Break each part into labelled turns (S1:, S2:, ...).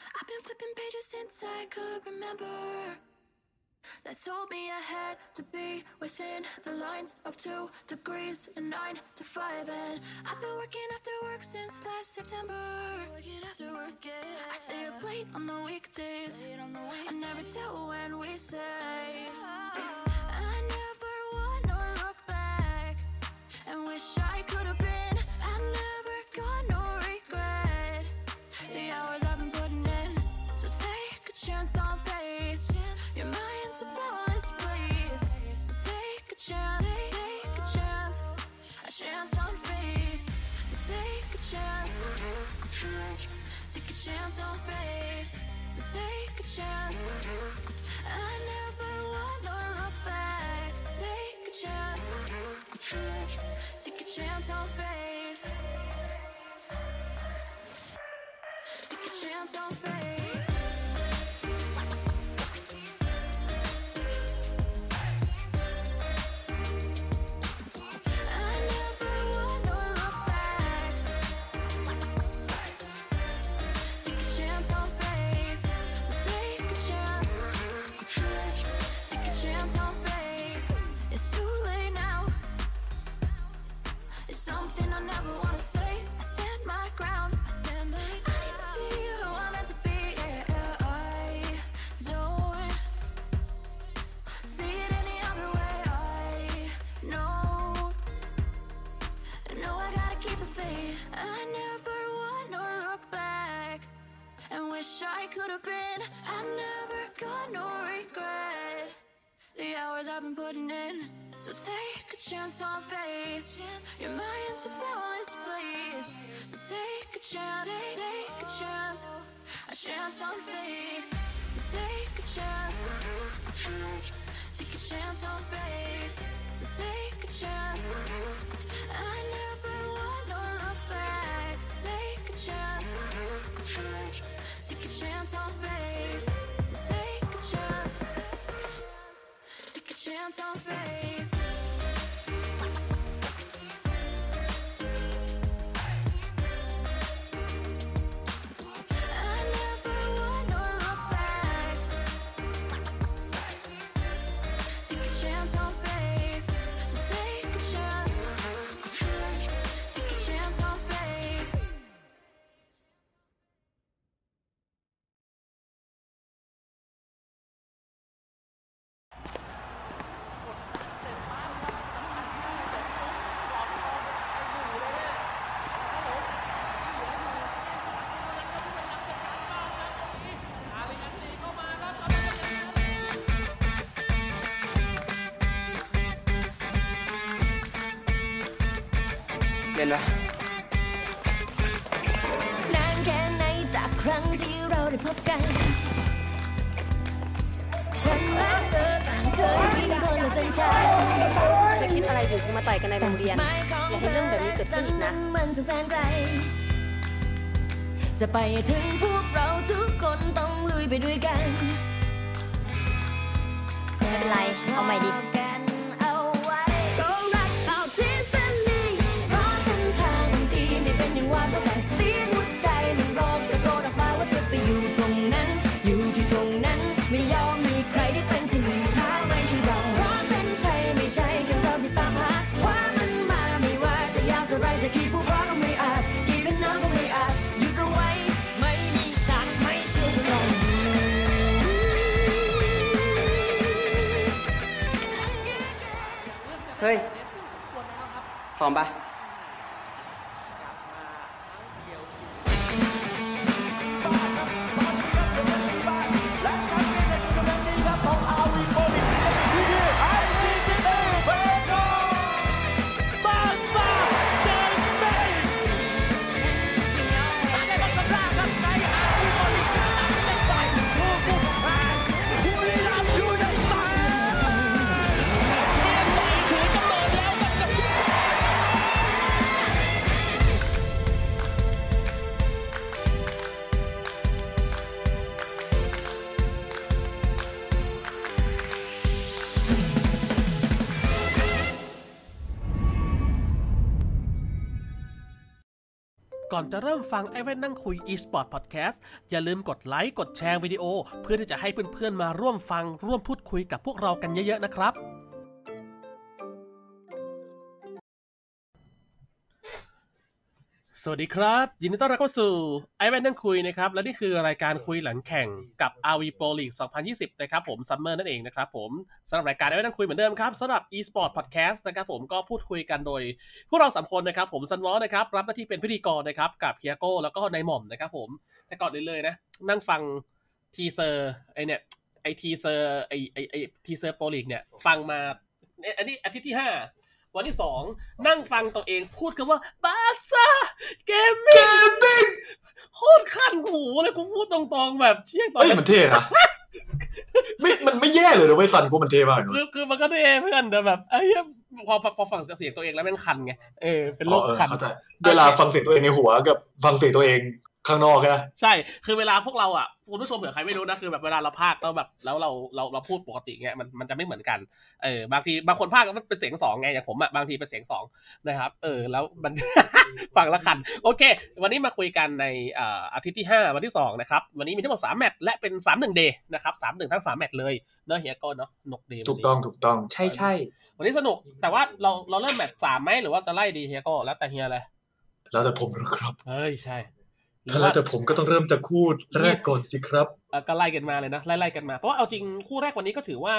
S1: I've been flipping pages since I could remember. That told me I had to be within the lines of two degrees and nine to five. And I've been working after work since last September. Working after work, yeah. I stay up late on the weekdays. I never tell when we say. I never wanna look back and wish I could have been. I've never got no regret. The hours I've been putting in. So take a chance on faith. Your mind's a powerless place. So take a chance. Take a chance. A chance on faith. So take a chance. Take a chance on faith. So take a chance. I never wanna look back. Take a chance. Take a chance on faith. Take a chance on faith. I never wanna look back. Take a chance on faith. So take a chance. Take a chance on faith. It's too late now. It's something I never wanna say. I stand my ground. I stand my ground. I need to be who I'm meant to be. Yeah, I don't see it any other way. I know. No, I gotta keep the faith. I never wanna look back and wish I could have been. I've never got no regret. The hours I've been putting in. So take a chance on faith. Your mind's a powerless place. So take a chance, take, take a chance, a chance on faith. So take a chance, take a chance on faith. So take a chance. I never wanna look back. Take a chance, take a chance on faith. So take a chance. Take a chance on faith. I never wanna look back. Take a chance on faith. So take a chance. Take a chance on faith.
S2: เล่นปะ
S3: นานแค่ไหนจากครั้งที่เราได้พบกัน ฉันรักเธอต่างเคยยิ่งคนละเส้นทาง
S4: เธอคิดอะไรอยู่คือมาต่อยกันในโรงเรียน
S3: หมายของ
S4: อย่า
S3: เธอ
S4: ให้เรื่องแบบนี้เกิด
S3: ฉั
S4: ขึ้น
S3: น
S4: อีก
S3: นั้
S4: นะ
S3: นมันจะแสนไกล จะไปให้ถึงพวกเราทุกคนต้องลุยไปด้วยกัน
S4: ไม่เป็นไร เอาใหม่ดิ
S3: กันเอาไว้ก็รักเราที่เส้นนี้เพราะเส้นทางที่ไม่เป็นอย่างว่าต้องการเสียหัวใจมันร้องตะโกนออกมาว่าจะไปอยู่ตรงนั้น อยู่ที่ตรงนั้นไม่ยอมมีใครได้เป็นที่หนึ่งทางไม่ใช่เราเพราะเส้นชัยไม่ใช่แค่เราที่ตามหาว่ามันมาไม่ว่าจะยาวเท่าไรจะกี่ภูเขาก็ไม่อาจกี่เป็นน้ำก็ไม่อาจหยุดเอาไว้ไม่มีทางไม่เชื่อมันลองดู
S2: เฮ้ยหอมปะ
S5: ก่อนจะเริ่มฟังไอ้แว่นนั่งคุย eSport Podcast อย่าลืมกดไลค์ กดแชร์วิดีโอ เพื่อที่จะให้เพื่อนๆมาร่วมฟัง ร่วมพูดคุยกับพวกเรากันเยอะๆนะครับ สวัสดีครับ ยินดีต้อนรับเข้าสู่ไอแวนนั่งคุยนะครับ และนี่คือรายการคุยหลังแข่งกับ RV Pro League 2020 นะครับผมซัมเมอร์นั่นเองนะครับผมสำหรับรายการไอแวนนั่งคุยเหมือนเดิมครับสำหรับ eSport Podcast นะครับผมก็พูดคุยกันโดย พวกเราสามคนนะครับ ผมซันวอลนะครับ รับหน้าที่เป็นพิธีกรนะครับ กับเฮียโก้แล้วก็นายหม่อมนะครับผมแต่ก่อนอื่นเลยนะ นั่งฟังทีเซอร์ไอเนี่ยไอทีเซอร์ไอไอไอทีเซอร์โปรลีกเนี่ยฟังมาเนี่ยอันนี้อาทิตย์ที่ห้าวันที่สองนั่งฟังตัวเองพูดคำว่าบาซ่าเกมมิ่งโคตรขั้นหูเลยกูพูดตรงๆแบบเชี่ยตอน
S6: เฮ้ย
S5: นั้น
S6: มันเท่นะไม่มันไม่แย่เลยนะเว้ยซันกูมันเท่มากเลย
S5: คื
S6: เว้ย
S5: อคือมันก็ได้เพื่อนแต่แบบไอ้เหี้ยพอพอพอฟังเสียงตัวเองแล้วแมันคันไงเออเป็นโรค
S6: อ๋อออ
S5: คัน
S6: เข้าใจเวลาฟังเสียงตัวเองในหัวกับฟังเสียงตัวเองข้างนอกแค่ปะ
S5: ใช่ คือเวลาพวกเราอ่ะคุณผู้ชมเผื่อใครไม่รู้นะ คือแบบเวลาเราพากย์เราแบบแล้วเราเราเราพูดปกติเงี้ยมันมันจะไม่เหมือนกัน เออบางทีบางคนพากย์มันเป็นเสียงสองไงอย่างผมอ่ะบางทีเป็นเสียงสองนะครับ เออแล้วมัน ฟังละคัน โอเค วันนี้มาคุยกันในอ่าอาทิตย์ที่ 5 วันที่ 2 นะครับ วันนี้มีทั้งหมด3แมตช์และเป็น 3 1 เดย์นะครับ3 1ทั้ง3แมตช์เลยเนาะเฮียโก้เนาะหนกเดย์วันนี้
S6: ถูกต้องถูกต้อง ใช่ใช่
S5: วันนี้สนุกแต่ว่าเราเราเริ่มแมตช์สามไหมหรือว่าจะไล่ดีเฮียโก็แล้วแต่เฮียเลย
S6: แล้วแต่ผมนะครับ
S5: เฮ้ยใช่หรือ
S6: ถ้าแล้
S5: ว่าว
S6: แต่ผมก็ต้องเริ่มจากคู่แรกก่อนสิครับ
S5: เอ่อก็ไล่กันมาเลยนะไล่ไล่กันมา เพราะว่าเอาจริงคู่แรกวันนี้ก็ถือว่า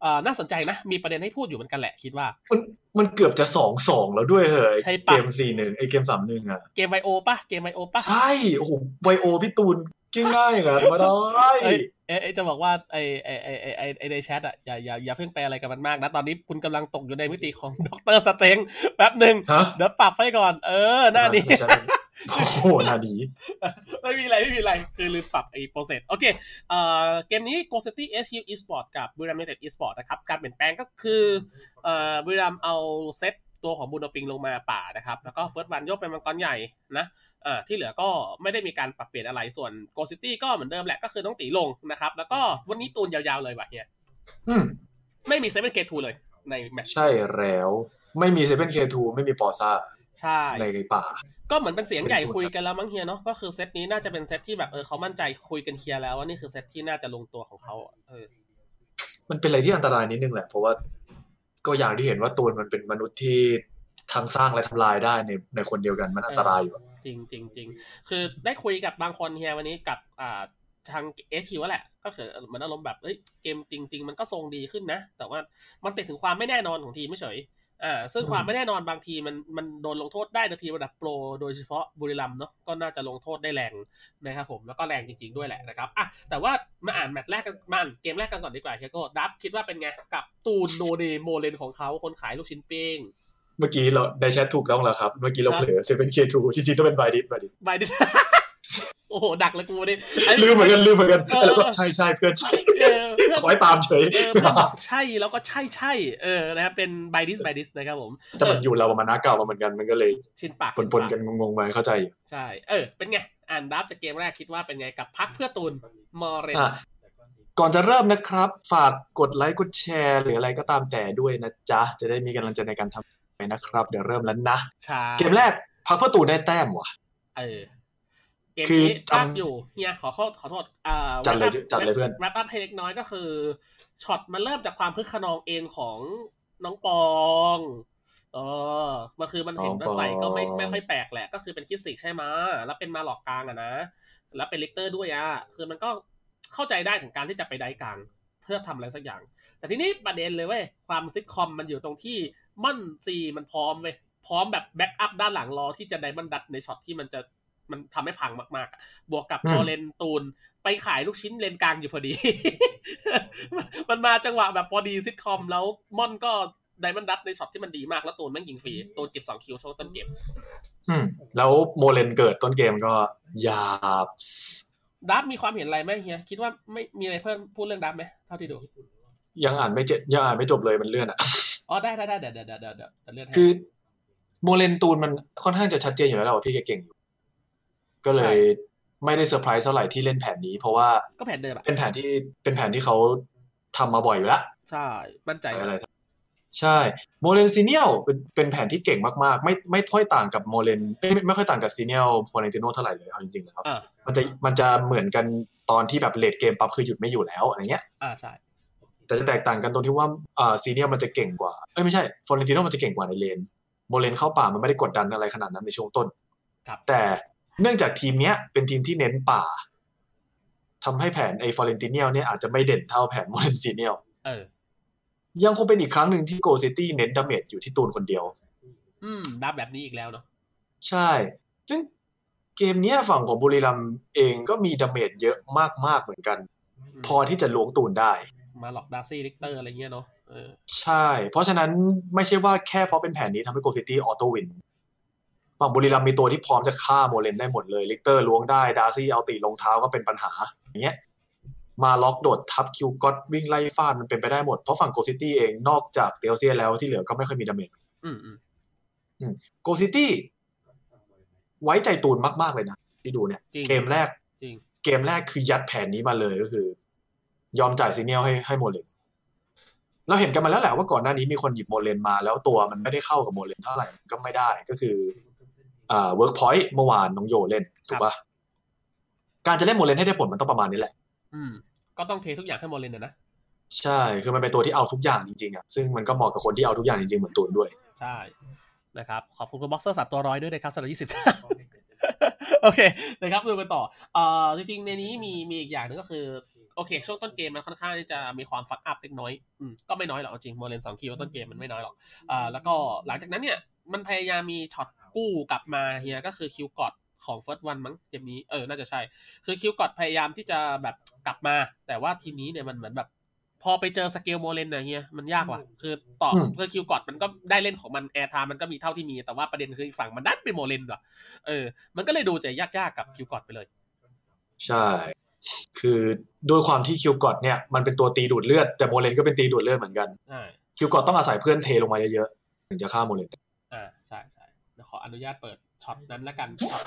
S5: เอ่อน่าสนใจนะมีประเด็นให้พูดอยู่เหมือนกันแหละคิดว่า
S6: มันมันเกือบจะสองสองแล้วด้วยเหรอ
S5: ใช่
S6: ไอ้
S5: ปะ
S6: เกมสี่หนึ่งไอเกมสามหนึ่งอ่ะ
S5: เกมไวโอปะเกมไวโอปะ
S6: ใช่โอ้โหไวโอพี่ตูนเก่งได้เหรอมาได้
S5: เอ้ยเอ้ยเอ้ยจะบอกว่าไอไอไอไอไอ้ไอในแชทอะอย่าอย่าอย่าเพิ่งไปอะไรกับมันมากนะตอนนี้คุณกำลังตกอยู่ในมิติของ ดรสเตงแป๊บหนึ่ง
S6: ฮะ
S5: เดี๋ยวปรับให้ก่อนเออหน้านี้
S6: ไม่ใช่โอ้โหหน้านี้
S5: ไม่มีอะไรไม่มีอะไรคือลืมปรับไอ้โปรเซสโอเคเอ่อเกมนี้ Go City SU Esports กับ b u r i a m United Esports นะครับ การเปลี่ยนแปลงก็คือเอ่อ b u r i a m เอาเซตตัวของบูโนปิงลงมาป่านะครับ แล้วก็เฟิร์สวันยกเป็นมังกรใหญ่นะเอ่อที่เหลือก็ไม่ได้มีการปรับเปลี่ยนอะไรส่วน Go City ก็เหมือนเดิมแหละก็คือต้องตีลงนะครับ แล้วก็วันนี้ตูนยาวๆเลยว่ะเนี่ย
S6: อืม
S5: ไม่มีเซเว่นเกทูเลยในแมตช์
S6: ใช่แล้ว ไม่มีเซเว่นเคทูไม่มีปอซ่า
S5: ใช่
S6: ในป่า
S5: ก็เหมือนเป็นเสียงใหญ่คุยกันแล้วมั้งเฮียเนาะก็คือเซตนี้น่าจะเป็นเซตที่แบบเออเขามั่นใจคุยกันเคลียร์แล้วว่านี่คือเซตที่น่าจะลงตัวของเขาเออ
S6: มันเป็นอะไรที่อันตรายนิดนึงแหละ เพราะว่าก็อย่างที่เห็นว่าตูนมันเป็นมนุษย์ที่ทั้งสร้างและทำลายได้ในในคนเดียวกันมันอันตรายอยู่อะ
S5: จริงจริงจริงคือได้คุยกับบางคนเฮียวันนี้กับอ่าทางเอชิวแหละ ก็คือเหมือนอารมณ์แบบเอ้ยเกมจริง ๆ มันก็ทรงดีขึ้นนะ แต่ว่ามันติดถึงความไม่แน่นอนของทีมไม่เฉยอ่าซึ่งความไม่แน่นอนบางทีมันมันโดนลงโทษได้ในทีมระดับโปรโดยเฉพาะบุรีรัมย์เนาะก็น่าจะลงโทษได้แรงนะครับผมแล้วก็แรงจริง ๆด้วยแหละนะครับอ่ะแต่ว่ามาอ่านแมตช์แรกกันมาอ่านเกมแรกกันก่อนดีกว่าเฮียโก็ดับคิดว่าเป็นไงกับตูนโนเดโมเลนของเขาคนขายลูกชิ้นปิ้ง
S6: เมื่อกี้เราได้แชทถูกต้องแล้วครับ เมื่อกี้เราเผลอเซเว่นเคทูจริงๆต้องเป็นไบดิสไบดิส
S5: บายดิ โอ้โห ดักเลยกูวันนี้อันนี้
S6: ลืมเหมือนกันลืมเหมือนกัน
S5: เออ
S6: แล้วก็ใช่ใช่เพื่อนใช่
S5: เออเพื่อน
S6: ขอให้ตามเฉย
S5: เอ อเพื่อนบอกใช่แล้วก็ใช่ใช่เออนะครับเป็นบายดิสบายดิสนะครับผม
S6: แต่มันอยู่เราประมาณน้าเก่ามาเหมือนกันมันก็เลย
S5: ชินปาก
S6: ปนๆกันงงๆไปเข้าใจอยู่
S5: ใช่ เออ เป็นไง อ่านดับจากเกมแรกคิดว่าเป็นไงกับพักเพื่อตูนมอเรน
S6: อ่ะก่อนจะเริ่มนะครับ ฝากกดไลค์กดแชร์ หรืออะไรก็ตามแต่ด้วยนะจ๊ะจะได้มีกำลังใจในการทำไปนะครับ เดี๋ยวเริ่มแล้วนะ
S5: ใช่
S6: เกมแรกพักเพื่อตูนได้แต้มว่ะ
S5: เออ เกม
S6: คือ
S5: นี้
S6: จำ
S5: ภาพอยู่เฮียขอโทษขอโทษอ่า
S6: จัดเลยจัดเลยเพื่อน
S5: แรปอัพให้เล็กน้อยก็คือช็อตมันเริ่มจากความคึกขนองเองของน้องปองเออมันคือมันเห็นมันใส่ก็ไม่ไม่ค่อยแปลกแหละ ก็คือเป็นคิดสิกใช่ไหมะแล้วเป็นมาหลอกกลางอะนะ แล้วเป็นเลกเตอร์ด้วยอะคือมันก็เข้าใจได้ถึงการที่จะไปได้กลาง เพื่อทำอะไรสักอย่าง แต่ทีนี้ประเด็นเลยเว้ย ความซิทคอมมันอยู่ตรงที่มั่อนซีมันพร้อมเว้ย พร้อมแบบแบ็กอัพด้านหลังรอที่จะไดมันดัดในช็อตที่มันจะมันทำให้พังมากๆอะบวกกับ
S6: อืม
S5: ตัวเลนตูนไปขายลูกชิ้นเลนกลางอยู่พอดี มันมันมาจังหวะแบบพอดีซิทคอมแล้วม่อนก็ไดมันดัดในช็อตที่มันดีมากแล้วตูนแม่งยิงฟรีตูนเก็บสองคิวโชว์ต้นเกม
S6: อืมแล้วโมเลนเกิดต้นเกมก็หยาบ
S5: ดับมีความเห็นอะไรไหมเฮียคิดว่าไม่มีอะไรเพิ่มพูดเรื่องดับไหมเท่าที่ดู
S6: ยังอ่านไม่เจยังอ่านไม่จบเลยมันเลื่อนอ่ะ
S5: อ๋อได้ได้ได้เดี๋ยวเดี๋ยวเดี๋ยวเดี๋ยวเดี๋ยวเลื่อนให้
S6: คือโมเลนตูนมันค่อนข้างจะชัดเจนอยู่แล้วแหละว่าพี่แกเก่งอยู่ ก็เลยไม่ได้เซอร์ไพรส์เท่าไหร่ที่เล่นแผนนี้ เพราะว่า
S5: ก็แผนเดิมอะ
S6: เป็นแผนที่เป็นแผนที่เขาทำมาบ่อยอยู่แล้ว
S5: ใช่ มั่นใจ
S6: อะไร ใช่โมเลนซีเนียลเป็นเป็นแผนที่เก่งมากๆ ไม่ไม่ค่อยต่างกับโมเลนไม่ไม่ไม่ค่อยต่างกับซีเนียลฟอเรนติโนเท่าไหร่เลยเอาจริงๆนะครับ
S5: อ่า
S6: มันจะมันจะเหมือนกันตอนที่แบบเลดเกมปั๊บคือหยุดไม่อยู่แล้วอะไรเงี้ย
S5: อ่าใช่
S6: แต่จะแตกต่างกันตรงที่ว่าอ่าซีเนียมันจะเก่งกว่า เอ้ยไม่ใช่ฟอเรนติโนมันจะเก่งกว่าในเลนโมเลนเข้าป่ามันไม่ได้กดดันอะไรขนาดนั้นในช่วงต้น
S5: ครับ
S6: แต่เนื่องจากทีมเนี้ยเป็นทีมที่เน้นป่าทำให้แผนไอ้ฟอเรนติเนียลเนี่ยอาจจะไม่เด่นเท่าแผนโมเล นซีเนียล
S5: เออ
S6: ยังคงเป็นอีกครั้งหนึ่งที่โกซิตี้เน้นดาเมจอยู่ที่ตูนคนเดียว
S5: อืมดับแบบนี้อีกแล้วเนาะ
S6: ใช่ ซึ่งเกมเนี้ยฝั่งของบุรีรัมย์เองก็มีดาเมจเยอะมากๆเหมือนกัน
S5: ม
S6: พอที่จะล้วงตูนได้
S5: มาหลอกดาร์ซี่ลิกเตอร์อะไรเงี้ยเนาะเออ
S6: ใช่ เพราะฉะนั้นไม่ใช่ว่าแค่เพราะเป็นแผนนี้ทำให้โกซิตี้ออโต้วิน ฝั่งบุรีรัมย์มีตัวที่พร้อมจะฆ่าโมเลนได้หมดเลย ลิกเตอร์ล้วงได้ ดาร์ซี่เอาตีลงเท้าก็เป็นปัญหา อย่างเงี้ย มาล็อกโดดทับคิวก็อตวิ่งไล่ฟาดมันเป็นไปได้หมด เพราะฝั่งโกซิตี้เองนอกจากเตลเซียแล้วที่เหลือก็ไม่ค่อยมีดาเมจ
S5: อืมอืม
S6: โกซิตี้ไว้ใจตูนมาก ๆ เลยนะที่ดูเนี่ย
S5: จริง
S6: เกมแรก
S5: จริง
S6: เกมแรกคือยัดแผนนี้มาเลยก็คือ ยอมจ่ายซิเนียลให้ให้โมเลนเราเห็นกันมาแล้วแหละว่าก่อนหน้านี้มีคนหยิบโมเลนมา แล้วตัวมันไม่ได้เข้ากับโมเลนเท่าไหร่ก็ไม่ได้ก็คืออ่าเวิร์กพอยต์เมื่อวานน้องโยเล่น ถูกปะการจะเล่นโมเลนให้ได้ผลมันต้องประมาณนี้แหละ
S5: อืม ก็ต้องเททุกอย่างให้โมเลนนะนะ
S6: ใช่คือมันเป็นตัวที่เอาทุกอย่างจริงๆอ่ะซึ่งมันก็เหมาะกับคนที่เอาทุกอย่างจริงๆเหมือนตูนด้วย
S5: ใช่นะครับ ขอบคุณคุณบ็อกเซอร์สับตัวร้อยด้วยนะครับสำหรับยี่ สิบ20 โอเคนะครับดูกันต่อเอ่อจริงๆในนี้มีมีอีกอย่างหนึงก็คือ โอเค ช่วงต้นเกมมันค่อนข้างที่จะมีความฟักอัพเล็กน้อยอืมก็ไม่น้อยหรอกเอาจริงโมเลนสองคิวต้นเกมมันไม่น้อยหรอก อ่าแล้วก็หลังจากนั้นเนี่ยมันพยายามมีช็อตกู้กลับมาเฮียก็คือคิวกอดของเฟิร์สวันมั้งเกมนี้เออน่าจะใช่ คือคิวกอดพยายามที่จะแบบกลับมา แต่ว่าทีมนี้เนี่ยมันเหมือนแบบ พอไปเจอสเกลโมเลนเนี่ยเฮียมันยากว่ะคือต่อ
S6: อืม
S5: คือคิวกอดมันก็ได้เล่นของมันแอร์ทามันก็มีเท่าที่มีแต่ว่าประเด็นคืออีกฝั่งมันดันไปโมเลนว่ะเออมันก็เลยดูจะยากๆกับคิวกอดไปเลย
S6: ใช่ คือด้วยความที่คิวกอดเนี่ยมันเป็นตัวตีดูดเลือดแต่โมเลนก็เป็นตีดูดเลือดเหมือนกัน
S5: อ่า
S6: คิวกอดต้องอาศัยเพื่อนเทลงมาเยอะๆ ถึงจะฆ่าโมเลนได้
S5: อ่าใช่ใช่เดี๋ยวขออนุญาตเปิดช็อตนั้นละกันช็อต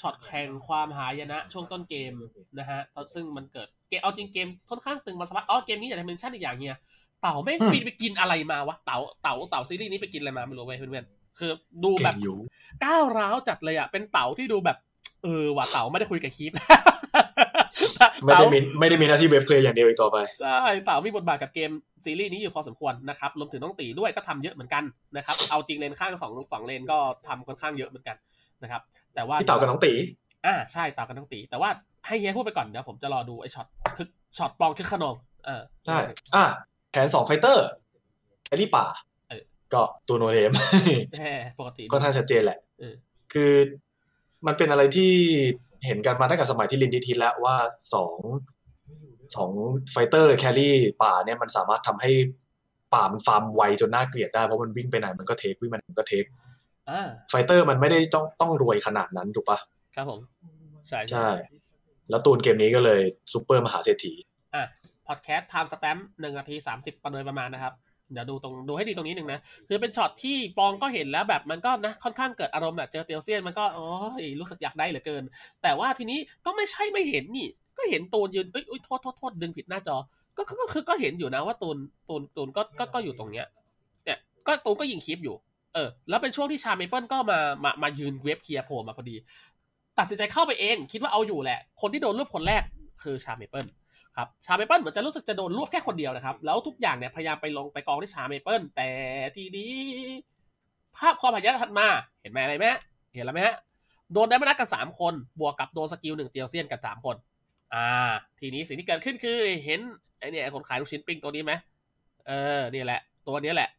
S5: ช็อตแข่งความหายนะช่วงต้นเกมนะฮะตอนซึ่งมันเกิดเกมเอาจริงเกมค่อนข้างตึงมาสักพักอ๋อเกมนี้อย่างเมนชั่นอีกอย่างเฮียเต่าแม่งปีนไปกินอะไรมาวะเต่าเต่าเต่าซีรีส์นี้ไปกินอะไรมาไม่รู้เว้ยเพื่อนๆคือดูแบ
S6: เก่
S5: บ
S6: งอยู่
S5: ก้าวร้าวจัดเลยอ่ะ เป็นเต๋าที่ดูแบบ เออว่ะเต๋าไม่ได้คุยกับคีฟ
S6: ไม่ได้มีไม่ได้มีหน้าที่เวฟเพลย์อย่างเดียวอีกต่อไป
S5: ใช่ เต๋ามีบทบาทกับเกมซีรีส์นี้อยู่พอสมควรนะครับ รวมถึงน้องตีด้วยก็ทำเยอะเหมือนกันนะครับ เอาจริงเลนข้างสองสองเลนก็ทำค่อนข้างเยอะเหมือนกันนะครับ แต่ว่า
S6: พี่เต่ากับน้องตี
S5: อ่าใช่เต๋ากับน้องตี แต่ว่าให้เฮียพูดไปก่อนเดี๋ยวผมจะรอดูไอ้ช็อตคือช็อตปลองคือขนองเออ
S6: ใช่ อ่ะแขนสองไฟเตอร์แครี่ป่า
S5: เออ
S6: ก็ตัวโนเนม
S5: แฮ่ปกติ
S6: ค่อนข้างชัดเจนแหละ
S5: เออ
S6: คือมันเป็นอะไรที่เห็นกันมาตั้งแต่สมัยที่ลินดิทิตแล้วว่าสองสองไฟเตอร์แครี่ป่าเนี่ยมันสามารถทำให้ป่ามันฟาร์มไวจนน่าเกลียดได้ เพราะมันวิ่งไปไหนมันก็เทควิ่งไปไหนมันก็เทค
S5: อ่า
S6: ไฟเตอร์มันไม่ได้ต้องต้องรวยขนาดนั้นถูกปะ
S5: ครับผมใช่
S6: ใช่ แล้วตูนเกมนี้ก็เลยซูเปอร์มหาเศรษฐี
S5: อ่ะพอดแคสต์ไทม์สแตมป์หนึ่งนาทีสามสิบประโดยประมาณนะครับ เดี๋ยวดูตรงดูให้ดีตรงนี้หนึ่งนะ คือเป็นช็อตที่ปองก็เห็นแล้วแบบมันก็นะค่อนข้างเกิดอารมณ์แหละเจอเตียวเซียนมันก็โอ้ยรู้สึกอยากได้เหลือเกิน แต่ว่าทีนี้ก็ไม่ใช่ไม่เห็นนี่ ก็เห็นตูนยืนเอ้ยอุ๊ยโทษโทษโทษดึงผิดหน้าจอ ก็ก็ก็คือก็เห็นอยู่นะว่าตูนตูนตูนก็ก็ก็อยู่ตรงเนี้ยเนี่ยก็ตูนก็ยิงคลิปอยู่ เออ แล้วเป็นช่วงที่ชาเมเปิลก็มามามายืนเวฟเคลียร์โผล่มาพอดี ตัดสินใจเข้าไปเองคิดว่าเอาอยู่แหละ คนที่โดนรวบคนแรกคือชาเมเปิลครับชาเมเปิลเหมือนจะรู้สึกจะโดนรวบแค่คนเดียวนะครับ แล้วทุกอย่างเนี่ยพยายามไปลงไปกองที่ชาเมเปิลแต่ทีนี้ภาพความพยายามถัดมาเห็นไหมอะไรไหมเห็นแล้วไหมฮะโดนไดมานัดกันสามคน บวกกับโดนสกิลหนึ่งเตียวเซียนกันสามคน อ่า ทีนี้สิ่งที่เกิดขึ้นคือเห็นไอเนี่ยไอ้คนขายลูกชิ้นปิ้งตัวนี้ไหมเออนี่แหละ ตัวเนี้ยแหละ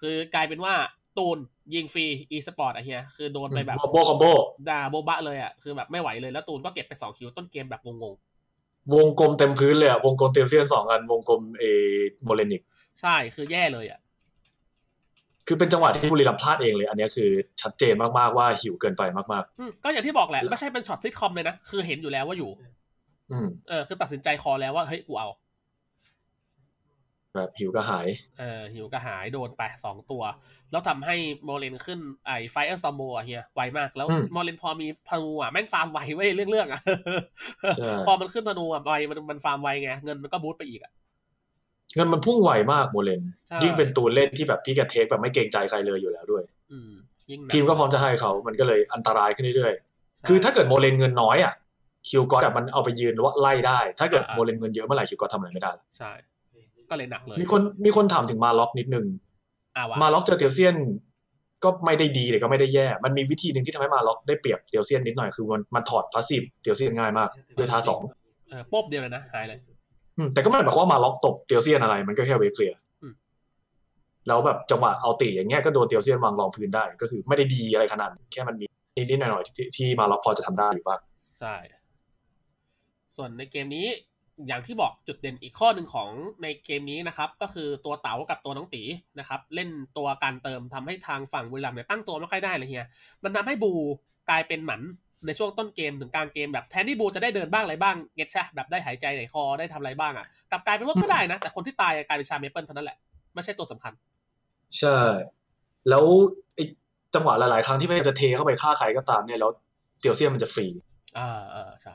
S5: คือกลายเป็นว่าตูนยิงฟรีอีสปอร์ตอะเฮียคือโดนไปแบบ
S6: โบโบคอมโบ
S5: ด่าโบบะเลยอ่ะ คือแบบไม่ไหวเลยแล้วตูนก็เก็บไปสองคิวต้นเกมแบบงง
S6: วงกลมเต็มพื้นเลยอะวงกลมเตียวเซียนสองอัน วงกลมเอโมเลนิก
S5: ๆ ใช่คือแย่เลยอ่ะ
S6: คือเป็นจังหวะที่บุรีรัมย์พลาดเองเลย อันเนี้ยคือชัดเจนมาก ๆ ว่าหิวเกินไปมาก
S5: อืมก็อย่างที่บอกแหละ ไม่ใช่เป็นช็อตซิทคอมเลยนะ คือเห็นอยู่แล้วว่าอยู่
S6: ๆ อืม
S5: เออ คือตัดสินใจคอแล้วว่า เฮ้ย กูเอา
S6: แบบหิวก็หาย
S5: เออหิวกระหายโดนไปสองตัว แล้วทำให้โมเลนขึ้นไอ้ไฟเออร์ซัมโบอะเฮียไวมาก แล้ว
S6: อืม
S5: โมเลนพอมีธนูอ่ะแม่งฟาร์มไวเว้ยเรื่องเรื่องๆอ่ะ
S6: ใช่
S5: พอมันขึ้นธนูอ่ะไวมันมันฟาร์มไวไงเงินมันก็บูสต์ไปอีกอ่ะ
S6: เงินมันพุ่งไวมากโมเลน
S5: ใช่
S6: ยิ่งเป็นตัวเล่นที่แบบพี่แกเทคแบบไม่เกรงใจใครเลยอยู่แล้วด้วย
S5: อืมยิ่งหนั
S6: ทีมก็พร้อมจะให้เขามันก็เลยอันตรายขึ้นเรื่อย
S5: ใช่
S6: ๆคือถ้าเกิดโมเลนเงินน้อยอ่ะคิวกอตแบบมันเอาไปยืนว่าไล่ได้ ถ้าเกิด
S5: อ่า
S6: โมเลนเงินเยอะเมื่อไหร่คิวกอตทำอะไรไม่ได้ละ
S5: ใช่ ก็เลยหนักเลย
S6: มีคนมีคนถามถึงมาล็อกนิดนึง
S5: อ่าวะ
S6: มาล็อกเจอเตียวเซียนก็ไม่ได้ดีเลยก็ไม่ได้แย่ มันมีวิธีหนึ่งที่ทำให้มาล็อกได้เปรียบเตียวเซียนนิดหน่อยคือมันมันถอดพาสซีฟเตียวเซียนง่ายมากด้วยท่าสอง
S5: เออป๊บเดียวเลยนะหายเลย
S6: อืมแต่ก็ไม่ได้หมายความว่ามาล็อกตบเตียวเซียนอะไร มันก็แค่เวฟเคลียร์
S5: อืม
S6: แล้วแบบจังหวะเอาตีอย่างเงี้ยก็โดนเตียวเซียนวางรองพื้นได้ ก็คือไม่ได้ดีอะไรขนาดนั้นแค่มันมีนิดๆหน่อยๆที่ที่มาล็อกพอจะทำได้อยู่บ้าง
S5: ใช่ ส่วนในเกมนี้อย่างที่บอกจุดเด่นอีกข้อหนึ่งของในเกมนี้นะครับ ก็คือตัวเต๋ากับตัวน้องตีนะครับ เล่นตัวการเติมทำให้ทางฝั่งบุรีรัมย์เนี่ยตั้งตัวไม่ค่อยได้เลยเฮียมันทำให้บูกลายเป็นหมันในช่วงต้นเกมถึงกลางเกมแบบแทนที่บูจะได้เดินบ้างอะไรบ้างเก็ตใช่แบบได้หายใจไหนคอได้ทำอะไรบ้างอะ่ะกลับกลายเป็นว่าก็ได้นะ แต่คนที่ตายอะกลายเป็นชาเมเปิลเท่านั้นแหละไม่ใช่ตัวสำคัญ
S6: ใช่ แล้วไอ้จังหวะหลายๆครั้งที่พยายามจะเทเข้าไปฆ่าใครก็ตามเนี่ยแล้วเตียวเซียนมันจะฟรี
S5: อ่าอ่าใช่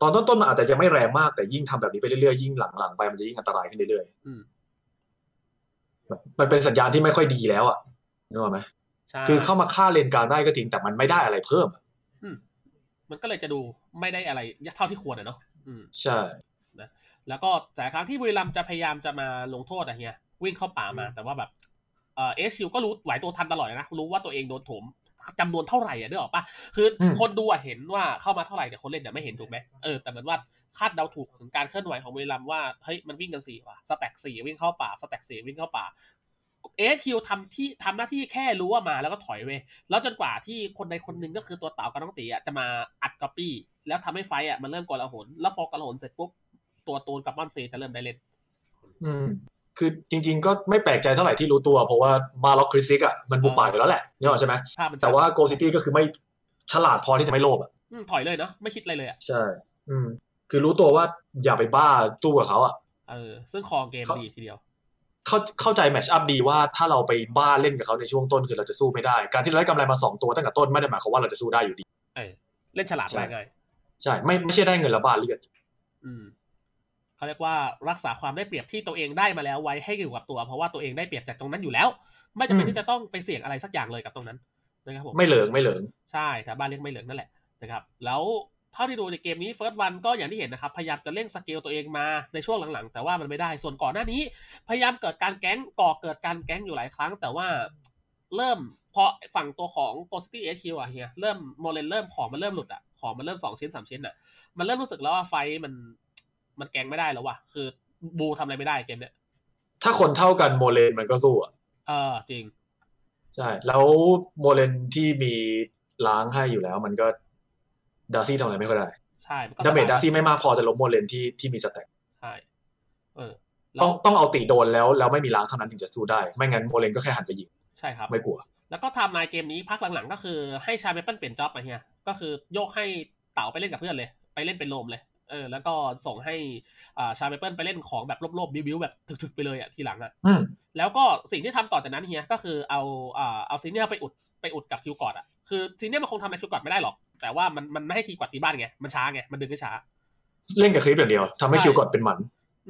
S6: ตอนต้นๆมันอาจจะยังไม่แรงมากแต่ยิ่งทำแบบนี้ไปเรื่อยๆยิ่งหลังๆไปมันจะยิ่งอันตรายขึ้นเรื่อย
S5: อืม
S6: ๆมันเป็นสัญญาณที่ไม่ค่อยดีแล้วอ่ะนึกออกไหม
S5: ใช่
S6: คือเข้ามาฆ่าเลนกลางได้ก็จริงแต่มันไม่ได้อะไรเพิ่มอะ
S5: มันก็เลยจะดูไม่ได้อะไรเท่าที่ควรอะเนาะอืม
S6: ใช่
S5: แล้วก็แต่ครั้งที่บุรีรัมย์จะพยายามจะมาลงโทษอะเฮียวิ่งเข้าป่ามา แต่ว่าแบบเออสคิวก็รู้ไหวตัวทันตลอดเลยนะรู้ว่าตัวเองโดนโถมจำนวนเท่าไหร่อะเด้อออกปะคือคนดูอะเห็นว่าเข้ามาเท่าไหร่แต่คนเล่นเนี่ยไม่เห็นถูกไหมเออแต่เหมือนว่าคาดเดาถูกถึงการเคลื่อนไหวของบุรีรัมย์ว่าเฮ้ยมันวิ่งกันสี่ว่ะสแต็กสี่วิ่งเข้าป่าสแต็กสี่วิ่งเข้าป่าเอสคิวทำที่ทำหน้าที่แค่รู้ว่ามาแล้วก็ถอยเว้ยแล้วจนกว่าที่คนใดคนหนึ่งก็คือตัวเต่ากับน้องตีอะจะมาอัดก๊อปปี้แล้วทำให้ไฟต์อะมันเริ่มกลาหนแล้วพอกลาหนเสร็จปุ๊บ ตัวตูนกับมอนเซจะเริ่มได้เล่น
S6: อืมคือจริง ๆ ก็ไม่แปลกใจเท่าไหร่ที่รู้ตัว เพราะว่ามาล็อกคริสซิกอ่ะมันบุกป่าอยู่แล้วแหละนึกออกใช่ไหม
S5: ภาพมันจะ
S6: แต่ว่าโกซิตี้ก็คือไม่ฉลาดพอที่จะไม่โลภอ่ะ
S5: อืมถอยเลยเนาะไม่คิดอะไรเลยอ่ะ
S6: ใช่ อืม คือรู้ตัวว่าอย่าไปบ้าตู้กับเขาอ่ะ
S5: เออซึ่งคอเกม
S6: เขา
S5: ดีทีเดียว
S6: เข้าเข้าใจแมชอัพดีว่าถ้าเราไปบ้าเล่นกับเขาในช่วงต้นคือเราจะสู้ไม่ได้ การที่เราได้กำไรมาสองตัวตั้งแต่ต้นไม่ได้หมายความว่าเราจะสู้ได้อยู่ดี
S5: เออ เล่นฉลาด
S6: ใช่
S5: ไปง่าย
S6: ใช่ไม่ไม่ใช่ได้เงินและบาทเลือด
S5: อืมเขาเรียกว่ารักษาความได้เปรียบที่ตัวเองได้มาแล้วไว้ให้อยู่กับตัว เพราะว่าตัวเองได้เปรียบจากตรงนั้นอยู่แล้ว ไม่จำเป็นที่จะต้องไปเสี่ยงอะไรสักอย่างเลยกับตรงนั้นนะครับผม
S6: ไม่เหลิงไม่เหลิง
S5: ใช่แถวบ้านเลี้ยงไม่เหลืองนั่นแหละนะครับ แล้วเท่าที่ดูในเกมนี้เฟิร์สวันก็อย่างที่เห็นนะครับ พยายามจะเร่งสเกลตัวเองมาในช่วงหลังๆ แต่ว่ามันไม่ได้ ส่วนก่อนหน้านี้ พยายามเกิดการแก๊งก่อเกิดการแก๊งอยู่หลายครั้ง แต่ว่าเริ่มพอฝั่งตัวของ Positive HQ อะเฮียเริ่มโมเลนเริ่มของมันเริ่มหลุดอะของมันเริ่มสองชิ้นสามชิ้นอะมันเริ่มรู้สึกแล้วว่าไฟท์มันมันแก๊งไม่ได้แล้วว่ะคือบูทำอะไรไม่ได้เกมเนี้ย
S6: ถ้าคนเท่ากันโมเลนมันก็สู้อ่ะ
S5: เออจริง
S6: ใช่ แล้วโมเลนที่มีล้างให้อยู่แล้ว มันก็ดาซี่ทำอะไรไม่ค่อยได้
S5: ใช่นก็
S6: ดาเมจ
S5: สบย
S6: ดาซี่ไม่มากพอจะล้มโมเลนที่ที่มีสแต็ก
S5: ใช่เออ
S6: ต้องต้องเอาตีโดนแล้วแล้วไม่มีล้างเท่านั้นถึงจะสู้ได้ ไม่งั้นโมเลนก็แค่หันไปยิง
S5: ใช่ครับ
S6: ไม่กลัว
S5: แล้วก็ไทำลายเกมนี้พักหลังๆ ก็คือให้ชาเมเปิลเปลี่ยนจ็อบมาเฮียก็คือโยกให้เต๋าไปเล่นกับเพื่อนเลย ไปเล่นเป็นโลมเลย เออ แล้วก็ส่งให้อ่าชาเมเปิลไปเล่นของแบบลบๆบิ้วๆแบบถึกๆไปเลยอ่ะทีหลังอ่ะ
S6: อืม
S5: แล้วก็สิ่งที่ทำต่อจากนั้นเฮียก็คือเอาอ่าเอาซีเนียร์ไปอุดไปอุดกับคิวกอดอ่ะ คือซีเนียร์มันคงทำในคิวกอดไม่ได้หรอก แต่ว่ามันมันไม่ให้คิวกอดที่บ้านไง มันช้าไง มันดึงได้ช้า
S6: เล่นกับคลิปอย่างเดียวทำให้
S5: ใช่
S6: คิวกอดเป็นหมัน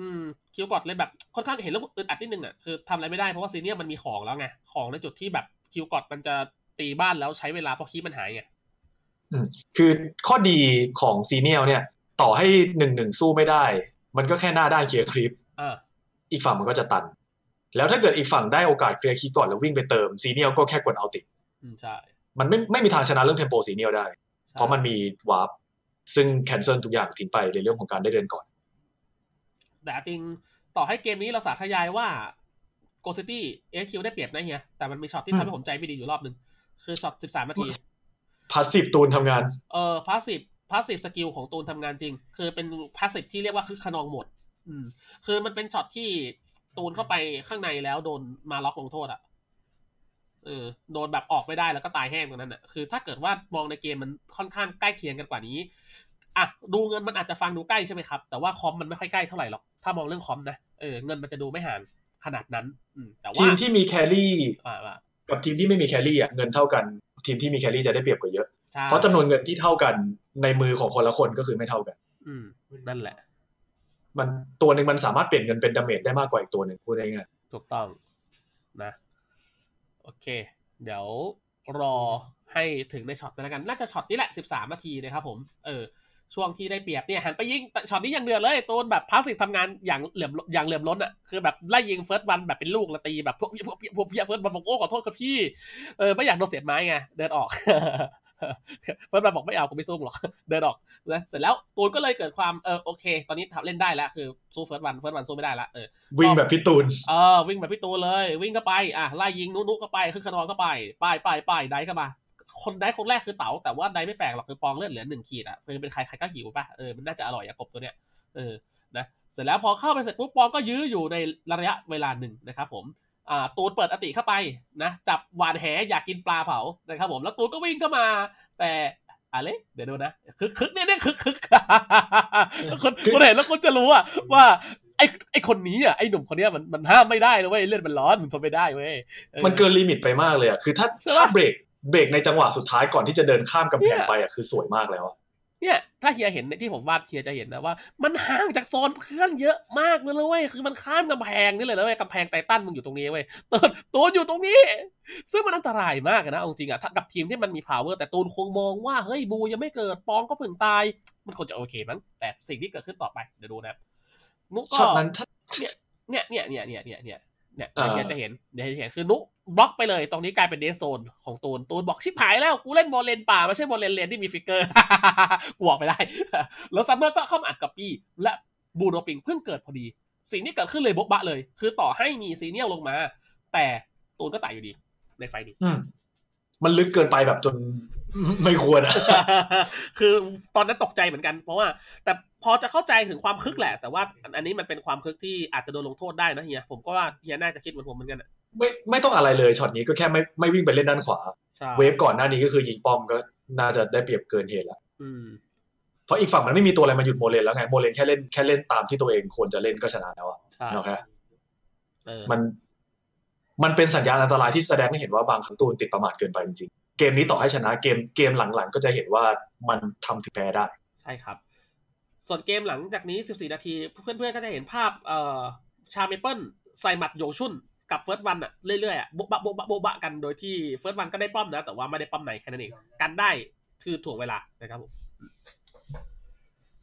S5: อืมคิวกอดเลยแบบค่อนข้างเห็นแล้วอึดอัดนิดนึงอ่ะคือทำอะไรไม่ได้เพราะว่าซีเนียร์มันมีของแล้วไงของในจุดที่แบบคิวกอดมันจะตีบ้านแล้วใช้เวลาเพราะคีย์มันหายไง
S6: คือข้อดีของซีเนียลเนี่ย ต่อให้หนึ่งหนึ่งสู้ไม่ได้ มันก็แค่หน้าด้านเคลียร์คลิป
S5: อ่า
S6: อีกฝั่งมันก็จะตัน แล้วถ้าเกิดอีกฝั่งได้โอกาสเคลียร์คีย์ก่อนแล้ววิ่งไปเติมซีเนียลก็แค่กดเอาติด
S5: อืมใช่
S6: มันไม่ไม่มีทางชนะเรื่องเทมโปซีเนียลได้
S5: ใช่
S6: เพราะมันมีวาร์ปซึ่งแคนเซิลทุกอย่างทิ้งไปในเรื่องของการได้เดินก่อน
S5: แต่จริงต่อให้เกมนี้เราสาธยายว่าโกซิตี้เอคิวได้เปรียบนะเฮียแต่มันมีช็อตที่
S6: อืม
S5: ทำให้ผมใจไม่ดีอยู่รอบนึง คือช็อต 13 นาที
S6: พาสซีฟตูนทำงาน
S5: เออพาสซีฟพาสซีฟสกิลของตูนทำงานจริง คือเป็นพาสซีฟที่เรียกว่าคือขนองหมด อืม คือมันเป็นช็อตที่ตูนเข้าไปข้างในแล้วโดนมาล็อกลงโทษอ่ะเออโดนแบบออกไม่ได้แล้วก็ตายแห้งตรงนั้นอ่ะ คือถ้าเกิดว่ามองในเกมมันค่อนข้างใกล้เคียงกันกว่านี้อ่ะดูเงินมันอาจจะฟังดูใกล้ใช่ไหมครับ แต่ว่าคอมมันไม่ค่อยใกล้เท่าไหร่หรอกถ้ามองเรื่องคอมนะเออเงินมันจะดูไม่ห่างขนาดนั้น อืม แต่ว่า
S6: ทีมที่มีแครี่
S5: อ่าอ่า
S6: กับทีมที่ไม่มีแครี่อ่ะเงินเท่ากัน ทีมที่มีแครี่จะได้เปรียบกว่าเยอะ
S5: ใช่
S6: เพราะจำนวนเงินที่เท่ากันในมือของคนละคนก็คือไม่เท่ากัน
S5: อืมนั่นแหละ
S6: มันตัวหนึ่งมันสามารถเปลี่ยนเงินเป็นดาเมจได้มากกว่าอีกตัวหนึ่งพูดง่าย
S5: ถูกต้องนะ โอเค เดี๋ยวรอให้ถึงในช็อตนั้นแล้วกัน น่าจะช็อตนี้แหละ 13 นาทีนะครับผม เออ ช่วงที่ได้เปรียบเนี่ยหันไปยิงแต่ช็อตนี้อย่างเดือดเลยตูนแบบพาสซีฟทำงานอย่างเหลื่อมอย่างเหลื่อมล้นอ่ะ คือแบบไล่ยิงเฟิร์สวันแบบเป็นลูกและตีแบบพวกพวกพวกเพียเฟิร์สวันบอกโอ้ขอโทษครับพี่ เออไม่อยากโดนเสียดไม้ไง เดินออก เฟิร์สวันบอกไม่เอากูไม่สู้มึงหรอก เดินออกนะเสร็จแล้วตูนก็เลยเกิดความเออโอเค ตอนนี้ทำเล่นได้แล้วคือสู้เฟิร์สวันเฟิร์สวันสู้ไม่ได้ละเออ
S6: ๆวิ่งแบบพี่ตูน
S5: เออวิ่งแบบพี่ตูนเลยวิ่งเข้าไปอ่ะไล่ยิงนุนุเข้าไปขึ้นขนองเข้าไปป้ายป้ายป้ายได้เข้ามา คนได้คนแรกคือเต๋าแต่ว่าได้ไม่แปลกหรอกคือปองเลือดเหลือหนึ่งขีดอ่ะคือเป็นใครใครก็หิวป่ะเออมันน่าจะอร่อยอะกบตัวเนี้ยเออนะเสร็จแล้วพอเข้าไปเสร็จปุ๊บปองก็ยื้ออยู่ในระยะเวลาหนึ่งนะครับผมอ่าตูนเปิดอติเข้าไปนะจับหวานแหอยากกินปลาเผานะครับผมแล้วตูนก็วิ่งเข้ามา แต่อะไรเดี๋ยวดูนะคึกคึกเนี่ยเนี่ยคึกคึ ก คนคนเห็นแล้วคนจะรู้อะว่า ไอ้ไอ้คนนี้อ่ะไอ้หนุ่มคนเนี้ยมันมันห้ามไม่ได้นะเว้ยเลือดมันร้อนมันทนไม่ได้เว้ยออ
S6: มันเกินลิมิตไปมากเลยอ่ะ คือถ้า
S5: ใช่ปะ
S6: ถ้าเบรกเบรกในจังหวะสุดท้ายก่อนที่จะเดินข้ามกำแพงไปอ่ะคือสวยมากแล้วอะ
S5: เนี่ยถ้าเฮียเห็นที่ผมวาดเฮียจะเห็นนะว่า มันห่างจากโซนเพื่อนเยอะมากเลยนะเว้ยคือมันข้ามกำแพงนี่เลยนะเว้ยกำแพงไททันมึงอยู่ตรงนี้เว้ยตูนตูนอยู่ตรงนี้ ซึ่งมันอันตรายมากอะนะเอาจริงอะถ้ากับทีมที่มันมี power แต่ตูนคงมองว่าเฮ้ยบูยังไม่เกิดปองก็เพิ่งตาย มันควรจะโอเคมั้งแต่สิ่งที่เกิดขึ้นต่อไปเดี๋ยวดูนะครับนุกก็
S6: ช็อตนั้นถ้า
S5: เนี่ยเนี่ยเนี่ยเนี่ยเนี่ยเนี่ยเนี่ย
S6: อ่า
S5: เดี๋ยวจะเห็นเดี๋ยวจะเห็นคือนุบล็อกไปเลย ตรงนี้กลายเป็นเดสโซนของตูน ตูนบอกชิบหายแล้ว กูเล่นบอลเลนป่าไม่ใช่บอลเลนเลนที่มีฟิกเกอร์ กูออกไปได้ แล้วซัมเมอร์ก็เข้ามาอัดกับปี้ และบูโนปิงเพิ่งเกิดพอดี สิ่งที่เกิดขึ้นเลยบกบะเลย คือต่อให้มีซีเนียลลงมา แต่ตูนก็ตายอยู่ดี ในไฟล์นี้
S6: อืมมันลึกเกินไปแบบจน ไม่ควรอ่ะ
S5: คือตอนนั้นตกใจเหมือนกัน เพราะว่า แต่พอจะเข้าใจถึงความคึกแหละ แต่ว่าอันอันนี้มันเป็นความคึกที่อาจจะโดนลงโทษได้นะเฮียผมก็ว่าเฮียน่าจะคิดเหมือนผมเหมือนกันอะ
S6: ไม่ไม่ต้องอะไรเลยช็อตนี้ก็แค่ไม่ไม่วิ่งไปเล่นด้านขวา
S5: ใช่
S6: เวฟก่อนหน้านี้ก็คือยิงป้อมก็น่าจะได้เปรียบเกินเหตุแล้ว
S5: อืม
S6: เพราะอีกฝั่งมันไม่มีตัวอะไรมาหยุดโมเลนแล้วไงโมเลนแค่เล่นแค่เล่นตามที่ตัวเองควรจะเล่นก็ชนะแล้วอะ
S5: ใช่
S6: โอเค
S5: เออ
S6: มัน มันเป็นสัญญาณอันตรายที่แสดงให้เห็นว่าบางครั้งตูนติดประมาทเกินไปจริงๆเกมนี้ต่อให้ชนะเกมเกมหลังๆ ก็จะเห็นว่ามันทำถึงแพ้ได้
S5: ใช่ครับ ส่วนเกมหลังจากนี้ 14 นาที เพื่อนๆ ก็จะเห็นภาพเอ่อชาเมเปิลใส่หมัดโยชุนกับเฟิร์สวันอะเรื่อยๆอะโบะบะโบะบะโบะบะกันโดยที่เฟิร์สวันก็ได้ป้อมนะ แต่ว่าไม่ได้ป้อมไหนแค่นั้นเอง กันได้คือถ่วงเวลานะครับผม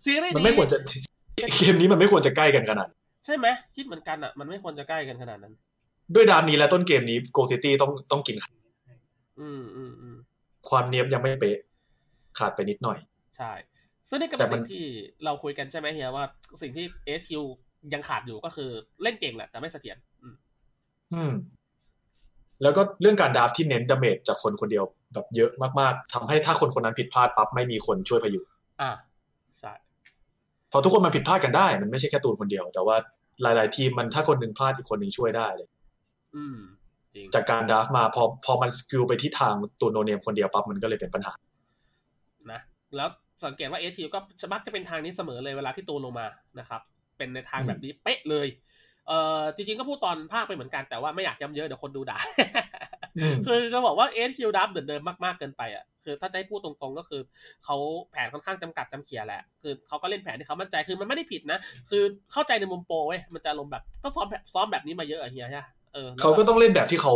S5: ซีรีส์
S6: มัน
S5: นี้
S6: ไม่ควรจะ เกมนี้มันไม่ควรจะใกล้กันขนาดนั้น
S5: ใช่ไหมคิดเหมือนกันอะมันไม่ควรจะใกล้กันขนาดนั้น
S6: ด้วยดานนี้และต้นเกมนี้โกซิตี้ต้องต้องกิน
S5: อืมอืมอืม
S6: ความเนียบยังไม่เป๊ะขาดไปนิดหน่อย
S5: ใช่ ซึ่งนี่ก็
S6: แต่
S5: เป็นสิ่
S6: มัน
S5: งที่เราคุยกันใช่ไหมเฮียว่าสิ่งที่ HQ ยังขาดอยู่ก็คือเล่นเก่งแหละแต่ไม่เสถียรอืม
S6: อืม แล้วก็เรื่องการดราฟที่เน้นดาเมจจากคนคนเดียวแบบเยอะมากๆทำให้ถ้าคนคนนั้นผิดพลาดปั๊บไม่มีคนช่วยพยุง
S5: อ่าใช่
S6: เพอทุกคนมันผิดพลาดกันได้ มันไม่ใช่แค่ตูนคนเดียว แต่ว่าหลาย ๆ ทีมมันถ้าคนหนึ่งพลาดอีกคนหนึ่งช่วยได้เลย
S5: อืม จริง
S6: จากการดราฟมาพอพอมันสกิลไปที่ทางตัวโนเนมคนเดียวปั๊บมันก็เลยเป็นปัญหา
S5: นะแล้วสังเกตว่าเอทีก็จะมักจะเป็นทางนี้เสมอเลยเวลาที่ตูนลงมานะครับ เป็นในทางแบบนี้เป๊ะเลย เอ่อจริงๆก็พูดตอนภาคไปเหมือนกันแต่ว่าไม่อยากย้ำเยอะเดี๋ยวคนดูด่า
S6: อืม
S5: คือจะบอกว่าเอทีดับเหมือนเดิมมากๆเกินไปอ่ะคือถ้าจะให้พูดตรงๆก็คือเขาแผนค่อนข้างจำกัดจำเขียแหละคือเขาก็เล่นแผนที่เขามั่นใจคือมันไม่ได้ผิดนะ คือเข้าใจในมุมโปรเว้ยมันจะลมณ์แบบก็ซ้อมแบบซ้อมแบบนี้มาเยอะอะเฮียใช่ปะเออแล้ว
S6: เขาก็ต้องเล่นแบบที่เขา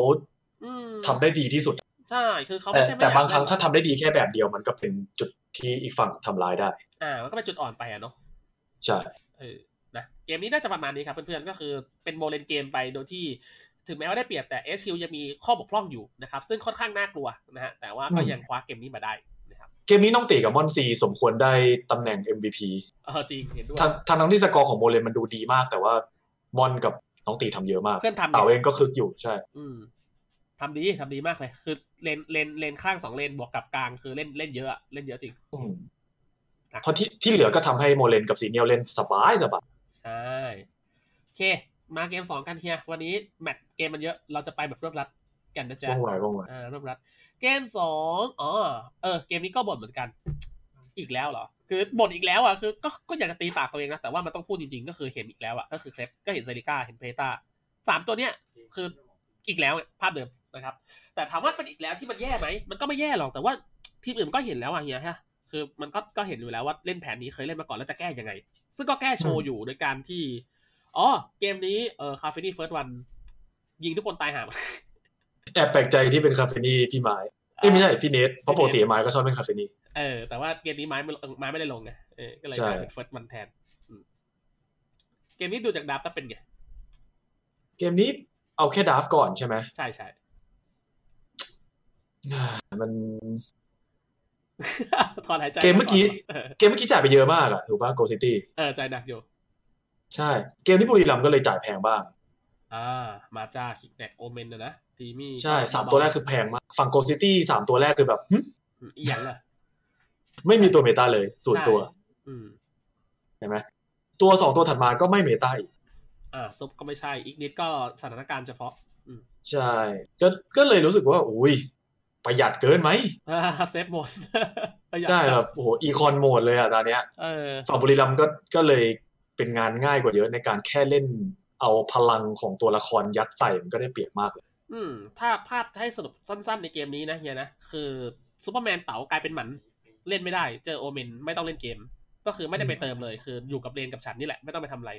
S5: อืม
S6: ทำได้ดีที่สุด
S5: ใช่คือเขา
S6: แต่
S5: ไม่ใช่ไม่
S6: แต่
S5: อยก
S6: บางครั้ง
S5: เล่น
S6: ถ้าทำได้ดีแค่แบบเดียวมันก็เป็นจุดที่อีกฝั่งทำร้ายได้
S5: อ่ามันก็เป็นจุดอ่อนไปอะเนาะ
S6: ใช่
S5: เออนะเกมนี้น่าจะประมาณนี้ครับเพื่อนๆก็คือเป็นโมเลนเกมไปโดยที่ ถึงแม้ว่าได้เปรียบแต่ SQ ยังมีข้อบกพร่องอยู่นะครับ ซึ่งค่อนข้างน่ากลัวนะฮะแต่ว่าก็
S6: อืม
S5: ยังคว้าเกมนี้มาได้นะครับ
S6: เกมนี้น้องตีกับมอนซีสมควรได้ตำแหน่ง MVP
S5: เออจริงเห็นด้วย
S6: ทางทางทั้งที่สกอร์ของโมเลนมันดูดีมาก แต่ว่ามอนกับน้องตีทำเยอะมาก
S5: เพื่อนทำ
S6: เต่าเอ
S5: นี่ย
S6: งก็คึกอยู่ใช่
S5: อืมทำดีทำดีมากเลย คือเลนเลนเลนข้างสองเลนบวกกับกลางคือเล่นเล่นเยอะอะเล่นเยอะจริง
S6: อืม
S5: ครับ
S6: เพราะที่ที่เหลือก็ทำให้โมเลนกับซีเนียลเล่นสบายสบาย
S5: ใช่โอเค มาเกมสองกันเฮียวันนี้แมตช์เกมมันเยอะเราจะไปแบบรวบรัดกันนะจ๊ะ
S6: ว่องไวว่องไว
S5: อ่ารวบรัดเกมสองอ๋อเออ เกมนี้ก็บ่นเหมือนกัน อีกแล้วเหรอ คือบ่นอีกแล้วอ่ะ คือก็ก็อยากจะตีปากตัวเองนะ แต่ว่ามันต้องพูดจริงๆ ก็คือเห็นอีกแล้วอ่ะ ก็คือเคลปก็เห็นเซริก้า เห็นเพตาสามตัวเนี้ย คืออีกแล้วเนี่ยภาพเดิมนะครับ แต่ถามว่าเป็นอีกแล้วที่มันแย่ไหม มันก็ไม่แย่หรอก แต่ว่าทีมอื่นก็เห็นแล้วอ่ะเฮียฮะ ค คือมันก็ก็เห็นอยู่แล้วว่าเล่นแผนนี้เคยเล่นมาก่อนแล้วจะแก้ยังไง ซึ่งก็แก้โชว์อยู่โดยการที่ อ๋อ เกมนี้เออคาเฟนี่เฟิร์สวันยิงทุกคนตายห่าหมด
S6: แอบแปลกใจที่เป็นคาเฟนี่พี่ไม้เอ้ยไม่ใช่พี่เนทเพราะปกติไม้ก็ชอบเล่นคาเฟนี่
S5: เออแต่ว่าเกมนี้ไม้ไม่ลงไม้ไม่ได้ลงไงเออก็เลย
S6: ใช่
S5: กลายเป็นเฟิร์สวันแทนอืมเกมนี้ดูจากดับแล้วเป็นไง
S6: เกมนี้เอาแค่ดราฟก่อนใช่ไหม
S5: ใช่ใช่
S6: มัน
S5: ถอนหายใจ
S6: เกมเมื่อกี้
S5: เออ
S6: เกมเมื่อกี้จ่ายไปเยอะมากอะถูกป่ะโกซิตี้
S5: เออใจหนักอยู่
S6: ใช่ เกมที่บุรีรัมย์ก็เลยจ่ายแพงบ้าง
S5: อ่า มาจ้าคิกแนกโอเมนนะนะทีมี่
S6: ใช่สามตัวแรกคือแพงมาก ฝั่งโกซิตี้สามตัวแรกคือแบบหึ
S5: มอีหยังล่ะ
S6: ไม่มีตัวเมตาเลยศูนย์ตัว
S5: ใช่อืม
S6: เห็นไหมตัวสองตัวถัดมาก็ไม่เมตาอีก
S5: อ่าซุปก็ไม่ใช่ อีกนิดก็สถานการณ์เฉพาะ
S6: ใช่ ก็ก็เลยรู้สึกว่า อุ้ย ประหยัดเกินไหม
S5: เซฟหมด ประหยัด
S6: ใช่
S5: จัง
S6: แบบโอ้โหอีคอนโหมดเลยอ่ะตอนเนี้ย
S5: เออ
S6: ฝั่งบุรีรัมย์ก็ก็เลยเป็นงานง่ายกว่าเยอะในการแค่เล่นเอาพลังของตัวละครยัดใส่มันก็ได้เปรียบมากเลย
S5: อืม ถ้าภาพให้สรุปสั้นๆในเกมนี้นะเฮียนะ คือซูเปอร์แมนเต๋ากลายเป็นหมัน เล่นไม่ได้ เจอโอเมนไม่ต้องเล่นเกม ก็คือไม่ได้ไปเติมเลย คืออยู่กับเลนกับฉันนี่แหละ ไม่ต้องไปทำอะไร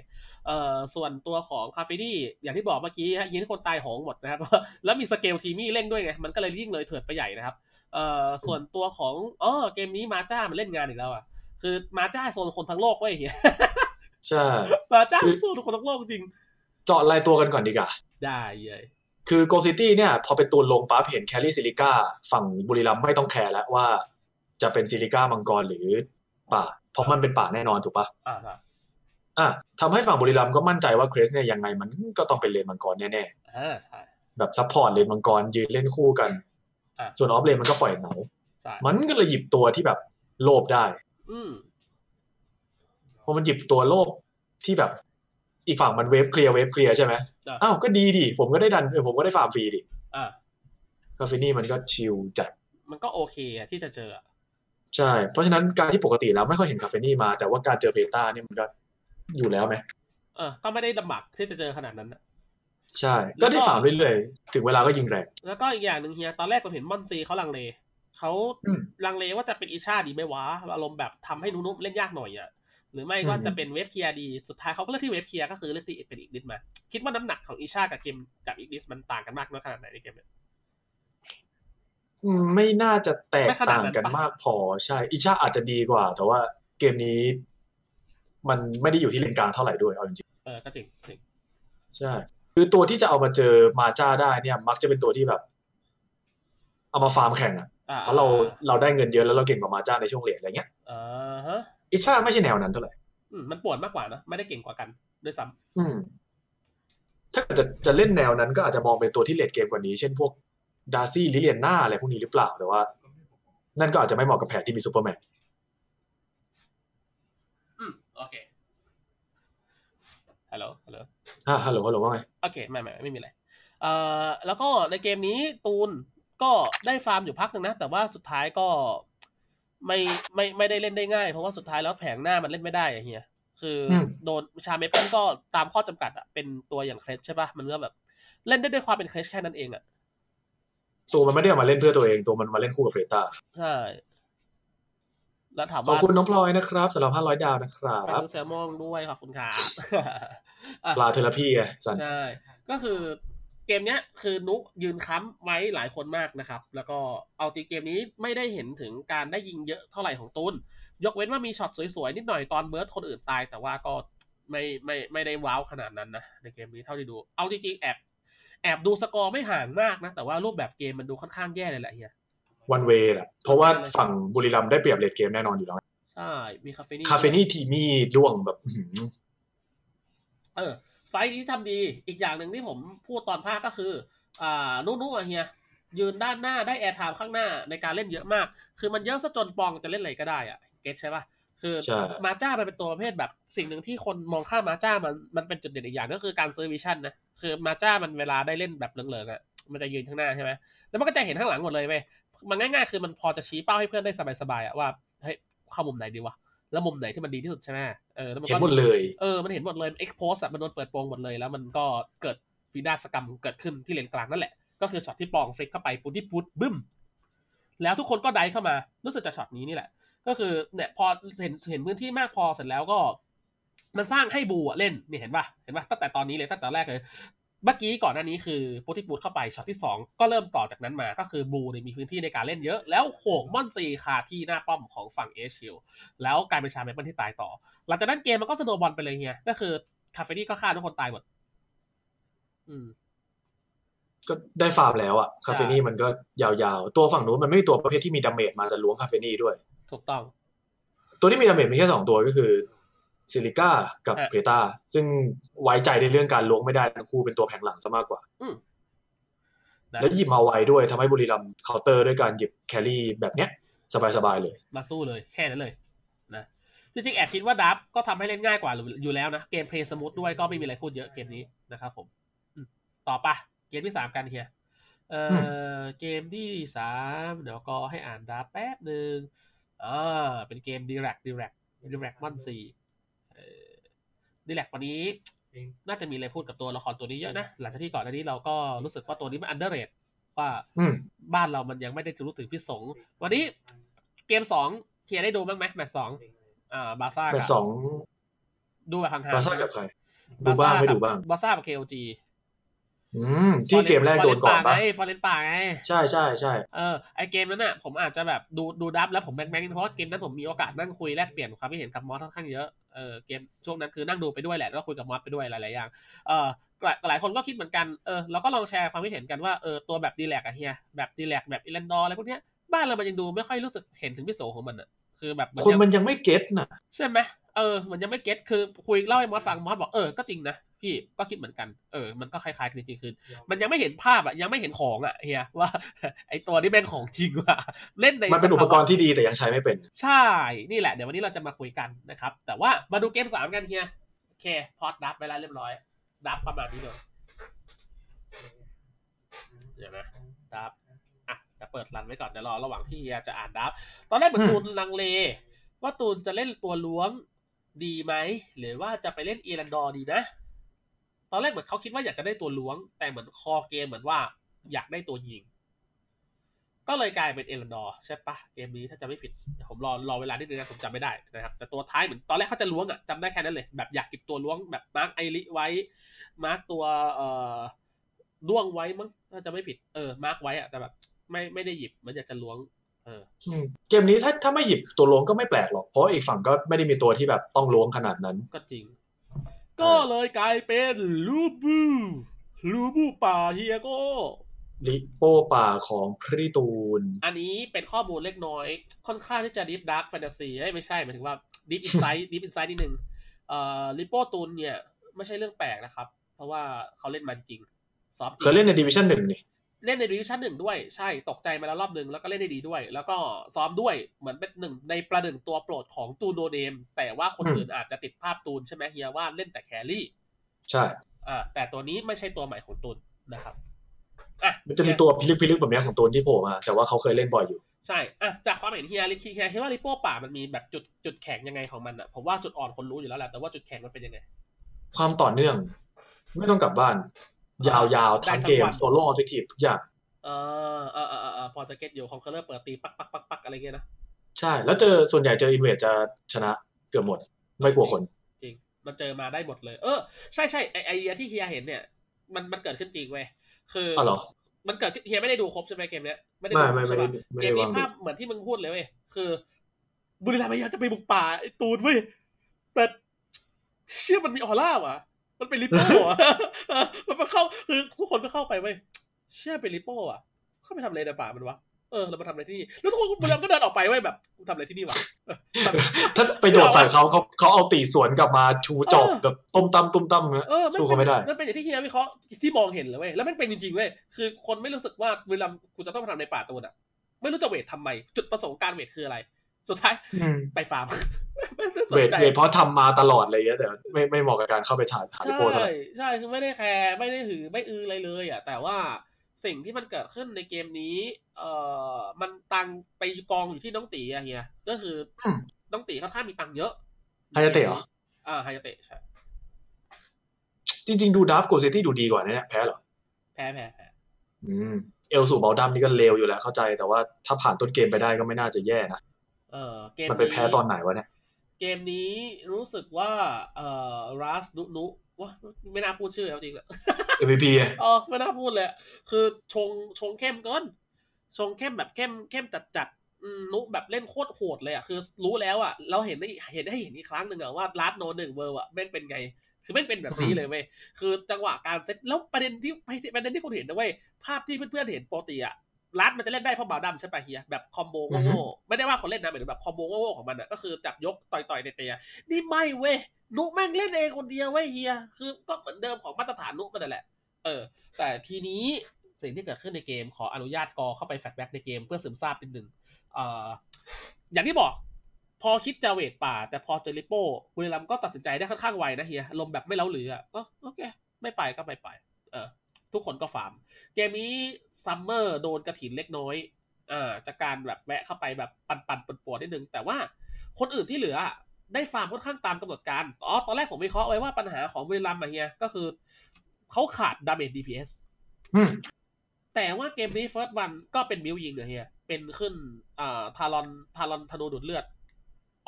S5: เอ่อ ส่วนตัวของคาเฟนี่อย่างที่บอกเมื่อกี้ฮะยิงให้คนตายโหงหมดนะครับ แล้วมีสเกลทีมี่เร่งด้วยไง มันก็เลยยิ่งเลยเถิดไปใหญ่นะครับ เอ่อ ส่วนตัวของอ๋อเกมนี้มาจ้ามันเล่นงานอีกแล้วอ่ะ คือมาจ้าโซนคนทั้งโลกเว้ยเฮีย
S6: ใช่
S5: มาจ้าโซนคนทั้งโลกจริง
S6: เจาะรายตัวกันก่อนดีกว่า
S5: ได้เลย
S6: คือโกซิตี้เนี่ย พอเป็นตัวลงปั๊บเห็นแคลรี่ซิลิก้าฝั่งบุรีรัมย์ไม่ต้องแคร์แล้วว่า จะเป็นซิลิก้ามังกรหรือป่า เพราะมันเป็นป่าแน่นอนถูกปะ
S5: อ่าครับ
S6: อ่ะทำให้ฝั่งบุรีรัมย์ก็มั่นใจว่าเครสเนี่ยยังไงมันก็ต้องเป็นเลนมังกรแน่
S5: อ่าใช่
S6: ๆแบบซัพพอร์ตเลนมังกรยืนเล่นคู่กัน
S5: อ่ะ
S6: ส่วนออฟเลนมันก็ปล่อยเหงา
S5: ใช่
S6: มันก็เลยหยิบตัวที่แบบโลภได้
S5: อืม
S6: พอมันหยิบตัวโลกที่แบบ อีกฝั่งมันเวฟเคลียร์เวฟเคลียร์ใช่ไหม
S5: อ่ะ
S6: อ้าวก็ดีดิ ผมก็ได้ดันเออผมก็ได้ฟาร์มฟรีดิ
S5: อ่า
S6: คาเฟนี่มันก็ชิลจัด
S5: มันก็โอเคอะที่จะเจออะ
S6: ใช่ เพราะฉะนั้นการที่ปกติแล้วไม่ค่อยเห็นคาเฟนี่มา แต่ว่าการเจอเบต้าเนี่ยมันก็อยู่แล้วไหม
S5: เออ ก็ไม่ได้ลำบากที่จะเจอขนาดนั้นอะ
S6: ใช่ ก็ได้ฟาร์มเรื่อยๆ ถึงเวลาก็ยิงแรง
S5: แล้วก็อีกอย่างหนึ่งเฮีย ตอนแรกผมเห็นมอนซีเขาลังเล เขา
S6: อืม
S5: ลังเลว่าจะเป็นอีชาดีไหมวะ อารมณ์แบบทำให้นุ่มๆเล่นยากหน่อยอะหรือไม่ก็
S6: อืม
S5: จะเป็นเวฟเคลียร์ดี สุดท้ายเขาก็เลือกที่เวฟเคลียร์ก็คือเลือกที่เป็นอีกดิสมา คิดว่าน้ำหนักของอีชากับเกมกับอีกดิสมันต่างกันมากน้อยขนาดไหนในเกมเนี่ย
S6: อืมไม่น่าจะแตก
S5: ไม่ขนาด
S6: ต่าง
S5: นั้น
S6: กัน
S5: ปะ
S6: มากพอใช่อิชาอาจจะดีกว่า แต่ว่าเกมนี้ มันไม่ได้อยู่ที่เลนกลางเท่าไหร่ด้วยเอาจริง
S5: เออ ก็จริงจริง
S6: ใช่ คือตัวที่จะเอามาเจอมาจ้าได้เนี่ย มักจะเป็นตัวที่แบบ เอามาฟาร์มแข่งอะ
S5: อ่
S6: เพราะเราเราได้เงินเยอะแล้วเราเก่งกว่ามาจ้าในช่วงเลทอะไรเงี้ย
S5: อ่าฮะ
S6: อิชาไม่ใช่แนวนั้นเท่าไหร่
S5: อืมมันปวดมากกว่านะ ไม่ได้เก่งกว่ากันด้วยซ้
S6: อืม ถ้าเกิดจะจะเล่นแนวนั้นก็อาจจะมองเป็นตัวที่เลทเกมกว่านี้ เช่นพวกดาร์ซี่ลิเลียนนาอะไรพวกนี้หรือเปล่าแต่ว่า นั่นก็อาจจะไม่เหมาะกับแผนที่มีซูเปอร์แมน
S5: ำอืมโอเค ฮัลโหล ฮัลโหล
S6: อ่าฮัลโหลฮัลโหลว่าไง
S5: โอเคไม่ไม่ไม่มีอะไรเอ่อแล้วก็ในเกมนี้ตูนก็ได้ฟาร์มอยู่พักหนึ่งนะ แต่ว่าสุดท้ายก็ไม่ไม่ไม่ได้เล่นได้ง่าย เพราะว่าสุดท้ายแล้วแผงหน้ามันเล่นไม่ได้อะเฮียคืออโดนชาเมเปิลก็ตามข้อจำกัดอะเป็นตัวอย่างเครชใช่ปะมันก็แบบ เล่นได้ด้วยความเป็นเครชแค่นั้นเองอะ
S6: ตัวมันไม่ได้เอามาเล่นเพื่อตัวเองตัวมันมาเล่นคู่กับเฟรต้า
S5: ใช่แล้วถาม
S6: ขอบ
S5: ว่า
S6: คุณน้องพลอยนะครับสำหรับห้าร้อยดาวนะครั
S5: ไป
S6: บ
S5: ดูแซลมอนด้วยขอบคุณครับ อ่ะ
S6: ปลาเทอราพีไงสัน
S5: ใช่ ก็คือเกมเนี้ยคือนุยืนค้ำไว้หลายคนมากนะครับ แล้วก็เอาจริงเกมนี้ไม่ได้เห็นถึงการได้ยิงเยอะเท่าไหร่ของตุน ยกเว้นว่ามีช็อตสวยๆ นิดหน่อยตอนเบิร์ดคนอื่นตาย แต่ว่าก็ไม่ไม่ไม่ได้ว้าวขนาดนั้นนะ ในเกมนี้เท่าที่ดู เอาจริงๆแอบแอบดูสกอร์ไม่ห่างมากนะ แต่ว่ารูปแบบเกมมันดูค่อนข้างแย่เลยแหละเฮีย
S6: วันเวย์แหละเพราะว่าฝั่งบุรีรัมย์ได้เปรียบเลทเกมแน่นอนอยู่แล้ว
S5: ใช่ มีคาเฟนี่
S6: คาเฟนี่ทีมี่ด้วงแบบอื้อหือ
S5: เออไฟท์นี้ทำดีอีกอย่างหนึ่งที่ผมพูดตอนภาคก็คือ อ่านุนุอะเฮียยืนด้านหน้าได้แอร์ไทม์ข้างหน้าในการเล่นเยอะมาก คือมันเยอะซะจนปองจะเล่นอะไรก็ได้อะเก็ตใช่ปะคือ
S6: ใช่
S5: มาจ้ามันเป็นตัวประเภทแบบสิ่งหนึ่งที่คนมองข้ามมาจ้ามันมันเป็นจุดเด่นอีกอย่างก็คือการซื้อวิชั่นนะคือมาจ้ามันเวลาได้เล่นแบบเหลืองๆอ่ะมันจะยืนข้างหน้าใช่ไหมแล้วมันก็จะเห็นข้างหลังหมดเลยเว้ยมันง่ายๆ คือมันพอจะชี้เป้าให้เพื่อนได้สบายๆอ่ะว่าเฮ้ยเข้ามุมไหนดีวะแล้วมุมไหนที่มันดีที่สุดใช่ไหมเออแล้วมัน
S6: เห็น
S5: ก็
S6: หมดเลย
S5: เออ มันเห็นหมดเลย เอ็กโพสอะมันโดนเปิดโปงหมดเลย แล้วมันก็เกิดฟีดาสกรรมเกิดขึ้นที่เลนกลางนั่นแหละ ก็คือช็อตที่ปองเฟกเข้าไปปุ๊ดที่ปุ๊ดบึ้ม แล้วทุกคนก็ไดฟ์เข้ามา รู้สึกจะช็อตนี้นี่แหละ ก็คือเนี่ยพอเห็นเห็นพื้นที่มากพอเสร็จแล้วก็ มันสร้างให้บูอะเล่นนี่เห็นป่ะเห็นป่ะตั้งแต่ตอนนี้เลยตั้งแต่แรกเลยเมื่อกี้ก่อนหน้านี้คือโปรติบูดเข้าไปช็อตที่สองก็เริ่มต่อจากนั้นมาก็คือบูเนี่ยมีพื้นที่ในการเล่นเยอะ แล้วโขงม่อนซีคาที่หน้าป้อมของฝั่งเอชชิลแล้วกลายเป็นชาเมเปิลที่ตายต่อ หลังจากนั้นเกมมันก็สโนว์บอลไปเลยเฮียก็คือคาเฟนี่ก็ฆ่าทุกคนตายหมดอืม
S6: ก็ได้ฟาร์มแล้วอะคาเฟนี่มันก็ยาวๆ ตัวฝั่งนู้นมันไม่มีตัวประเภทที่มีดาเมจมาจะล้วงคาเฟนี่ด้วย
S5: ถูกต้อง
S6: ตัวที่มีดาเมจมีแค่สองตัวก็คือซิลิก้ากับ
S5: ฮะ
S6: เพตาซึ่งไว้ใจในเรื่องการล้วงไม่ได้ทั้งคู่เป็นตัวแผงหลังซะมากกว่า
S5: อืมได้
S6: แล้วหยิบมาไวด้วยทำให้บุรีรัมย์เคาน์เตอร์ด้วยการหยิบแครี่แบบเนี้ย สบายๆเลย
S5: มาสู้เลยแค่นั้นเลยนะจริงๆแอบคิดว่าดับก็ทำให้เล่นง่ายกว่าอยู่แล้วนะ เกมเพลย์สมูทด้วยก็ไม่มีอะไรพูดเยอะเกมนี้นะครับผมอืมต่อไปเกมที่สามกันเฮียเอ่อเกมที่สามเดี๋ยวก็ให้อ่านดับแป๊บหนึ่งอ่าเป็นเกมดีแรกดีแรกดีแรกมอนซีดีแรกวันนี้ น่าจะมีอะไรพูดกับตัวละครตัวนี้เยอะนะ หลังจากที่ก่อนหน้านี้เราก็รู้สึกว่าตัวนี้มันอันเดอร์เรว่า
S6: อืม
S5: บ้านเรามันยังไม่ได้รู้ถึงพิสงฆ์วันนี้เกมสองเคลียร์ได้ดูบ้างไหมแมตช์สองอ่าบาซ่า
S6: เป็นสอง
S5: ดูแบบห่างๆ
S6: บาซ่ากับใคร ดูบ้างไม่ดูบ้าง
S5: บาซ่ากับเคโอจี
S6: อืม ที่เกมแรกโดนก่อนปะ
S5: ไงฟอร์เรนป่าไง
S6: ใช่ใช่ใช่
S5: เออไอเกมนั้นน่ะผมอาจจะแบบดูดูดับแล้วผมแบงแบงเพราะว่าเกมนั้นผมมีโอกาสนั่งคุยแลกเปลี่ยนความคิดเห็นกับมอสค่อนข้างเยอะเออเกมช่วงนั้นคือนั่งดูไปด้วยแหละแล้วก็คุยกับมอสไปด้วยหลายๆอย่าง เออหลายหลายคนก็คิดเหมือนกัน เออ เราก็ลองแชร์ความคิดเห็นกันว่า เออ ตัวแบบดีแลกอะเฮีย แบบดีแลกแบบอิเลนดอร์อะไรพวกเนี้ย บ้านเรามันยังดูไม่ค่อยรู้สึกเห็นถึงพิโสของมันอะคือแบบ
S6: คน
S5: ยัง
S6: มันยังไม่เก็ตน่ะ
S5: ใช่ไหมเออ มันยังไม่เก็ต คือคุยเล่าให้มอสฟัง มอสบอก เออ ก็จริงนะ พี่ ก็คิดเหมือนกัน เออ มันก็คล้ายๆกันจริงๆคือ มันยังไม่เห็นภาพอะยังไม่เห็นของอะเฮีย ว่า ไอตัวนี้แม่งของจริงว่ะ เล่นใน
S6: มันเป็น
S5: ส
S6: อุ
S5: ภา
S6: ป
S5: วะ
S6: กรณ์ที่ดีแต่ยังใช้ไม่เป็น
S5: ใช่ นี่แหละ เดี๋ยววันนี้เราจะมาคุยกันนะครับ แต่ว่ามาดูเกมสามกันเฮีย โอเค พอดดับไปแล้วเรียบร้อย ดับประมาณนี้เลยเดี๋ยวนะ ดับ อ่ะจะเปิดรันไว้ก่อน เดี๋ยวรอระหว่างที่เฮียจะอ่านดับ ตอนแรกเหมือน
S6: อืม
S5: ตูนลังเล ว่าตูนจะเล่นตัวล้วงดีไหม หรือว่าจะไปเล่นเอรันดอร์ดีนะ ตอนแรกเหมือนเขาคิดว่าอยากจะได้ตัวล้วง แต่เหมือนคอเกมเหมือนว่าอยากได้ตัวยิง ก็เลยกลายเป็นเอรันดอร์ใช่ปะเกมนี้ถ้าจะไม่ผิดเดี๋ยวผมรอรอเวลานิดนึงนะผมจำไม่ได้นะครับ แต่ตัวท้ายเหมือนตอนแรกเขาจะล้วงอะจำได้แค่นั้นเลย แบบอยากเก็บตัวล้วงแบบมาร์กไอริไว้ มาร์กตัวเอ่อด้วงไว้มั้งถ้าจะไม่ผิดเออมาร์กไว้อะแต่แบบ ไม่ไม่ได้หยิบมันอยากจะล้วง เออ
S6: อืมเกมนี้ถ้าถ้าไม่หยิบตัวล้วงก็ไม่แปลกหรอก เพราะอีกฝั่งก็ไม่ได้มีตัวที่แบบต้องล้วงขนาดนั้น
S5: ก็จริง ก็เลยกลายเป็นลูบูลูบูป่าเฮียโก
S6: ลิโป้ป่าของพริตูน
S5: อันนี้เป็นข้อมูลเล็กน้อย ค่อนข้างที่จะดิฟดักแฟนตาซีไม่ใช่หมายถึงว่าดิฟอินไซด์ ดิฟอินไซด์นิดนึงเอ่อลิโปตูนเนี่ย ไม่ใช่เรื่องแปลกนะครับ เพราะว่าเขาเล่นมาจริงซอฟต์
S6: เคยเล่นในดิวิชั่นหนึ่งนี่
S5: เล่นในดิวิชั่นหนึ่งด้วยใช่ตกใจมาแล้วรอบหนึ่งแล้วก็เล่นได้ดีด้วย แล้วก็ซ้อมด้วยเหมือนเป็นหนึ่งในประหนึ่งตัวโปรดของตูนโดเนม แต่ว่าคน
S6: อืม
S5: อื่นอาจจะติดภาพตูนใช่ไหมเฮียว่าเล่นแต่แครี่
S6: ใช่
S5: อ่าแต่ตัวนี้ไม่ใช่ตัวใหม่ของตูนนะครับอ่ะ
S6: มันจะมีตัวพิลึกพิลึกแบบเนี้ยของตูนที่โผล่มา แต่ว่าเขาเคยเล่นบ่อยอยู่
S5: ใช่ อ่ะ จากความเห็นเฮียลิคิเฮียคิดว่าลิโป้ป่ามันมีแบบจุดจุดแข็งยังไงของมันอ่ะ ผมว่าจุดอ่อนคนรู้อยู่แล้วแหละ แต่ว่าจุดแข็งมันเป็นยังไง
S6: ความต่อเนื่อง ไม่ต้องกลับบ้าน ยาวๆทั้งเกม
S5: ได้ทั้งวัน
S6: โซโล่ออ e c ทีฟทุกอย่าง
S5: เออเออเออเออเออพอจะเก็ตอยู่ของเคอร์เลอร์เปิดตีปักปักปักปักอะไรเงี้ยนะ
S6: ใช่ แล้วเจอส่วนใหญ่เจออินเวดจะชนะเกือบหมด ไม่กลัวคน
S5: จริง มันเจอมาได้หมดเลย เออ ใช่ใช่ไอไอเดียที่เฮียเห็นเนี่ย มันมันเกิดขึ้นจริงเว้ย คืออ
S6: อ๋อเหรอ
S5: มันเกิดขึ้นเฮียไม่ได้ดูครบใช่ไหมเกมเนี้ย ไม่ได้
S6: ไม่
S5: ดูคร
S6: ไม่
S5: บ
S6: ไม่
S5: ใช่
S6: ได้
S5: ปะ
S6: ไม่
S5: เก
S6: ได้
S5: มนี้
S6: วาง
S5: ภาพเหมือนที่มึงพูดเลยเว้ย คือ บุรีรัมย์พยายามจะไปบุกป่าไอ้ตูนเว้ย แต่เชื่อมันมีออร่าว่ะ มันเป็นลิโป้อะ มันมาเข้าคือทุกคนก็เข้าไปเว้ย เชื่อเป็นลิโป้อะเข้าไปทำอะไรในป่ามันวะ เออเรามาทำอะไรที่นี่ แล้วทุกคนบุรีรัมย์ก็เดินออกไปเว้ยแบบกูทำอะไรที่นี่วะเออแบบ
S6: ถ้าไปโดดใส่เขาเขาเขาเอาตีสวนกลับมาชูจบ
S5: เออ
S6: แบบตุ้มตั้มตุ้มตั้มเงี้ย
S5: เออแง
S6: สู้
S5: ป็น
S6: เขาไม่ได้
S5: มันเป็นอย่างที่เฮียวิเคราะห์ที่มองเห็นเลยเว้ยแล้วมันเป็นจริงๆเว้ยคือคนไม่รู้สึกว่าเวลากูจะต้องมาทำในป่าตัวน่ะ ไม่รู้จะเวททำไม จุดประสงค์การเวทคืออะไร สุดท้าย
S6: อืม
S5: ไปฟาร์ม ไม่ได้ส
S6: เวน ท
S5: ใจ
S6: เวทเพราะทำมาตลอดอะไรเงี้ยแต่ไม่ไม่เหมาะกับการเข้าไปถ่ายหาลิ
S5: ใช่
S6: โป้เท่าไหร่
S5: ใช่คือไม่ได้แคร์ไม่ได้หือไม่อืออะไรเลยอ่ะแต่ว่าสิ่งที่มันเกิดขึ้นในเกมนี้ เอ่อมันตังไปกองอยู่ที่น้องตีอะเฮียก็คือ
S6: อืม
S5: น้องตีค่อนข้างมีตังเยอะ
S6: ฮายาเตะเหรอ
S5: อ่าฮายาเตะใช่
S6: จริง ๆ ดูดับโกซิตี้ดูดีกว่านะเนี่ยแพ้เหรอ
S5: แพ้แพ้แพ้
S6: อืม เอลสู่เบลดัมนี่ก็เลวอยู่แล้วเข้าใจแต่ว่าถ้าผ่านต้นเกมไปได้ก็ไม่น่าจะแย่นะ
S5: เอ เออเกม
S6: มันไปแพ้ตอนไหนวะเนี่ย
S5: เกมนี้รู้สึกว่าเอ่อรัสนุนุว่าไม่น่าพูดชื่อเอาจริงอะ
S6: เอ็มพีอะ
S5: อ๋อไม่น่าพูดเลยอะคือชงชงเข้มก่อน ชงเข้มแบบเข้มเข้มจัดจัดๆอืมนุแบบเล่นโคตรโหดเลยอ่ะคือรู้แล้วอ่ะเราเห็นได้เห็นได้เห็นอีกครั้งหนึ่งอ่ะว่ารัสโนหนึ่งเวอร์อ่ะแม่งเป็นไง คือไม่งเป็นแบบนี้เลยเว้ย คือจังหวะการเซตแล้วประเด็นที่ประเด็นที่คนเห็นนะเว้ย ภาพที่เพื่อนๆเห็นปกติอะรัดมันจะเล่นได้เพราะบาวดำใช่ปะเฮียแบบคอมโบโง่ๆไม่ได้ว่าคนเล่นนะหมายถึงแบบคอมโบโง่ๆของมันอะก็คือจับยกต่อยๆเตะๆอะนี่ไม่เว้ยนุแม่งเล่นเองคนเดียวเว้ยเฮียคือก็เหมือนเดิมของมาตรฐานนุมันนั่นแหละเออ แต่ทีนี้สิ่งที่เกิดขึ้นในเกมขออนุญาตกอเข้าไปแฟกแบ็กในเกมเพื่อสืบทราบนิดนึงเอ่ออย่างที่บอก พอคิดจะเวทป่า แต่พอเจอริปโป้บุรีรัมย์ก็ตัดสินใจได้ค่อนข้างไวนะเฮียลมแบบไม่เล้าหรืออ่ะก็โอเค ไม่ไปก็ไม่ไป เออ ทุกคนก็ฟาร์ม เกมนี้ซัมเมอร์โดนกระถินเล็กน้อย อ่าจากการแบบแวะเข้าไปแบบปันปันปนปวดนิดนึง แต่ว่าคนอื่นที่เหลืออะได้ฟาร์มค่อนข้างตามกำหนดการ อ๋อ ตอนแรกผมวิเคราะห์ไว้ว่าปัญหาของบุรีรัมย์อะเฮียก็คือเขาขาดดาเมจ DPS
S6: อืม
S5: แต่ว่าเกมนี้เฟิร์สวันก็เป็นมิวยิงเหรอเฮียเป็นขึ้นอ่าทารอนทารอนธนูดูดเลือด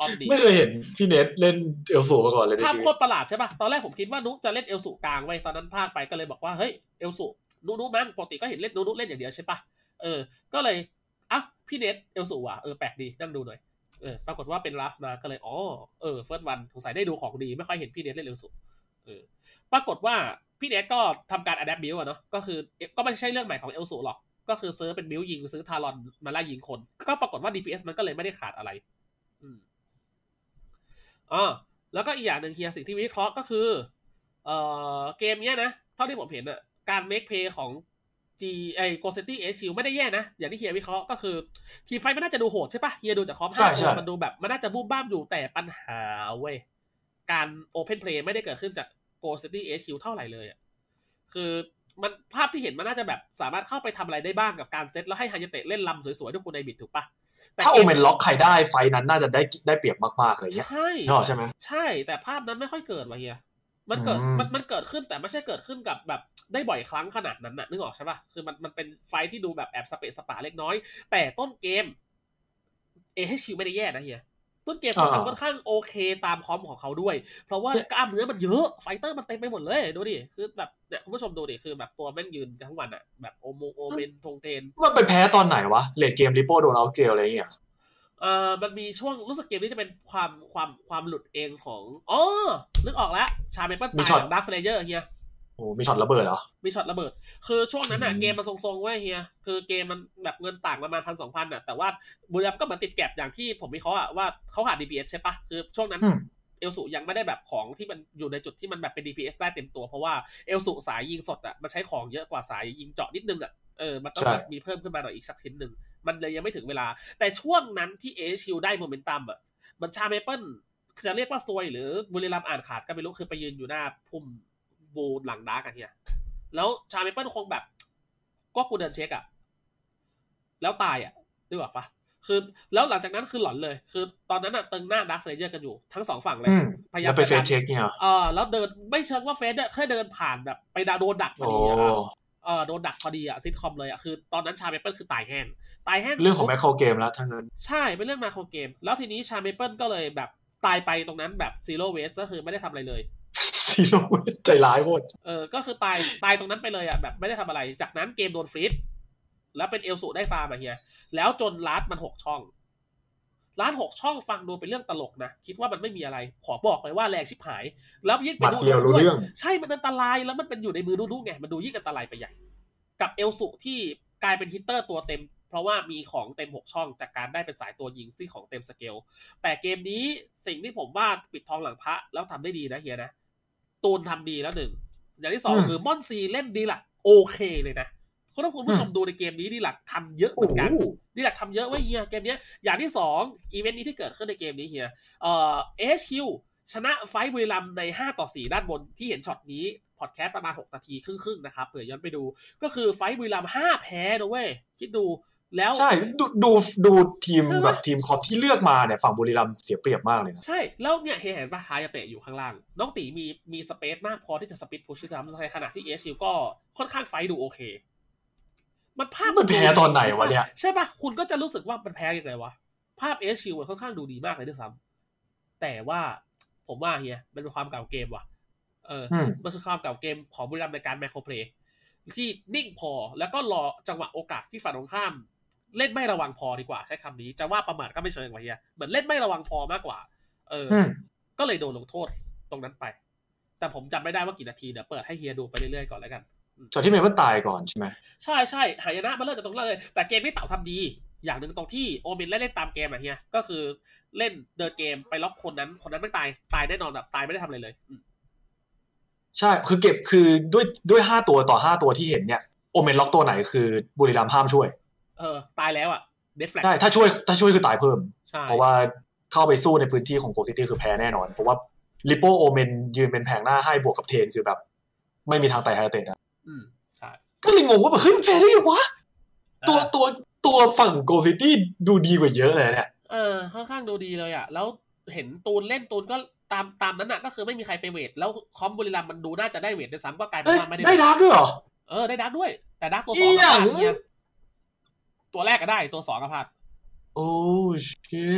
S5: ออมดี
S6: ไม่เคยเห็นพี่เนทเล่นเอลสูมาก่อนเลยใน
S5: ภาพ
S6: ชีวิ
S5: โค
S6: ต
S5: ตรประหลาดใช่ปะตอนแรกผมคิดว่านุจะเล่นเอลสุกลางไว้ยตอนนั้นพลาดไปก็เลยบอกว่าเฮ้ยเอลสุนุนุมั้งปกติก็เห็นเล่นนุนุเล่นอย่างเดียวใช่ปะเออ ก็เลยอ่ะพี่เนทเอลสุว่ะเออแปลกดีนั่งดูหน่อยเออปรากฏว่าเป็นลาสนาก็เลยอ๋อเออเฟิร์สวันสงสัยได้ดูของดีไม่ค่อยเห็นพี่เนทเล่นเอลสุเออปรากฏว่าพี่เนทก็ทำการอัดแอปบิวอะเนาะก็คือก็ไม่ใช่เรื่องใหม่ของเอลสุหรอก ก็คือซื้อเป็นบิวยิงซื้อทารอนมาล่ายิงคน ก็ปรากฏว่า DPS มันก็เลยไม่ได้ขาดอะไร อืมอ๋อ แล้วก็อีกอย่างหนึ่งเฮียสิ่งที่วิเคราะห์ก็คือ เอ่อเกมเนี้ยนะเท่าที่ผมเห็นอะการเมคเพย์ของ G ไอโกเซตี้เอชิวไม่ได้แย่นะ อย่างที่เฮียวิเคราะห์ก็คือ ทีไฟท์มันน่าจะดูโหดใช่ปะเฮียดูจากคอมห้าตัวมันดูแบบ มันน่าจะบูมบ้ามอยู่แต่ปัญหาเว้ย การโอเพนเพลย์ไม่ได้เกิดขึ้นจากโกเซตี้เอชิวเท่าไหร่เลยอะคือมันภาพที่เห็นมันน่าจะแบบสามารถเข้าไปทำอะไรได้บ้างกับการเซตแล้วให้ฮายาเตะเล่นลำสวยๆด้วยคุณไอบิดถูกปะแต่
S6: ถ้าโอ
S5: เกม
S6: เมนล็อกใครได้ไฟนั้นน่าจะได้ได้เปรียบมากๆเลยเนี้ย
S5: ใช่
S6: นึกออกใช่ไหม
S5: ใช่ แต่ภาพนั้นไม่ค่อยเกิดว่ะเฮีย มันเกิด
S6: อืม
S5: มันมันเกิดขึ้นแต่ไม่ใช่เกิดขึ้นกับแบบได้บ่อยครั้งขนาดนั้นน่ะนึกออกใช่ปะคือมันมันเป็นไฟท์ที่ดูแบบแอบสเปะสปาเล็กน้อย แต่ต้นเกมเอชไม่ได้แย่นะเฮีย ต้นเกมเขาทำค่อนข้างโอเคตามคอมของเขาด้วย เพราะว่ากล้ามเนื้อมันเยอะไฟเตอร์มันเต็มไปหมดเลยดูดิคือแบบเนี่ยคุณผู้ชมดูดิคือแบบตัวแม่งยืนกันทั้งวันอะแบบโอโมงโอเมนทงเทน
S6: มันไปแพ้ตอนไหนวะเลดเกมริโป้โดนเอาเกลอะไรอย่างเงี้ย
S5: เออมันมีช่วงรู้สึกเกมนี้จะเป็นความความความหลุดเองของอ๋อนึกออกแล้ว ชาเมเปิล
S6: มี
S5: ตาย
S6: ช็อต
S5: ของดักสเลเยอร์เฮีย
S6: โอ้มีช็อตระเบิดเหรอ
S5: มีช็อตระเบิด คือช่วงนั้นอ่ะ
S6: อืม
S5: เกมมันทรงๆเว้ยเฮีย คือเกมมันแบบเงินต่างประมาณพันสองพันอ่ะ แต่ว่าบุรีรัมย์ก็เหมือนติดแก็บอย่างที่ผมวิเคราะห์อะว่าเขาขาด DPS ใช่ปะคือช่วงนั้น
S6: อืม
S5: เอลสุยังไม่ได้แบบของที่มันอยู่ในจุดที่มันแบบเป็น DPS ได้เต็มตัว เพราะว่าเอลสุสายยิงสดอ่ะมันใช้ของเยอะกว่าสายยิงเจาะนิดนึงอ่ะ เออ มันต้อง
S6: ใช่
S5: แบบมีเพิ่มขึ้นมาหน่อยอีกสักชิ้นหนึ่ง มันเลยยังไม่ถึงเวลา แต่ช่วงนั้นที่เอชิลได้โมเมนตัมอ่ะ บัญชาเมเปิลจะเรียกว่าซวยหรือบุรีรัมย์อ่านขาดก็ไม่รู้คือไปยืนอยู่หน้าพุ่มบูหลังดาร์กอะเฮียแล้วชาเมเปิลคงแบบ ก็กูเดินเช็คอะแล้วตายอะนึกออกปะคือ แล้วหลังจากนั้นคือหลอนเลย คือตอนนั้นอะเตึงหน้าดาร์กไซเยอร์กันอยู่ทั้งสองฝั่งเลย
S6: อืม
S5: พยายาม
S6: แล้วไป
S5: จะ
S6: เฟ
S5: ดั
S6: ซ
S5: น
S6: เช็คเนี่ยเหรอ
S5: เออแล้วเดินไม่เชิงว่าเฟสเนี่ยแค่เดินผ่านแบบ ไปดาโดนดักพอ
S6: โอ้
S5: ดีอะครับเออโดนดักพอดีอะซิทคอมเลยอะคือตอนนั้นชาเมเปิลคือตายแห้งตายแห้ง
S6: เรื่องของแมคโครเกมแล้วทั้งนั้น
S5: ใช่ เป็นเรื่องมาโครเกม แล้วทีนี้ชาเมเปิลก็เลยแบบตายไปตรงนั้นแบบซีโร่เวสก็คือไม่ได้ทำอะไรเลย
S6: ซีโร่ใจร้ายโคตร
S5: เออ ก็คือตายตายตรงนั้นไปเลยอ่ะแบบไม่ได้ทำอะไร จากนั้นเกมโดนฟรีดแล้วเป็นเอลสุได้ฟาร์มอะเฮีย แล้วจนลาดมันหกช่องลาดหกช่องฟังดูเป็นเรื่องตลกนะ คิดว่ามันไม่มีอะไร ขอบอกเลยว่าแรงชิบหาย แล้วยิ่ง
S6: ห
S5: เป็
S6: มัน ดเดียวรู้
S5: ด้ว
S6: เรื่อง
S5: ใช่มันอันตรายแล้วมันเป็นอยู่ในมือดูๆไง มันดูยิ่งอันตรายไปใหญ่ กับเอลสุที่กลายเป็นฮิตเตอร์ตัวเต็ม เพราะว่ามีของเต็ม 6 ช่องจากการได้เป็นสายตัวยิงซี่งของเต็มสเกล แต่เกมนี้สิ่งที่ผมว่าปิดทองหลังพระแล้วทำได้ดีนะเฮียนะ ตูนทำดีแล้วหนึ่ง อย่างที่สอง
S6: อืม
S5: คือมอนซีเล่นดีหลักโอเคเลยนะก็ต้องคุณผู้ชมดูในเกมนี้ดีหลักทำเยอะเหมือนกัน
S6: โอ้โห
S5: ดีหลักทำเยอะไว้ยเฮียเกมเนี้ยอย่างที่สองอีเวนต์นี้ที่เกิดขึ้นในเกมนี้เฮีย เอ่อ HQ ชนะไฟท์บุรีรัมย์ใน 5 ต่อ 4 ด้านบนที่เห็นช็อตนี้ พอดแคสต์ประมาณ 6 นาทีครึ่งๆนะครับเผื่อย้อนไปดู ก็คือไฟท์บุรีรัมย์5แพ้นะเว้ย คิดดูแล้ว
S6: ใช่ดูดูดูทีม
S5: ใช่ไหม
S6: แบบทีมคอปที่เลือกมาเนี่ยฝั่งบุรีรัมย์เสียเปรียบมากเลยนะ
S5: ใช่ แล้วเนี่ยเห็นปะฮายาเตะอยู่ข้างล่าง น้องตีมีมีสเปซมากพอที่จะสปิดพุชดัมในขณะที่เอชิวก็ค่อนข้างไฟท์ดูโอเค มันภาพ
S6: มันแพ้ตอนไหนวะเนี่ย
S5: ใช่ปะคุณก็จะรู้สึกว่ามันแพ้ยังไงวะ ภาพเอชชิวมันค่อนข้างดูดีมากเลยด้วยซ้ำแต่ว่าผมว่าเฮียมันเป็นความเก่าเกมว่ะ เออ
S6: อืม
S5: มันคือความเก่าเกมของบุรีรัมย์ในการแมคโครเพลย์ที่นิ่งพอแล้วก็รอจังหวะโอกาสที่ฝั่งตรงข้าม เล่นไม่ระวังพอดีกว่า ใช้คำนี้จะว่าประมาทก็ไม่เชิงว่ะเฮียเหมือนเล่นไม่ระวังพอมากกว่า เอออ
S6: อืม
S5: ก็เลยโดนลงโทษตรงนั้นไป แต่ผมจำไม่ได้ว่ากี่นาทีเดี๋ยวเปิดให้เฮียดูไปเรื่อยๆก่อนแล้วกัน
S6: จอที่เมเปิลตายก่อนใช่ไหม
S5: ใช่ใช่หายนะมันเริ่มจากตรงนั้นเลย แต่เกมที่เต่าทำดี อย่างหนึ่งตรงที่โอเมนเล่นเล่นตามเกมอะเฮียก็คือเล่นเดินเกมไปล็อกคนนั้นคนนั้นไม่ตายตายแน่นอนแบบตายไม่ได้ทำอะไรเลยอืม
S6: ใช่คือเก็บคือด้วยด้วยห้าตัวต่อห้าตัวที่เห็นเนี่ยโอเมนล็อกตัวไหนคือบุรีรัมย์ห้ามช่วย
S5: เออ ตายแล้วอะเดฟแฟลก
S6: ใช่ถ้าช่วยถ้าช่วยคือตายเพิ่ม
S5: ใช่
S6: เพราะว่าเข้าไปสู้ในพื้นที่ของโกซิตี้คือแพ้แน่นอน เพราะว่าลิโปโอเมนยืนเป็นแผงหน้าให้บวกกับเทนคือแบบ ไม่มีทางไต่ไฮเตะนะ
S5: อืมใช่
S6: ก็เลยงงว่าแบบเฮ้ยมันแพ้ได้ยังวะ ตัว
S5: เออ
S6: ตัวตัวฝั่งโกซิตี้ดูดีกว่าเยอะเลยเนี่ย
S5: เออค่อนข้างดูดีเลยอะแล้วเห็นตูนเล่นตูนก็ตามตามนั้นอะก็คือไม่มีใครไปเวท แล้วคอมบุรีรัมย์มันดูน่าจะได้เวทด้วยซ้ำก็กลายเป็น
S6: เอ้ย
S5: ว่าไม่ได้เวท
S6: ได้ดาร์กด้วยเหรอ
S5: เออได้ดักด้วย แต่ดักตัวส
S6: อี
S5: อง
S6: หยั
S5: ก็
S6: ง
S5: พลาดเนี่ยตัวแรกก็ได้ตัวสองก็พลาด
S6: โอ้เชี่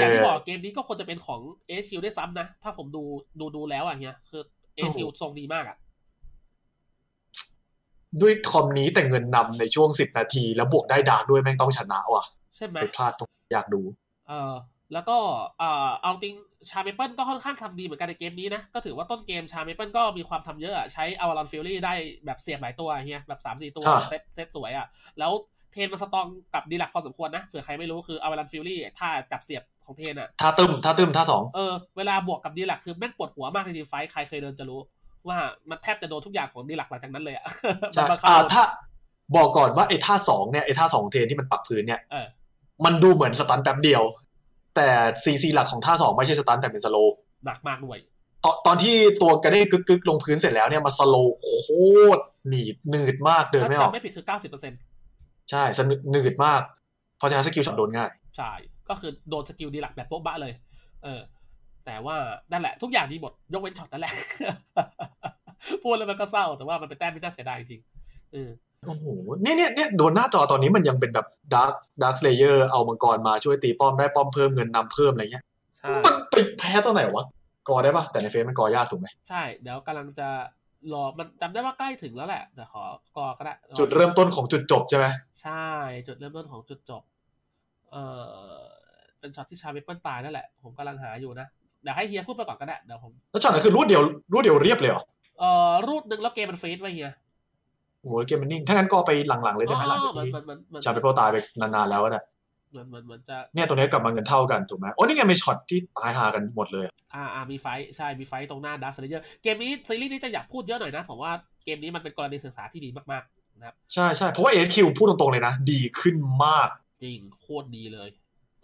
S5: อย่างที่
S6: ย
S5: บอกเกมนี้ก็ควรจะเป็นของเอชิลได้วยซ้ำนะ ถ้าผมดูดูดูแล้วอ่ะเฮียคือเอ
S6: โอ้โห
S5: ชิลทรงดีมากอ่ะ
S6: ด้วยคอมนี้แต่เงินนำในช่วงสิบนาที แล้วบวกได้ดาร์กด้วยแม่งต้องชนะว่ะ
S5: ใช่ไหม
S6: ไปพลาดตรงอยากดู
S5: เออแล้วก็เอ่อเอาจริงชาเมเปิลก็ค่อนข้างทำดีเหมือนกันในเกมนี้นะ ก็ถือว่าต้นเกมชาเมเปิลก็มีความทำเยอะอะใช้อวารอนฟิลลี่ได้แบบเสียบหลายตัวเฮียแบบสามสี่ตัว
S6: อ่า
S5: เซตเซตสวยอ่ะ แล้วเทนมาสตองกับดีลักพอสมควรนะเผื่อใครไม่รู้คืออวารอนฟิลลี่ถ้าจับเสียบของเทนอ่ะ
S6: ท่าตึมท่าตึมท่าสอง
S5: เออเวลาบวกกับดีหลักคือแม่งปวดหัวมากในทีมไฟท์ใครเคยเดินจะรู้ ว่ามันแทบจะโดนทุกอย่างของดีหลักหลังจากนั้นเลยอ่ะ
S6: ใช่
S5: มันบังคับ
S6: อ่า
S5: หมด
S6: ถ้าบอกก่อนว่าไอ้ท่าสองเนี่ยไอ้ท่าสองเทนที่มันปักพื้นเนี่ย
S5: เออ
S6: มันดูเหมือนสตันแป๊บเดียว แต่ซีซีหลักของท่าสองไม่ใช่สตันแต่เป็นสโลว์
S5: หนักมากด้วย
S6: ตอนตอนที่ตัวกระเด้งกึกๆ ลงพื้นเสร็จแล้วเนี่ยมันสโลว์โคตรหนีบหนืดมากเดิน
S5: ถ้า
S6: ไม่ออก
S5: จำไม่ผิดคือเก้าสิบเปอร์เซ็นต์
S6: ใช่สนุกหนืดมาก เพราะฉะนั้นสกิลช็อตโดนง่าย
S5: ใช่ก็คือโดนสกิลดีหลักแบบโป๊ะบะเลย เออ แต่ว่านั่นแหละ ทุกอย่างดีหมดยกเว้นช็อตนั่นแหละ พูดแล้วมันก็เศร้าแต่ว่ามันเป็นแต้มที่น่าเสียดายจริงๆเออ
S6: โอ้โหเนี่ยเนี่ยเนี่ยโดนหน้าจอตอนนี้มันยังเป็นแบบดาร์ d ดาร์ s เลเยอร์เอามังกรมาช่วยตีป้อมได้ป้อมเพิ่มเงินนำเพิ่มอะไรเงี้ย
S5: ใช่
S6: มันไปแพ้ตอนไหนวะ กอได้ปะแต่ในเฟซมันกอยากถูกไหม
S5: ใช่เดี๋ยวกำลังจะรอมันจำได้ว่าใกล้ถึงแล้วแหละแต่ขอกอก็ได้
S6: จุดเริ่มต้นของจุดจบใช่ไหม
S5: ใช่จุดเริ่มต้นของจุดจบ เออเป็นช็อตที่ชาเมเปิลตายนั่นแหละ ผมกำลังหาอยู่นะ เดี๋ยวให้เฮียพูดไปก่อนก็ได้เดี๋ยวผม
S6: แล้วช็อตนั้นคือรูดเดียวรูดเดียวเรียบเลยเหรอ
S5: เออรูดหนึ่งแล้วเกมมันฟรีดไว้เฮีย
S6: โอ้โหเกมมันนิ่ง ถ้างั้นกอไปหลังๆเลยได้ไหมหลังจาก
S5: เหมือน
S6: ที่
S5: เหมือนเหมือนเหมือน
S6: ชาเปโปตายไปนานๆแล้วอะเนี่ย
S5: เหมือนเหมือนเหมือนจะ
S6: เนี่ยตัวนี้กลับมาเงินเท่ากันถูกไหมโอ้นี่ไงเป็นช็อตที่ตายหากันหมดเลยอะ
S5: อ่าอ่ามีไฟท์ใช่มีไฟท์ตรงหน้าดัสเลเยอร์เกมนี้ซีรีส์นี้จะอยากพูดเยอะหน่อยนะผมว่าเกมนี้มันเป็นกรณีศึกษาที่ดีมากๆนะครับ
S6: ใช่ใช่เพราะว่าเอคิวพูดตรงๆเลยนะ ดีขึ้นมาก
S5: จริงโคตรดีเลย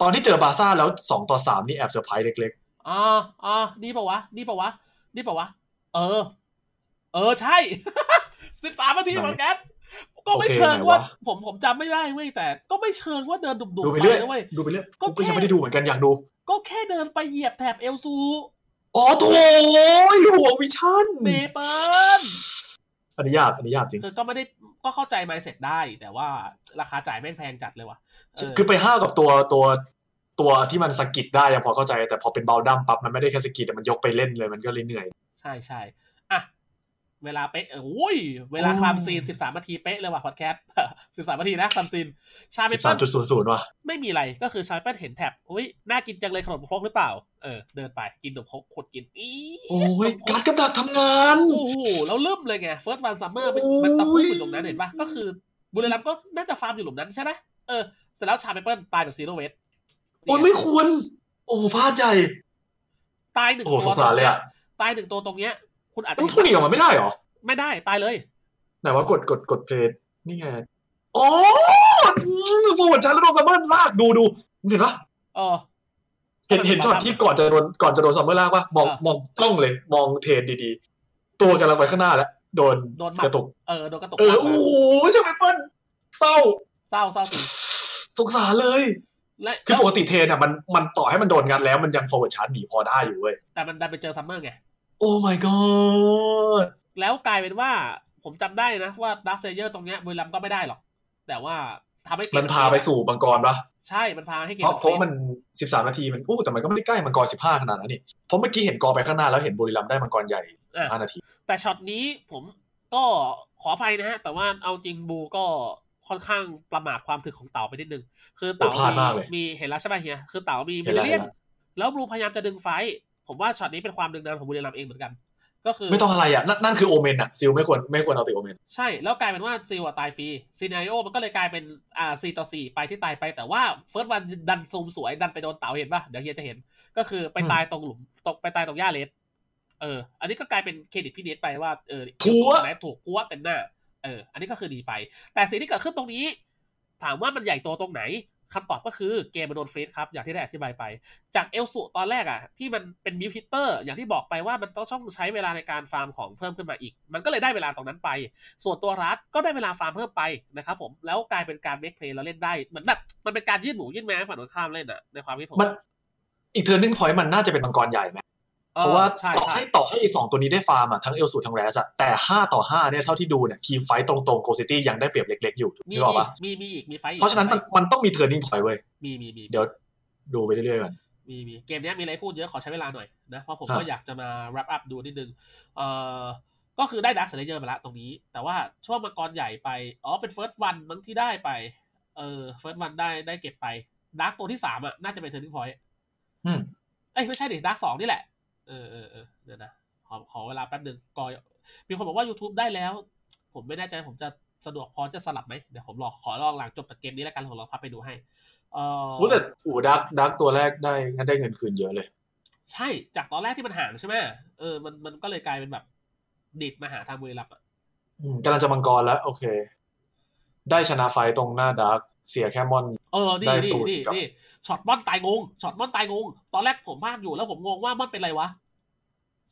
S6: ตอนที่เจอบาร์ซ่าแล้วสองต่อสามนี่แอบเซอร์ไพรส์เล็ก
S5: อ่าอ่านี่ปะวะนี่ปะวะนี่ปะวะ เออ เออใช่ สิบสามนาทีเหมือนกัน
S6: ๆ
S5: ก็ไม่
S6: โอค
S5: เชิง
S6: ห
S5: ว่า
S6: นะ
S5: ผมผมจำไม่ได้เว้ยแต่ก็ไม่เชิงว่าเดินดุ่ม
S6: ดู
S5: ๆ
S6: ไป
S5: ไป
S6: เรื่อย
S5: นะเว้ย
S6: ดูไปเรื่อย
S5: ก็
S6: กูก็
S5: แค่
S6: ยังไม่ได้ดูเหมือนกันอยากดู
S5: ก็แค่เดินไปเหยียบแถบเอลซู
S6: อ๋อโถยหัววิชั่น
S5: เมเปิล
S6: อันนี้ยากอันนี้ยากจริง
S5: คือก็ไม่ได้ก็เข้าใจไมเซ็ตได้ แต่ว่าราคาจ่ายแม่งแพงจัดเลยว่ะเออ
S6: คือไปห้าวกับตัวตัวตัวที่มันสะกิดได้ยังพอเข้าใจ แต่พอเป็นเบาดัมปั๊บมันไม่ได้แค่สะกิดแต่มันยกไปเล่นเลยมันก็เลยเหนื่อย
S5: ใช่ใช่อ่ะ เวลาเป๊ะเออโอ้ย เวลา
S6: โอ้
S5: คลามซีน 13นาทีเป๊ะเลยว่ะพอด แคสต์ 13นาทีนะคลามซีน ชาเม
S6: สิบ
S5: เปิ
S6: สาม
S5: ล
S6: จุดศูนย์ศูนย์ว่ะ
S5: ไม่มีอะไรก็คือชาเมเปิลเห็นแถบอุ้ยน่ากินจังเลยขนมครกหรือเปล่า เออเดินไปกินขนมครกขดกินอี
S6: โอ้ยการกับดักทำงาน
S5: โอ้โหแล้วลืมเลยไง First One Summer มัน
S6: โอ้ย
S5: มันตะคุ่มอยู่ตรงนั้นเห็นปะก็คือบุรีรัมย์ก็น่าจะฟาร์มอยู่หลุมนั้นใช่ไหมเออเสร็จแล้วชาเปเปิลตายแบบซีโรเวส
S6: โอ้ยไม่ควร โอ้โหพลาดใหญ่
S5: ตายหนึ่ง
S6: โอ้
S5: ตัว
S6: โหสงสารเลยอะ
S5: ตายหนึ่งตัวตรงเนี้ย คุณอาจจะ
S6: ต้องทุนหนีออกมาไม่ได้เหรอ
S5: ไม่ได้ตายเลย
S6: ไหนว่ากดกดกดเพลย์นี่ไงโอ้ฟอร์เวิร์ดชันแล้วโดนซัมเมอร์ลากดูดูเห็นปะ
S5: เออ
S6: เห็นเห็นช็อตที่ก่อนจะโดนก่อนจะโดนซัมเมอร์ลากว่ามอง
S5: อ่ะ
S6: มองกล้องเลย มองเทรนดีๆ ตัวกำลังไปข้างหน้าแล้ว โดน
S5: โดนหมัด
S6: กระตุก
S5: เออโดนกระตก
S6: เออโอ้โหใช่ไหมเปิ้ลเศร้า
S5: เศร้าเศร้าจริง
S6: สงสารเลย
S5: และ
S6: คือปกติเทรนอ่ะมันมันต่อให้มันโดนงัดแล้วมันยังฟอร์เวิร์ดชาร์จหนีพอได้อยู่เว้ย
S5: แต่มันดันไปเจอซัมเมอร์ไง
S6: โอ้ my god
S5: แล้วกลายเป็นว่าผมจำได้นะว่าดักเซเยอร์ตรงเนี้ยบุรีรัมย์ก็ไม่ได้หรอก แต่ว่า ทำให้เก
S6: มันพาไปสู่มังกรปะ
S5: ใช่มันพาให้เกม
S6: เพราะ
S5: มัน
S6: เพ
S5: ฟรี
S6: ราะมันสิบสามนาทีมันอู้แต่มันก็ไม่ได้ใกล้มังกรสิบห้าขนาดนั้นนี่เพราะเมื่อกี้เห็นกอไปข้างหน้าแล้วเห็นบุรีรัมย์ได้มังกรใหญ่
S5: อ่ะ
S6: ห้านาที
S5: แต่ช็อตนี้ผมก็ขออภัยนะฮะ แต่ว่าเอาจริงบูก็ค่อนข้างประมาทความถึกของเต๋าไปนิดนึง คือเต๋า
S6: โอ้พลาดมากเลย
S5: มีเห็นแล้วใช่ไหมเฮียคือเต๋ามี
S6: เห็
S5: มิล
S6: นแล้ว
S5: เลียน
S6: เห็นแล้ว
S5: แล้วบูพยายามจะดึงไฟท์ผมว่าช็อตนี้เป็นความดึงดันของบุรีรัมย์เองเหมือนกัน ก็คือ
S6: ไม่ต้องอะไรอ่ะนั่นนั่นคือโอเมนอ่ะซิลไม่ควรไม่ควรเอาติโอเมน
S5: ใช่แล้วกลายเป็นว่าซิลอะตายฟรีซีนาริโอมันก็เลยกลายเป็นอ่าสี่ต่อสี่ไปที่ตายไปแต่ว่าเฟิร์สวันดันซูมสวยดันไปโดนเต๋าเห็นปะเดี๋ยวเฮียจะเห็น ก็คือไป
S6: อืม
S5: ตายตรงหลุมตกไปตายตรงหญ้าเลสเออ อันนี้ก็กลายเป็นเครดิตพี่เนทไปว่าเออ
S6: พัว
S5: แม้ถูกกัวเป็นหน้า เออ อันนี้ก็คือดีไป แต่สิ่งที่เกิดขึ้นตรงนี้ ถามว่ามันใหญ่โตตรงไหนคำตอบก็คือเกมมันโดนฟรีดครับ อย่างที่ได้อธิบายไป จากเอลสุตอนแรกอะที่มันเป็นมิวฮิตเตอร์ อย่างที่บอกไปว่ามันต้องช่องใช้เวลาในการฟาร์มของเพิ่มขึ้นมาอีก มันก็เลยได้เวลาตรงนั้นไป ส่วนตัวรัฐก็ได้เวลาฟาร์มเพิ่มไปนะครับผม แล้วกลายเป็นการเมคเพลย์เราเล่นได้ เหมือนแบบมันเป็นการยืดหมูยืดแม้ให้ฝั่งตรงข้ามเล่นอะในความคิดผม
S6: มันอีกเทอร์นิ่งพอยต์มันน่าจะเป็นมังกรใหญ่ไหมเพราะว่า
S5: ออใช่
S6: ต่อ
S5: ใช่
S6: ให้ต่อให้สองตัวนี้ได้ฟาร์มอ่ะทั้งเอลสูทั้งแรสอ่ะแต่ห้าต่อห้าเนี่ยเท่าที่ดูเนี่ยทีมไฟต์ตรงๆโกซิตี้ยังได้เปรียบเล็ก ๆ อยู่
S5: มี
S6: นึกออกปะ
S5: มีมีอีกมีไฟท์อีก
S6: เพราะฉะนั้นมันมันต้องมีเทอร์นิ่งพอยต์เว้ย
S5: มีมีมี
S6: เดี๋ยวดูไปเรื่อยๆก่อน
S5: มีมีเกมเนี้ยมีอะไรพูดเยอะขอใช้เวลาหน่อยนะเพราะผม
S6: ครับ
S5: ก็อยากจะมา wrap up ดูนิดนึงเอ่อก็คือได้ดักเซเลเยอร์ไปละตรงนี้ แต่ว่าช่วงมังกรใหญ่ไป อ๋อเป็นเฟิร์สวันมั้งที่ได้ไป เออเฟิร์สวันได้ได้เก็บไปดักตัวที่สามอ่ะน่าจะเป็นเทอร์นิ่งพอยต์
S6: อืม
S5: เอ้ยไม่ใช่ดิดักสองนี่แหละ เออเออเออเดี๋ยวนะขอขอเวลาแป๊บหนึ่งกอยมีคนบอกว่า YouTube ได้แล้ว ผมไม่แน่ใจผมจะสะดวกพอจะสลับไหมเดี๋ยวผมรอขอลองหลังจบจากเกมนี้แล้วกันผมลองพับไปดูให้เออ
S6: อู้แต่อูดักดักตัวแรกได้งั้นได้เงินคืนเยอะเลย
S5: ใช่จากตอนแรกที่มันห่างใช่ไหมเออมันมันก็เลยกลายเป็นแบบดิดมาหาทางบุรีรัมย์อะ
S6: อืมกำลังจะมังกรแล้ว โอเค ได้ชนะไฟต์ตรงหน้าดักเสียแค่มอน
S5: เออนี่
S6: ได้
S5: นี่
S6: ตูด
S5: นี่
S6: กับ
S5: นี่ช็อตบอนตายงงช็อตบอนตายงง ตอนแรกผมพลาดอยู่แล้วผมงงว่าบอนเป็นไรวะ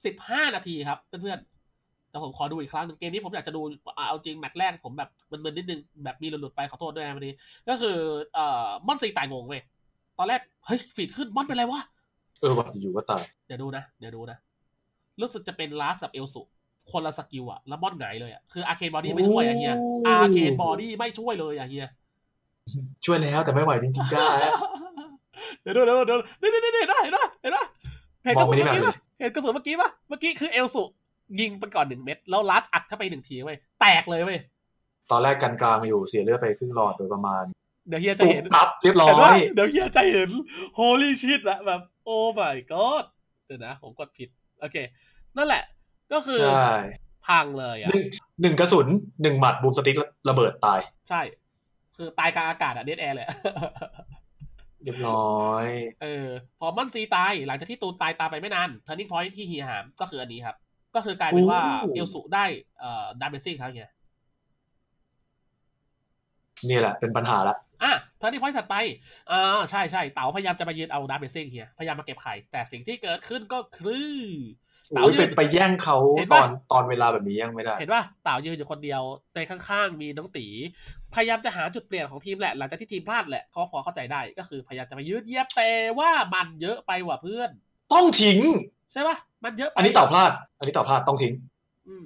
S5: สิบห้านาทีครับเพื่อนๆแต่ผมขอดูอีกครั้งหนึ่งเกมนี้ผมอยากจะดูอ่ะเอาจริงแมตช์แรกผมแบบมันมันนิดนึงแบบมีหลุดๆไปขอโทษด้วยนะวันนี้ ก็คือเอ่อมอนซีตายงงเว้ยตอนแรกเฮ้ยฟีดขึ้นมอนเป็นไรวะ
S6: เออว่ะอยู่ก็ตาย
S5: เดี๋ยวดูนะ เดี๋ยวดูนะ รู้สึกจะเป็นลาสกับเอลสุคนละสกิลอะแล้วมอนไงายเลยอะคืออาร์เคนบอดี้ไม่ช่วยอะเฮีย
S6: โอ้
S5: อาร์เคนบอดี้ไม่ช่วยเลยอะเฮีย
S6: ช่วยแล้วแต่ไม่ไหวจริง ๆจ้า
S5: เดี๋ยวดูเดี๋ยวดูเดี๋ยวดูนี่นี่นี่นี่ได้เห็นปะเห็นปะเห็นกระสุนเมื่อกี้ปะเห็นกระสุนเมื่อกี้ปะเมื่อกี้คือเอลสุยิงไปก่อนหนึ่งเม็ดแล้วลัดอัดเข้าไปหนึ่งทีเว้ยแตกเลยเว้ย
S6: ตอนแรกกันกลางมาอยู่เสียเลือดไปครึ่งหลอดโดยประมาณ
S5: เดี๋ยวเฮียจะ
S6: ตุ๊บ
S5: เห็น
S6: ตับเรียบร้อ
S5: เห็นว่าย เดี๋ยวเฮียจะเห็น holy shit ละแบบ oh my god เดี๋ยวนะ ผมกดผิด โอเค นั่นแหละ ก็คือ
S6: ใช่
S5: พังเลย
S6: ห
S5: อ่ะ
S6: นึ่งหนึ่งกระสุนหนึ่งหมัดบูมสติ๊กระเบิดตาย
S5: ใช่ คือตายกลางอากาศอะเด a แอร์เลย อะ
S6: เรียบร้อย
S5: เออ พอมอนซีตาย หลังจากที่ตูนตายตามไปไม่นาน turning point ที่เฮียหามก็คืออันนี้ครับ ก็คือกลายเป็นว่าเอลสุได้เอ่อดาเมซิ่งครับเฮีย
S6: เนี่ยแหละเป็นปัญหาละ
S5: อ่ะเทอร์นิ่งพอยต์ถัดไปอ่าใช่ใช่เต๋าพยายามจะมายืนเอาดาเมซิ่งเฮีย พยายามมาเก็บไข่ แต่สิ่งที่เกิดขึ้นก็คือ
S6: โอ้ยไปไปแย่งเขา
S5: เห็น
S6: ต
S5: ปะ
S6: อนตอนเวลาแบบนี้แย่งไม่ได้
S5: เห็นว่าเต่ายืนอยู่คนเดียวในข้างๆ มีน้องตี พยายามจะหาจุดเปลี่ยนของทีมแหละ หลังจากที่ทีมพลาดแหละก็พอเข้าใจได้ก็คือพยายามจะมายืดเยียบแต่ว่ามันเยอะไปว่ะเพื่อน
S6: ต้องทิ้ง
S5: ใช่ปะมันเยอะไป
S6: อันนี้เต่าพลาด อันนี้เต่าพลาดต้องทิ้ง
S5: อืม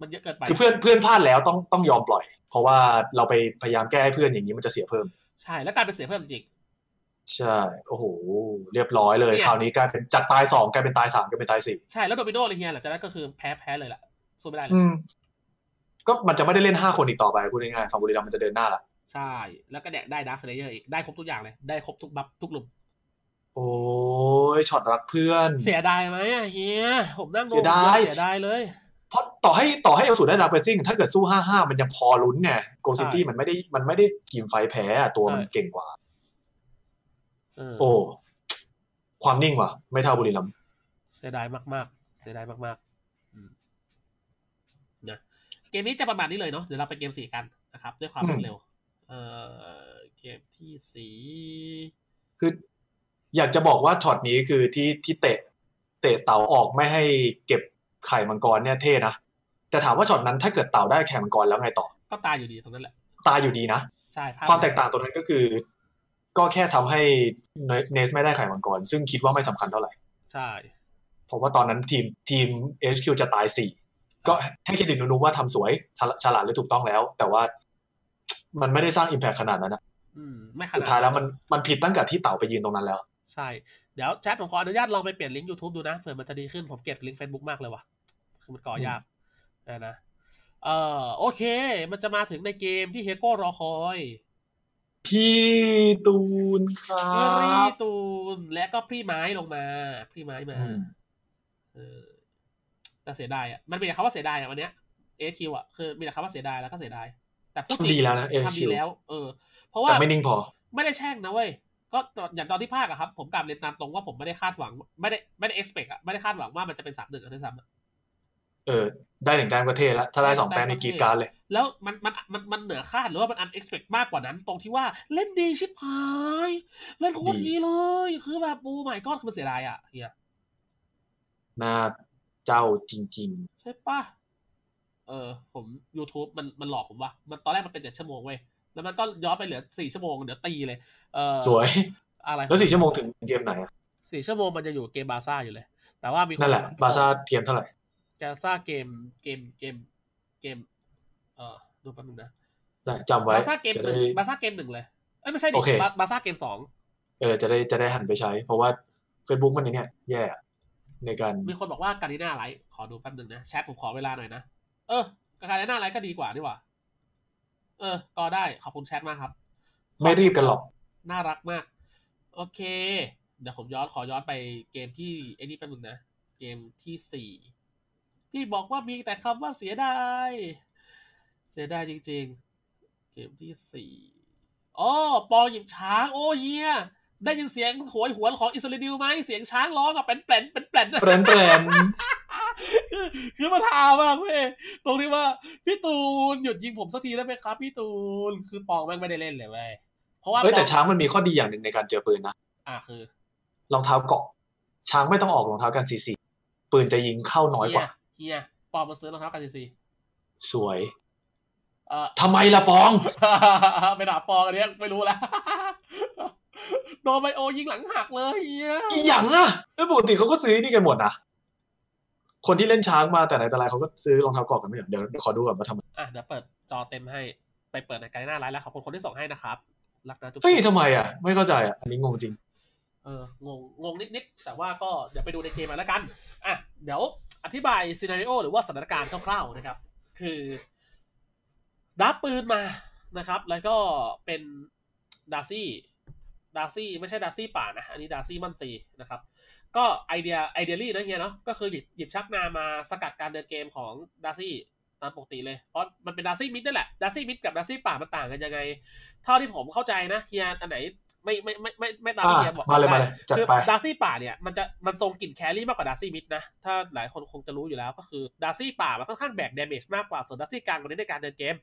S5: มันเยอะเกินไป
S6: คือเพื่อนเพื่อนพลาดแล้วต้องต้องยอมปล่อย เพราะว่าเราไปพยายามแก้ให้เพื่อนอย่างนี้มันจะเสียเพิ่ม
S5: ใช่แล้วกลายเป็นเสียเพิ่มจริง
S6: ใช่ โอ้โห เรียบร้อยเลย
S5: เนี่ย
S6: คราวนี้กลายเป็นจากตายสองกลายเป็นตายสามกลายเป็นตายสี่
S5: ใช่แล้วโดมิโนเลยเฮียหลังจากนั้นก็คือแพ้แพ้เลยล่ะสู้ไม่ได้เลย
S6: อืม ก็มันจะไม่ได้เล่นห้าคนอีกต่อไปพูดง่ายๆฝั่งบุรีรัมย์มันจะเดินหน้าละ
S5: ใช่ แล้วก็เนี่ยได้ดาร์คเลเยอร์อีกได้ครบทุกอย่างเลยได้ครบทุกบัฟทุกหลุม
S6: โอ้ยช็อตรักเพื่อน
S5: เสียดายไหมอะเฮียผมนั่งดู
S6: เสียดาย
S5: เสียดายเลย
S6: เพราะต่อให้ต่อให้เอาสูตรได้ดับเบิลซิ่งถ้าเกิดสู้ห้าห้ามันยังพอลุ้นไงโกซิตี้
S5: ใช่
S6: มันไม่ได้มันไม่ได้ทีมไฟแพ้อะตัวมัน
S5: ใช่
S6: เก่งกว่า
S5: เออ
S6: โอ้ความนิ่งว่ะ ไม่เท่าบุรีรัมย์
S5: เสียดายมากๆ เสียดายมากๆอืมนะเกมนี้จะประมาณนี้เลยเนาะ เดี๋ยวเราไปเกมสี่กันนะครับ ด้วยความรวดเร็ว เอ่อ เกมที่สี่
S6: คือ อยากจะบอกว่าช็อตนี้คือที่ที่เตะ เตะเต่าออกไม่ให้เก็บไข่มังกรเนี่ยเท่นะ แต่ถามว่าช็อตนั้นถ้าเกิดเต่าได้ไข่มังกรแล้วไงต่อ
S5: ก็ตายอยู่ดีตรงนั้นแหละ
S6: ตายอยู่ดีนะ
S5: ใช่ภพ
S6: ความแตกต่างตัวนั้นก็คือ ก็แค่ทำให้เนสไม่ได้ไข่มังกร ซึ่งคิดว่าไม่สำคัญเท่าไหร่
S5: ใช่
S6: เพราะว่าตอนนั้นทีมทีม HQ จะตายสี่ก็ให้เครดิตนูนูว่าทำสวยฉลาฉลาดและถูกต้องแล้ว แต่ว่า มันไม่ได้สร้างอิมแพคขนาดนั้นนะ
S5: อืมไม่ข
S6: สุ
S5: นา
S6: ด
S5: ด
S6: ท้ายแล้วมันมันผิดตั้งแต่ที่เต่าไปยืนตรงนั้นแล้ว
S5: ใช่ เดี๋ยวแชทผมขออนุญาตลองไปเปลี่ยนลิงก์ YouTube ดูนะเผื่อมันจะดีขึ้นผมเกลียดลิงก์ Facebook มากเลยว่ะ คือมันก่อยากนะนะเออโอเค มันจะมาถึงในเกมที่เฮยโก้รอคอย
S6: พี่ตูนครั
S5: รี
S6: บ
S5: ตูนและก็พี่ไม้ลงมา พี่ไม้มา
S6: อืม
S5: เออแต่เสียดายอ่ะ มันมีแต่คำว่าเสียดายอ่ะวันเนี้ยเอคิวอ่ะคือมีแต่คำว่าเสียดายแล้วก็เสียดาย แต่พูดจริ
S6: ทำ
S5: ง
S6: ดีแล้วนะเอ
S5: ทำ
S6: คิ
S5: ดี
S6: ว
S5: แล้ว เออ เพราะว่า
S6: แต่ไม่นิ่งพอ
S5: ไม่ได้แช่งนะเว้ย ก็ตอนอย่างตอนที่ภาคอะครับ ผมกลับเรียนตามตรงว่าผมไม่ได้คาดหวัง ไม่ได้ไม่ได้ expect อะไม่ได้คาดหวังว่ามันจะเป็นสามหนึ่งอะด้วยซ้ำอะ
S6: เออ ได้หนึ่งแต้มก็เท่แล้วถ้าได้สองแต้มนี่กรีดกรารเลย
S5: แล้วมันมันมันมันเหนือคาดหรือว่ามัน unexpected มากกว่านั้นตรงที่ว่าเล่นดีชิบหาย เล่นโคตรดีเลย คือแบบปูใหม่ก้อนคือมันเสียดายอ่ะเฮีย
S6: หน้าเจ้าจริง
S5: ใช่ปะเออ ผม YouTube มันมันหลอกผมว่ะมันตอนแรกมันเป็นเจ็ดชั่วโมงเว้ยแล้วมันก็ย้อนไปเหลือสี่ชั่วโมงเดี๋ยวตีเลยเออ
S6: ๆ สวย
S5: อะไร
S6: แล้วสี่ชั่วโมงถึงเกมไหนอะ
S5: สี่ชั่วโมงมันจะอยู่เกมบาซ่าอยู่เลย แต่ว่ามีค
S6: นั่นแหละ บาซ่าเทียมเท่าไหร่
S5: บาซ่าเกมเกมเกมเกม เออดูแป๊บนึงนะ
S6: ได้จำไว้
S5: บาซ่าเกม
S6: จะ
S5: ห
S6: ได้
S5: นึ่งบาซ่าเกมหนึ่งเลยเอ้ยไม่ใช่ดิ
S6: โอเค
S5: บาบาซ่าเกมสอง
S6: เออจะได้จะได้หันไปใช้ เพราะว่า Facebook มันอย่างเนี้ยแย่ในการ
S5: มีคนบอกว่าการีน่าไลท์ขอดูแป๊บหนึ่งนะ แชทผมขอเวลาหน่อยนะ เออการีน่าไลท์ก็ดีกว่าดีกว่า เออ ก็ได้ ขอบคุณแชทมากครับ
S6: ไม่รีบกันหรอก
S5: น่ารักมาก โอเค เดี๋ยวผมย้อนขอย้อนไปเกมที่ไอ้นี่แป๊บหนึงนะ เกมที่สี่ที่บอกว่ามีแต่คำว่าเสียดาย เสียดายจริงๆ เกมที่สี่อ๋อปอหยิบช้าง โอ้เฮียได้ยินเสียงโหยหวนของอิสราเอลไหมเสียงช้างร้องอะเป็นแปลนเป็นแปลน
S6: แปลนแปลน
S5: คือ คือมันหามากเว้ยตรงที่ว่า พี่ตูนหยุดยิงผมสักทีได้ไหมครับ พี่ตูนคือปองแม่งไม่ได้เล่นเลยเว้ยเพราะว่า
S6: เอ้ยแต่
S5: ปอง
S6: ช้างมันมีข้อดีอย่างหนึ่งในการเจอปืนนะ
S5: อ่ะคือ
S6: รองเท้าเกาะ ช้างไม่ต้องออกรองเท้ากันซีซีปืนจะยิงเข้าน้อยกว่า
S5: เฮียเฮียปองมาซื้อรองเท้ากันซีซี
S6: สวย
S5: เออ
S6: ทำไมล่ะปอง
S5: ไปด่าปอง อันเนี้ยไม่รู้แล้ว โดนไบโอยิงหลังหักเลยเฮีย
S6: อีหยังอะแล้วปกติเขาก็ซื้อนี่กันหมดนะคนที่เล่นช้างมาแต่ไหนแต่ไรเขาก็ซื้อรองเท้าเกาะกันไม่เหรอเดี๋ยวขอดูก่อนว่าทำไม
S5: อ่ะเดี๋ยวเปิดจอเต็มให้ไปเปิดในไกด์หน้าไลน์แล้วขอบคุณคนที่ส่งให้นะครับรักนะทุกค
S6: เฮ้ย
S5: น
S6: ทำไมอะไม่เข้าใจอะอันนี้งงจริง
S5: เอองงงงนิดๆแต่ว่าก็เดี๋ยวไปดูในเกมมาแล้วกันอ่ะเดี๋ยวอธิบายซีนารีโอหรือว่าสถานการณ์คร่าวๆนะครับ คือดับปืนมานะครับ แล้วก็เป็นดาร์ซี่ดาร์ซี่ไม่ใช่ดาร์ซี่ป่านะอันนี้ดาร์ซี่มันซีนะครับ ก็ไอเดียไอเดียลี่นะเฮียเนาะก็คือหยิบหยิบชักนามาสกัดการเดินเกมของดาร์ซี่ตามปกติเลย เพราะมันเป็นดาร์ซี่มิดนั่นแหละดาร์ซี่มิดกับดาร์ซี่ป่ามันต่างกันยังไง เท่าที่ผมเข้าใจนะเฮียอันไหนไม่ไม่ไม่ไม่ไม่ตามที่
S6: อ่ะ
S5: เฮียบอก
S6: มาเลย
S5: ได้
S6: มาเลยจัด
S5: คือ
S6: ไป
S5: ดาร์ซี่ป่าเนี่ยมันจะมันทรงกลิ่นแครี่มากกว่าดาร์ซี่มิดนะถ้าหลายคนคงจะรู้อยู่แล้วก็คือดาร์ซี่ป่ามันค่อนข้างแบกเดเมจมากกว่าส่วนดาร์ซี่กลางคนนี้ในการเดินเกม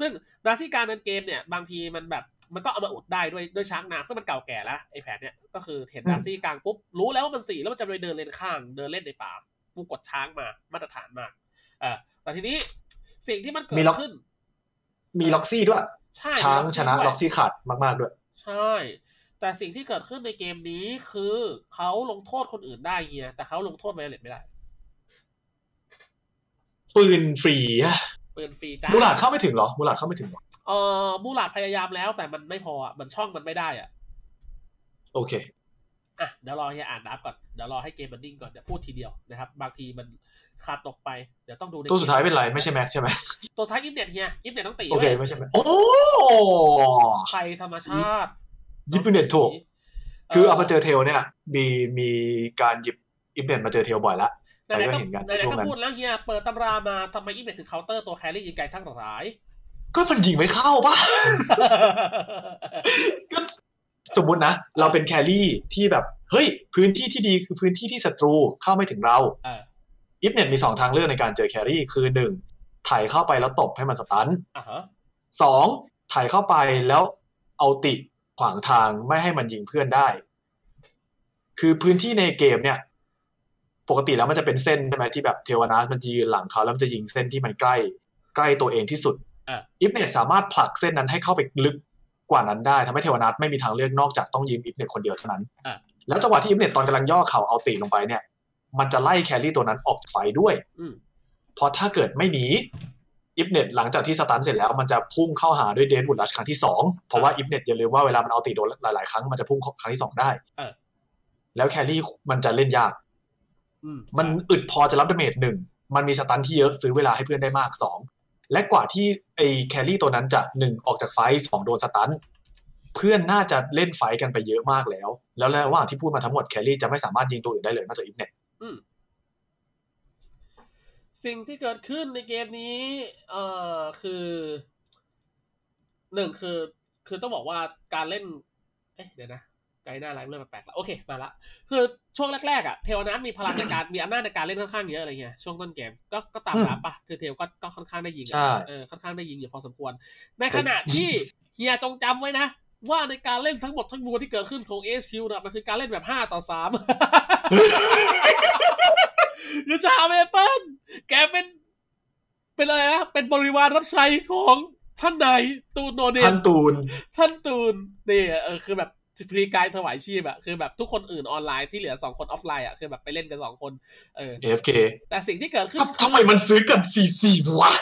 S5: ซึ่งราศีการเดินเกมเนี่ยบางทีมันแบบมันก็เอามาอุดได้ด้วยด้วยช้างนาซึ่งมันเก่าแก่แล้วไอ้แผนเนี่ยก็คือเห็นราศีกลางปุ๊บรู้แล้วว่ามันสี่แล้วมันจะไปเดินเลนข้างเดินเล่นในป่ากูกดช้างมามาตรฐานมากเออแต่ทีนี้สิ่งที่มันเกิ
S6: มี
S5: ด
S6: ล็อก
S5: ขึ้น
S6: มีล็อกซี่ด้วย
S5: ใช่
S6: ช้าง
S5: มี
S6: ชนะ
S5: ด้วย
S6: ล็อกซี่ขาดมากๆด้วย
S5: ใช่ แต่สิ่งที่เกิดขึ้นในเกมนี้คือเขาลงโทษคนอื่นได้เฮียแต่เขาลงโทษไวโอเลตไม่ได้
S6: ปืนฟรีอะ
S5: ปืนฟรีจ้า
S6: มูหลาดเข้าไม่ถึงเหรอมูหลาดเข้าไม่ถึงเหรอ
S5: เออมูหลาดพยายามแล้ว แต่มันไม่พออ่ะมันช่องมันไม่ได้อ่ะ
S6: โอเค
S5: อ่ะเดี๋ยวรอให้อ่านดับก่อน เดี๋ยวรอให้เกมมันนิ่งก่อน เดี๋ยวพูดทีเดียวนะครับ บางทีมันขาดตกไป เดี๋ยวต้องดูใน
S6: ตัวสุดท้ายเป็นไรไม่ใช่แม็กใช่ไหม
S5: ตัวสุดท้ายอิมเน็ตเฮียอิมเน็ตต้องตี
S6: โอเค
S5: ว้ย
S6: ไม่ใช่แม็กโอ้
S5: ภัยธรรมชาติ
S6: ยิปเน็ตถูก คือเอามาเจอเทลเนี่ย มีมีการหยิบอิมเน็ตมาเจอเทลบ่อยละ
S5: ไหนๆก็
S6: ไหนๆก็เห็นกัน
S5: ไหน
S6: ช่ว
S5: ๆ
S6: งนั้
S5: ก็
S6: น
S5: พูดแล้วเฮียเปิดตำรามาทำไมอิมเน็ตถึงเคาน์เตอร์ตัวแครี่ยิงไกลทั้งหลาย
S6: ก็มันยิงไม่เข้าป่ะ ก็สมมุตินะ เราเป็นแครี่ที่แบบ เฮ้ย พื้นที่ที่ดีคือพื้นที่ที่ศัตรูเข้าไม่ถึงเรา
S5: เออ
S6: อิฟเน็ตมี 2 ทางเลือกในการเจอแครี่ คือ 1 ถ่ายเข้าไปแล้วตบให้มันสตัน
S5: อ่ะฮะ
S6: สองถ่ายเข้าไปแล้วเอาติขวางทางไม่ให้มันยิงเพื่อนได้ คือพื้นที่ในเกมเนี่ย ปกติแล้วมันจะเป็นเส้นใช่ไหมที่แบบเทวนาสมันจะยืนหลังเขาแล้วมันจะยิงเส้นที่มันใกล้ ใกล้ตัวเองที่สุด
S5: อ่ะ
S6: อิฟเน็ตสามารถผลักเส้นนั้นให้เข้าไปลึกกว่านั้นได้ทำให้เทวนาสไม่มีทางเลือกนอกจากต้องยืมอิฟเน็ตคนเดียวเท่านั้น
S5: อ่ะ
S6: แล้วจังหวะที่อิฟเน็ตตอนกำลังย่อเข่าเอาตีลงไปเนี่ย มันจะไล่แครี่ตัวนั้นออกจากไฟด้วย
S5: อืม
S6: เพราะถ้าเกิดไม่หนี อิฟเน็ตหลังจากที่สตันเสร็จแล้วมันจะพุ่งเข้าหาด้วยเดนวูดลัชครั้งที่สองเพราะว่าอิฟเน็ตอย่าลืมว่าเวลามันเอาตีโดนหลายๆครั้งมันจะพุ่งครั้งที่สองได้
S5: เออ
S6: แล้วแครี่มันจะเล่นยาก
S5: อืม
S6: มันอึดพอจะรับดาเมจหนึ่ง มันมีสตันที่เยอะซื้อเวลาให้เพื่อนได้มากสอง และกว่าที่ไอ้แครี่ตัวนั้นจะหนึ่งออกจากไฟท์สองโดนสตัน เพื่อนน่าจะเล่นไฟท์กันไปเยอะมากแล้ว แล้วระหว่างที่พูดมาทั้งหมดแครี่จะไม่สามารถยิงตัวอื่นได้เลยนอกจากอิฟเน็ต
S5: สิ่งที่เกิดขึ้นในเกมนี้เอ่อคือหนึ่งคือ คือต้องบอกว่าการเล่น เอ๊ะเดี๋ยวนะไกด์หน้าไลฟ์เริ่มแปลกๆแล้วโอเคมาละคือช่วงแรกๆอ่ะเทวนัทมีพลังในการมีอำนาจในการเล่นค่อนข้างเยอะอะไรเงี้ยช่วงต้นเกมก็ก็ตามรับปะคือเทวก็ก็ค่อนข้างได้ยิงอะ
S6: ใช่
S5: เออค่อนข้างได้ยิงอยู่พอสมควร ในขณะที่ เฮียจงจำไว้นะ ว่าในการเล่นทั้งหมดทั้งมวลที่เกิดขึ้นของ HQ นะมันคือการเล่นแบบ 5 ต่อ 3 ยูชาเมเปิลแกเป็น เป็นอะไรนะ เป็นบริวารรับใช้ของท่านนายตูนโนเด
S6: ท่าน นตูน
S5: ท่านตูนนี่เออคือแบบพรีกายถวายชีพอะคือแบบทุกคนอื่นออนไลน์ที่เหลือสองคนออฟไลน์อะคือแบบไปเล่นกันสองคนเออ
S6: AFK
S5: แต่สิ่งที่เกิดขึ้น
S6: ทำทำไมมันซื้อกันสี่สี่วะ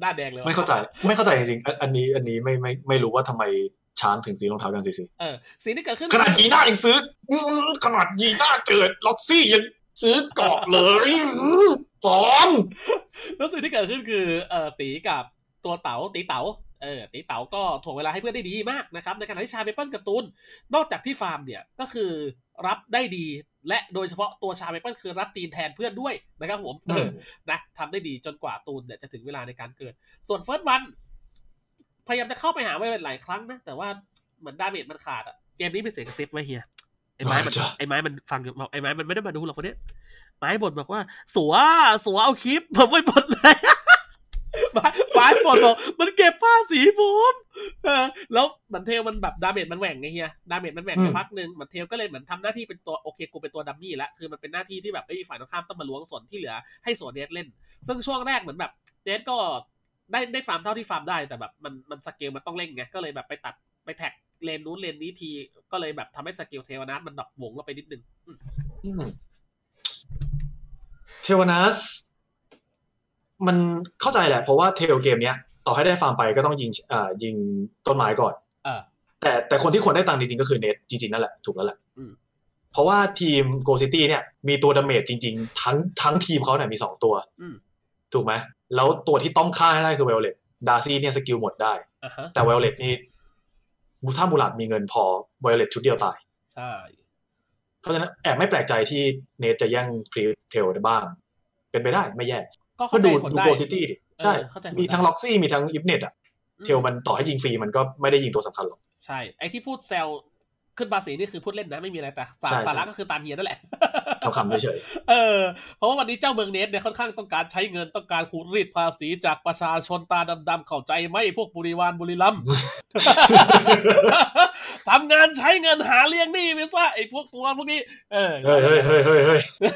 S5: หน้าแดงเลย
S6: ไม่
S5: วะ
S6: เข้าใจ ไม่เข้าใจจริงๆอันอันนี้อันนี้ไม่ไม่ไม่รู้ว่าทำไมช้างถึงซื้อรองเท้ากันสี่สี่
S5: เออสิ่งที่เกิดขึ้น
S6: ขนาดยีน่ายังซื้ออื้อขนาดยีน่าเกิดล็อกซี่ยังซื้อเกาะเลยอื้อสอน
S5: แล้วสิ่งที่เกิดขึ้นคือเอ่อตีกับตัวเต๋าตีเต๋าเออตีเต๋าก็ถ่วงเวลาให้เพื่อนได้ดีมากนะครับในขณะที่ชาเมเปิลกับตูนนอกจากที่ฟาร์มเนี่ยก็คือรับได้ดีและโดยเฉพาะตัวชาเมเปิลคือรับตีนแทนเพื่อนด้วยนะครับผมเอ
S6: อื
S5: อ
S6: ม
S5: นะทำได้ดีจนกว่าตูนเนี่ยจะถึงเวลาในการเกิด ส่วนเฟิร์สวันพยายามจะเข้าไปหาไว้หลายครั้งนะ แต่ว่าเหมือนดาเมจมันขาดอะเกมนี้เป็นเสียงกระซิบไว้เฮียไอ้ไม้มัน
S6: อ่าจ้ะ
S5: ไอ้ไม้มันฟังอยู่บอกไอ้ไม้มันไม่ได้มาดูหรอกคนเนี้ยไม้บ่นบอกว่า สัวสัวเอาคลิปผมไม่บ่น เลย ไม้ไม้ บ่นบอกมันเก็บผ้าสีผมเออแล้วเหมือนเทลมันแบบดาเมจมันแหว่งไงเฮียดาเมจมันแหว่งไปพักหนึ่งเหมือนเทลก็เลยเหมือนทำหน้าที่เป็นตัวโอเคกูเป็นตัวดัมมี่ละคือมันเป็นหน้าที่ที่แบบไอ้ยฝ่ายตรงข้ามต้องมาล้วงส่วนที่เหลือให้ส่วนเนสเล่น ซึ่งช่วงแรกเหมือนแบบเดสก็ได้ได้ฟาร์มเท่าที่ฟาร์มได้แต่แบบมันมันสเกลมันต้องเร่งไงก็เลยแบบไปตัดไปแท็กเลนนู้นเลนนี้ที ก็เลยแบบทำให้สเกลเทวนาทมันดรอปหวงลงไปนิดนึง
S6: อืมเทวนัส มันเข้าใจแหละ เพราะว่าเทลเกมเนี้ย ต่อให้ได้ฟาร์มไปก็ต้องยิงเอ่อยิงต้นไม้ก่อน
S5: เออ
S6: แต่แต่คนที่ควรได้ตังค์จริงๆก็คือเนทจริงๆนั่นแหละ ถูกแล้วแหละ
S5: อืม
S6: เพราะว่าทีมโกซิตี้เนี่ย มีตัวดาเมจจริงๆ ทั้งทั้งทีมเขาเนี่ยมีสองตัว
S5: อืม
S6: ถูกไหมแล้วตัวที่ต้องฆ่าให้ได้คือเวลเลตดาซี่เนี่ยสกิลหมดได้
S5: อ่ะฮะ
S6: แต่เวลเลตนี่มูท่ามูลัดมีเงินพอเวลเลตชุดเดียวตาย
S5: ใช่
S6: เพราะฉะนั้นแอบไม่แปลกใจที่เนทจะแย่งครีเทลได้บ้าง เป็นไปได้ไม่แย่
S5: ก็
S6: ก็
S5: เข้าใจ
S6: ดู
S5: ผล
S6: ดู
S5: ได้
S6: โกซิตี้ดิ ใช่
S5: เออเข้าใจผลได้
S6: มีทั้งล็อกซี่มีทั้งอิฟเน็ตอะ
S5: อื
S6: เทลมันต่อให้ยิงฟรีมันก็ไม่ได้ยิงตัวสำคัญหรอก
S5: ใช่ ไอที่พูดแซวขึ้นภาษีนี่คือพูดเล่นนะไม่มีอะไรแต่สา
S6: ใช่ใช่
S5: สาระก็คือตามเฮียนั่นแหละ
S6: ทำคำเฉย
S5: เออเพราะว่าวันนี้เจ้าเมืองเนสเนี่ยค่อนข้างต้องการใช้เงินต้องการขูดรีดภาษีจากประชาชนตาดำๆเข้าใจไหมพวกบริวารบุรี รัมย์ ทำงานใช้เงินหาเลี้ยงหนี่ไปซะไอ้พวกตัวพวกนี้ เออ
S6: ๆเฮ้ยเฮ้ยเฮ้ยเฮ้ยเฮ้ย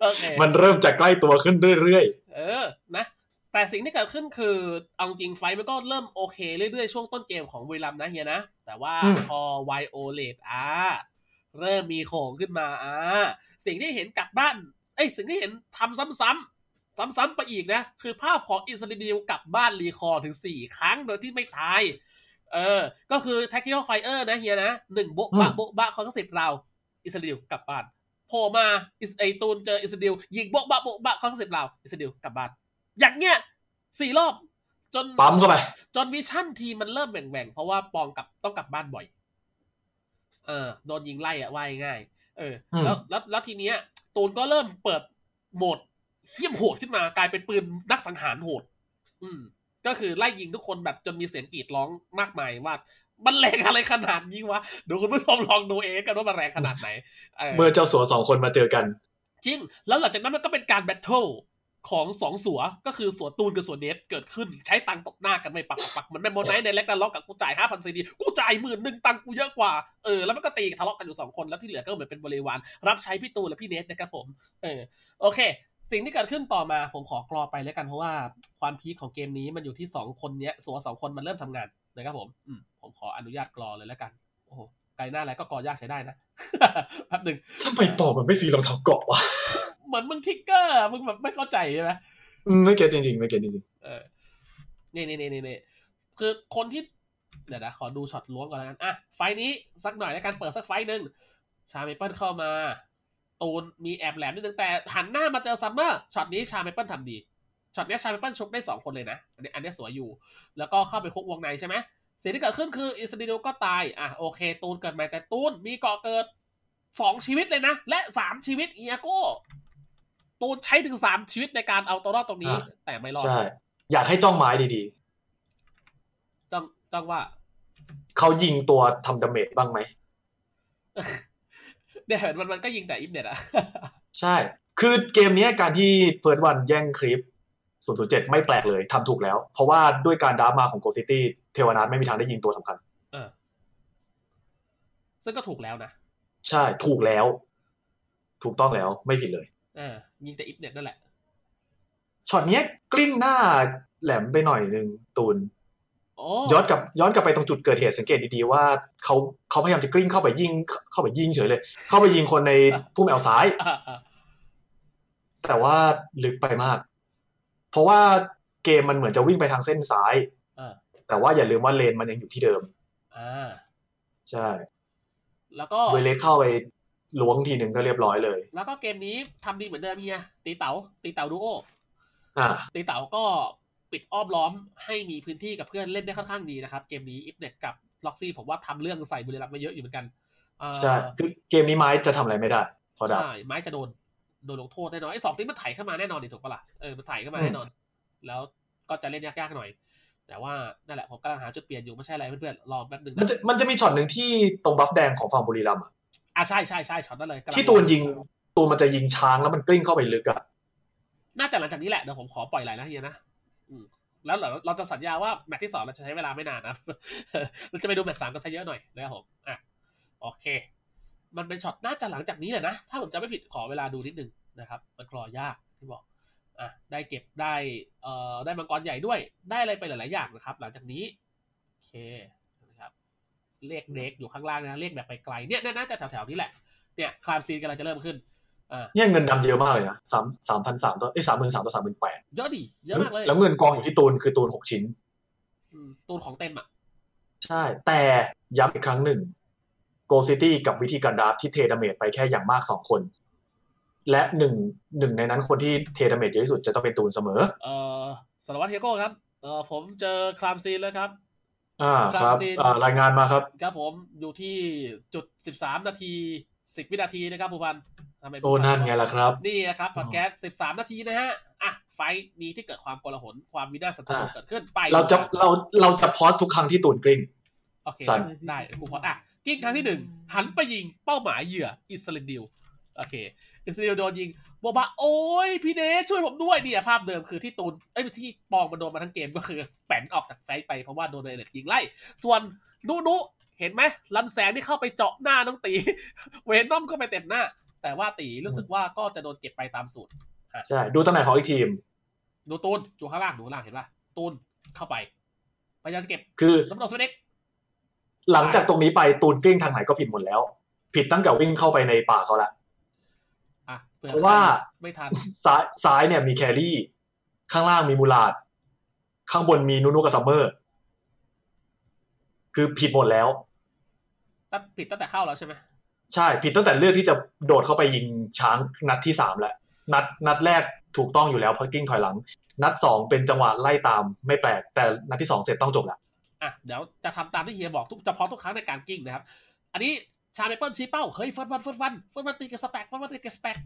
S5: โอเค
S6: มันเริ่มจะใกล้ตัวขึ้นเรื่อย
S5: เออ นะ แต่สิ่งที่เกิดขึ้นคือ เอาจริงไฟท์มันก็เริ่มโอเคเรื่อยๆ ช่วงต้นเกมของบุรีรัมย์นะเฮียนะ แต่ว่าพอไวโอเลตอ่าเริ่มมีของขึ้นมาอ่าสิ่งที่เห็นกลับบ้าน เอ้ย สิ่งที่เห็นทำซ้ำๆซ้ำๆไปอีกนะ คือภาพของอินสตาดิวกลับบ้านรีคอร์ถึง 4 ครั้งโดยที่ไม่ตาย เออ ก็คือแท็ก i ิ a l ไฟเออร์นะเฮียนะหนึ่งโบ๊ะบะโบ๊ะบะคอนทั้งสิบราวอิสราเอลกลับบ้าน โผล่มาอิสไอตูนเจออิสราเอลยิงโบ๊ะบะโบ๊ะบะคอนทั้งสิบราวอิสราเอลกลับบ้าน อย่างเงี้ยสี่รอบ จน
S6: ๆ ปั๊มเข้าไป
S5: จนวิชั่นทีมมันเริ่มแหว่งๆ เพราะว่าปองกลับต้องกลับบ้านบ่อย เออโดนยิงไล่อะว่ายง่าย เออ
S6: อืม
S5: แล้วแล้วแล้วทีเนี้ย ตูนก็เริ่มเปิดโหมดเขี้ยมโหดขึ้นมากลายเป็นปืนนักสังหารโหด อืม ก็คือไล่ยิงทุกคนแบบจนมีเสียงกรีดร้องมากมายว่า มันแรงอะไรขนาดนี้วะเดี๋ยวคุณผู้ชมลองดูเองกันว่ามันแรงขนาดไหนเออ
S6: เมื่อเจ้าสัวสองคนมาเจอกัน
S5: จริง แล้วหลังจากนั้นมันก็เป็นการแบทเทิลของสองสัว ก็คือสัวตูนกับสัวเนสเกิดขึ้น ใช้ตังค์ตบหน้ากันไม่ปักปักปักเหมันแมมโมไนท์ในแล็กนันล็อกกับกูจ่ายห้าพันซีดี กูจ่ายหมื่นหนึ่งตังค์กูเยอะกว่า เออ แล้วมันก็ตีกันทะเลาะกันอยู่สองคน แล้วที่เหลือก็เหมือนเป็นบริวาร รับใช้พี่ตูนและพี่เนสนะครับผม เออ โอเค สิ่งที่เกิดขึ้นต่อมาผมขอกรอไปแล้วกันเพราะว่าความพีคของเกมนี้มันอยู่ที่สองคนเนี้ยสัวสองคนมันเริ่มทำงานนะครับผมอืมผมขออนุญาตกรอเลยแล้วกัน โอ้โห ไกลหน้าอะไรก็กอยากใช้ได้นะ แป๊บหนึ่ง
S6: ทำไมปอบมันไม่ซีรองเท้าเกาะวะ
S5: เหมือนมึงทิกเกอร์อะมึงแบบไม่เข้าใจใช่ไหม
S6: อืมไม่เก็ตจริงๆ ไม่เก็ตจริง
S5: เออนี่นี่นี่นี่นี่คือคนที่ เดี๋ยวนะขอดูช็อตล้วงก่อนแล้วกัน อ่ะ ไฟล์นี้สักหน่อยแล้วกันเปิดสักไฟล์หนึ่งชาเมเปิลเข้ามา ตูนมีแอบแหลมนิดนึงแต่หันหน้ามาเจอซัมเมอร์ช็อตนี้ชาเมเปิลทำดีช็อตเนี้ยชาเมเปิลชุบได้สองคนเลยนะ อันนี้อันนี้สวยอยู่ แล้วก็เข้าไปคุกวงในใช่ไหมสิ่งที่เกิดขึ้นคืออิสติเดลก็ตาย อ่ะโอเค ตูนเกิดใหม่แต่ตูนมีเกาะเกิดสองชีวิตเลยนะ และสามชีวิตเอียโก้ตูนใช้ถึงสามชีวิตในการเอาตัวรอดตรงนี้ แต่ไม่รอด
S6: ๆใช่ อยากให้จ้องไม้ดี
S5: ต้องต้องว่า
S6: ๆ เขายิงตัวทำดาเมจบ้างไหม
S5: เนี่ยเห็นมันมันก็ยิงแต่อิมเน็ตอะ
S6: ใช่ คือเกมเนี้ยการที่เฟิร์สวันแย่งคลิป 007 ไม่แปลกเลยทำถูกแล้ว เพราะว่าด้วยการดราฟมาของโกซิตี้เทวนาทไม่มีทางได้ยิงตัวสำคัญ
S5: เออ ซึ่งก็ถูกแล้วนะ
S6: ใช่ถูกแล้ว ถูกต้องแล้วไม่ผิดเลย
S5: เออ ยิงแต่อิฟเน็ตนั่นแหละ
S6: ช็อตเนี้ยกลิ้งหน้าแหลมไปหน่อยหนึ่งตูน
S5: โอ้
S6: ย้อนกลับย้อนกลับไปตรงจุดเกิดเหตุสังเกตดีๆว่าเขาเขาพยายามจะกลิ้งเข้าไปยิงเข้าเข้าไปยิงเฉยเลย เข้าไปยิงคนในพุ่มแอลซ้าย
S5: อ่ะอ่ะ
S6: แต่ว่าลึกไปมาก เพราะว่าเกมมันเหมือนจะวิ่งไปทางเส้นซ้าย
S5: อ่ะ
S6: แต่ว่าอย่าลืมว่าเลนมันยังอยู่ที่เดิม
S5: อ่า
S6: ใช่
S5: แล้วก็
S6: เวเลสเข้าไปล้วงทีหนึ่งก็เรียบร้อยเลย
S5: แล้วก็เกมนี้ทำดีเหมือนเดิมเฮียตีเต๋าตีเต๋าดูโอ
S6: อ่า
S5: ตีเต๋าก็ปิดอ้อมล้อมให้มีพื้นที่กับเพื่อนเล่นได้ค่อนข้างดีนะครับ เกมนี้อิฟเน็ตกับล็อกซี่ผมว่าทำเรื่องใส่บุรีรัมย์มาเยอะอยู่เหมือนกันเอ่อ
S6: ใช่คือเกมนี้ไม้จะทำอะไรไม่ได้เพราะดับ
S5: ใช่ไม้จะโดนโดนลงโทษแน่นอนไอ้สองทีมมันไถเข้ามาแน่นอนดิถูกปะล่ะเออมันไถเข้ามาแน่นอน แล้วก็จะเล่นยากๆหน่อย แต่ว่านั่นแหละผมกำลังหาจุดเปลี่ยนอยู่ไม่ใช่อะไรเพื่อนๆรอแป๊บหนึง
S6: มัน
S5: นะ
S6: จะมันจะมีช็อตหนึ่งที่ตรงบัฟแดงของฝั่งบุรีรัมย์อะ
S5: อ่ะใช่ใช่ใช่ช็อตนั้นเลยกำลั
S6: ที่ตูนยิงตูนมันจะยิงช้างแล้วมันกลิ้งเข้าไปลึกอะ
S5: น่าจะหลังจากนี้แหละเดี๋ยวผมขอปล่อยไหลนะเฮียนะอืมแล้วเราเราจะสัญญาว่าแมตช์ที่สองเราจะใช้เวลาไม่นานนะ เราจะไปดูแมตช์สามกันซะเยอะหน่อยนะครับผมอ่ะโอเค มันเป็นช็อตน่าจะหลังจากนี้แหละนะ ถ้าผมจำไม่ผิดขอเวลาดูนิดนึงนะครับ มันกรอยากที่บอกอ่ะได้เก็บได้เอ่อได้มังกรใหญ่ด้วยได้อะไรไปหลายๆอย่างนะครับ หลังจากนี้โอเคนะครับเลขเด็กอยู่ข้างล่างนะเลขแบบไปไกลเนี่ยน่าจะแถวๆนี้แหละเนี่ยคลามซีนกำลังจะเริ่มขึ้นอ่า
S6: เนี่ยเงินดำเยอะมากเลยนะสามสามพันสามต่อไอ้สามหมื่นสามต่อสามหมื่นแปด
S5: เยอะดิเยอะมากเลย
S6: แล้วเงินกองอยู่ที่ตูนคือตูนหกชิ้น
S5: อืมตูนของเต็มอ่ะ
S6: ใช่ แต่ย้ำอีกครั้งหนึ่งโกซิตี้กับวิธีการดราฟที่เทดาเมจไปแค่อย่างมากสองคน และหนึ่งหนึ่งในนั้นคนที่เทดาเมจเยอะที่สุดจะต้องเป็นตูนเสมอ
S5: เอ่อสารวัตรเฮยโก้ครับ เอ่อผมเจอคลามซีนแล้วครับ
S6: อ่าครับ
S5: ซีน
S6: อ่ารายงานมาครับ
S5: ครับผมอยู่ที่จุด 13 นาที 10 วินาทีนะครับผู้พันทำไม
S6: โอ้นั่นไงล่ะครับ
S5: นี่นะครับพอดแคสต์13 นาทีนะฮะ อ่ะ ไฟท์นี้ที่เกิดความโกลาหลความวินาศสันตโลเกิดขึ้นไป
S6: เราจะเราเราจะพอสทุกครั้งที่ตูนกลิ้ง
S5: โอเค
S6: สั่น
S5: ได้กูพอดอ่ะกิ้งครั้งที่หนึ่งหันไปยิงเป้าหมายเหยื่ออิสรินดิวโอเคอิสรินดิวโดนยิงโบบะโอ้ยพี่เนชช่วยผมด้วยเนี่ยภาพเดิมคือที่ตูนเอ้ยที่ปองมันโดนมาทั้งเกมก็คือแป่นออกจากไฟท์ไปเพราะว่าโดนเดเน็ตยิงไล่ ส่วนนุนุเห็นไหมลำแสงที่เข้าไปเจาะหน้าน้องตี เวนนอมก็ไปเต็มหน้า แต่ว่าตีรู้สึกว่าก็จะโดนเก็บไปตามสูตร
S6: ใช่ ดูตำแหน่งของอีกทีม
S5: ดูตูนอยู่ข้างล่างดูข้างล่างเห็นป่ะตูนเข้าไปพยายามจะเก็บ
S6: คือ
S5: น้ำนมสเน็ก
S6: หลังจากตรงนี้ไปตูนกลิ้งทางไหนก็ผิดหมดแล้ว ผิดตั้งแต่วิ่งเข้าไปในป่าเขาละ
S5: อ่ะผื่อ
S6: เพราะว่า
S5: ไม่ทัน
S6: ซ้ายซ้ายเนี่ยมีแครี่ ข้างล่างมีมูลาด ข้างบนมีนูนูกับซัมเมอร์ คือผิดหมดแล้ว
S5: ตั้งผิดตั้งแต่เข้าแล้วใช่ไหม
S6: ใช่ ผิดตั้งแต่เลือกที่จะโดดเข้าไปยิงช้างนัดที่สามแล้วนัดนัดแรกถูกต้องอยู่แล้วเพราะกิ้งถอยหลัง นัดสองเป็นจังหวะไล่ตามไม่แปลก แต่นัดที่สองเสร็จต้องจบละ
S5: อ่ะ เดี๋ยวจะทำตามที่เฮียบอกทุกเฉพาะทุกครั้งในการกิ้งนะครับ อันนี้ชาเมเปิลชี้เป้า เฮ้ยเฟิร์สวันเฟิร์สวันเฟิร์สวันตีกับสแต็กเฟิร์สวันตีกับสแต็ก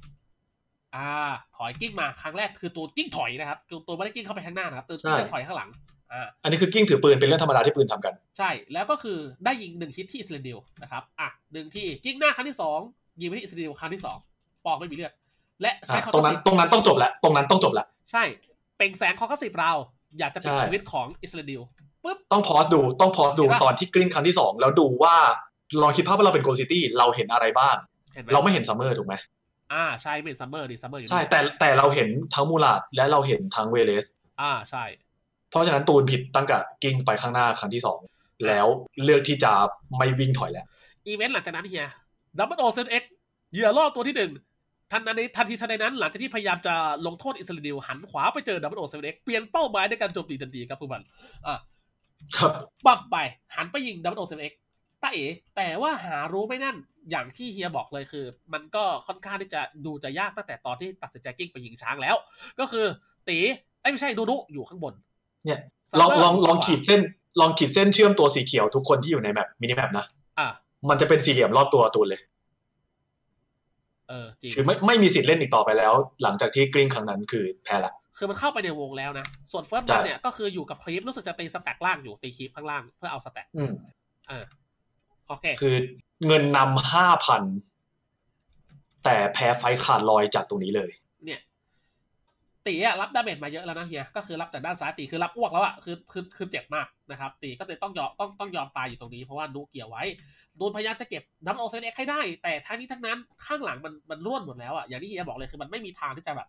S5: อ่า ถอยกิ้งมาครั้งแรกคือตัวกิ้งถอยนะครับตัวตัวไม่ได้กิ้งเข้าไปข้างหน้านะครับตัว
S6: ใช่
S5: กิ้งถอยข้างหลัง อ่า
S6: อันนี้คือกิ้งถือปืนเป็นเรื่องธรรมดาที่ปืนทำกัน
S5: ใช่แล้วก็คือได้ยิงหนึ่งฮิตที่อิสราเอลนะครับอ่ะหนึ่งที่กิ้งหน้าครั้งที่สองยิงไปที่อิสราเอลครั้งที่สองปอกไม่มีเลือดและใช้
S6: อ่ะ
S5: คอร์
S6: ตรง
S5: ทั
S6: นั้น
S5: สิบ
S6: ตรงนั้นต้องจบละตรงนั้นต้องจบละ
S5: ใช่เปล่งแสงคอร์ทัสิบเรา อยากจะปิด
S6: ใช่
S5: ชีวิตของอิสราเอลปุ๊บ
S6: ต้องพอสดูต้องพอสดู
S5: เห็นปะ
S6: ตอนที่กลิ้งครั้งที่สองแล้วดูว่าลองคิดภาพว่าเราเป็นโกลซิตี้เราเห็นอะไรบ้าง
S5: เห็นไหม
S6: เราไม่เห็นซัมเมอร์ถูกไหม
S5: อ่าใช่เป็นซัมเมอร์ดิซัมเมอร์อยู่
S6: ใช่แต่แต่เราเห็นทั้งมูลาดและเราเห็นทั้งเวเลส
S5: อ่าใช่
S6: เพราะฉะนั้นตูนผิดตั้งแต่กิ้งไปข้างหน้าครั้งที่สองแล้วเลือกที่จะไม่วิ่งถอยแล้ว
S5: อีเวนต์หลังจากนั้นเฮียดับเบิลโอเซนเอ็กเหยื่อล่อตัวที่หนึ่ง ทันนั้นในทันทีทันใดนั้นหลังจากที่พยายามจะลงโทษอิสราเอลหันขวาไปเจอดับเบิลโอเซเวเเปลี่ยนเป้าหมายในการโจมตีทันทีครับคุณบันอ่ะ
S6: ครับ
S5: ปับไปหันไปยิงดับเบิลโอเซเอ็กตาเอ๋แต่ว่าหารู้ไม่แนั่นอย่างที่เฮียบอกเลยคือ มันก็ค่อนข้างที่จะดูจะยากตั้งแต่ตอนที่ตัดสินใจกิ้งไปยิงช้างแล้ว ก็คือตีไอ้ยไม่ใช่ดูนุอยู่ข้างบน
S6: เนี่ย
S5: ซัม
S6: ล
S5: เม
S6: อง
S5: ร์
S6: ลองลองขีดเส้น ลองขีดเส้นเชื่อมตัวสีเขียวทุกคนที่อยู่ในแมปมินิแมปนะ
S5: อ่ะ
S6: มันจะเป็นสี่เหลี่ยมรอบตัวตูนเลย
S5: เออจริง
S6: คือไม่ไม่มีสิทธิ์เล่นอีกต่อไปแล้ว หลังจากที่กลิ้งครั้งนั้นคือแพ้ละ
S5: คือมันเข้าไปในวงแล้วนะ ส่วนเฟิร์ส
S6: ใช่
S5: บันเนี่ยก็คืออยู่กับคลิปรู้สึกจะตีสแต็กล่างอยู่ตีคลิปข้างล่างเพื่อเอาสแต็ก
S6: อืม
S5: โอเค
S6: คือเงินนำห้าพันแต่แพ้ไฟขาดลอยจากตรงนี้เลย
S5: เนี่ยตีอะรับดาเมจมาเยอะแล้วนะเฮียก็คือรับแต่ด้านซ้ายตีคือรับอ้วกแล้วอะคือคือคือเจ็บมากนะครับ ตีก็เลยต้องยอมต้องต้องยอมตายอยู่ตรงนี้เพราะว่านุเกี่ยวไว้ โดนพยายามจะเก็บน้ำโอเซนเอ็กให้ได้ แต่ทั้งนี้ทั้งนั้นข้างหลังมันมันร่วนหมดแล้วอ่ะอย่างที่เฮียบอกเลยคือมันไม่มีทางที่จะแบบ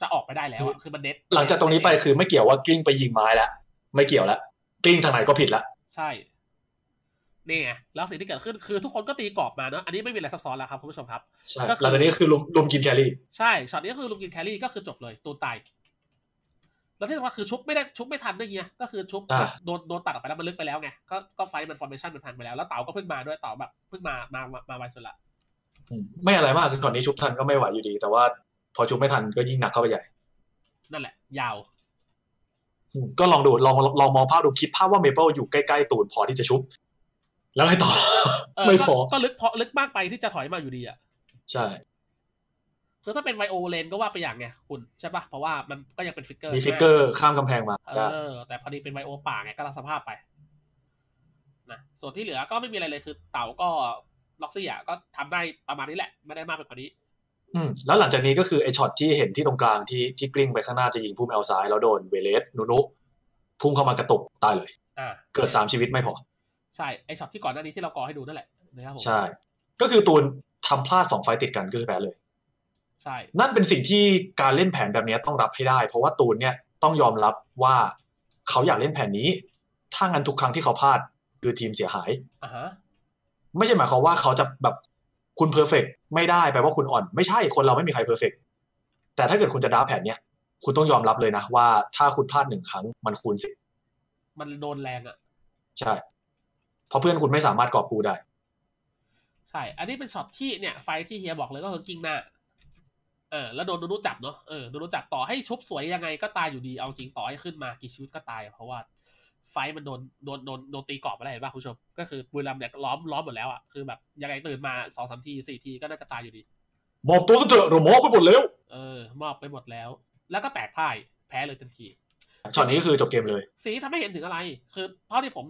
S5: จะออกไปได้แล้วอะคือมันเด็ด
S6: หลังจากตรงนี้ไปคือไม่เกี่ยวว่ากลิ้งไปยิงไม้ละไม่เกี่ยวละกลิ้งทางไหนก็ผิดละ
S5: ใช่นี่ไงแล้วสิ่งที่เกิดขึ้นคือทุกคนก็ตีกรอบมาเนอะอันนี้ไม่มีอะไรซับซ้อนแล้วครับคุณผู้ชมครับ
S6: ใช่
S5: ก็คือ
S6: หลังจากนี้คือลุมลุมกินแครี่
S5: ใช่ช็อตนี้ก็คือลูกินแครี่ก็คือจบเลยตูนตาย แล้วที่สำคัญคือชุบไม่ได้ชุบไม่ทันด้วยเฮียก็คือชุบ
S6: อ่า
S5: โดนโดนตัดออกไปแล้วมันลึกไปแล้วไงก็ก็ไฟท์มันฟอร์เมชั่นมันพันไปแล้วแล้วเต๋าก็เพิ่งมาด้วยเต๋าแบบเพิ่งมามามามาไวสุดละ
S6: อืมไม่อะไรมากคือตอนนี้ชุบทันก็ไม่ไหวอยู่ดี แต่ว่าพอชุบไม่ทันก็ยิ่งหนักเข้าไปใหญ่
S5: นั่นแหละ ยาว
S6: อืมก็ลองดูลองลองลองมองภาพดูคิดภาพว่าเมเปิลอยู่ใกล้ๆตูนพอที่จะชุบ แล้วไงต่อ
S5: เออ
S6: ไม่
S5: ก็
S6: พอ
S5: ก็ลึกพอลึกมากไปที่จะถอยมาอยู่ดีอ่ะ
S6: ใช่
S5: คือถ้าเป็นไวโอเลนก็ว่าไปอย่างไงคุณใช่ปะเพราะว่ามันก็ยังเป็นฟิกเกอร์
S6: มีฟิกเกอร์ข้ามกำแพงมา
S5: เอ
S6: ได้
S5: อ แต่พอดีเป็นไวโอป่าไงก็รับสภาพไปนะส่วนที่เหลือก็ไม่มีอะไรเลยคือ เต๋าก็ล็อกซี่อ่ะก็ทำได้ประมาณนี้แหละ ไม่ได้มากไปกว่านี้
S6: มแล้วหลังจากนี้ก็คือไอช็อตที่เห็นที่ตรงกลางที่ที่กลิ้งไปข้างหน้าจะยิงพุ่มเอลซ้ายแล้วโดนเวเลสนุนุพุ่งเข้ามากระตุกตายเลย
S5: อ่า
S6: เกิดสามชีวิตไม่พอ
S5: ใช่ ไอช็อตที่ก่อนหน้านี้ที่เรากอให้ดูนั่นแหละนะครับผม
S6: ใช่ ก็คือตูนทำพลาดสองไฟล์ติดกันก็คือแพ้เลย
S5: ใช่
S6: นั่นเป็นสิ่งที่การเล่นแผนแบบนี้ต้องรับให้ได้ เพราะว่าตูนเนี่ยต้องยอมรับว่าเขาอยากเล่นแผนนี้ ถ้างั้นทุกครั้งที่เขาพลาดคือทีมเสียหาย
S5: อ่าฮะ
S6: ไม่ใช่หมายความว่าเขาจะแบบคุณเพอร์เฟกไม่ได้แปลว่าคุณอ่อน ไม่ใช่คนเราไม่มีใครเพอร์เฟกแต่ถ้าเกิดคุณจะดราฟแผนเนี่ยคุณต้องยอมรับเลยนะว่าถ้าคุณพลาดหนึ่งครั้งมันคูณสิบ
S5: มันโดนแรงอ่ะ
S6: ใช่เพราะเพื่อนคุณไม่สามารถกอบกูได้
S5: ใช่ อันนี้เป็นช็อตที่เนี่ยไฟที่เฮียบอกเลยก็คือกิ้งหน้า เออ แล้วโดนนูนุจับเนาะ เออนูนุจับต่อให้ชุบสวยยังไงก็ตายอยู่ดี เอาจริงต่อให้ขึ้นมากี่ชีวิตก็ตาย เพราะว่าไฟมันโดนโดนโดนโดนตีกรอบไปแล้วเห็นป่ะคุณผู้ชม ก็คือบุรีรัมย์เนี่ยล้อมล้อมหมดแล้วอ่ะ คือแบบยังไงตื่นมาสองสามทีสี่ทีก็น่าจะตายอยู่ดี
S6: มอบตัวซะเถอะเรามอบไปหมดแล้ว
S5: เออ มอบไปหมดแล้ว แล้วก็แตกพ่ายแพ้เลยทันที
S6: ช็อตนี้ก็คือจบเกมเลย
S5: สีทำให้เห็นถึงอะไร คือเท่าที่ผม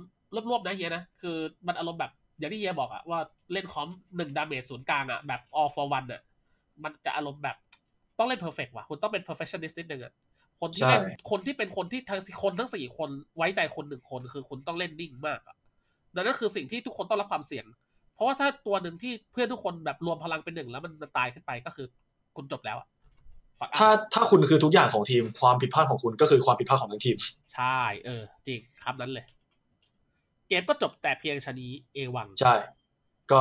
S5: รวบๆนะเฮียนะ คือมันอารมณ์แบบอย่างที่เฮียบอกอะว่าเล่นคอมหนึ่งดาเมจศูนย์กลางอะแบบ all for one อะมันจะอารมณ์แบบต้องเล่น perfect ว่ะ คุณต้องเป็น perfectionist นิดนึงอะคนที่เล่น
S6: ใช่
S5: คนที่เป็นคนที่ทั้งคนทั้งสี่คนไว้ใจคนหนึ่งคน คือคุณต้องเล่นนิ่งมากอะนั่นก็คือสิ่งที่ทุกคนต้องรับความเสี่ยง เพราะว่าถ้าตัวหนึ่งที่เพื่อนทุกคนแบบรวมพลังเป็นหนึ่งแล้วมันมันตายขึ้นไปก็คือคุณจบแล้วอะฝักอัพ
S6: ถ้าถ้าคุณคือทุกอย่างของทีมความผิดพลาดของคุณก็คือความผิดพลาดของทั้งทีม
S5: ใช่ เออ จริงคำนั้นเลย เกมก็จบแต่เพียงชะนีเอวัง
S6: ใช่ ก็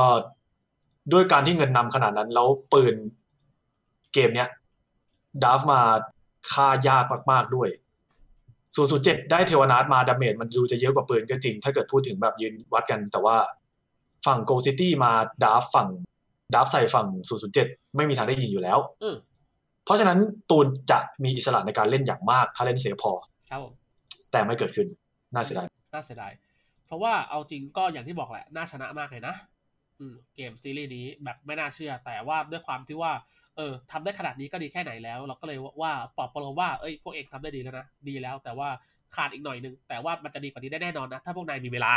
S6: ด้วยการที่เงินนำขนาดนั้น แล้วปืนเกมเนี้ยดราฟมาค่ายากมากๆด้วย 007 ได้เทวนาทมาดาเมจมันดูจะเยอะกว่าปืนก็จริง ถ้าเกิดพูดถึงแบบยืนวัดกัน แต่ว่าฝั่งโกซิตี้มาดราฟฝั่งดราฟใส่ฝั่ง 007 ไม่มีทางได้ยิงอยู่แล้ว
S5: อืม
S6: เพราะฉะนั้นตูนจะมีอิสระในการเล่นอย่างมาก ถ้าเล่นเสียพอ
S5: ครับผม
S6: แต่ไม่เกิดขึ้นน่าเสียดาย
S5: น่าเสียดาย เพราะว่าเอาจริงก็อย่างที่บอกแหละ น่าชนะมากเลยนะ อืม เกมซีรีส์นี้แบบไม่น่าเชื่อ แต่ว่าด้วยความที่ว่า เออทำได้ขนาดนี้ก็ดีแค่ไหนแล้ว เราก็เลยว่าปลอบประโลมว่า เอ้ย พวกเองทำได้ดีแล้วนะ ดีแล้ว แต่ว่าขาดอีกหน่อยนึง แต่ว่ามันจะดีกว่านี้ได้แน่นอนนะ ถ้าพวกนายมีเวลา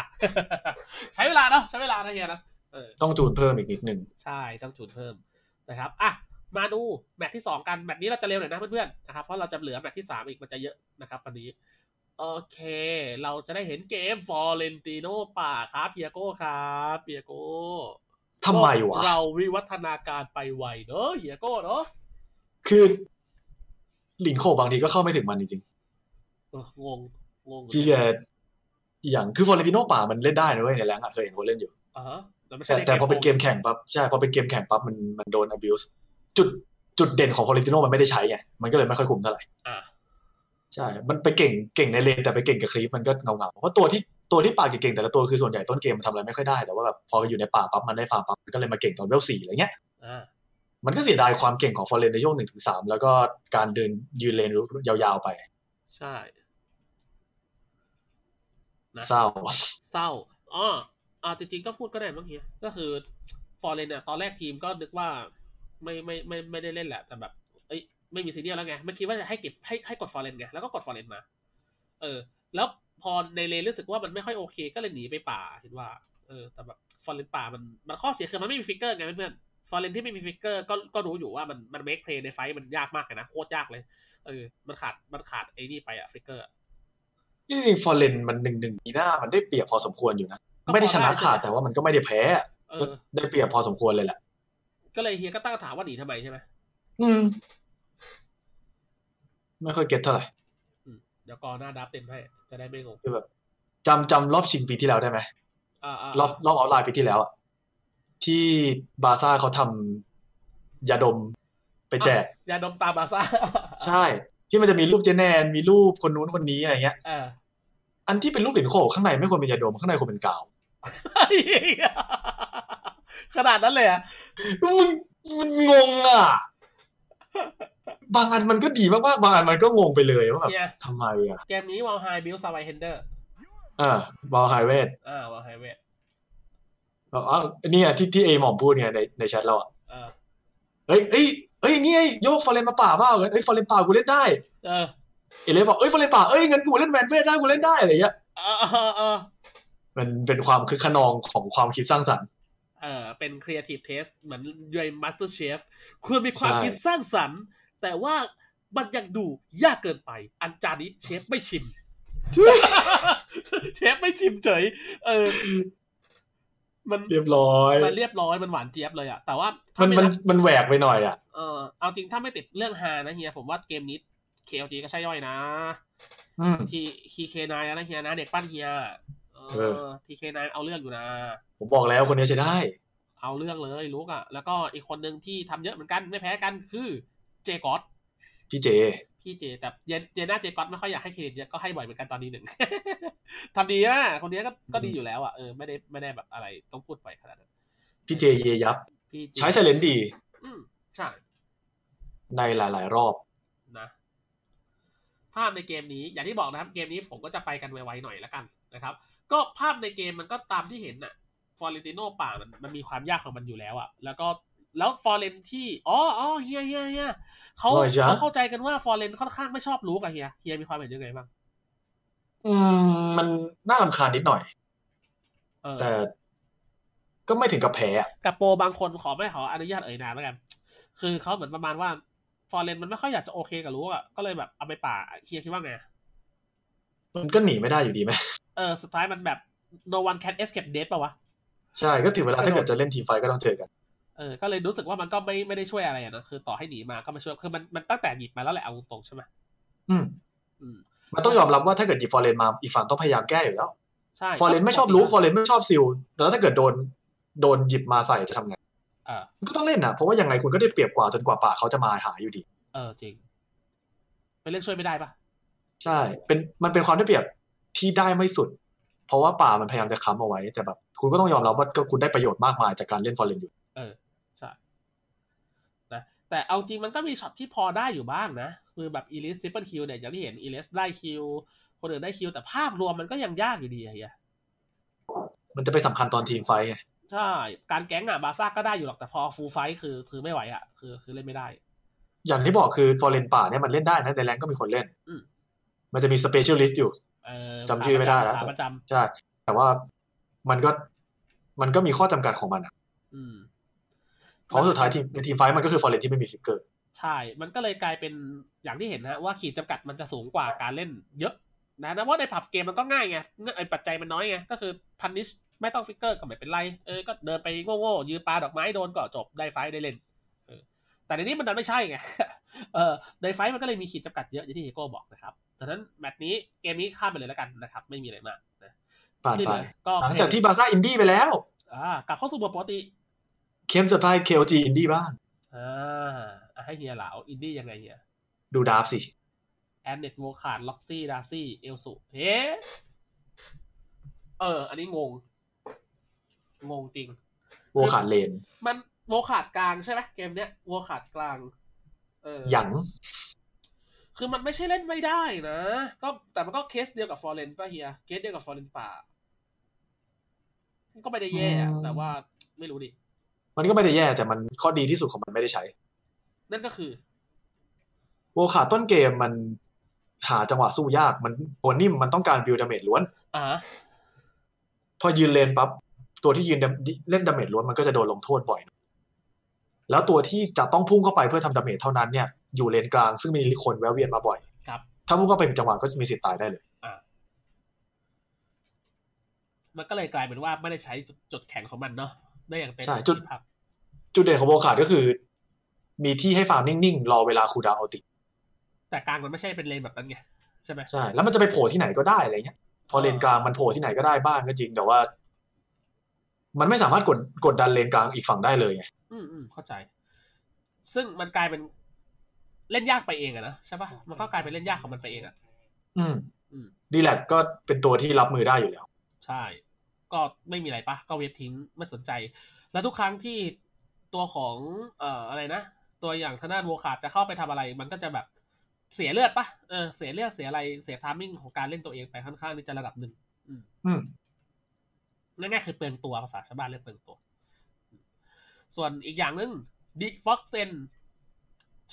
S5: ใช้เวลาเนาะ ใช้เวลานะเฮียนะ เออ
S6: ต้องจูนเพิ่มอีกนิดนึง
S5: ใช่ ต้องจูนเพิ่มนะครับ อ่ะ มาดูแมตช์ที่ 2 กัน แมตช์นี้เราจะเร็วหน่อยนะเพื่อนๆ นะครับ เพราะเราจะเหลือแมตช์ที่ 3 อีกมันจะเยอะนะครับวันนี้ โอเค เราจะได้เห็นเกมฟอร์เรนติโนป่าครับเปียโก้ครับเปียโก้
S6: ทำไมวะ
S5: เราวิวัฒนาการไปไวเนอะเปียโก้เนอะ
S6: คือหลินโคบางทีก็เข้าไม่ถึงมันจริง
S5: เอองง งง
S6: ๆที่แกอย่างคือฟอร์เรนติโนป่ามันเล่นได้นะเว้ยในแรงอะเคยเห็นคนเล่นอยู่
S5: อ่าฮะล้วไม่ใช่
S6: แต่แต่พอเป็น
S5: โง
S6: เกมแข่งปั๊บใช่พอเป็นเกมแข่งปั๊บมันมันโดน abuse จุดจุดเด่นของฟอเรนติโนมันไม่ได้ใช้ไงมันก็เลยไม่ค่อยคุ้มเท่าไหร่
S5: อ่า
S6: ใช่ มันไปเก่งเก่งในเลนแต่ไปเก่งกับคลีฟมันก็เงาเงาๆเพราะตัวที่ตัวที่ป่าเก่งๆแต่ละตัวคือส่วนใหญ่ต้นเกมมันทำอะไรไม่ค่อยได้แต่ว่าแบบพออยู่ในป่าปั๊บมันได้ฟาร์มปั๊บมันก็เลยมาเก่งตอนเวลสี่อะไรเงี้ย
S5: อ่า
S6: มันก็เสียดายความเก่งของฟอร์เรนในช่วงหนึ่งถึงสามแล้วก็การเดินยืนเลนยาวๆไป
S5: ใช่นะ
S6: เศร้า
S5: เศร้าอ๋ออ่าจริงๆก็พูดก็ได้มั้งเฮียก็คือฟอร์เรนเนี่ยตอนแรกทีมก็นึกว่าไม่ไม่ไม่ไม่ได้เล่นแหละ แต่แบบ เอ้ยไม่มีซีเนียร์แล้วไงไม่คิดว่าจะให้เก็บให้ให้กดฟอร์เรนไงแล้วก็กดฟอร์เรนมา เออ แล้วพอในเลนรู้สึกว่ามันไม่ค่อยโอเค ก็เลยหนีไปป่าเห็นว่า เออ แต่แบบฟอร์เรนป่ามันมันข้อเสียคือมันไม่มีฟิกเกอร์ไงเพื่อนฟอร์เรนที่ไม่มีฟิกเกอร์ก็ก็รู้อยู่ว่ามันมันเมคเพลย์ในไฟท์มันยากมากเลยนะโคตรยากเลย เออ มันขาดมันขาดไอ้นี่ไปอะฟิกเกอร์
S6: จริงๆฟอร์เรนมันหนึ่งหนึ่งปีหน้ามันได้เปรียบพอสมควรอยู่นะ ไม่ได้ชนะขาดแต่ว่ามันก็ไม่ได้แพ้อะ
S5: เอ
S6: ก็
S5: อ
S6: ได้เปรียบพอสมควรเลยแหละ
S5: ก็เลยเฮียก็ตั้งคำถามว่าหนีทำไมใช่ไหม
S6: อืม ไม่ค่อยเก็ตเท่าไหร่
S5: เดี๋ยวกอหน้าดับเต็มให้ จะได้ไม่งง
S6: คือแบบจำจำรอบชิงปีที่แล้วได้ไหม
S5: อ่าอ่าร
S6: อบรอบออนไลน์ปีที่แล้วอะที่บาร์ซ่าเขาทำยาดมไปแจก
S5: ยาดมตาบาซ่า
S6: ใช่ ที่มันจะมีรูปเจแนน มีรูปคนนู้นคนนี้อะไรเงี้ย
S5: เอ อ
S6: อันที่เป็นรูปหลินโขข้างในไม่ควรเป็นยาดมข้างในควรเป็นกาว
S5: ขนาดนั้นเลยอะ
S6: มันมันงงอ่ะ บางอันมันก็ดีมากๆ บางอันมันก็งงไปเลยว่าแบบ
S5: เฮีย
S6: ทำไมอ่ะ
S5: เกมนี้วอลไฮบิลซาวายเฮนเดอร์
S6: อ่าบอลไฮเวท
S5: อ่าวอลไฮเวท
S6: แบบอ้าวเนี่ยที่ที่เอหมอมพูดเนี่ยในในแชทเราอ่ะ
S5: เออ
S6: เฮ้ยเอ้ยเอ้ยนี่ไงโยกฟอร์เรนมาป่าเปล่าเอ้ยฟอร์เรนป่ากูเล่นได้
S5: เออ
S6: เอเลยบอกเอ้ยฟอร์เรนป่าเอ้ยงั้นกูเล่นแมนเวทได้กูเล่นได้อะไรเงี้ย
S5: เออเออเออ
S6: มันเป็นความคึกขนองของความคิดสร้างสรรค์
S5: เออเป็นครีเอทีฟเทสเหมือนยูไอมาสเตอร์เชฟควรมีความคิดสร้างสรรค์ แต่ว่ามันยังดูยากเกินไป อันจานนี้เชฟไม่ชิม เชฟไม่ชิมเฉย เออ มัน
S6: เรียบร้อย
S5: มันเรียบร้อยมันหวานเจี๊ยบเลยอะแต่ว่า
S6: มั
S5: ถ้าน ไม่
S6: มัน
S5: นับ
S6: มันแหวกไปหน่อยอ่ะ
S5: เออเอาจริงถ้าไม่ติดเรื่องฮานะเฮียผมว่าเกมนี้ KLG ก็ใช่ย่อยนะ
S6: อืม
S5: ทีคีเคนายนะเฮียนะเด็กปั้นเฮียเอ
S6: เอ
S5: อ
S6: อ
S5: ทีเคนายเอาเรื่องอยู่นะ
S6: ผมบอกแล้วคนนี้ใช้ได้
S5: เอาเรื่องเลยลุกอะแล้วก็อีกคนหนึ่งที่ทำเยอะเหมือนกันไม่แพ้กันคือเจกอต
S6: พี่เจ
S5: พี่เจแต่เจนเจน่าเจกอตไม่ค่อยอยากให้เครดิตเยอะก็ให้บ่อยเหมือนกันตอนนี้หนึ่ง ทำดีนะคนนี้ก็ก็ดีอยู่แล้วอะเออไม่ได้ไม่ได้แบบอะไรต้องพูดไปขนาดนั้น
S6: พี่เจเยยับ
S5: พี่เจ
S6: ใช้ไซเลนดี
S5: อืมใช่
S6: ในหลาย ๆ รอบ
S5: นะภาพในเกมนี้อย่างที่บอกนะครับ เกมนี้ผมก็จะไปกันไวๆหน่อยละกันนะครับ ก็ภาพในเกมมันก็ตามที่เห็นน่ะ ฟอร์เรนติโนป่ามันมันมีความยากของมันอยู่แล้วอะแล้วก็แล้วฟอร์เรนที่อ๋ออ๋อเฮียเฮียเฮียเขา
S6: ว่าจ๊ะ
S5: เขาเข้าใจกันว่าฟอร์เรนค่อนข้างไม่ชอบรู้กับเฮียเฮียมีความเห็นยังไงบ้าง
S6: อืมมันน่าลำคาญนิดหน่อย
S5: เออ
S6: แต่ ก็ไม่ถึงกับแพ้อะ
S5: กับโปรบางคนขอไม่ขออนุญาตเอ่ยนามแล้วกัน คือเขาเหมือนประมาณว่าฟอร์เรนมันไม่ค่อยอยากจะโอเคกับรู้อะก็เลยแบบเอาไปป่าเฮียคิดว่าไง
S6: มันก็หนีไม่ได้อยู่ดีไหม
S5: เออสุดท้ายมันแบบ no one can escape death ป่าวะ
S6: ใช่ ก็ถึงเวลาถ้าเกิดจะเล่นทีมไฟท์ก็ต้องเจอกัน
S5: เออ ก็เลยรู้สึกว่ามันก็ไม่ไม่ได้ช่วยอะไรอะนะคือต่อให้หนีมาก็ไม่ช่วย คือมันมันตั้งแต่หยิบมาแล้วแหละเอาตรงๆใช่ไหม
S6: อืม
S5: อืม
S6: มันต้องยอมรับว่าถ้าเกิดดีฟอร์เรนมาอีกฝั่งต้องพยายามแก้อยู่แล้ว
S5: ใช่
S6: ฟอร์เรนไม่ชอบรู้ฟอร์เรนไม่ชอบซิลแล้วถ้าเกิดโดนโดนหยิบมาใส่จะทำไง
S5: เออ
S6: มันก็ต้องเล่นนะเพราะว่ายังไงคุณก็ได้เปรียบกว่าจนกว่าป่าเขาจะมาหาอยู่ดี
S5: เออ จริง เป็นเรื่องช่วยไม่ได้ปะ
S6: ใช่ เป็นมันเป็นความได้เปรียบที่ได้ไม่สุด เพราะว่าป่ามันพยายามจะค้ำเอาไว้ แต่แบบคุณก็ต้องยอมรับว่าก็คุณได้ประโยชน์มากมายจากการเล่นฟอร์เรนอยู่
S5: นะ แต่เอาจริงมันก็มีช็อตที่พอได้อยู่บ้างนะ คือแบบอีลิสทริปเปิลคิวเนี่ย อย่างที่เห็นอีลิสได้คิว คนอื่นได้คิว แต่ภาพรวมมันก็ยังยากอยู่ดีอะเฮีย
S6: มันจะไปสำคัญตอนทีมไฟท์ไง
S5: ใช่ การแก๊งอะบาซ่าก็ได้อยู่หรอก แต่พอฟูลไฟท์คือคือไม่ไหวอะคือคือเล่นไม่ได้
S6: อย่างที่บอกคือฟอร์เรนป่าเนี่ยมันเล่นได้นะในแรงก็มีคนเล่น
S5: อืม
S6: มันจะมีสเปเชียลิสต์อยู่
S5: เออ
S6: จำชื่อไม่ได้แล้ว
S5: ขาประจำ
S6: ใช่ แต่ว่ามันก็มันก็มีข้อจำกัดของมันอะ
S5: อืม
S6: เพราะสุดท้ายทีมในทีมไฟท์มันก็คือฟอร์เรนที่ไม่มีฟิกเกอร์
S5: ใช่ มันก็เลยกลายเป็นอย่างที่เห็นนะฮะว่าขีดจำกัดมันจะสูงกว่าการเล่นเยอะ นะนะว่าในผับเกมมันก็ง่ายไงเงื่อนไอ้ปัจจัยมันน้อยไง ก็คือพันนิชไม่ต้องฟิกเกอร์ก็ไม่เป็นไร เออ ก็เดินไปโง่ๆยืนปลาดอกไม้โดนก็จบได้ไฟท์ได้เล่นเออแต่ในนี้มันดันไม่ใช่ไง เออในไฟท์มันก็เลยมีขีดจำกัดเยอะอย่างที่เฮโก้บอกนะครับดังนั้นแมตช์นี้เกมนี้ข้ามไปเลยแล้วกันนะครับ ไม่มีอะไรมากนะ
S6: ผ่าน
S5: ที่
S6: ไป
S5: เหลือก็
S6: หลังจากที่บาร์ซ่าอินดี้ไปแล้ว
S5: อ่ากลับเข้าสู่บทปกติ
S6: เข้มจะพายเค g จีอินดี้บ้าง
S5: อ่าอ่ะให้เฮียเหลาอินดี้ยังไงเฮีย
S6: ดูดาร์ฟสิ
S5: แอนเน็ตโวคาดล็อกซี่ดาซี่เอลสุเฮ้เออ อันนี้งง งงจริง
S6: โวขาดเลน
S5: มันโวขาดกลางใช่ไหมเกมเนี้ยโวขาดกลาง เออ
S6: หยัง
S5: คือมันไม่ใช่เล่นไม่ได้นะ ก็แต่มันก็เคสเดียวกับฟอร์เรนป่ะเฮีย เคสเดียวกับฟอร์เรนป่า ก็ไม่ได้แย่อะแต่ว่าไม่รู้ดิ
S6: มันก็ไม่ได้แย่แต่มันข้อดีที่สุดของมันไม่ได้ใช้
S5: นั่นก็คือ
S6: โวขาดต้นเกมมันหาจังหวะสู้ยาก มันตัวนิ่มมันต้องการบิวดาเมจล้วน
S5: อ่า
S6: พอยืนเลนปั๊บตัวที่ยืนเล่นดาเมจล้วนมันก็จะโดนลงโทษบ่อย แล้วตัวที่จะต้องพุ่งเข้าไปเพื่อทำดาเมจเท่านั้นเนี่ยอยู่เลนกลางซึ่งมีคนแวะเวียนมาบ่อย
S5: ครับ
S6: ถ้าพุ่งเข้าไปเป็นจังหวะก็จะมีสิทธิ์ตายได้เลย
S5: มันก็เลยกลายเป็นว่าไม่ได้ใช้จุดจุดแข็งของมันเนาะ ได้อย่างเต็ม
S6: ใช่จุด
S5: ที่พัก
S6: จุดเด่นของโวขาดก็คือ มีที่ให้ฟาร์มนิ่งๆรอเวลาคูลดาวน์เอาติ
S5: แต่กลางมันไม่ใช่เป็นเลนแบบนั้นไงใช่ไหม
S6: ใช่ แล้วมันจะไปโผล่ที่ไหนก็ได้อะไรเงี้ย พอ
S5: อ่า
S6: เลนกลางมันโผล่ที่ไหนก็ได้บ้างก็จริง แต่ว่า มันไม่สามารถกดกดดันเลนกลางอีกฝั่งได้เลยไง
S5: อืมอืมเข้าใจ ซึ่งมันกลายเป็นเล่นยากไปเองอะนะใช่ปะมันก็กลายเป็นเล่นยากของมันไปเองอะ
S6: อืม
S5: อืม
S6: ดีแลกก็เป็นตัวที่รับมือได้อยู่แล้ว
S5: ใช่ ก็ไม่มีอะไรปะก็เวฟทิ้งไม่สนใจ แล้วทุกครั้งที่ตัวของเอ่ออะไรนะ ตัวอย่างทางด้านโวคาดจะเข้าไปทำอะไร มันก็จะแบบเสียเลือดปะเออเสียเลือดเสียอะไรเสียทามมิ่งของการเล่นตัวเองไปค่อนข้างที่จะระดับหนึ่ง
S6: อืม
S5: นั่นแง่ายๆคือเปลืองตัวภาษาชาวบ้านเรียกเปลืองตัว ส่วนอีกอย่างหนึ่งดิฟ็อกเซน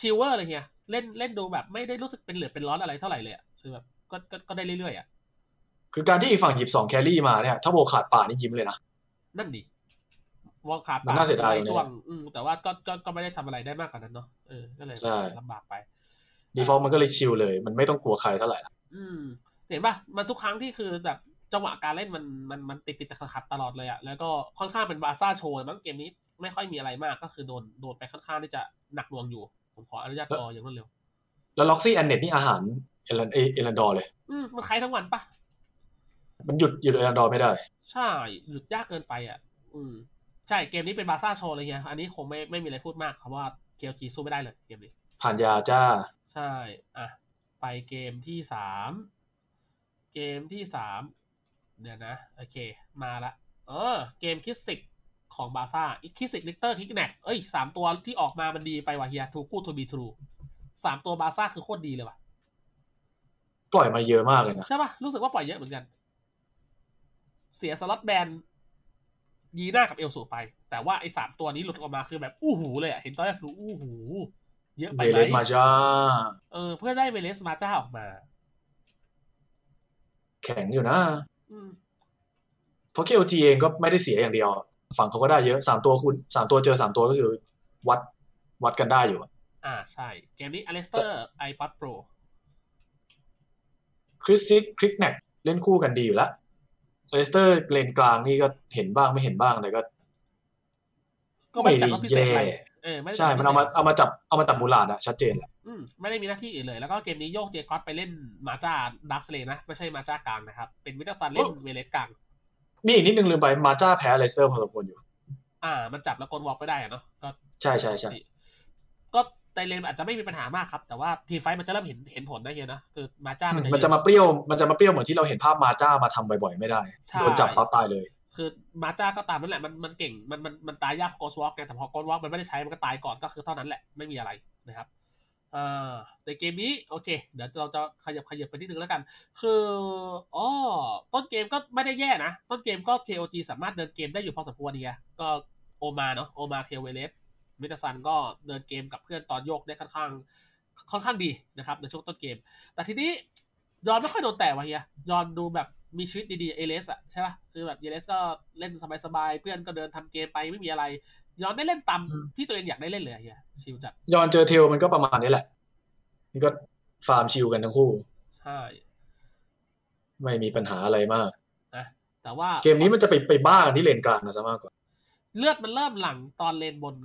S5: ชิวเวอร์อะไรเงี้ยเล่นเล่นดูแบบไม่ได้รู้สึกเป็นเหลือดเป็นร้อนอะไรเท่าไหร่เลยอะคือแบบก็ก็ก็ได้เรื่อยๆอ่ะ
S6: คือการที่อีกฝั่งหยิบสองแครี่มาเนี่ย ถ้าโวขาดป่านี่ยิ้มเลยนะ
S5: นั่นดีวอลคาร์
S6: มันน่าเสียดาย
S5: ช่วง
S6: เลยนะ
S5: อืมแต่ว่าก็ก็ก็ไม่ได้ทำอะไรได้มากกว่านั้นเนาะเออก็เลย
S6: ใช่
S5: ลำบากไป
S6: ดีฟอลมันก็เลยชิลเลย มันไม่ต้องกลัวใครเท่าไหร่นะ
S5: อืมเห็นป่ะมันทุกครั้งที่คือแบบจังหวะการเล่นมันมันมันติดติดๆขัดๆตลอดเลยอะแล้วก็ค่อนข้างเป็นบาร์ซ่าโชว์มั้งเกมนี้ไม่ค่อยมีอะไรมากก็คือโดนโดนไปค่อนข้างที่จะหนักหน่วงอยู่ ผมขออนุญาตรออย่างรวดเร็ว
S6: แล้วล็อกซี่แอนเน็ตนี่อาหารเอลันเอเอลันดอร์เลย
S5: อืมมันคล้ายทั้งวันปะ
S6: มันหยุดหยุดเอลันดอร์ไม่ได้
S5: ใช่หยุดยากเกินไปอ่ะ อืม ใช่เกมนี้เป็นบาร์ซ่าโชว์เลยไงอันนี้คงไม่ไม่มีอะไรพูดมากเพราะว่าเคียวจีสู้ไม่ได้เลยเกมนี้
S6: ผ่านยาจ้า
S5: ใช่ อ่ะ ไปเกมที่สาม เกมที่สาม เดี๋ยวนะ โอเค มาละ เออ เกมคิสซิกของบาซ่าอีกคิสซิกลิกเตอร์ทิกแนกเอ้ยสามตัวที่ออกมามันดีไปว่ะเฮียทูกูทูบีทรูสามตัวบาซ่าคือโคตรดีเลยว่ะ
S6: ปล่อยมาเยอะมากเลยนะ
S5: ใช่ป่ะ รู้สึกว่าปล่อยเยอะเหมือนกัน เสียสล็อตแบนยีหน้ากับเอลสูไป แต่ว่าไอ้สามตัวนี้หลุดออกมาคือแบบอู้หูเลยอะเห็นตอนแรกคืออู้หู เยอะไป
S6: เบ
S5: ไห
S6: เลน
S5: ม
S6: มาจ้า
S5: เออ เพื่อได้เวเลสมาจ้าออกมา
S6: แข็งอยู่นะ
S5: อืม
S6: เพราะ KOG เองก็ไม่ได้เสียอย่างเดียว ฝั่งเขาก็ได้เยอะสามตัวคุณสามตัวเจอสามตัวก็คือวัดวัดกันได้อยู่อะ
S5: อ่าใช่ เกมนี้อเลสเตอร์ไอพัดโปร
S6: คริสซิกคริกแนกเล่นคู่กันดีอยู่แล้วเลสเตอร์เลนกลางนี่ก็เห็นบ้างไม่เห็นบ้างแต่ก็
S5: ก็ไม่ได้จัดว่าพิเศษอะไร
S6: ไม่ได้แย่
S5: เออไม่ได้จัด
S6: ใช่
S5: ว่
S6: มันเอามาเอามาจับเอามาจับมูลาดอะชัดเจนแหละ
S5: อืมไม่ได้มีหน้าที่อื่นเลย แล้วก็เกมนี้โยกเจคอตไปเล่นมาจ้าดักสเลนะ ไม่ใช่มาจ้ากลางนะครับ เป็นวิทยาซันเล่นเวเลสกลาง
S6: นี่อีกนิดนึงลืมไปมาจ้าแพ้เลสเตอร์พอสมควรอยู่
S5: อ่า มันจับแล้วกดวอล์กไม่ได้อะเนาะก็
S6: ใช่ใช่ใช่
S5: ก็ไตเลนอาจจะไม่มีปัญหามากครับ แต่ว่าทีไฟท์มันจะเริ่มเห็นเห็นผลได้เยอะนะคือมาจ้ามันจะเยอ
S6: มันจะมาเปรี้ยวมันจะมาเปรี้ยวเหมือนที่เราเห็นภาพมาจ้ามาทำบ่อยๆ ไม่ได้
S5: ใช่
S6: โดนจับปั๊บตายเลย
S5: คือมาจ้าก็ตามนั่นแหละมันมันเก่งมันมันมันตายยากโกสวอล์กไงแต่พอโกสวอล์กมันไม่ได้ใช้มันก็ตายก่อนก็คือเท่านั้นแหละไม่มีอะไรนะครับเอ่อในเกมนี้โอเค เดี๋ยวเราจะขยับขยับไปนิดนึงแล้วกัน คืออ๋อต้นเกมก็ไม่ได้แย่นะ ต้นเกมก็ KOG สามารถเดินเกมได้อยู่พอสมควรเนี่ยก็โอมาเนาะโอมาเทเวเลสมิตาซันก็เดินเกมกับเพื่อนตอนโยกได้ค่อนข้าง ค่อนข้างดีนะครับในช่วงต้นเกม แต่ทีนี้ยอนไม่ค่อยโดนแตะว่ะเฮียยอนดูแบบมีชีวิตดีๆเอเลสอะใช่ป่ะคือแบบเอเลสก็เล่นสบายๆเพื่อนก็เดินทำเกมไปไม่มีอะไร ยอนได้เล่นตาม
S6: อืม
S5: ที่ตัวเองอยากได้เล่นเลยอะเฮียชิลจัด
S6: ยอนเจอเทลมันก็ประมาณนี้แหละมันก็ฟาร์มชิลกันทั้งคู่
S5: ใช่
S6: ไม่มีปัญหาอะไรมาก
S5: นะแต่ว่า
S6: เกมนี้มันจะไปไปบ้ากันที่เลนกลางนะซะมากกว่า
S5: เลือดมันเริ่มหลังตอนเลนบน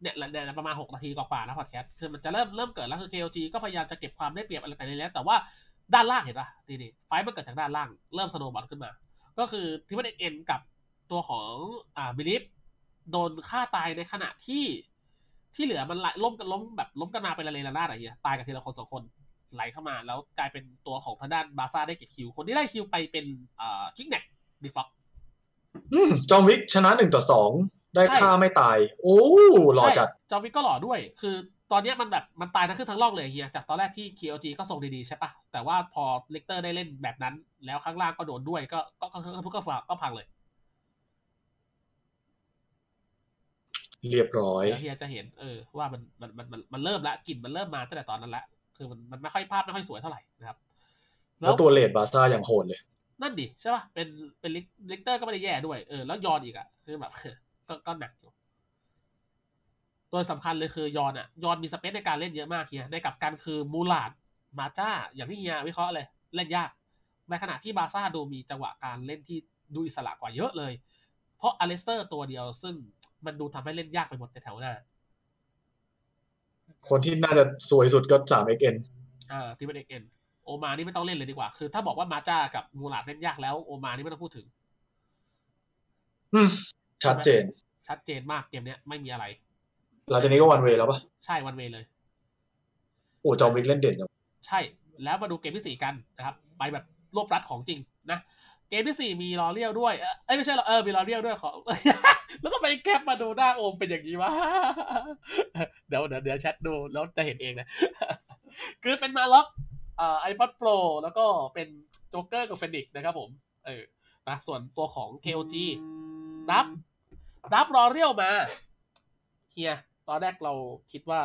S5: เนี่ยแหละเนี่ยประมาณ 6 นาทีกว่าๆนะพอดแคสต์คือมันจะเริ่มเริ่มเกิดแล้วคือ KOG ก็พยายามจะเก็บความได้เปรียบอะไรแต่ในแล้วแต่ว่าด้านล่างเห็นป่ะนี่นี่ไฟท์มันเกิดจากด้านล่างเริ่มสโนว์บอลขึ้นมา ก็คือทิวเอ็นกับตัวของอ่าบิลิฟโดนฆ่าตายในขณะที่ ที่เหลือมันไหลล้มกันล้มแบบล้มกันมาเป็นระเนระนาดอะไรเงี้ยตายกันทีละคนสองคนไหลเข้ามา แล้วกลายเป็นตัวของทางด้านบาซ่าได้เก็บคิว คนที่ได้คิวไปเป็นเอ่อคิกแนกดิฟ็อก
S6: อืมจอมวิกชนะหนึ่งต่อสองได้
S5: ใช่
S6: ฆ่าไม่ตาย โอ้หล่อจัด
S5: ใช่จอวิกก็หล่อด้วย คือตอนเนี้ยมันแบบมันตายทั้งขึ้นทั้งล่องเลยเฮีย จากตอนแรกที่ KOG ก็ทรงดีๆใช่ปะแต่ว่าพอเลกเตอร์ได้เล่นแบบนั้น แล้วข้างล่างก็โดนด้วยก็ก็ก็ก็ทุกก็ฝังก็พังเลย
S6: เรียบร้อย
S5: เดี๋ยวเฮียจะเห็นเออว่ามันมันมันมันมันเริ่มละกลิ่นมันเริ่มมาตั้งแต่ตอนนั้นละ คือมันมันไม่ค่อยภาพไม่ค่อยสวยเท่าไหร่นะครับ
S6: แล้วตัวเลดบาซ่าอย่างโหดเลย
S5: นั่นดิใช่ป่ะ เป็นเป็นลิกลิกเตอร์ก็ไม่ได้แย่ด้วย เออ แล้วยอนอีกอ่ะ คือแบบ ก็ก็หนักอยู่ ตัวสำคัญเลยคือยอนอ่ะ ยอนมีสเปซในการเล่นเยอะมากเฮียในกลับการคือมูลาดมาจ้า อย่างที่เฮียวิเคราะห์เลย เล่นยาก ในขณะที่บาร์ซ่าดูมีจังหวะการเล่นที่ดูอิสระกว่าเยอะเลย เพราะอเลสเตอร์ตัวเดียวซึ่งมันดูทำให้เล่นยากไปหมดในแถวหน้า
S6: คนที่น่าจะสวยสุดก็สามเอ็กเอ็น
S5: อ่าที่เป็นเอกเอ็นโอมานี่ไม่ต้องเล่นเลยดีกว่า คือ ถ้าบอกว่ามาจ้ากับมูลาดเล่นยากแล้วโอมานี่ไม่ต้องพูดถึง
S6: ชัดเจน
S5: ชัดเจนมากเกมเนี้ยไม่มีอะไร
S6: หลังจากนี้ก็วันเวแล้วปะ
S5: ใช่วันเวเลย
S6: โอ้จอมวิกเล่นเด่นจัง
S5: ใช่แล้วมาดูเกมที่สี่กันนะครับไปแบบรวบรัดของจริงนะเกมที่สี่มีลอเรียลด้วยเอ้ยเอ้ยไม่ใช่หรอเออมีลอเรียลด้วยขอ แล้วก็ไปแคปมาดูหน้าโอมเป็นอย่างนี้วะ เดี๋ยวเดี๋ยวเดี๋ยวแชทดูแล้วจะเห็นเองนะ คือเป็นมาล็อกเอ่อไอพอดโปรแล้วก็เป็นโจ๊กเกอร์กับเฟนิกซ์นะครับผมเออนะส่วนตัวของ KOG ดับดับรอเรียลมาเฮียตอนแรกเราคิดว่า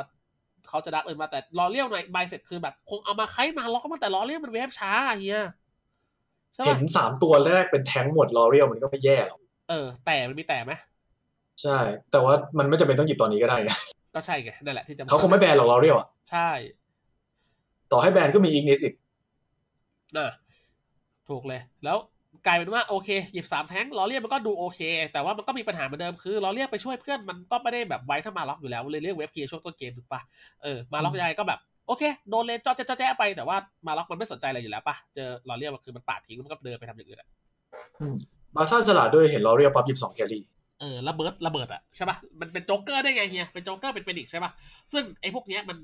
S5: เขาจะดับเอินมาแต่รอเรียลในใบเสร็จคือแบบคงเอามาไคมาล็อกมาแต่รอเรียลมันเวฟช้าเฮียใช่
S6: เห็
S5: ปะ
S6: นสามตัวแรกเป็นแท้งหมดลอเรียลมันก็ไม่แย่หรอก
S5: เออ แต่มันมีแต่ไหม
S6: ใช่ แต่ว่ามันไม่จำเป็นต้องหยิบตอนนี้ก็ได้ไง
S5: ก็ใช่ไงนั่นแหละที่จะ
S6: เขาคงไม่แบนหรอกลอเรียลอ่ะ
S5: ใช่
S6: ต่อให้แบนก็มีอิกนิสอีก
S5: น่ะถูกเลย แล้วกลายเป็นว่าโอเคหยิบสามแท้งรอเรียลมันก็ดูโอเค แต่ว่ามันก็มีปัญหาเหมือนเดิมคือรอเรียลไปช่วยเพื่อนมันก็ไม่ได้แบบไวเท่ามาล็อกอยู่แล้วเลยเรียกเวฟเคลียร์ช่วงต้นเกมถูกปะ เออมาล็อกยายก็แบบ โอเค โดนเลนจอแจ๊ะแจ๊ะไปแต่ว่ามาล็อกมันไม่สนใจอะไรอยู่แล้วป่ะ เจอลอเรียลมันคือมันปาดทิ้งแล้วมันก็เดินไปทำอย่างอื่นอะ
S6: บาซ่าฉลาดด้วยเห็นลอเรียลปั๊บหยิบสองแครี่
S5: เออระเบิดระเบิดอะใช่ป่ะมันเป็นโจ๊กเกอร์ได้ไงเฮียเป็นโจ๊กเกอร์เป็นเฟนิกซ์ใช่ป่ะซึ่งไอ้พวกเนี้ยมัน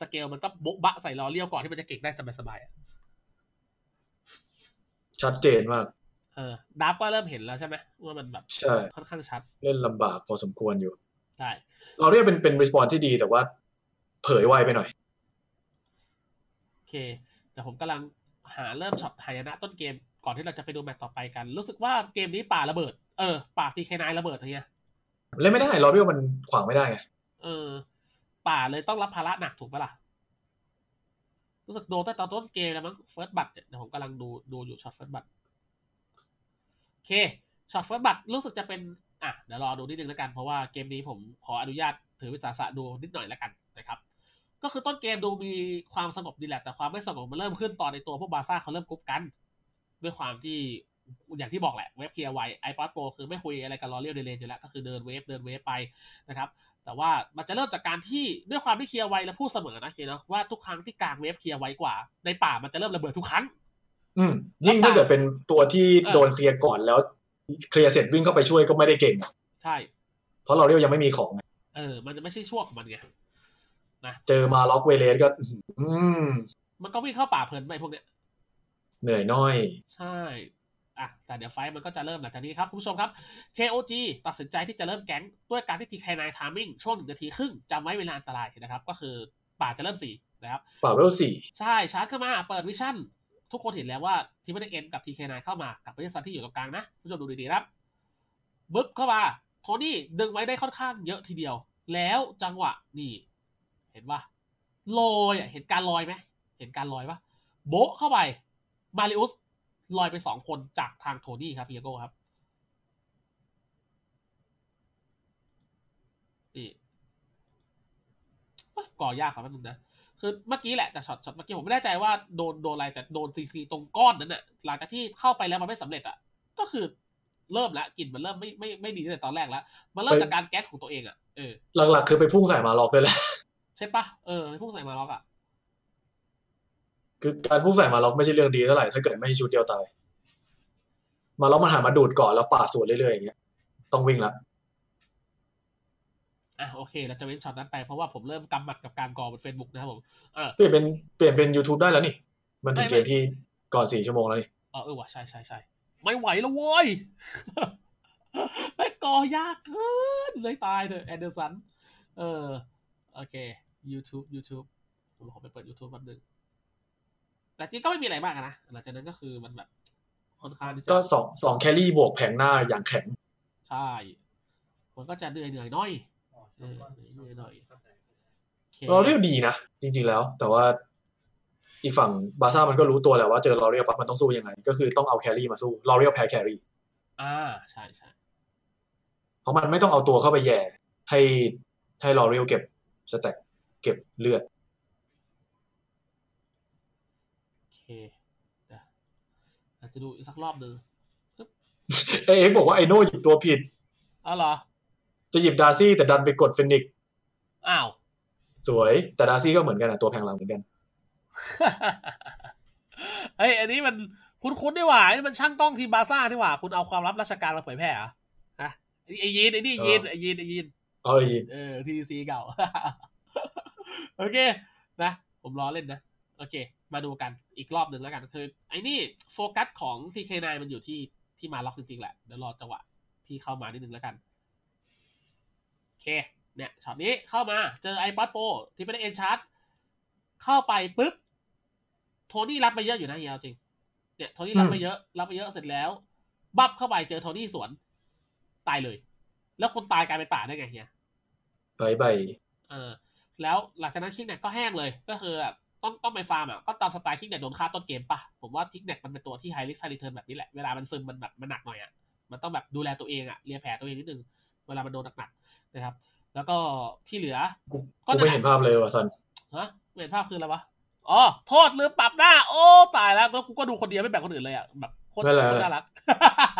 S5: สเกลมันก็บกบะใส่ลอเรียลก่อนที่มันจะเก่งได้สบายๆอะ
S6: ชัดเจนมาก
S5: เออดับก็เริ่มเห็นแล้วใช่ไหมว่ามันแบบ
S6: ใช่
S5: ค่อนข้างชัด
S6: เล่นลำบากพอสมควรอยู่
S5: ได้
S6: ลอเรียลเป็นเป็นรีสปอนที่ดีแต่ว่า เผยไวไปหน่อย
S5: โอเคแต่ผมกำลังหาเริ่มช็อตหายนะต้นเกมก่อนที่เราจะไปดูแมตช์ต่อไปกัน รู้สึกว่าเกมนี้ป่าระเบิดเออป่าตีเคนายระเบิดเฮีย
S6: เล่นไม่ได้ลอเรียลมันขวางไม่ได้ไง
S5: เออ ป่าเลยต้องรับภาระหนักถูกปะล่ะ รู้สึกโดนตั้งแต่ตอนต้นเกมแล้วมั้งเฟิร์สบัตเนี่ยเดี๋ยวผมกำลังดูดูอยู่ช็อตเฟิร์สบัตโอเคช็อตเฟิร์สบัตรู้สึกจะเป็น อ่ะ เดี๋ยวรอดูนิดนึงแล้วกัน เพราะว่าเกมนี้ผมขออนุญาตถือวิสาสะดูนิดหน่อยแล้วกันนะครับ ก็คือต้นเกมดูมีความสงบดีแหละ แต่ความไม่สงบมันเริ่มขึ้นตอนในตัวพวกบาร์ซ่าเขาเริ่มกรุ๊ปกัน ด้วยความที่อย่างที่บอกแหละเวฟเคลียร์ไวไอพอดโปรคือไม่คุยอะไรกับลอเรียลเดเลนอยู่แล้วก็คือเดินเวฟเดินเวฟไปนะครับ แต่ว่ามันจะเริ่มจากการที่ด้วยความที่เคลียร์ไวและพูดเสมอนะเคลียร์เนอะว่าทุกครั้งที่กลางเวฟเคลียร์ไวกว่า ในป่ามันจะเริ่มระเบิดทุกครั้ง
S6: อืมยิ่งถ้าเกิดเป็นตัวที่
S5: เออ
S6: โดนเคลียร์ก่อนแล้ว เคลียร์เสร็จวิ่งเข้าไปช่วยก็ไม่ได้เก่งอะ
S5: ใช่
S6: เพราะลอเรียลยังไม่มีของไง
S5: เออ มันจะไม่ใช่ช่วงของมันไง
S6: เจอมาล็อกเวเลสก็ อืม
S5: มันก็วิ่งเข้าป่าเพลินไปพวกเนี้ย
S6: เหนื่อยน้อย
S5: ใช่อ่ะแต่เดี๋ยวไฟท์มันก็จะเริ่มหลังจากนี้ครับคุณผู้ชมครับ KOG ตัดสินใจที่จะเริ่มแก๊งด้วยการที่ทีไคนายทามิ่งช่วงหนึ่งนาทีครึ่งจำไว้เวลาอันตรายนะครับ ก็คือป่าจะเริ่มสี่นะครับ
S6: ป่าเวลสี่
S5: ใช่ชาร์จเข้ามาเปิดวิชั่น ทุกคนเห็นแล้วว่าทีมเอ็นกับทีเคนายเข้ามากลับไปที่ซันที่อยู่ตรงกลางนะผู้ชมดูดีๆครับบึ๊บเข้ามาโทนี่ดึงไว้ได้ค่อนข้างเยอะทีเดียว แล้วจังหวะนี่ เห็นว่าลอยอะเห็นการลอยไหมเห็นการลอยปะโบ๊ะเข้าไปมาริอุสลอยไปสองคนจากทางโทนี่ครับเฮียโก้ครับนี่เอ้ยก่อยากครับแป๊บนึงนะ คือเมื่อกี้แหละจากช็อตช็อตเมื่อกี้ผมไม่แน่ใจว่าโดนโดนอะไรแต่โดนซีซีตรงก้อนนั้นน่ะหลังจากที่เข้าไปแล้วมันไม่สำเร็จอ่ะก็คือเริ่มละกลิ่นมันเริ่มไม่ไม่ไม่ดีตั้งแต่ตอนแรกแล้วมันเริ่มจากการแก๊กของตัวเองอ่ะเออ
S6: หลักๆ คือไปพุ่งใส่มาล็อกด้วยแหละ
S5: ใช่ปะเออพุ่งใส่มาล็อกอ่ะ
S6: คือการพุ่งใส่มาล็อกไม่ใช่เรื่องดีเท่าไหร่ถ้าเกิดไม่ชุดเดียวตาย มาล็อกมันหันมาดูดก่อนแล้วปาดสวนเรื่อยๆอย่างเงี้ยต้องวิ่งละ
S5: อ่ะโอเคเราจะเว้นช็อตนั้นไปเพราะว่าผมเริ่มกำหมัดกับการกรอบน Facebook นะครับผมเออ
S6: เปลี่ยนเป็นเปลี่ยนเป็น YouTube ได้แล้วนี่ มันถึง
S5: ไม่
S6: เก
S5: ไม่
S6: มที่ก่อนสี่ชั่วโมงแล้วนี่
S5: เออเออว่ะใช่ใช่ใช่ไม่ไหวแล้วโว้ย ไม่ก่อยากเกินเลยตายเถอะแอนเดอร์สัน เออ โอเค YouTube YouTube ผมขอไปเปิด YouTube แป๊บนึง แต่จริงก็ไม่มีอะไรมากอะนะหลังจากนั้นก็คือมันแบบค่อนข้างที่จะ
S6: ก็สองสองแครี่บวกแผงหน้าอย่างแข็ง
S5: ใช่ มันก็จะเหนื่อยเหนื่อยๆหน่อยเออเหนื่อยๆหน่อยโอเค
S6: เราเรียลดีนะ จริง ๆ แล้ว แต่ว่าอีกฝั่งบาร์ซ่ามันก็รู้ตัวแหละว่าเจอลอเรียลปั๊บมันต้องสู้ยังไง ก็คือต้องเอาแครี่มาสู้ลอเรียลแพ้แครี่
S5: อ่า ใช่ใช่
S6: เพราะมันไม่ต้องเอาตัวเข้าไปแย่ให้ให้ลอเรียลเก็บสแต็กเก็บเลือด
S5: โอเคเดี๋ยวอาจจะดูอีกสักรอบหนึ่ง
S6: เอ๊ะเอ็กซ์บอกว่าไอโน่หยิบตัวผิด
S5: อ้าวเหรอ
S6: จะหยิบดาร์ซี่แต่ดันไปกดเฟนิกซ์
S5: อ้าว
S6: สวย แต่ดาร์ซี่ก็เหมือนกันอะตัวแพงหลังเหมือนกัน
S5: เฮ้ย อันนี้มันคุณคุณดีหว่าอันนี่มันช่างกล้องทีมบาร์ซ่าดีหว่า คุณเอาความลับราชการมาเผยแพร่เหรอฮะไอ้ไอ้ยีนไอ้นี่ยีนไอ้ยีนไอ้ยีน
S6: เอาอีก
S5: เออทีซีเก่า โอเค นะ ผมล้อเล่นนะ โอเค มาดูกันอีกรอบหนึ่งแล้วกันคือ ไอ้นี่โฟกัสของทีเคนมันอยู่ที่ที่มาล็อกจริงๆแหละ เดี๋ยวรอจังหวะที่เข้ามานิดนึงแล้วกัน โอเค เนี่ยช็อตนี้เข้ามาเจอไอปอดโปที่เป็นเอ็นชาร์ตเข้าไปปุ๊บ โทนี่รับไปเยอะอยู่นะเฮียเอาจริง เนี่ยโทนี่รับไปเยอะ รับไปเยอะเสร็จแล้ว บับเข้าไปเจอโทนี่สวน ตายเลย แล้วคนตายกลายเป็นป่าได้ไงเฮีย
S6: บายบาย
S5: เออแล้วหลังจากนั้นคิกเน็ตก็แห้งเลย ก็คือแบบต้องต้องไปฟาร์มอ่ะก็ตามสไตล์คิกเน็ตโดนฆ่าต้นเกมปะผมว่าคิกเน็ตมันเป็นตัวที่ไฮริสไฮรีเทิร์นแบบนี้แหละ เวลามันซึมมันแบบมันหนักหน่อยอ่ะมันต้องแบบดูแลตัวเองอ่ะเลียแผลตัวเองนิดนึง เวลามันโดนหนักๆนะครับ แล้วก็ที่เหลือ
S6: กู
S5: ก็นั่
S6: กู
S5: นแหละ
S6: ไม่เห็นภาพเลยว่ะซัน
S5: ฮะเห็นภาพคืออะไรวะอ๋อโทษลืมปรับหน้า โอ้ตายแล้วแล้วกูก็ดูคนเดียวไม่แบ่งคนอื่นเลยอ่ะแบบโคตรโคตรน่ารัก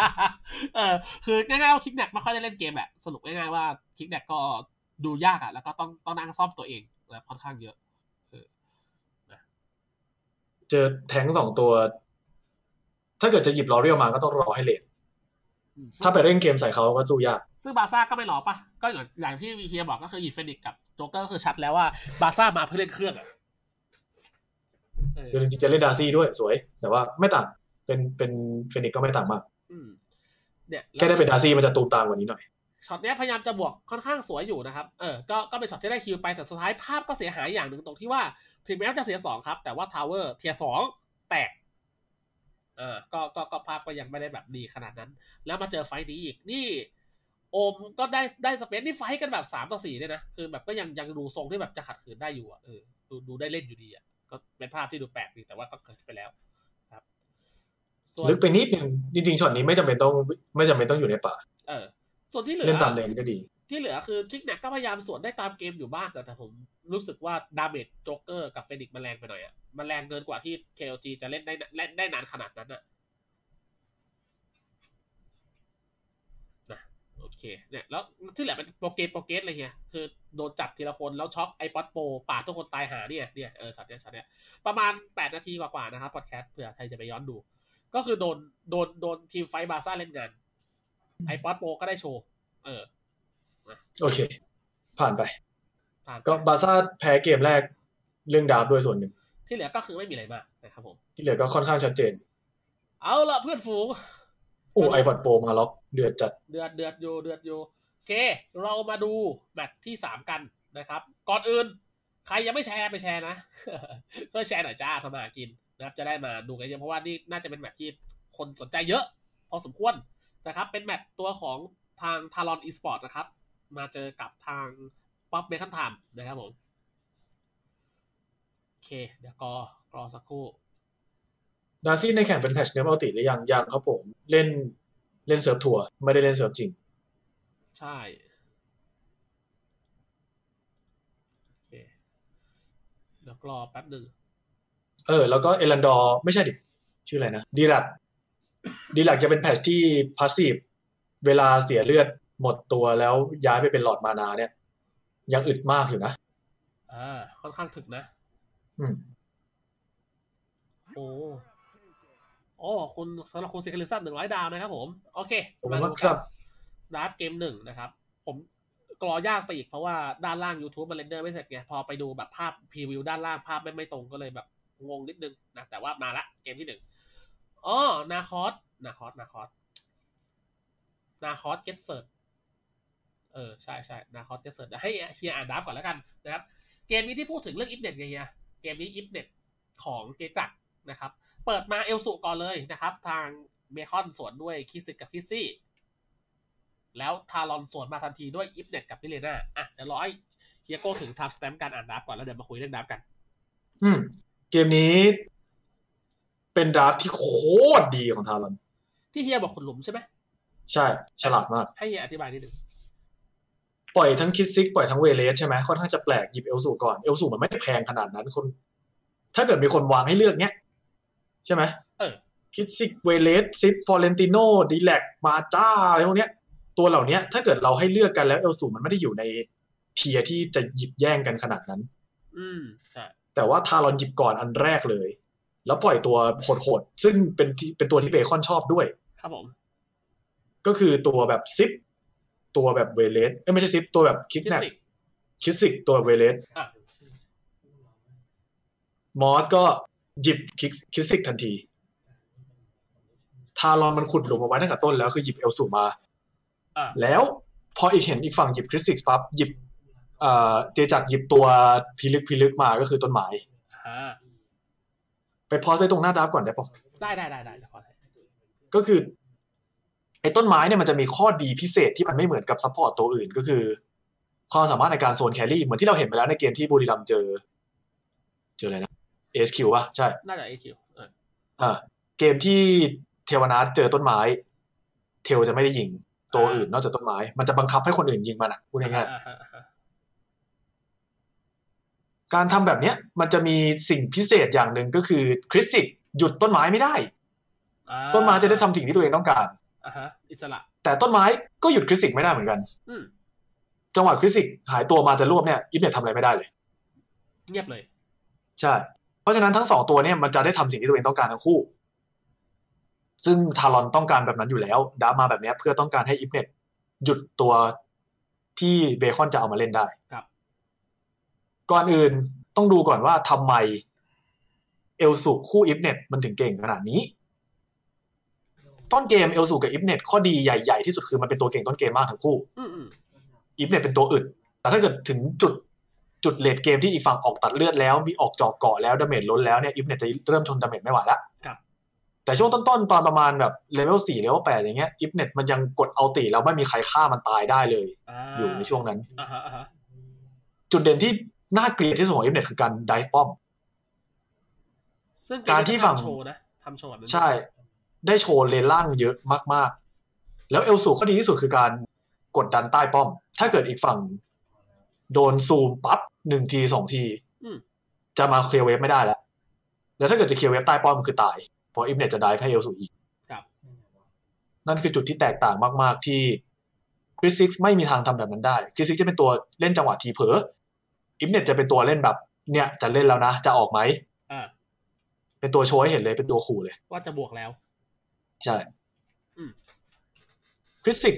S5: เออคือง่ายๆว่าคิกแนกไม่ค่อยได้เล่นเกมแหละสรุปง่ายๆว่าคิกแนกก็ดูยากอ่ะ แล้วก็ต้องต้องนั่งซ่อมตัวเองแบบค่อนข้างเยอะ
S6: เจอแทงค์สองตัว ถ้าเกิดจะหยิบลอเรียลมาก็ต้องรอให้เลทถ้าไปเร่งเกมใส่เขาก็สู้ยาก
S5: ซึ่งบาร์ซ่าก็ไม่หลอปะก็อย่างอย่างที่วีเฮียบอกก็คืออีเฟนิกกับโจ๊กเกอร์ก็คือชัดแล้วว่าบาร์ซ่ามาเพื่อเล่นเครื่องอ่ะเออ
S6: คือจริงๆจะเล่นดาร์ซี่ด้วยสวย แต่ว่าไม่ต่าง เป็นเป็นเฟนิกซ์ก็ไม่ต่างมาก
S5: อืมเนี่ยล้ว
S6: แค่ได้เป็นดาร์ซี่มันจะตูมตามกว่านี้หน่อย
S5: ช็อตเนี้ยพยายามจะบวกค่อนข้างสวยอยู่นะครับ เออ ก็ก็เป็นช็อตที่ได้คิวไปแต่สุดท้ายภาพก็เสียหายอย่างหนึ่งตรงที่ว่าถึงแม้ว่าจะเสียสองครับ แต่ว่าทาวเวอร์เทียสองแตกเออก็ก็ก็ภาพก็ยังไม่ได้แบบดีขนาดนั้น แล้วมาเจอไฟต์นี้อีกนี่โอมก็ได้ได้สเปซนี่ไฟต์กันแบบสามต่อสี่ด้วยนะ คือแบบก็ยังยังดูทรงที่แบบจะขัดขืนได้อยู่อ่ะเออดูดูได้เล่นอยู่ดีอ่ะก็เป็นภาพที่ดูแปลกดีแต่ว่าก็เกิดไปแล้วครับส่วน
S6: ลึกไปนิดนึง จริงๆช็อตนี้ไม่จำเป็นต้องไม่จำเป็นต้องอยู่ในป่า
S5: เออ ส่วนที่เหลือ
S6: เล่นตามเลนก็ดี
S5: ที่เหลือคือคิกแนกก็พยายามสวนได้ตามเกมอยู่บ้างแต่แต่ผมรู้สึกว่าดาเมจโจ๊กเกอร์กับเฟนิกซ์มันแรงไปหน่อยอะมันแรงเกินกว่าที่ KLG จะเล่นได้เล่นได้นานขนาดนั้นอะนะโอเคเนี่ยแล้วที่เหลือเป็นโปรเกตโปรเกตเลยเฮียคือโดนจับทีละคนแล้วช็อกไอป๊อตโปปาดทุกคนตายหาเนี่ยเนี่ยเออช็อตเนี้ยช็อตเนี้ยประมาณ 8 นาทีกว่าๆนะครับพอดแคสต์เผื่อใครจะไปย้อนดู ก็คือโดนโดนโดนทีมไฟท์บาร์ซ่าเล่นงานไอป๊อตโปก็ได้โชว์เออ
S6: โอเค ผ่านไป
S5: ผ่านไป
S6: ก็บาร์ซ่าแพ้เกมแรกเรื่องดาร์ฟด้วยส่วนหนึ่ง
S5: ที่เหลือก็คือไม่มีอะไรมากนะครับผม
S6: ที่เหลือก็ค่อนข้างชัดเจน
S5: เอาละเพื่อนฝูง
S6: โอ้ไอพอดโปรมาล็อกเดือดจัด
S5: เดือดเดือดอยู่เดือดอยู่โอเค เรามาดูแมตช์ที่สามกันนะครับ ก่อนอื่น ใครยังไม่แชร์ไปแชร์นะ ก็แชร์หน่อยจ้าทำมาหากินนะครับ จะได้มาดูกันเยอะเพราะว่านี่น่าจะเป็นแมตช์ที่คนสนใจเยอะ พอสมควรนะครับ เป็นแมตช์ตัวของทางทารอนอีสปอร์ตนะครับ มาเจอกับทางป๊อปเมคันไทม์นะครับผม โอเค เดี๋ยวกอรอสักครู่
S6: ดาร์ซี่ในแข่งเป็นแพทชเนื้อมัลติหรือยังยังครับผม เล่นเล่นเซิร์ฟทัวร์ไม่ได้เล่นเซิร์ฟจริง
S5: ใช่โอเคเดี๋ยวรอแป๊บหนึ่ง
S6: เออแล้วก็เอลันดอร์ไม่ใช่ดิ ชื่ออะไรนะดีลักดีลักจะเป็นแพทชที่พาสซีฟเวลาเสียเลือดหมดตัวแล้วย้ายไปเป็นหลอดมานาเนี่ย ยังอึดมากอยู่นะ
S5: อ่าค่อนข้างถึกนะ
S6: อืม
S5: โอ้โอ้คุณสำหรับคุณซิคลิซันหนึ่งร้อยดาวนะครับผม โอเค
S6: ขอบคุณมาก
S5: ดูน
S6: ครับ
S5: ดาร์ฟเกมหนึ่งนะครับ ผม กรอยากไปอีกเพราะว่าด้านล่าง YouTube มันเรนเดอร์ไม่เสร็จไง พอไปดูแบบภาพพรีวิวด้านล่างภาพไม่ไม่ตรงก็เลยแบบงงนิดนึงนะแต่ว่ามาละเกมที่หนึ่งอ๋อนาคอสนาคอสนาคอสนาคอสเกตเซิร์เออใช่ใช่นาคอสเกตเซิร์ให้เฮียอ่านดับก่อนแล้วกันนะครับ เกมนี้ที่พูดถึงเรื่องอิฟเน็ตไงเฮียเกมนี้อิฟเน็ตของเจจักรนะครับ เปิดมาเอลสุก่อนเลยนะครับ ทางเมคอนสวนด้วยคิสติกกับคิสซี่ แล้วทารอนสวนมาทันทีด้วยอิฟเน็ตกับพิเลนาอ่ะเดี๋ยวร้อยเฮียโก้ถึงทับสแตมป์การอ่านดับก่อนแล้วเดี๋ยวมาคุยเรื่องดับกัน
S6: อืม เกมนี้ เป็นดราฟที่โคตรดีของทารอน
S5: ที่เฮียบอกขุดหลุมใช่ไหม
S6: ใช่ ฉลาดมาก
S5: ให้เฮียอธิบายนิดนึง
S6: ปล่อยทั้งคิดซิกปล่อยทั้งเวเลสใช่ไหมค่อนข้างจะแปลกหยิบเอลสูก่อนเอลสูมันไม่ได้แพงขนาดนั้นคน ถ้าเกิดมีคนวางให้เลือกเนี้ย ใช่ไหม
S5: เออ
S6: คิดซิกเวเลสซิปฟอเรนติโนดีแลกมาจ้าอะไรพวกเนี้ย ตัวเหล่าเนี้ย ถ้าเกิดเราให้เลือกกันแล้วเอลสูมันไม่ได้อยู่ในเทียที่จะหยิบแย่งกันขนาดนั้น
S5: อืมใช่
S6: แต่ว่าทารอนหยิบก่อนอันแรกเลย แล้วปล่อยตัวโหดๆซึ่งเป็นที่เป็นตัวที่เบคอนชอบด้วย
S5: ครับผม
S6: ก็คือตัวแบบซิปตัวแบบเวเลสเอ้ยไม่ใช่ซิปตัวแบบคิด
S5: คิ
S6: แน
S5: ส
S6: ป
S5: ติก
S6: คิดซิกตัวเวเลส
S5: อ่ะ
S6: มอสก็หยิบคิกคิสซิกทันที ทารอนมันขุดหลุมเอาไว้ตั้งแต่ต้นแล้วคือหยิบเอลสูมา
S5: อ่ะ
S6: แล้วพออีกเห็นอีกฝั่งหยิบคิสซิกปั๊บหยิบเอ่อเจจักรหยิบตัวพิลึกพิลึกมาก็คือต้นไม้
S5: อ่า
S6: ไปพอสไปตรงหน้าดราฟก่อนได้ปะ
S5: ได้ได้ได้ได้เดี๋ยวขอให้
S6: ก็คือ ไอ้ต้นไม้เนี่ยมันจะมีข้อดีพิเศษที่มันไม่เหมือนกับซัพพอร์ตตัวอื่นก็คือ ความสามารถในการโซนแครี่เหมือนที่เราเห็นไปแล้วในเกมที่บุรีรัมย์เจอ เจออะไรนะ ASQ ป่ะใช่
S5: น่าจะเอคิวเออ
S6: อ่าเกมที่เทวนาทเจอต้นไม้ เทวจะไม่ได้ยิง ตัวอื่นนอกจากต้นไม้ มันจะบังคับให้คนอื่นยิงมันอ่ะพูดง่าย
S5: อ่าอ่าอ่า
S6: ๆการทำแบบเนี้ย มันจะมีสิ่งพิเศษอย่างหนึ่งก็คือคริสติกหยุดต้นไม้ไม่ได้
S5: อ่า
S6: ต้นไม้จะได้ทำสิ่งที่ตัวเองต้องการ
S5: อ่าฮะอิสระ
S6: แต่ต้นไม้ก็หยุดคริสติกไม่ได้เหมือนกัน
S5: อืม
S6: จังหวะคริสติกหายตัวมาจะรวบเนี่ยอิฟเนี่ยทำอะไรไม่ได้เลย
S5: เงียบเลย
S6: ใช่ เพราะฉะนั้นทั้งสองตัวเนี่ยมันจะได้ทำสิ่งที่ตัวเองต้องการทั้งคู่ ซึ่งทารอนต้องการแบบนั้นอยู่แล้วดามาแบบเนี้ยเพื่อต้องการให้อิฟเน็ตหยุดตัวที่เบคอนจะเอามาเล่นได้
S5: ครับ
S6: ก่อนอื่นต้องดูก่อนว่าทำไมเอลสูคู่อิฟเน็ตมันถึงเก่งขนาดนี้ ต้นเกมเอลสูกับอิฟเน็ตข้อดีใหญ่ ๆ ที่สุดคือมันเป็นตัวเก่งต้นเกมมากทั้งคู่
S5: อืมอืม
S6: อีฟเนี่ยเป็นตัวอึด แต่ถ้าเกิดถึงจุดจุดเลดเกมที่อีกฝั่งออกตัดเลือดแล้ว มีออกจอกเกาะแล้วดาเมจล้นแล้วเนี่ยอีฟเนี่ยจะเริ่มทนดาเมจไม่ไหวละ
S5: ครับ
S6: แต่ช่วงต้นๆ ตอนประมาณแบบเลเวลสี่เลเวลแปดอย่างเงี้ยอีฟเนี่ยมันยังกดเอาตีแล้วไม่มีใครฆ่ามันตายได้เลย
S5: อ่า
S6: อยู่ในช่วงนั้น
S5: อ่าฮะอ่าฮะ
S6: จุดเด่นที่น่าเกลียดที่สุดของอีฟเนี่ยคือการไดฟ์ป้อม
S5: ซึ่ง
S6: การที่ฝั่ง
S5: ทำโชว์นะทำโชว์แบบนั้น
S6: ใช่ ได้โชว์เลนล่างเยอะมากๆ แล้วเอลสูข้อดีที่สุดคือการกดดันใต้ป้อม ถ้าเกิดอีกฝั่ง โดนซูมปั๊บหนึ่งทีสองที
S5: อืม
S6: จะมาเคลียร์เวฟไม่ได้แล้ว แล้วถ้าเกิดจะเคลียร์เวฟใต้ป้อมคือตาย เพราะอิมเนี่ยจะได้ให้เอลสูอีก
S5: ครับ
S6: นั่นคือจุดที่แตกต่างมากๆที่คริสซิกไม่มีทางทำแบบนั้นได้คริสซิกจะเป็นตัวเล่นจังหวะทีเผลออิมเนี่ยจะเป็นตัวเล่นแบบ เนี่ยจะเล่นแล้วนะ จะออกไหม
S5: อ่า
S6: เป็นตัวโชว์ให้เห็นเลยเป็นตัวขู่เลย
S5: ว่าจะบวกแล้ว
S6: ใช่
S5: อืม
S6: คริสซิก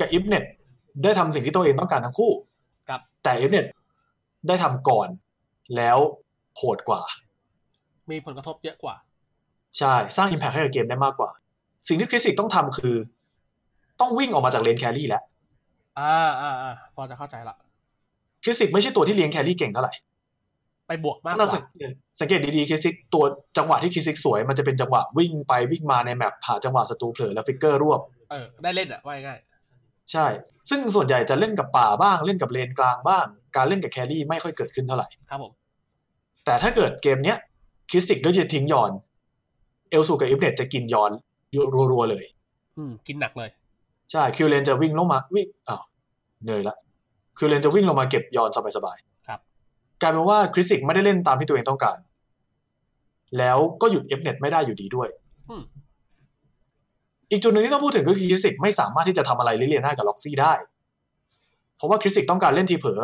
S6: กับอิฟเน็ตได้ทำสิ่งที่ตัวเองต้องการทั้งคู่
S5: ครับ
S6: แต่อิฟเน็ตได้ทำก่อน แล้วโหดกว่า
S5: มีผลกระทบเยอะกว่า
S6: ใช่ สร้าง Impact ให้กับเกมได้มากกว่า สิ่งที่คริสติกต้องทำคือ ต้องวิ่งออกมาจากเลนแครี่แล้ว
S5: อ่าอ่าอ่าพอจะเข้าใจละ
S6: คริสติกไม่ใช่ตัวที่เลี้ยงแครี่เก่งเท่าไหร่
S5: ไปบวกมาก
S6: ถ้าก เราสั
S5: ว่าง
S6: เกตสังเกตดีๆคริสติกตัวจังหวะที่คริสติกสวยมันจะเป็นจังหวะวิ่งไปวิ่งมาในแมปผ่าจังหวะศัตรูเผลอแล้วฟิกเกอร์รวบ
S5: เออ ได้เล่นอ่ะว่าง่าย
S6: ใช่ ซึ่งส่วนใหญ่จะเล่นกับป่าบ้างเล่นกับเลนกลางบ้าง การเล่นกับแครี่ไม่ค่อยเกิดขึ้นเท่าไหร่
S5: ๆครับผม
S6: แต่ถ้าเกิดเกมเนี้ยคริสติกด้วยจะทิ้งยอน เอลสูกับอิฟเน็ตจะกินยอนรัวๆเลย
S5: อืมกินหนักเลย
S6: ใช่คิวเลนจะวิ่งลงมาวิ่งอ้าวเหนื่อยละคิวเลนจะวิ่งลงมาเก็บยอนสบายๆ
S5: ครับ
S6: กลายเป็นว่าคริสติกไม่ได้เล่นตามที่ตัวเองต้องการ แล้วก็หยุดเอฟเน็ตไม่ได้อยู่ดีด้วย
S5: อืม
S6: อีกจุดหนึ่งที่ต้องพูดถึงก็คือคริสติกไม่สามารถที่จะทำอะไรลิเลียน่ากับล็อกซี่ได้ เพราะว่าคริสติกต้องการเล่นทีเผลอ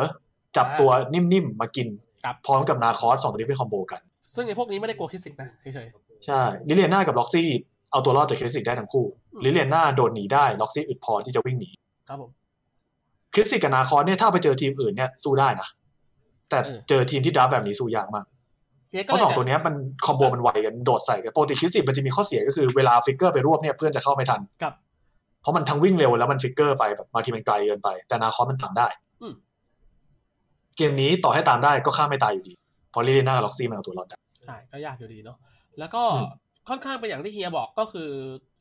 S6: จับตัวนิ่มๆมากิน
S5: ครับ
S6: พร้อมกับนาคอสสองตัวนี้เป็นคอมโบกัน
S5: ซึ่งไอ้พวกนี้ไม่ได้กลัวคิดสิกนะเฉย
S6: ใช่ลิเลียน่ากับล็อกซี่เอาตัวรอดจากคริสติกได้ทั้งคู่ลิเลียน่าโดดหนีได้ล็อกซี่อึดพอที่จะวิ่งหนี
S5: ๆครับผม
S6: คริสติกกับนาคอนเนี่ยถ้าไปเจอทีมอื่นเนี่ยสู้ได้นะ แต่
S5: เออ
S6: เจอทีมที่ดราฟต์แบบนี้สู้ยากมาก
S5: เนี่ย
S6: เพ
S5: ก็ล
S6: ราะ
S5: ย
S6: สองตัวเนี้ยมันคอมโบมันไวกันโดดใส่กันปกติคริสติกมันจะมีข้อเสียก็คือเวลาฟิกเกอร์ไปรวบเนี่ยเพื่อนจะเข้าไม่ทัน
S5: กับ
S6: เพราะมันทั้งวิ่งเร็วแล้วมันฟิกเกอร์ไปแบบบางทีมันไกลเกินไป แต่นาคอนมันตามได้
S5: อืม
S6: เกมนี้ต่อให้ตามได้ก็ฆ่ามไม่ตายอยู่ดีเพราะลิเลน่ากับล็อกซี่มันเอาตัวรอดได้
S5: ใช่ก็ยากอยู่ดีเนาะแล้วก็
S6: อืม
S5: ค่อนข้างเป็นอย่างที่เฮียบอกก็คือ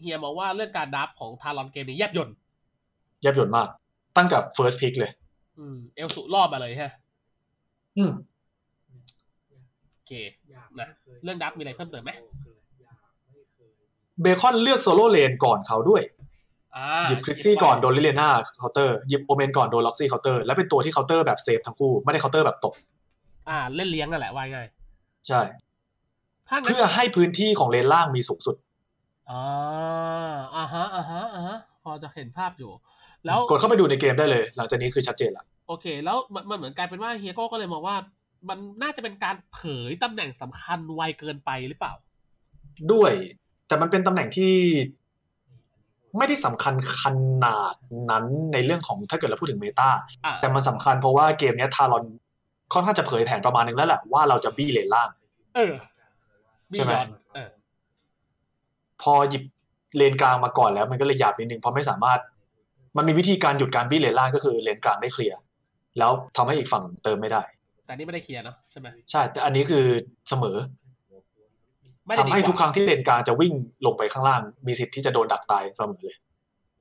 S5: เฮียมองว่าเรื่องการดับของทารอนเกมนี้แยบยนต์
S6: แยับยนต์มาก ตั้งแต่ first pick เลย
S5: อืมเอลสุรอบมาเลยฮะ
S6: อืม
S5: โอเคนะเรื่องดับมีอะไรเพิ่มเติมไหม
S6: เบคอนเลือกโซโล่เลนก่อนเขาด้วย
S5: อ่า
S6: หยิบคลิกซี่ก่อนโดนลิเลน่าเคาน์เตอร์หยิบโอเมนก่อนโดนล็อกซี่เคาน์เตอร์แล้วเป็นตัวที่เคาน์เตอร์แบบเซฟทั้งคู่ ไม่ได้เคาน์เตอร์แบบตก
S5: อ่าเล่นเลี้ยงนั่นแหละว่าง่าย
S6: ใช่
S5: ถ้างั้น
S6: เพื่อให้พื้นที่ของเลนล่างมีสูงสุด
S5: อ่าอ่าฮะอ่าฮะอ่าฮะพอจะเห็นภาพอยู่ แล้ว
S6: กดเข้าไปดูในเกมได้เลย หลังจากนี้คือชัดเจนละ
S5: โอเค แล้วมันมันเหมือนกลายเป็นว่าเฮียโก้ก็เลยมองว่า มันน่าจะเป็นการเผยตำแหน่งสำคัญไวเกินไปหรือเปล่า
S6: ด้วย แต่มันเป็นตำแหน่งที่ ไม่ได้สำคัญขนาดนั้นในเรื่องของถ้าเกิดเราพูดถึงเมตา
S5: อ่า
S6: แต่มันสำคัญเพราะว่าเกมเนี้ยทารอนค่อนข้างจะเผยแผนประมาณนึงแล้วแหละว่าเราจะบี้เลนล่าง
S5: เออ
S6: ใช่ไหม
S5: ยอนเออ
S6: พอหยิบเลนกลางมาก่อนแล้วมันก็เลยหยาบนิดนึงเพราะไม่สามารถ มันมีวิธีการหยุดการบี้เลนล่างก็คือเลนกลางได้เคลียร์แล้วทำให้อีกฝั่งเติมไม่ได้
S5: แต่นี่ไม่ได้เคลียร์เนาะใช่ไหม
S6: ใช่แต่อันนี้คือเสมอ
S5: ไม่ได้
S6: ทำ
S5: ดีว่า
S6: ให้ทุกครั้งที่เลนกลางจะวิ่งลงไปข้างล่าง มีสิทธิ์ที่จะโดนดักตายเสมอเลย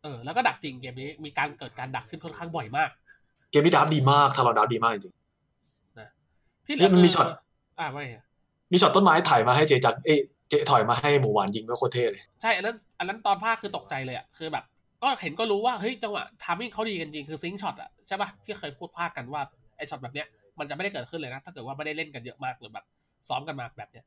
S5: เออแล้วก็ดักจริงเกมนี้มีการเกิดการดักขึ้นค่อนข้างบ่อยมาก
S6: เกมนี้ดับดีมากทารอนดับดีมากจริง
S5: ที่เห
S6: นี่
S5: ลือ
S6: มันมี
S5: คือ
S6: ช็อต
S5: อ่าไม่อะ
S6: ๆมีช็อตต้นไม้ถ่ายมาให้เจจักเอยเจถอยมาให้หมูหวานยิงด้วยโคตรเท่เลย
S5: ใช่อันนั้นอันนั้นตอนภาคคือตกใจเลยอ่ะคือแบบ ก็เห็นก็รู้ว่าเฮ้ยจังหวะทามมิ่งเขาดีกันจริงคือซิงช็อตอ่ะใช่ป่ะที่เคยพูดภาคกันว่าไอช็อตแบบเนี้ยมันจะไม่ได้เกิดขึ้นเลยนะถ้าเกิดว่าไม่ได้เล่นกันเยอะมากหรือแบบซ้อมกันมาแบบเนี้ย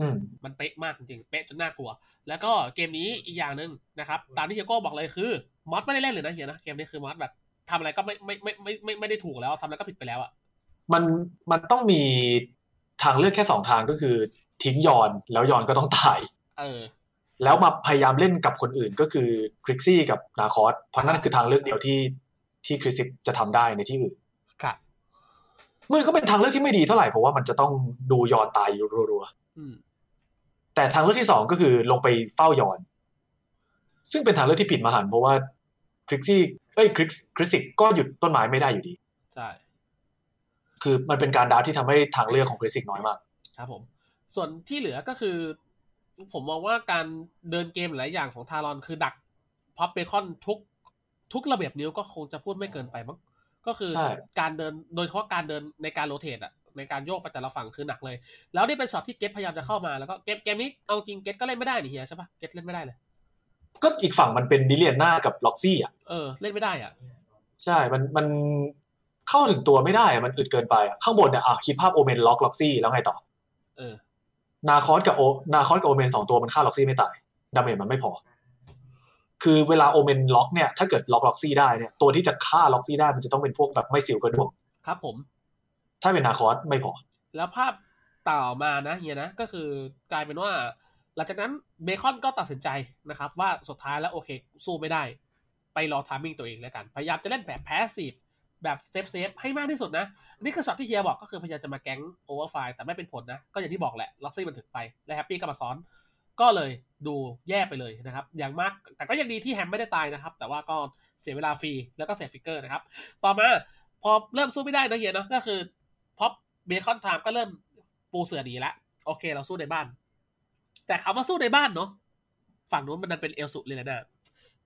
S6: อืม
S5: มันเป๊ะมากจริงๆเป๊ะจนน่ากลัว แล้วก็เกมนี้อีกอย่างหนึ่งนะครับตามที่เฮียโก้บอกเลยคือมอสไม่ได้เล่นเลยนะเฮียนะเกมนี้คือมอสแบบทำอะไรก็ไม่ไม่ไม่ไมไม่ไม่ได้ถูกแล้วทำอะไรก็ผิดไปแล้วอ่ะ
S6: มันมันต้องมีทางเลือกแค่สองทางก็คือทิ้งยอนแล้วยอนก็ต้องตาย
S5: เออ
S6: แล้วมาพยายามเล่นกับคนอื่นก็คือคริกซี่กับนาคอสเพราะนั่นคือทางเลือกเดียวที่ที่คริสซิสจะทำได้ในที่อื่น
S5: ครับ
S6: มันก็เป็นทางเลือกที่ไม่ดีเท่าไหร่เพราะว่ามันจะต้องดูยอนตายอยู่รัว
S5: อืม
S6: ๆแต่ทางเลือกที่สองก็คือลงไปเฝ้ายอน ซึ่งเป็นทางเลือกที่ผิดมหันต์เพราะว่าคริกซี่เอ้ยคริกคริสซิสก็หยุดต้นไม้ไม่ได้อยู่ดี
S5: ใช่
S6: คือมันเป็นการดาวที่ทำให้ทางเลือกของคริสซิสน้อยมาก
S5: ครับผม ส่วนที่เหลือก็คือ ผมมองว่าการเดินเกมหลายอย่างของทารอนคือดักพับเบคอนทุกทุกระเบียบนิ้วก็คงจะพูดไม่เกินไปมั้งก็คือ
S6: ใช่
S5: การเดินโดยเฉพาะการเดินในการโรเตทอะในการโยกไปแต่ละฝั่งคือหนักเลย แล้วนี่เป็นช็อตที่เกตพยายามจะเข้ามาแล้วก็เกตเกมนี้เอาจริงเกตก็เล่นไม่ได้นี่เฮียใช่ปะเกตเล่นไม่ได้เลย
S6: ก็อีกฝั่งมันเป็นดิเลียนหน้ากับล็อกซี่อ่ะ
S5: เออเล่นไม่ได้อ่ะ
S6: ใช่ มัน มันเข้าถึงตัวไม่ได้อะมันอึดเกินไปอะข้างบนเนี่ยอ่ะคิดภาพโอเมนล็อกล็อกซี่แล้วไงต่อ
S5: เออ
S6: นาคอสกับโอ นาคอสกับโอเมนสองตัวมันฆ่าล็อกซี่ไม่ตาย ดาเมจมันไม่พอ คือเวลาโอเมนล็อกเนี่ย ถ้าเกิดล็อกล็อกซี่ได้เนี่ย ตัวที่จะฆ่าล็อกซี่ได้มันจะต้องเป็นพวกแบบไม่สิวกระดวง
S5: ครับผม
S6: ถ้าเป็นนาคอสไม่พอ
S5: แล้วภาพต่อมานะเฮียนะก็คือกลายเป็นว่า หลังจากนั้นเบคอนก็ตัดสินใจนะครับ ว่าสุดท้ายแล้วโอเค สู้ไม่ได้ ไปรอทามมิ่งตัวเองแล้วกัน พยายามจะเล่นแบบแพสซีฟแบบเซฟเซฟให้มากที่สุดนะ นี่คือช็อตที่เฮียบอกก็คือพยายามจะมาแก๊งโอเวอร์ไฟแต่ไม่เป็นผลนะ ก็อย่างที่บอกแหละล็อกซี่มันถึงไป และแฮปปี้ก็มาซ้อน ก็เลยดูแย่ไปเลยนะครับ อย่างมากแต่ก็ยังดีที่แฮมไม่ได้ตายนะครับ แต่ว่าก็เสียเวลาฟรีแล้วก็เสียฟิกเกอร์นะครับ ต่อมาพอเริ่มสู้ไม่ได้นะเฮียเนาะก็คือ พอเบคอนไทม์ก็เริ่มปูเสือดีละโอเคเราสู้ในบ้าน แต่คำว่าสู้ในบ้านเนาะฝั่งนู้นมันดันเป็นเอลสุเลยนะ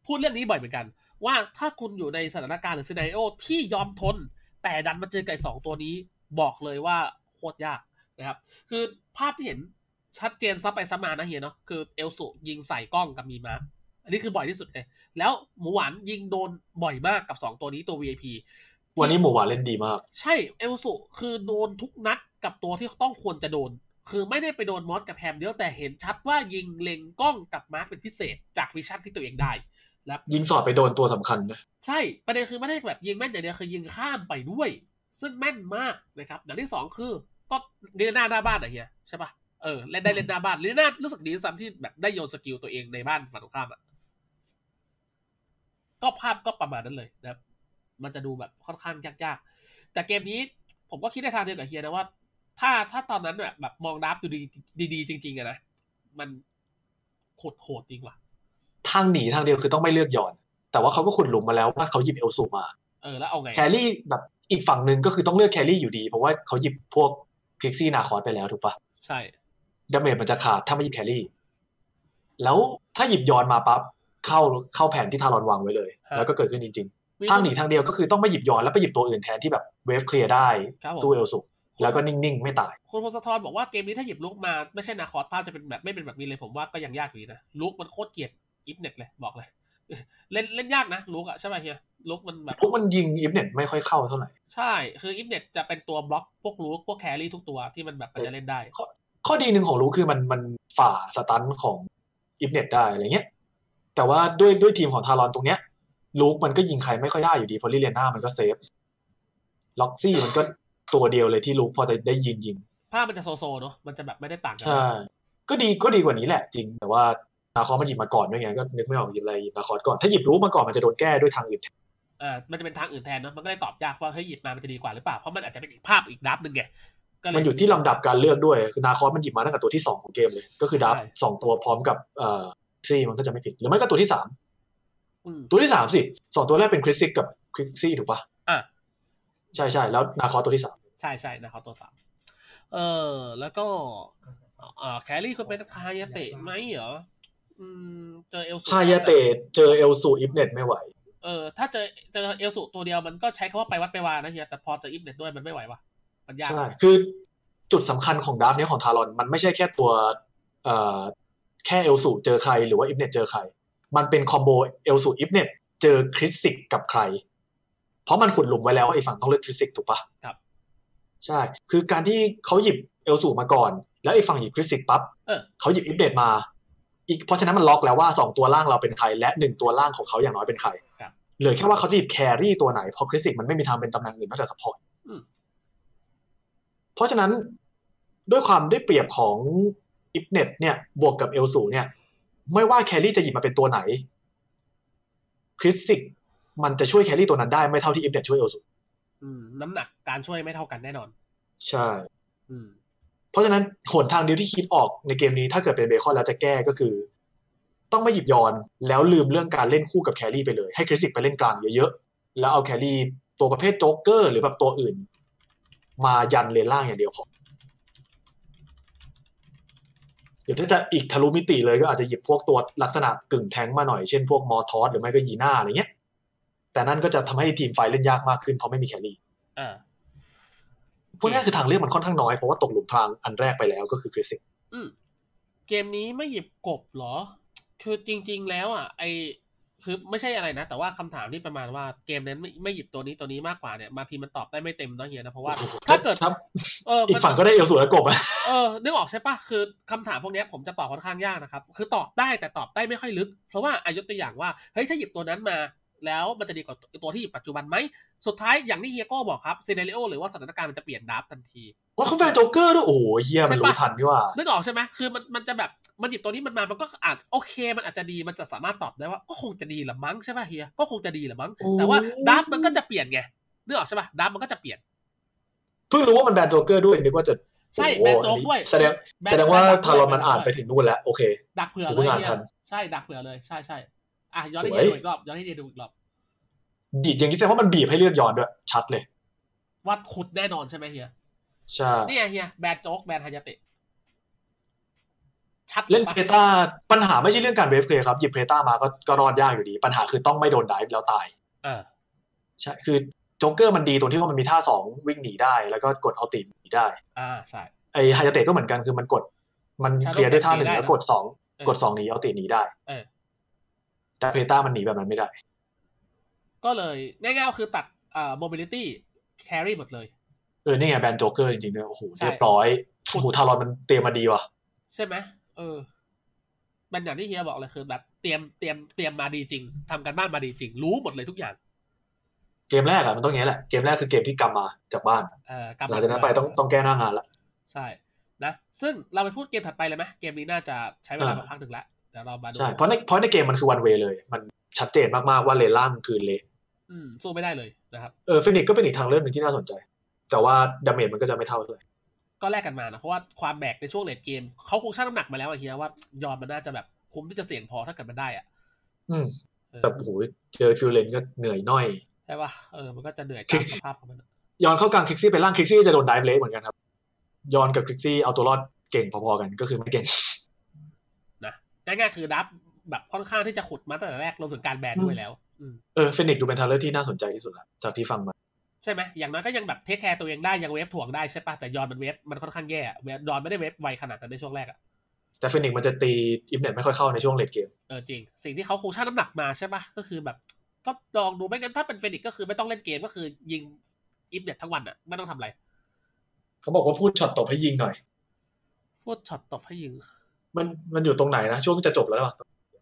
S5: พูดเรื่องนี้บ่อยเหมือนกัน ว่าถ้าคุณอยู่ในสถานการณ์หรือซีน n โอที่ยอมทน แต่ดันมาเจอไก่สองตัวนี้บอกเลยว่าโคตรยากนะครับ คือภาพที่เห็นชัดเจนซับไปซับมานะเฮียเนาะคือเอลสุยิงใส่กล้องกับมีมาร์คอันนี้คือบ่อยที่สุดเลยแล้วหมูหวานยิงโดนบ่อยมากกับสองตัวนี้ตัว VIP
S6: วันนี้หมูหวานเล่นดีมาก
S5: ใช่เอลสุคือโดนทุกนัดกับตัวที่ต้องควรจะโดน คือไม่ได้ไปโดนมอสกับแฮมเยอะแต่เห็นชัดว่ายิงเล็งกล้องกับมาร์คเป็นพิเศษจากวิชั่นที่ตัวเองได้ และ
S6: ยิงสอดไปโดนตัวสำคัญนะ
S5: ใช่ประเด็นคือไม่ได้แบบยิงแม่นอย่างเดียวคือยิงข้ามไปด้วย ซึ่งแม่นมากนะครับอย่างที่สองคือก็ลีน่าหน้าบ้านอะเฮียใช่ปะเออเล่นได้เล่นหน้าบ้านลีน่ารู้สึกดีซ้ำที่แบบได้โยนสกิลตัวเองในบ้านฝั่งตรงข้ามอะก็ภาพก็ประมาณนั้นเลยนะครับ มันจะดูแบบค่อนข้างยากๆ แต่เกมนี้ผมก็คิดในทางเดียวกับเฮียนะว่า ถ้าถ้าตอนนั้นแบบแบบมองดับดูดีดีๆจริงๆอะนะมันโคตรโหดจริงว่ะ
S6: ทางหนีทางเดียวคือต้องไม่เลือกหย่อน แต่ว่าเขาก็ขุดหลุมมาแล้วว่าเขาหยิบเอลซูมา
S5: เออแล้วเอาไง
S6: แครี่แบบอีกฝั่งหนึ่งก็คือต้องเลือกแครี่อยู่ดี เพราะว่าเขาหยิบพวกพิกซี่นาคอสไปแล้วถูกปะ
S5: ใช่
S6: ดาเมจมันจะขาดถ้าไม่หยิบแครี่ แล้วถ้าหยิบยอนมาปั๊บเข้าเข้าแผนที่ทารอนวางไว้เลย แล้วก็เกิดขึ้นจริง
S5: วิ่
S6: ๆทางหนีทางเดียวก็คือต้องไม่หยิบยอนแล้วไปหยิบตัวอื่นแทนที่แบบเวฟเคลียร์ได้
S5: ครับผม
S6: ตู้เอลซูแล้วก็นิ่งๆ ไม่ตาย
S5: คุณพงศธรบอกว่าเกมนี้ถ้าหยิบลุกมาไม่ใช่นาคอสภาพจะเป็นแบบไม่เป็นแบบนี้เลยผมว่าก็ยังยากอยู่ดีนะลุกมันโคตรเกลียดอิฟเน็ตเลยบอกเลย เล่นเล่นยากนะลุกอะใช่ไหมเฮียลุกมันแบบ
S6: พวกมันยิงอิฟเน็ตไม่ค่อยเข้าเท่าไหร่
S5: ใช่ คืออิฟเน็ตจะเป็นตัวบล็อกพวกลูกพวกแครี่ทุกตัวที่มันแบบมันจะเล่นได้
S6: ข้อดีหนึ่งของรู้คือมันมันฝ่าสตันของอิฟเน็ตได้อะไรเงี้ย แต่ว่าด้วยด้วยทีมของทารอนตรงเนี้ยลูกมันก็ยิงใครไม่ค่อยได้อยู่ดีเพราะลิเลียน่ามันก็เซฟล็อกซี่มันก็ตัวเดียวเลยที่ลูกพอจะได้ยิงยิง
S5: ภาพมันจะโซโซเนอะมันจะแบบไม่ได้ต่างกั
S6: ใช่ก็ดีก็ดีกว่านี้แหละจริง แต่ว่านาคอสมันหยิบมาก่อนด้วยไงก็นึกไม่ออกหยิบอะไรหยิบนาคอสก่อนถ้าหยิบรู้มาก่อนมันจะโดนแก้ด้วยทางอื่นแทน
S5: เออมันจะเป็นทางอื่นแทนเนอะมันก็เลยตอบยากว่าเฮ้ยหยิบมามันจะดีกว่าหรือเปล่า เพราะมันอาจจะเป็นอีกภาพอีกดับหนึ่งไงก็เล
S6: มันอยู่ที่ลำดับการเลือกด้วยคือนาคอสมันหยิบมาตั้งแต่ตัวที่สองของเกมเลย ก็คือดับสองตัวพร้อมกับเอ่อซี่มันก็จะไม่ผิดหรือไม่ก็ตัวที่สาม
S5: อืม
S6: ตัวที่สามสิสองตัวแรกเป็นคริสซิกกับคริสซี่ถูกปะ
S5: อ่ะ
S6: ใช่ใช่แล้วนาคอสตัวที่สาม
S5: ใช่ใช่นะครับตัวสามเออ แล้วก็เออแครี่คุณเป็นคายาเตะไหมเหรออืมเจอเอลสุ
S6: ฮายาเตะเจอเอลซูอิฟเน็ตไม่ไหว
S5: เออถ้าเจอเจอเอลสุตัวเดียวมันก็ใช้คำว่าไปวัดไปวานะเฮียแต่พอเจออิฟเน็ตด้วยมันไม่ไหววะมันยาก
S6: ใช่ คือจุดสำคัญของดราฟต์เนี้ยของทารอน มันไม่ใช่แค่ตัวเอ่อแค่เอลซูเจอใครหรือว่าอิฟเน็ตเจอใคร มันเป็นคอมโบเอลซูอิฟเน็ตเจอคริสซิกกับใคร เพราะมันขุดหลุมไว้แล้วว่าไอ้ฝั่งต้องเลือกคริสซิกถูกปะ ใช่ คือการที่เขาหยิบเอลสูมาก่อน แล้วไอ้ฝั่งหยิบคริสติกปั๊บ
S5: เออ
S6: เขาหยิบอิฟเดตมา อีกเพราะฉะนั้นมันล็อกแล้วว่าสองตัวล่างเราเป็นใคร และหนึ่งตัวล่างของเขาอย่างน้อยเป็นใคร
S5: ครับ
S6: เหลือแค่ว่าเขาจะหยิบแครี่ตัวไหน เพราะคริสติกมันไม่มีทางเป็นตำแหน่งอื่นนอกจากสปอร์ต
S5: อืม
S6: เพราะฉะนั้นด้วยความได้เปรียบของอิฟเน็ตเนี่ยบวกกับเอลสูเนี่ย ไม่ว่าแครี่จะหยิบมาเป็นตัวไหนคริสติกมันจะช่วยแครี่ตัวนั้นได้ไม่เท่าที่อิฟเน็ตช่วยเอลสู
S5: อืมน้ำหนักการช่วยไม่เท่ากันแน่นอน
S6: ใช่
S5: อืม
S6: เพราะฉะนั้นหนทางเดียวที่คิดออกในเกมนี้ถ้าเกิดเป็นเบคอนแล้วจะแก้ก็คือ ต้องไม่หยิบยอนแล้วลืมเรื่องการเล่นคู่กับแครี่ไปเลย ให้คริสติกไปเล่นกลางเยอะๆ แล้วเอาแครี่ตัวประเภทโจ๊กเกอร์หรือแบบตัวอื่น มายันเลนล่างอย่างเดียวพอหรือถ้าจะอีกทะลุมิติเลยก็อาจจะหยิบพวกตัวลักษณะกึ่งแทงค์มาหน่อยเช่นพวกมอร์ทอสหรือไม่ก็ยีน่าอะไรเงี้ย แต่นั่นก็จะทำให้ทีมไฟเล่นยากมากขึ้นเพราะไม่มีแครี่
S5: อ่า
S6: พวกนี้คือทางเลือกมันค่อนข้างน้อยเพราะว่าตกหลุมพรางอันแรกไปแล้วก็คือคริสติก
S5: อืมเกมนี้ไม่หยิบกบเหรอ คือจริง ๆ แล้วอ่ะ ไอคือไม่ใช่อะไรนะ แต่ว่าคำถามที่ประมาณว่าเกมนั้นไม่ไม่หยิบตัวนี้ตัวนี้มากกว่าเนี่ยบางทีมันตอบได้ไม่เต็มเนาะเฮียนะเพราะว่า ถ้าเกิด
S6: ครับ
S5: เออ
S6: อี
S5: มั
S6: ก
S5: น
S6: ฝั่งก็ได้เอลสูและกบอะ
S5: เออนึกออกใช่ปะคือคำถามพวกเนี้ยผมจะตอบค่อนข้างยากนะครับ คือตอบได้แต่ตอบได้ไม่ค่อยลึก เพราะว่าอายกตัวอย่างว่าเฮ้ยถ้าหยิบตัวนั้นมา แล้วมันจะดีกว่าตัวที่หยิบปัจจุบันไหมสุดท้ายอย่างที่เฮียโก้บอกครับซีเนเรโอหรือว่าสถานการณ์มันจะเปลี่ยนดับทันที
S6: ว่าเขาแฟนโจ๊กเกอร์ด้วยโอ้โหเฮียมันรู้ทันนี่ว่า
S5: นึกออกใช่ไหมคือมันมันจะแบบมันหยิบตัวนี้มันมา มันก็อาจโอเค มันอาจจะดี มันจะสามารถตอบได้ว่า ก็คงจะดีละมั้งใช่ป่ะเฮีย ก็คงจะดีละมั้ง
S6: โอ้
S5: แต่ว่าดับมันก็จะเปลี่ยนไง นึกออกใช่ป่ะดับมันก็จะเปลี่ยน
S6: เพิ่งรู้ว่ามันแบนโจ๊กเกอร์ด้วยนึกว่าจะ
S5: ใช่
S6: โอ้โห
S5: แบนโจ๊กด้วย
S6: อันนี้แสดง
S5: แบน
S6: แสดงว่า
S5: แบนโจ๊กด้วย
S6: ทารอนมันอ่านไปถึงนู่นแล้ว โอเค
S5: ดักเผื่อ
S6: ผม
S5: เล
S6: เพิ่
S5: ย
S6: งอ่าน
S5: เฮีย
S6: ทัน
S5: ใช่ดักเผื่อเลยใช่ใช่อ่ะย้อนให้
S6: สวย
S5: เฮียดูอีกรอบย้อนให้เฮียดูอีกรอบ
S6: บีบอย่างนี้แสดงว่ามันบีบให้เลือกย้อนด้วย ชัดเลย
S5: ว่าขุดแน่นอนใช่ไหมเฮีย
S6: ใช่
S5: นี่ไงเฮียแบนโจ๊กแบนฮายาเตะชัดย
S6: เล่น
S5: ปะ
S6: เพตาปัญหาไม่ใช่เรื่องการเวฟเพลย์ครับหยิบเพตามาก็ก็รอดยากอยู่ดี ปัญหาคือต้องไม่โดนไดฟ์แล้วตาย
S5: เออ
S6: ใช่คือโจ๊กเกอร์มันดีตรงที่ว่ามันมีท่าสองวิ่งหนีได้แล้วก็กดเอาตีหนีได้
S5: อ่าใช่
S6: ไอฮายาเตะก็เหมือนกันคือมันกด มัน
S5: Shadow
S6: เคลียร์ด้วยท่าหนึ่ง
S5: Step
S6: แล้วกดสอง
S5: เออก
S6: ดสองหนีเอาตีหนีได้
S5: เออ
S6: แต่เพลต้ามันหนีแบบนั้นไม่ได้
S5: ก็เลยง่ายๆก็คือตัดเอ่อโมบิลิตี้แครีหมดเลย
S6: เออ นี่ไงแบนโจ๊กเกอร์จริงๆด้วยโอ้โห
S5: ใช่
S6: เรียบร้อยโอ้โหทารอนมันเตรียมมาดีว่ะ
S5: ใช่ไหมเออ มันอย่างที่เฮียบอกเลยคือแบบเตรียมเตรียมเตรียมมาดีจริงทำกันบ้านมาดีจริง รู้หมดเลยทุกอย่าง
S6: เกมแรกอะมันต้องอย่างนี้แหละ เกมแรกคือเกมที่กำมาจากบ้าน
S5: เอ่อกลับ
S6: หลั
S5: มาง
S6: จากนั้นไปต้องต้องแก้หน้างานละ
S5: ใช่ นะ ซึ่งเราไปพูดเกมถัดไปเลยไหมเกมนี้น่าจะใช้เวลา
S6: เออ
S5: มาพักหนึ่งแล้วเดี๋ยวเรามาดู
S6: ใช่เพราะในเพราะในเกมมันคือวันเวเลย มันชัดเจนมากๆว่าเลนล่างคือเละ
S5: อืมสู้ไม่ได้เลยนะครับ
S6: เออฟินิกก็เป็นอีกทางเลือกหนึ่งที่น่าสนใจ แต่ว่าดาเมจมันก็จะไม่เท่าเลย
S5: ก็แลกกันมานะเพราะว่าความแบกในช่วงเลดเกมเขาคงชั่งน้ำหนักมาแล้วอะเฮียว่ายอมมันน่าจะแบบคุ้มที่จะเสี่ยงพอถ้าเกิดมันได้อะ
S6: อืม
S5: เออ
S6: แต่โอ้โหเจอคิวเลนก็เหนื่อยหน่อย
S5: ใช่ป่ะเออมันก็จะเหนื่อยตามสภาพของมันอะ
S6: ย้อนเข้ากลางคลิกซี่ไปล่างคลิกซี่จะโดนไดฟ์เลสเหมือนกันครับย้อนกับคลิกซี่เอาตัวรอดเก่งพอๆกันก็คือไม่เก่ง
S5: ง่ายๆคือดับแบบค่อนข้างที่จะขุดมาตั้งแต่แรกรวมถึงการแบนด้วยแล้ว อืม
S6: เออฟินิกดูเป็นทางเลือกที่น่าสนใจที่สุดละจากที่ฟังมา
S5: ใช่ไหมอย่างน้อยก็ยังแบบเทคแคร์ตัวเองได้ ยังเวฟถ่วงได้ใช่ปะแต่ยอนมันเวฟมันค่อนข้างแย่เวฟยอนไม่ได้เวฟไวขนาดนั้นในช่วงแรกอะ
S6: แต่ฟินิกมันจะตีอิมเน็ตไม่ค่อยเข้าในช่วงเลดเกม
S5: เออจริง สิ่งที่เขาคงชั่งน้ำหนักมาใช่ปะก็คือแบบก็ลองดูไม่งั้นถ้าเป็นเฟนิกซ์ก็คือไม่ต้องเล่นเกมก็คือยิงอิฟเน็ตทั้งวันอะไม่ต้องทำอะไร
S6: เขาบอกว่าพูดช็อตตบให้ยิงหน่อย
S5: พูดช็อตตบให้ยิง
S6: มันมันอยู่ตรงไหนนะ ช่วงจะจบแล้วนะ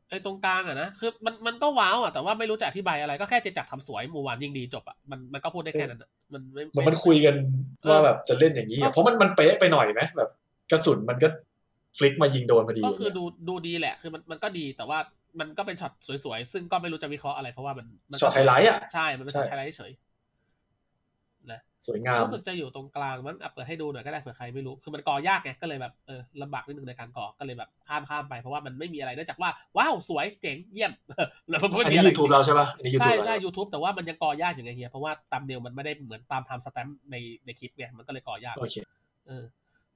S5: ไอ้ตรงกลางอะนะคือมันมันก็ว้าวอะแต่ว่าไม่รู้จะอธิบายอะไรก็แค่เจนจักรทำสวยหมูหวานยิ่งดีจบอะมันมันก็พูดได้แค่นั้นอะมันไม่
S6: แต่
S5: ไ
S6: มันคุยกันว่าแบบจะเล่นอย่างนี้อะเพราะมันมันเป๊ะไปหน่อยไหมแบบ กระสุนมันก็ฟลิกมายิงโดนพอดี
S5: ก็คือดูดูดีแหละ คือมันมันก็ดีแต่ว่ามันก็เป็นช็อตสวยๆ ซึ่งก็ไม่รู้จะวิเคราะห์อะไรเพราะว่ามันมันก็
S6: ช็อตไฮไลท์อ่ะ
S5: ใช่มันเป็นช็อต
S6: ใช่
S5: ไฮไลท์เฉย
S6: สวยงาม
S5: รู้สึกจะอยู่ตรงกลางมั้งอ่ะเปิดให้ดูหน่อยก็ได้เผื่อใครไม่รู้คือมันก่อยากไงก็เลยแบบเออลำบากนิดนึงในการก่อก็เลยแบบข้ามข้ามไปเพราะว่ามันไม่มีอะไรนอกจากว่าว้าวสวยเจ๋งเยี่ยม แล้วมันก็ไม่
S6: อัน
S5: มี
S6: นี้
S5: อะไร
S6: ยูทูบเราใช่ป่ะอันนี้ยูทู
S5: ใช่
S6: บเรา
S5: ใช่ YouTube แต่ว่ามันยังก่อยากอยู่ไงเฮียเพราะว่าตามเนียวมันไม่ได้เหมือนตามไทม์สแตมป์ในในคลิปไงมันก็เลยก่อยาก
S6: โอเค
S5: เออ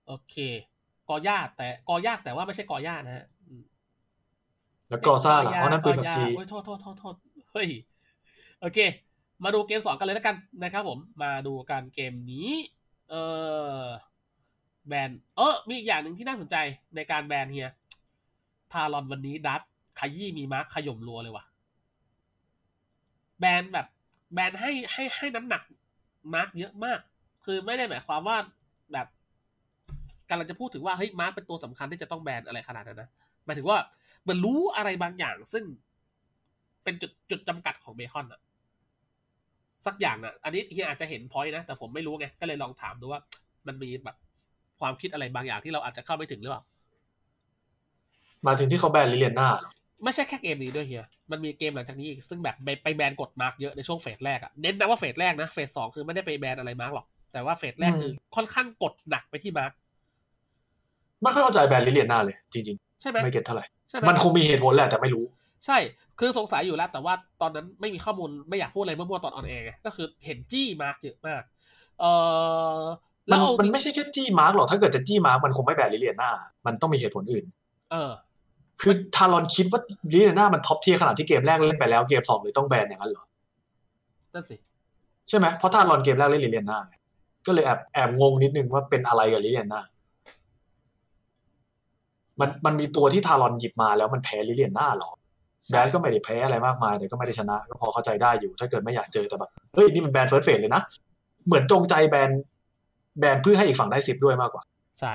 S5: โอเคก่อยากแต่ก่อยากแต่ว่าไม่ใช่ก่อยากนะฮะอืม
S6: แล้วกรอซ่าล่ะ
S5: ยก
S6: เพราะนั่นปืนแบบ
S5: ยาก
S6: จี
S5: โอ้ยโทษโทษโทษโทษเฮ้ยโอเค มาดูเกมสองกันเลยแล้วกันนะครับผมมาดูการเกมนี้ เออแบนเออมีอีกอย่างหนึ่งที่น่าสนใจในการแบนเฮียทารอนวันนี้ดัตขยี้มีมาร์คขย่มรัวเลยว่ะ แบรนด์แบบแบรนด์ให้ให้ให้น้ำหนักมาร์กเยอะมาก คือไม่ได้หมายความว่าแบบกำลังจะพูดถึงว่าเฮ้ยมาร์กเป็นตัวสำคัญที่จะต้องแบรนด์อะไรขนาดนั้นนะหมายถึงว่าเหมันรู้อะไรบางอย่าง ซึ่งเป็นจุดจุดจำกัดของเบคอนอะสักอย่างอะอันนี้เฮียอาจจะเห็นพอยนะ แต่ผมไม่รู้ไงก็เลยลองถามดูว่า มันมีแบบความคิดอะไรบางอย่างที่เราอาจจะเข้าไม่ถึงหรือเปล่า
S6: มาถึงที่เขาแบนลิเลียนหน้า
S5: ไม่ใช่แค่เกมนี้ด้วยเฮีย มันมีเกมหลังจากนี้อีก ซึ่งแบบไปไปแบนกดมาร์กเยอะในช่วงเฟสแรกอะเน้นนะว่าเฟสแรกนะ เฟสสองคือไม่ได้ไปแบนอะไรมาร์กหรอก แต่ว่าเฟสแรกคือค่อนข้างกดหนักไปที่มาร์ก
S6: ไม่ค่อยเข้าใจแบนลิเลียนหน้าเลยจริง
S5: ใช่ไหม
S6: ๆไม่เก็ตเท่าไหร่
S5: ใช่ไหม
S6: มันคงมีเหตุผลแหละแต่ไม่รู้
S5: ใช่ คือสงสัยอยู่แล้ว แต่ว่าตอนนั้นไม่มีข้อมูลไม่อยากพูดอะไรมั่วๆตอนออนแอร์ไงก็คือเห็นจี้มาร์กเยอะมาก เออแล้
S6: มั
S5: วน เอา
S6: มันไม่ใช่แค่จี้มาร์กหรอก ถ้าเกิดจะจี้มาร์กมันคงไม่แบนลิเลียนหน้า มันต้องมีเหตุผลอื่น
S5: เออ
S6: คือทารอนคิดว่าลิเลียนหน้ามันท็อปเทียขนาดที่เกมแรกเล่นไปแล้วเกมสองเลยต้องแบนอย่างนั้นเหรอ
S5: นั่นสิ
S6: ใช่ไหมเพราะทารอนเกมแรกเล่นลิเลียนหน้าไงก็เลยแอบแอบงงนิดนึงว่าเป็นอะไรกับลิเลียนหน้า มันมันมีตัวที่ทารอนหยิบมาแล้วมันแพ้ลิเลียนหน้าเหรอแบนก็ไม่ได้แพ้อะไรมากมายแต่ก็ไม่ได้ชนะ ก็พอเข้าใจได้อยู่ ถ้าเกิดไม่อยากเจอแต่แบบเฮ้ยนี่มันแบนเฟิร์สเฟสเลยนะเหมือนจงใจแบนแบนเพื่อให้อีกฝั่งได้สิบด้วยมากกว่า
S5: ใช่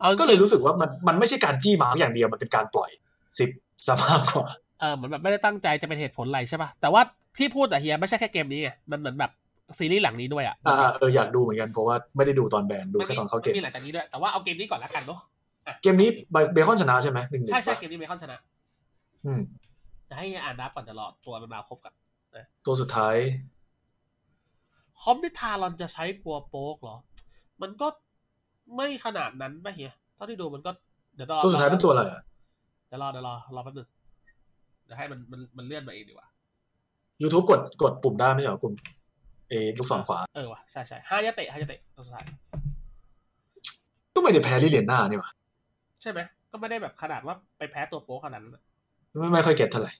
S5: เอาจ
S6: ก็เลย
S5: งๆ
S6: รู้สึกว่ามันมันไม่ใช่การจี้หมาอย่างเดียวมันเป็นการปล่อยสิบสภาพกว่า
S5: เออเหมือนแบบไม่ได้ตั้งใจจะเป็นเหตุผลอะไรใช่ป่ะ แต่ว่าที่พูดอะเฮียไม่ใช่แค่เกมนี้ไงมันเหมือนแบบซีรีส์หลังนี้ด้วยอะ
S6: อ่าเอออยากดูเหมือนกันเพราะว่าไม่ได้ดูตอนแบนดูแค่ตอนเข้าเกม
S5: มีหลังจากนี้ด้วย แต่ว่าเอาเกมนี้ก่อนละกันเนาะ
S6: เกมนี้เบคอนชนะใช่ไหมหนึ่งหนึ่ง
S5: ใช่ใช่เกมนี้เบคอนชนะ
S6: อืม
S5: จะให้อ่านดับก่อนจะรอตัวมันมาครบกัน
S6: ตัวสุดท้าย
S5: คอมพิทารอนจะใช้ปัวโป๊กเหรอ มันก็ไม่ขนาดนั้นป่ะเฮียเท่าที่ดูมันก็เดี๋ยวรอ
S6: ตัวสุดท้ายเป็นตัวอะไรอะ
S5: เดี๋ยวรอเดี๋ยวรอรอแป๊บนึงเดี๋ยวให้มันมันมันเลื่อนมาเองดีกว่า
S6: ยูทูบกดกดปุ่มได้ไม่ใช่เหรอกลุ่มเอลูกศรขวา
S5: เออว่ะใช่ใช่ห้ายะเตะห้ายะเตะตัวสุดท้าย
S6: ก็ไม่ได้แพ้ลิเลียนหน้านี่หว่า
S5: ใช่ไหมก็ไม่ได้แบบขนาดว่าไปแพ้ตัวโป๊กขนาดนั้นอะ
S6: ไม่ไม่ค่อยเก็ตเท่าไหร่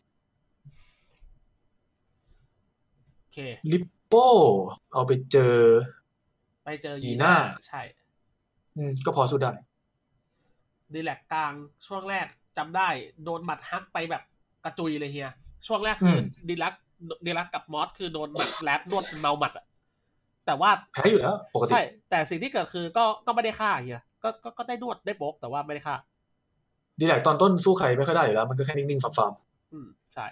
S5: โอเค
S6: ลิปโป้เอาไปเจอ
S5: ไปเจอ
S6: ยี
S5: ยี
S6: น่า
S5: น่าใช่
S6: อืมก็พอสู้ได้
S5: ดีแลกกลางช่วงแรกจำได้โดนหมัดฮักไปแบบกระจุยเลยเฮีย ช่วงแรกคืออ
S6: ม
S5: ดีลักดีลักกับมอสคือโดนหมัดแรดนวดเป็นเมาหมัดอะแต่ว่า
S6: แพ้อยู่แล้วปกติ
S5: ใช่ แต่สิ่งที่เกิดคือก็ก็ไม่ได้ฆ่าเฮียก็ก็ก็ได้นวดได้โป๊กแต่ว่าไม่ได้ฆ่า
S6: ดีแลกตอนต้นสู้ใครไม่ค่อยได้อยู่แล้ว มันก็แค่นิ่งๆฟาร์ม
S5: อืมใช่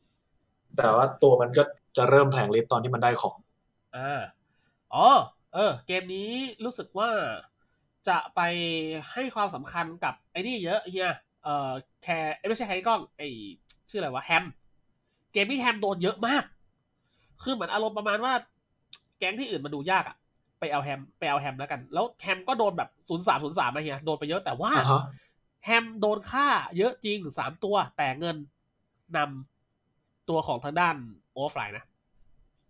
S6: ๆแต่ว่าตัวมันก็จะเริ่มแผลงฤทธิ์ตอนที่มันได้ของ
S5: อ่าอ๋อเออ เกมนี้รู้สึกว่าจะไปให้ความสำคัญกับไอ้นี่เยอะเฮียเอ่อแคร์เอ้ยไม่ใช่แคร์กล้องไอชื่ออะไรวะแฮม เกมนี้แฮมโดนเยอะมาก คือเหมือนอารมณ์ประมาณว่า แก๊งที่อื่นมาดูยากอะไปเอาแฮมไปเอาแฮมแล้วกัน แล้วแฮมก็โดนแบบศูนย์สามศูนย์สามมาเฮียโดนไปเยอะแต่ว่า
S6: อ่าฮะ
S5: แฮมโดนฆ่าเยอะจริงสามตัว แต่เงินนำตัวของทางด้านโอฟไลน์นะ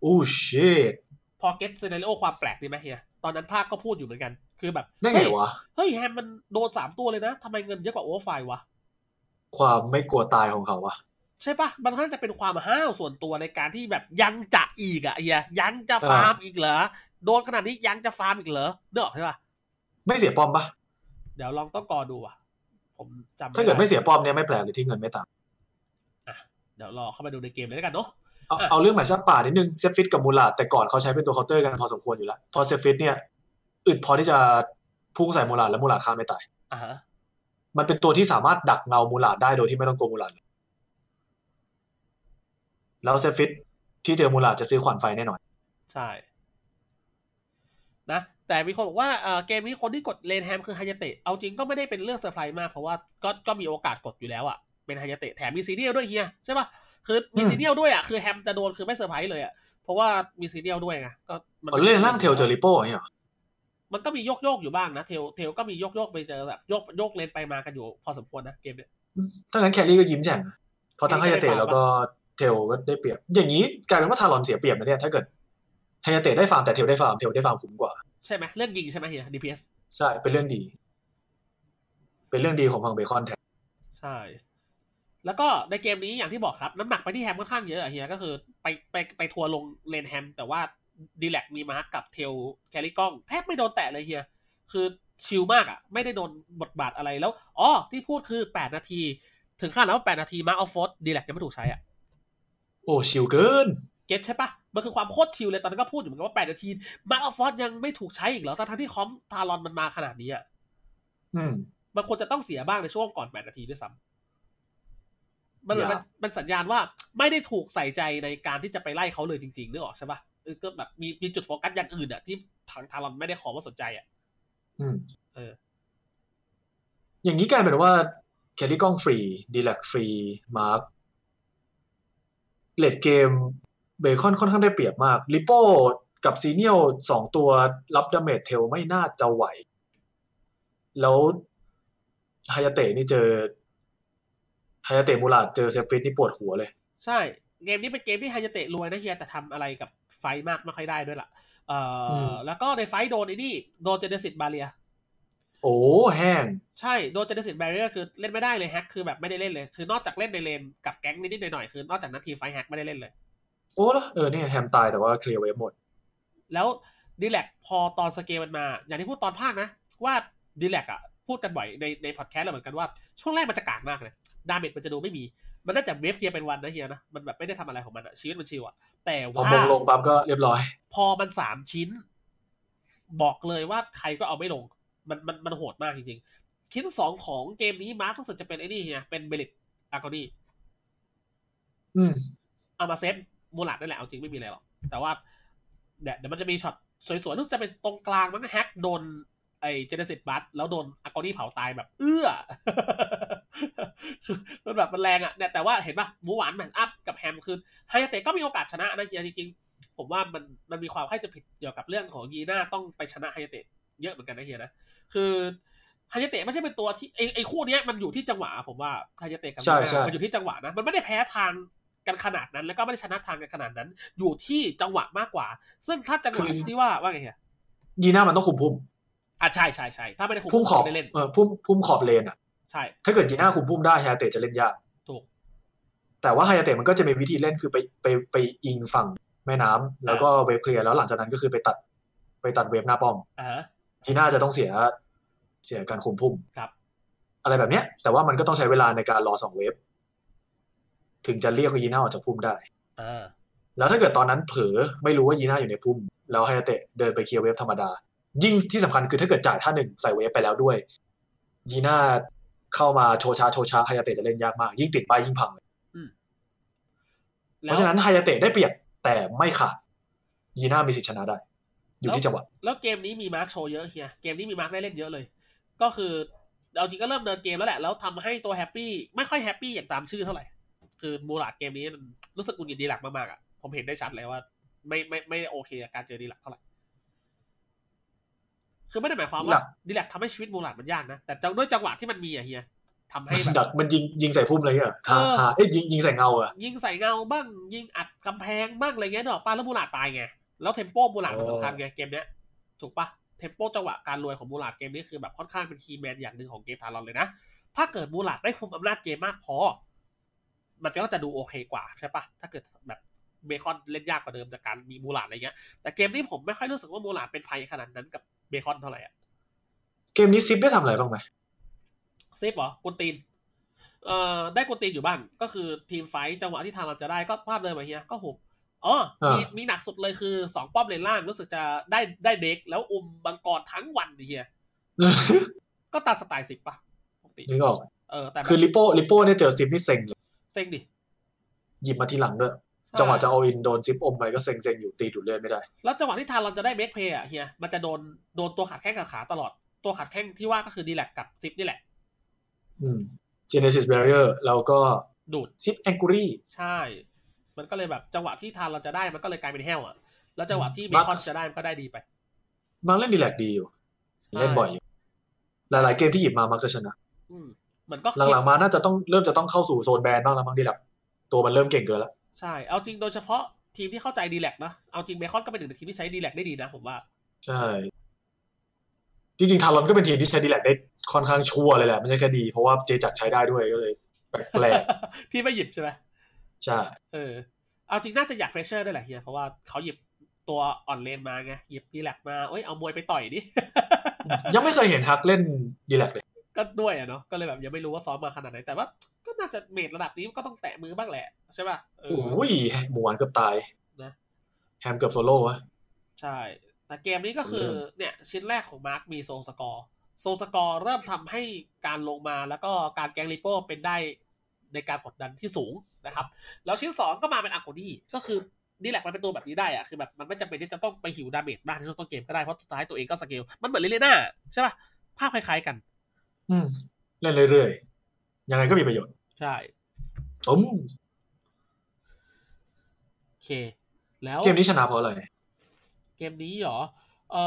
S6: อู้ชต
S5: พอเก็ตซีนาริโอความแปลกดีไหมเฮียตอนนั้นภาคก็พูดอยู่เหมือนกัน คือแบบ
S6: ได้ไง
S5: เฮ้ยว
S6: ะ
S5: เฮ้ยแฮมมันโดนสามตัวเลยนะทำไมเงินเยอะกว่าโอฟไลน์วะ
S6: ความไม่กลัวตายของเขาวะ
S5: ใช่ปะมันน่าจะเป็นความห้าวส่วนตัวในการที่แบบยังจะอีกอะเฮียยังจะฟาร์มอีกเหรอโดนขนาดนี้ยังจะฟาร์มอีกเหรอเนอะใช่ปะ
S6: ไม่เสียปอมปะ
S5: เดี๋ยวลองต้องกอดูอ่ะ ผมจำ
S6: ถ้าเกิดไม่เสียปอมเนี่ยไม่แปลกเลยที่เงินไม่ตาม
S5: เดี๋ยวรอเข้าไปดูในเกมเลยแล้วกันเนาะ
S6: เอา
S5: อ่ะ
S6: เอาเรื่องหมายชาติป่านิดนึงเซฟฟิตกับมูลาดแต่ก่อนเขาใช้เป็นตัวเคาน์เตอร์กันพอสมควรอยู่แล้ว พอเซฟฟิตเนี่ยอึดพอที่จะพุ่งใส่มูลาดแล้วมูลาดฆ่าไม่ตาย
S5: อ่าฮะ
S6: มันเป็นตัวที่สามารถดักเงามูลาดได้โดยที่ไม่ต้องกลัวมูลาดเลยแล้วเซฟฟิตที่เจอมูลาดจะซื้อขวานไฟแน่นอน
S5: ใช่ นะ แต่มีคนบอกว่าเอ่อเกมนี้คนที่กดเลนแฮมคือฮายาเตะเอาจริงก็ไม่ได้เป็นเรื่องเซอร์ไพรส์มาก เพราะว่าก็ก็มีโอกาสกดอยู่แล้วอะเป็นฮายาเตะแถมมีซีเรียลด้วยเฮียใช่ปะคือมี
S6: อืม
S5: ซีเรียลด้วยอะคือแฮมจะโดนคือไม่เซอร์ไพรส์เลยอะเพราะว่ามีซีเรียลด้วยไงก็มั
S6: อ๋อเล่นร่างเทลเจอริโป้อย่างเงี้ยเหรอ
S5: มันก็มีโยกโยกๆอยู่บ้างนะเทลเทลก็มีโยกโยกๆไปเจอแบบโยกโยกเลนไปมากันอยู่พอสมควรนะเกมเนี้ย
S6: ถ้างั้นแครี่ก็ยิ้มแฉ่งนะเพราะทั้งฮายาเตะแล้วก็เทลก็ได้เปรียบ อย่างนี้กลายเป็นว่าทารอนเสียเปรียบนะเนี่ยถ้าเกิดฮายาเตะได้ฟาร์มแต่เทลได้ฟาร์มเทลได้ฟาร์มคุ้มกว่า
S5: ใช่ไหมเรื่องยิงใช่ไหมเฮีย DPS
S6: ใช่ เป็นเรื่องดี เป็นเรื่องดีของฝั่งเบคอนแทน
S5: ใช่ แล้วก็ในเกมนี้อย่างที่บอกครับ น้ำหนักไปที่แฮมค่อนข้างเยอะอะเฮียก็คือไปไปไปทัวร์ลงเลนแฮม แต่ว่าดีแลกมีมาร์กกับเทลแคริกล้อง แทบไม่โดนแตะเลยเฮียคือชิลมากอะไม่ได้โดนบทบาทอะไรแล้วอ๋อที่พูดคือ 8 นาที ถึงขั้นแล้วา8นาทีมาร์กออฟฟอร์ดีแลกยังไม่ถูกใช้อะ
S6: โอ้ชิลเกิน
S5: เก็ตใช่ปะมันคือความโคตรชิลเลยตอนนั้นก็พูดอยู่เหมือนกันว่า 8 นาทีมาร์กออฟฟอร์ยังไม่ถูกใช้อีกเหรอทั้งๆที่คอมทารอนมันมาขนาดนี้อะ
S6: อืม
S5: มันควรจะต้องเสียบ้างในช่วงก่อน 8 นาทีด้วยซ้ำ มันเหมือน
S6: อ
S5: มั
S6: ยาน ก
S5: มันสัญญาณว่าไม่ได้ถูกใส่ใจในการที่จะไปไล่เขาเลยจริงๆนึกออกใช่ปะเออก็แบบมีมีจุดโฟกัสอย่างอื่นอะที่ทางทารอนไม่ได้ขอว่าสนใจอะ
S6: อืม
S5: เออ
S6: อย่างนี้กลายเป็นว่าแคลรี่กล้องฟรีดีแลกฟรีมาร์คเลดเกมเบคอนค่อนข้างได้เปรียบมากลิโป้กับซีเนียลสองตัวรับดาเมจเทลไม่น่าจะไหว แล้วฮายาเตะนี่เจอฮายาเตะมูลาดเจอเซฟิตนี่ปวดหัวเลย
S5: ใช่ เกมนี้เป็นเกมที่ไฮายาเตะรวยนะเฮียแต่ทำอะไรกับไฟท์มากไม่ค่อยได้ด้วยล่ะ เอ่ออ
S6: ม
S5: แล้วก็ในไฟท์โดนไอ้นี่โดนเจเนซิตบาเรีย
S6: โอ้แห้ง
S5: ใช่ โดนเจเนซิตบาเรียคือเล่นไม่ได้เลยแฮกคือแบบไม่ได้เล่นเลย คือนอกจากเล่นในเลนกับแก๊งนิดๆหน่อยๆคือนอกจากนั้นทีมไฟท์แฮกไม่ได้เล่นเลย
S6: โอ้ละเออเนี่ยแฮมตายแต่ว่าเคลียร์เวฟหมด
S5: แล้วดีแลกพอตอนสเกลมันมา อย่างที่พูดตอนภาคนะ ว่าดีแลกอ่ะ พูดกันบ่อยในในพอดแคสต์เราเหมือนกันว่า ช่วงแรกมันจะกากมากเลยดาเมจมันจะดูไม่มี มันน่าจะเวฟเกียร์เป็นวันนะเฮียนะ มันแบบไม่ได้ทำอะไรของมันอะชีวิตมันชิวอะแต่
S6: พอ
S5: ว่าม
S6: งลงปั๊บก็เรียบร้อย
S5: พอมันสามชิ้น บอกเลยว่าใครก็เอาไม่ลง มันมันมันโหดมากจริงๆ ชิ้นสองของเกมนี้มาร์ครู้สึกจะเป็นไอ้นี่เฮียเป็นเบลิตอากอนี
S6: อืม
S5: เอามาเซฟมูลัดนั่นแหละเอาจริงไม่มีอะไรหรอก แต่ว่าเดี๋ยวเดี๋ยวมันจะมีช็อตสวยๆรู้สึกจะเป็นตรงกลางมั้งแฮกโดนไอ้เจเนซิตบัสแล้วโดนอากอนี่เผาตายแบบ เอื้อ คือมันแบบมันแรงอะเนี่ยแต่ว่าเห็นปะหมูหวานแมนอัพกับแฮมคือไฮยาเตะก็มีโอกาสชนะนะเฮียจริงๆ ผมว่ามันมันมีความเข้าใจผิดเกี่ยวกับเรื่องของยีน่าต้องไปชนะไฮยาเตะเยอะเหมือนกันนะเฮียนะคือไฮยาเตะไม่ใช่เป็นตัวที่ไอไอคู่เนี้ยมันอยู่ที่จังหวะผมว่าไฮยาเตะกับยี
S6: ใช่ใช่
S5: น่ามันอยู่ที่จังหวะนะมันไม่ได้แพ้ทาง กันขนาดนั้นแล้วก็ไม่ได้ชนะทางกันขนาดนั้น อยู่ที่จังหวะมากกว่า ซึ่งถ้าจังหวะ
S6: คือ
S5: ที่ว่าว่าไงเฮีย
S6: ยีน่ามันต้องคุมพุ่ม
S5: อ่ะใช่ใช่ใช่ถ้าไม่ได้คุม
S6: พุ่มขอบ
S5: ไม่ได้เล่น
S6: เออพุ่มพุ่มขอบเลนอ่ะ
S5: ใช่
S6: ถ้าเกิดยีน่าคุมพุ่มได้ฮายาเตะจะเล่นยาก
S5: ถูก
S6: แต่ว่าฮายาเตะมันก็จะมีวิธีเล่นคือไปไปไปอิงฝั่งแม่น้ำแล้วก็เวฟเคลียร์แล้วหลังจากนั้นก็คือไปตัด ไปตัดเวฟหน้าป้อม
S5: อ่าฮะ
S6: ยีน่าจะต้องเสียเสียการคุมพุ่ม
S5: ครับ
S6: อะไรแบบเนี้ย แต่ว่ามันก็ต้องใช้เวลาในการรอสองเวฟถึงจะเรียกยีน่าออกจากพุ่มได้
S5: อ่า
S6: แล้วถ้าเกิดตอนนั้นเผลอไม่รู้ว่ายีน่าอยู่ในพุ่ม แล้วไฮายาเตะเดินไปเคลียร์เวฟธรรมดา ยิ่งที่สำคัญคือถ้าเกิดจ่ายท่าหนึ่งใส่เวฟไปแล้วด้วย ยีน่าเข้ามาโชว์ช้าโชว์ช้าไฮายาเตะจะเล่นยากมาก ยิ่งติดป้ายยิ่งพังเลยเพ
S5: แล้ว
S6: ราะฉะนั้นไฮายาเตะได้เปรียบแต่ไม่ขาดยีน่ามีสิทธิชนะได้ อยู่ที่จังหวะ
S5: แล้วเกมนี้มีมาร์คโชว์เยอะเฮียเกมนี้มีมาร์คได้เล่นเยอะเลย ก็คือเอาจริงก็เริ่มเดินเกมแล้วแหละแล้วทำให้ตัวแฮปปี้ไม่ค่อยแฮปปี้อย่างตามชื่อเท่าไหร่คือมูราดเกมนี้มันรู้สึกกุนกินดีหลักมากๆอ่ะผมเห็นได้ชัดเลยว่า ไม่ไม่ไม่โอเคกับการเจอดีแลกเท่าไหร่ คือไม่ได้หมายความ
S6: หลั
S5: ว่าก ดีแลกทำให้ชีวิตมูหลาดมันยากนะ แต่จังด้วยจังหวะที่มันมีอะเฮียทำให้แบบ
S6: ดักมันยิงยิงใส่พุ่มอะไรเงี้ยเหรอทา
S5: เออ
S6: ทาเอ้ยยิงยิงใส่เงาเหรอะ
S5: ยิงใส่เงาบ้างยิงอัดกำแพงบ้างอะไรเงี้ยดอกป้าแล้วมูหลาดตายไง แล้วเทมโปมูหลาดมัน
S6: เออ
S5: สำคัญไงเกมเนี้ย ถูกปะเทมโปจังหวะการรวยของมูหลาดเกมนี้คือแบบค่อนข้างเป็นคีย์แมนอย่างหนึ่งของเกมทารอนเลยนะ ถ้าเกิดมูหลาดได้คุมอำนาจเกมมากพอ มันก็จะดูโอเคกว่าใช่ปะถ้าเกิดแบบเบคอนเล่นยากกว่าเดิมจากการมีมูหลาดอะไรเงี้ย แต่เกมนี้ผมไม่ค่อยรู้สึกว่ามูหลาดเป็นภัยขนาดนั้นกับเบคอนเท่าไหร่อะ
S6: เกมนี้ซิปได้ทำอะไรบ้างไหม
S5: เซฟเหรอกวนตีน เอ่อ ได้กวนตีนอยู่บ้าง ก็คือทีมไฟท์จังหวะที่ทางเราจะได้ก็ภาพเดิมมาเฮีย ก็หุบอ๋อมีมีหนักสุดเลยคือสองป้อมเลนล่างรู้สึกจะได้ได้เด็ก แล้วอุ้มบังกรทั้งวันเฮีย ก็ตามสไตล์สิบป่ะปกติ
S6: นึกออก
S5: เออ แต่แบบ
S6: คือลิโป้ลิโป้เนี่ยเจอซิปนี่เซ็งเลย
S5: เซ็งดิ
S6: หยิบมาทีหลังด้วย จังหวะจะเอาอินโดนซิปอมไปก็เซ็งเซ็งๆอยู่ตีดูดเลือดไม่ได้
S5: แล้วจังหวะที่ทางเราจะได้เมคเพย์อะเฮีย มันจะโดนโดนตัวขัดแข้งกับขาตลอด ตัวขัดแข้งที่ว่าก็คือดีแลกกับซิปนี่แหละ
S6: อืม Genesis Barrier แล้วก็
S5: ดูด
S6: ซิปแองกูรี่
S5: ใช่ มันก็เลยแบบจังหวะที่ทานเราจะได้มันก็เลยกลายเป็นแห้วอะแล้วจังหวะที่เบ
S6: มา
S5: คอนจะได้มันก็ได้ดีไป
S6: มักเล่นดีแลกดีอยู่ เล่นบ่อยอยู่หลาย ๆ เกมที่หยิบมามักจะชนะ
S5: อืมมันก็
S6: หลัง ๆ มาน่าจะต้องเริ่มจะต้องเข้าสู่โซนแบนบ้างแล้วมั้งดีแลกตัวมันเริ่มเก่งเกินแล้ว
S5: ใช่ เอาจริงโดยเฉพาะทีมที่เข้าใจดีแลกนะ เอาจริงเบคอนก็เป็นหนึ่งในทีมที่ใช้ดีแลกได้ดีนะผมว่า
S6: ใช่ จริง ๆ ทารอนก็เป็นทีมที่ใช้ดีแลกได้ค่อนข้างชั่วเลยแหละ ไม่ใช่แค่ดี เพราะว่าเจจักรใช้ได้ด้วยก็เลยแปลก
S5: ที่ไม่หยิบใช่ไหม
S6: ๆ ใช่
S5: เออ เอาจริงน่าจะอยากเฟรชเชอร์ด้วยแหละเฮีย เพราะว่าเขาหยิบตัวอ่อนเลนมาไง หยิบดีแลกมาเอ้ยเอามวยไปต่อยดิ
S6: ยังไม่เคยเห็นฮักเล่นดีแลกเลย
S5: ก็ด้วยอะเนาะ ก็เลยแบบยังไม่รู้ว่าซ้อมมาขนาดไหน แต่ว่าก็น่าจะเมดระดับนี้ก็ต้องแตะมือบ้างแหละใช่ป่ะเออ
S6: โอ้ยหมูหวานเกือบตาย
S5: นะ
S6: แฮมเกือบโซโล่วะ
S5: ใช่ แต่เกมนี้ก็คือ
S6: เริ่ม
S5: เนี่ยชิ้นแรกของมาร์คมีโซลสกอร์โซลสกอร์เริ่มทำให้การลงมาแล้วก็การแกงลิโป้เป็นได้ในการกดดันที่สูงนะครับ แล้วชิ้น 2 ก็มาเป็นอากูดี้ก็คือนี่แหละมันเป็นตัวแบบนี้ได้อะคือแบบมันไม่จำเป็นที่จะต้องไปหิวดาเมจมากที่สุดต้นเกมก็ได้ เพราะสุดท้ายตัวเองก็สเกล มันเหมือนเลเลน่าใช่ป่ะ ภาพคล้ายๆกัน
S6: อืม เล่นเรื่อยๆ ยังไงก็มีประโยชน์
S5: ใช่
S6: อืม
S5: โอเค แล้ว
S6: เกมนี้ชนะเพราะอะไร
S5: เกมนี้เหรอเอ่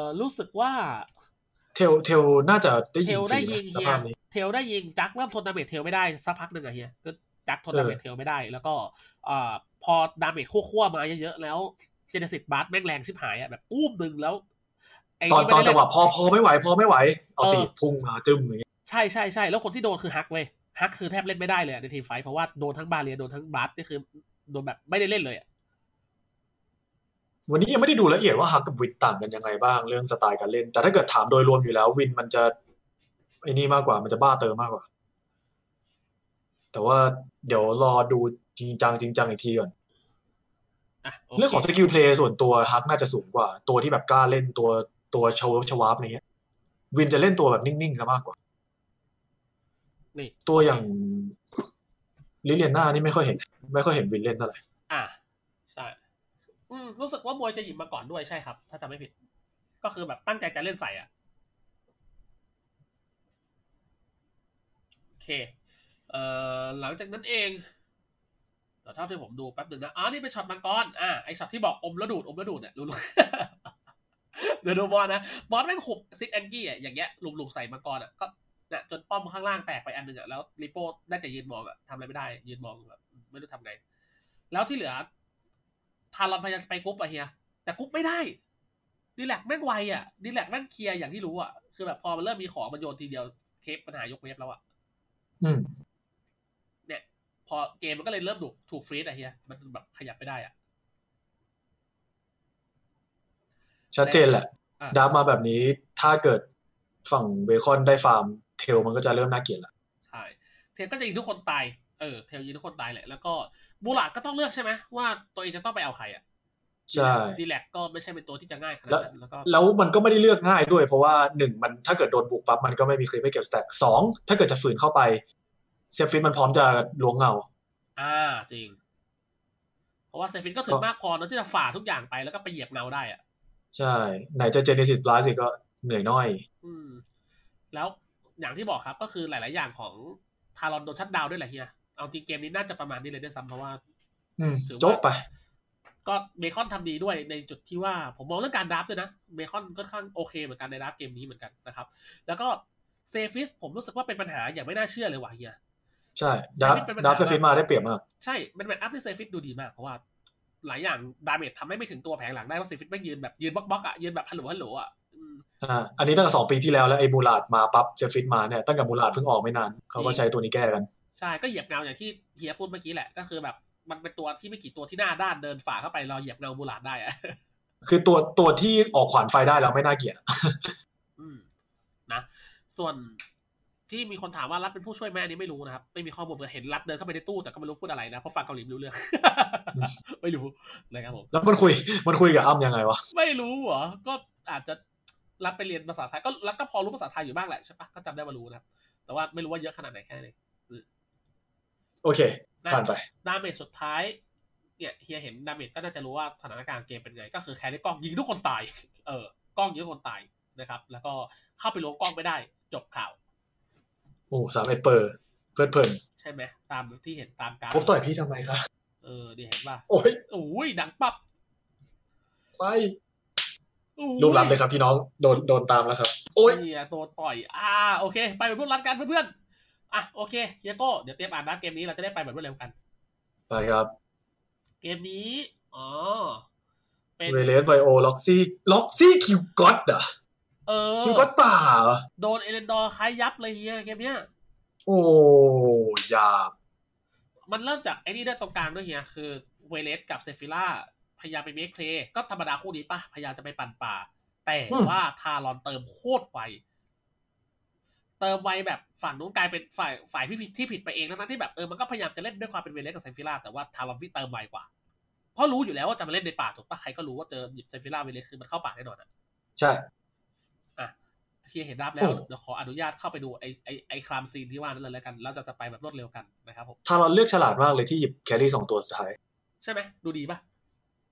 S5: อรู้สึกว่า
S6: เทลเทลน่าจะได้
S5: เท
S6: ยิง
S5: ล
S6: ฟ
S5: ได้
S6: รี
S5: ยิง
S6: นะส
S5: เฮีย
S6: ภาพนี้
S5: เทลได้ยิงจักเริ่มทนดาเมจเทลไม่ได้สักพักหนึ่งอะเฮียก็จักทนดาเมจ
S6: เออ
S5: เทลไม่ได้ แล้วก็อ่าพอดาเมจคั่วๆมาเยอะๆแล้วเจเนซิสบาร์แม่งแรงชิบหายอะแบบอุ้มหนึ่งแล้วไ
S6: ตอนตอน
S5: ไม่ได้เล่
S6: จังหวะพอพอไม่ไหว พอไม่ไหว เอา
S5: เออ
S6: ตีพุ่งมาจึ้มอย่างเงี้ย
S5: ใช่ใช่ใช่แล้วคนที่โดนคือฮักเว้ยฮักคือแทบเล่นไม่ได้เลยอะในทีมไฟท์เพราะว่าโดนทั้งบาเรียโดนทั้งบาร์นี่คือโดนแบบไม่ได้เล่นเลยอะ
S6: วันนี้ยังไม่ได้ดูละเอียดว่าฮักกับวินต่างกันยังไงบ้างเรื่องสไตล์การเล่น แต่ถ้าเกิดถามโดยรวมอยู่แล้ววินมันจะไอ้นี่มากกว่ามันจะบ้าเติมมากกว่า แต่ว่าเดี๋ยวรอดูจริงจังจริงจังอีกทีก่อน
S5: อ่ะโค
S6: เรื่องของสกิลเพลย์ส่วนตัวฮักน่าจะสูงกว่า ตัวที่แบบกล้าเล่นตัวตัวชวชวาร์ปอะไรเงี้ยวินจะเล่นตัวแบบนิ่งๆซะมากกว่า
S5: นี่
S6: ตัวอย่างลิเลียนานี่ไม่ค่อยเห็น ไม่ค่อยเห็นวินเล่นเท่าไหร่
S5: อ่ะใช่อืมรู้สึกว่ามวยจะหยิบมาก่อนด้วยใช่ครับ ถ้าจำไม่ผิด ก็คือแบบตั้งใจจะเล่นใส่อะ โอเค เอ่อ หลังจากนั้นเองเดี๋ยวเท่าที่ผมดูแป๊บหนึ่งนะ อ๋อ นี่เป็นช็อตมังกร อ่า ไอช็อตที่บอกอมแล้วดูด อมแล้ว ดูดเนี่ย ดูดู เดี๋ยวดูบอลนะ บอลแม่งหุบซิกแอนกี้อ่ะ อย่างเงี้ยหลุมๆใส่มังกรอ่ะ ก็เนี่ยจนป้อมข้างล่างแตกไปอันหนึ่งอ่ะ แล้วริโป้ได้แต่ยืนมองอ่ะทำอะไรไม่ได้ ยืนมองแบบไม่รู้ทำไง แล้วที่เหลือ ทารอนพยายามจะไปกรุ๊ปอะเฮีย แต่กรุ๊ปไม่ได้ ดีแลกแม่งไวอ่ะ ดีแลกแม่งเคลียร์อย่างที่รู้อ่ะ คือแบบพอมันเริ่มมีของมันโยนทีเดียว เคปปัญหายกเวฟแล้วอ่ะ
S6: อืม
S5: พอเกมมันก็เลยเริ่มถูกถูกฟรีซอะเฮีย มันแบบขยับไม่ได้อะ
S6: ชัดเจนแหละ
S5: อ่ะ
S6: ดับมาแบบนี้ถ้าเกิดฝั่งเบคอนได้ฟาร์ม เทลมันก็จะเริ่มน่าเกลียดละ
S5: ใช่ เทลก็จะยิงทุกคนตาย เออ เทลยิงทุกคนตายแหละ แล้วก็บูหลาดก็ต้องเลือกใช่ไหมว่าตัวเองจะต้องไปเอาใครอะ
S6: ใช่
S5: ดีแลกก็ไม่ใช่เป็นตัวที่จะง่ายขนาดนั้น แล้วก็
S6: แล้วมันก็ไม่ได้เลือกง่ายด้วย เพราะว่าหนึ่งมันถ้าเกิดโดนบุกปั๊บมันก็ไม่มีคลิปไม่เก็บสแต็กสองถ้าเกิดจะฝืนเข้าไปเซฟฟิตมันพร้อมจะล้วงเงา
S5: อ่า จริง เพราะว่าเซฟินก็ถึงมากพอเนอะที่จะฝ่าทุกอย่างไปแล้วก็ไปเหยียบเงาได้อะ
S6: ใช่ ไหนจะเจเนซิสบลาสิก็เหนื่อยน้อย
S5: อืม แล้วอย่างที่บอกครับก็คือหลาย ๆ อย่างของทารอนโดนชัดดาวน์ด้วยแหละเฮีย เอาจริงเกมนี้น่าจะประมาณนี้เลยด้วยซ้ำเพราะว่า
S6: อืม
S5: ถือว่า
S6: จบไป
S5: ก็เบคอนทำดีด้วยในจุดที่ว่าผมมองเรื่องการดราฟต์ด้วยนะ เบคอนค่อนข้างโอเคเหมือนกันในดราฟต์เกมนี้เหมือนกันนะครับ แล้วก็เซฟิสผมรู้สึกว่าเป็นปัญหาอย่างไม่น่าเชื่อเลยว่ะเฮีย
S6: ใช่ดับ
S5: เซฟิตเป็นปัญหา
S6: ดับเซฟิตมาได้เปรียบมาก
S5: ใช่มันเป็นอัพที่เซฟิตดูดีมาก เพราะว่า หลายอย่างดาเมจทำให้ไม่ถึงตัวแผงหลังได้เพราะเซฟิตไม่งยืนแบบยืนบล็อกบล็อกๆอ่ะยืนแบบฮัลโหลฮัลโหลอ่ะอืม
S6: อ่า อันนี้ตั้งแต่สองปีที่แล้วแล้วไอ้มูลาดมาปั๊บเซฟิตมาเนี่ยตั้งแต่มูลาดเพิ่งออกไม่นานเขาก็ใช้ตัวนี้แก้กัน
S5: ใช่ก็เหยียบเงาอย่างที่เฮียพูดเมื่อกี้แหละก็คือแบบมันเป็นตัวที่ไม่กี่ตัวที่หน้าด้านเดินฝ่าเข้าไปเราเหยียบเงาบูหลาดได้อะ
S6: คือตัวตัวที่ออกขวานไฟได้แล้วไม่น่าเกลียด
S5: อืมนะส่วนที่มีคนถามว่ารัฐเป็นผู้ช่วยไหมอันนี้ไม่รู้นะครับ ไม่มีข้อมูลเห็นรัฐเดินเข้าไปในตู้แต่ก็ไม่รู้พูดอะไรนะเพราะฟังเกาหลีไม่รู้เรื่อง ไม่รู้นะครับผม
S6: แล้วมันคุยมันคุยกับอ้ำยังไงวะ
S5: ไม่รู้เหรอ ก็อาจจะรับไปเรียนภาษาไทย ก็รับก็พอรู้ภาษาไทยอยู่บ้างแหละใช่ปะก็จำได้ว่ารู้นะ แต่ว่าไม่รู้ว่าเยอะขนาดไหนแค่ไหน
S6: โอเค
S5: นะ
S6: ผ่านไป
S5: ดาเมจสุดท้าย เนี่ยเฮียเห็นดาเมจก็น่าจะรู้ว่าสถานการณ์เกมเป็นไง ก็คือแครี่กล้องยิงทุกคนตาย เออกล้องยิงทุกคนตายนะครับ แล้วก็เข้าไปล้วงกล้องไม่ได้ จบข่าว
S6: โอ้สามเอ็ดเปอร์เพลิดเพลิน
S5: ใช่ไหมตามที่เห็นตามการ
S6: พบต่อยพี่ทำไมคะ
S5: เออดีเห็นป่ะ
S6: โอ้ย
S5: โอ้ยดังปั๊บ
S6: ไป
S5: โอ้
S6: รูปลับเลยครับพี่น้องโดนโดนตามแล้วครับ โอ้ย
S5: เฮียโดนต่อย อ่าโอเค ไปเป็นเพื่อนรัดกันเพื่อนๆอ่ะโอเคเฮียโก้เดี๋ยวเตรียมอ่านน้ำเกมนี้เราจะได้ไปแบบรวดเร็วกัน
S6: ไปครับ
S5: เกมนี้ อ๋อ เป็น
S6: เวเลสไบโอล็อกซี่ล็อกซี่คิวก็อดอ่ะ
S5: เออ
S6: คิวก็อดป่าเหรอ
S5: โดนเอเลนดอร์คล้ายยับเลยเฮียเกมเนี้ย
S6: โอ้หยาบ
S5: มันเริ่มจากไอ้นี่ด้วยตรงกลางด้วยเฮีย คือเวเลสกับเซฟิล่าพยายามไปเมคเพลย์ก็ธรรมดาคู่นี้ปะพยายามจะไปปั่นป่า แต่ว่าทารอนเติมโคตรไว เติมไวแบบฝั่งนู้นกลายเป็นฝ่ายฝ่ายที่ผิดที่ผิดไปเองทั้งๆที่แบบเออมันก็พยายามจะเล่นด้วยความเป็นเวเลสกับเซฟิล่าแต่ว่าทารอนวิ่งเติมไวกว่า เพราะรู้อยู่แล้วว่าจะมาเล่นในป่าถูกปะใครก็รู้ว่าเจอหยิบเซฟิล่าเวเลสคือมันเข้าป่าแน่นอนอะ
S6: ใช่
S5: เฮียเห็นรับแล้ว
S6: โอ้
S5: เดี๋ยวขออนุญาตเข้าไปดูไอไอไอครามซีนที่ว่านั้นเลยแล้วกัน แล้วจะจะไปแบบรวดเร็วกันนะครับผม
S6: ทารอนเลือกฉลาดมากเลยที่หยิบแครี่สองตัวสุดท้าย
S5: ใช่ไหมดูดีป่ะ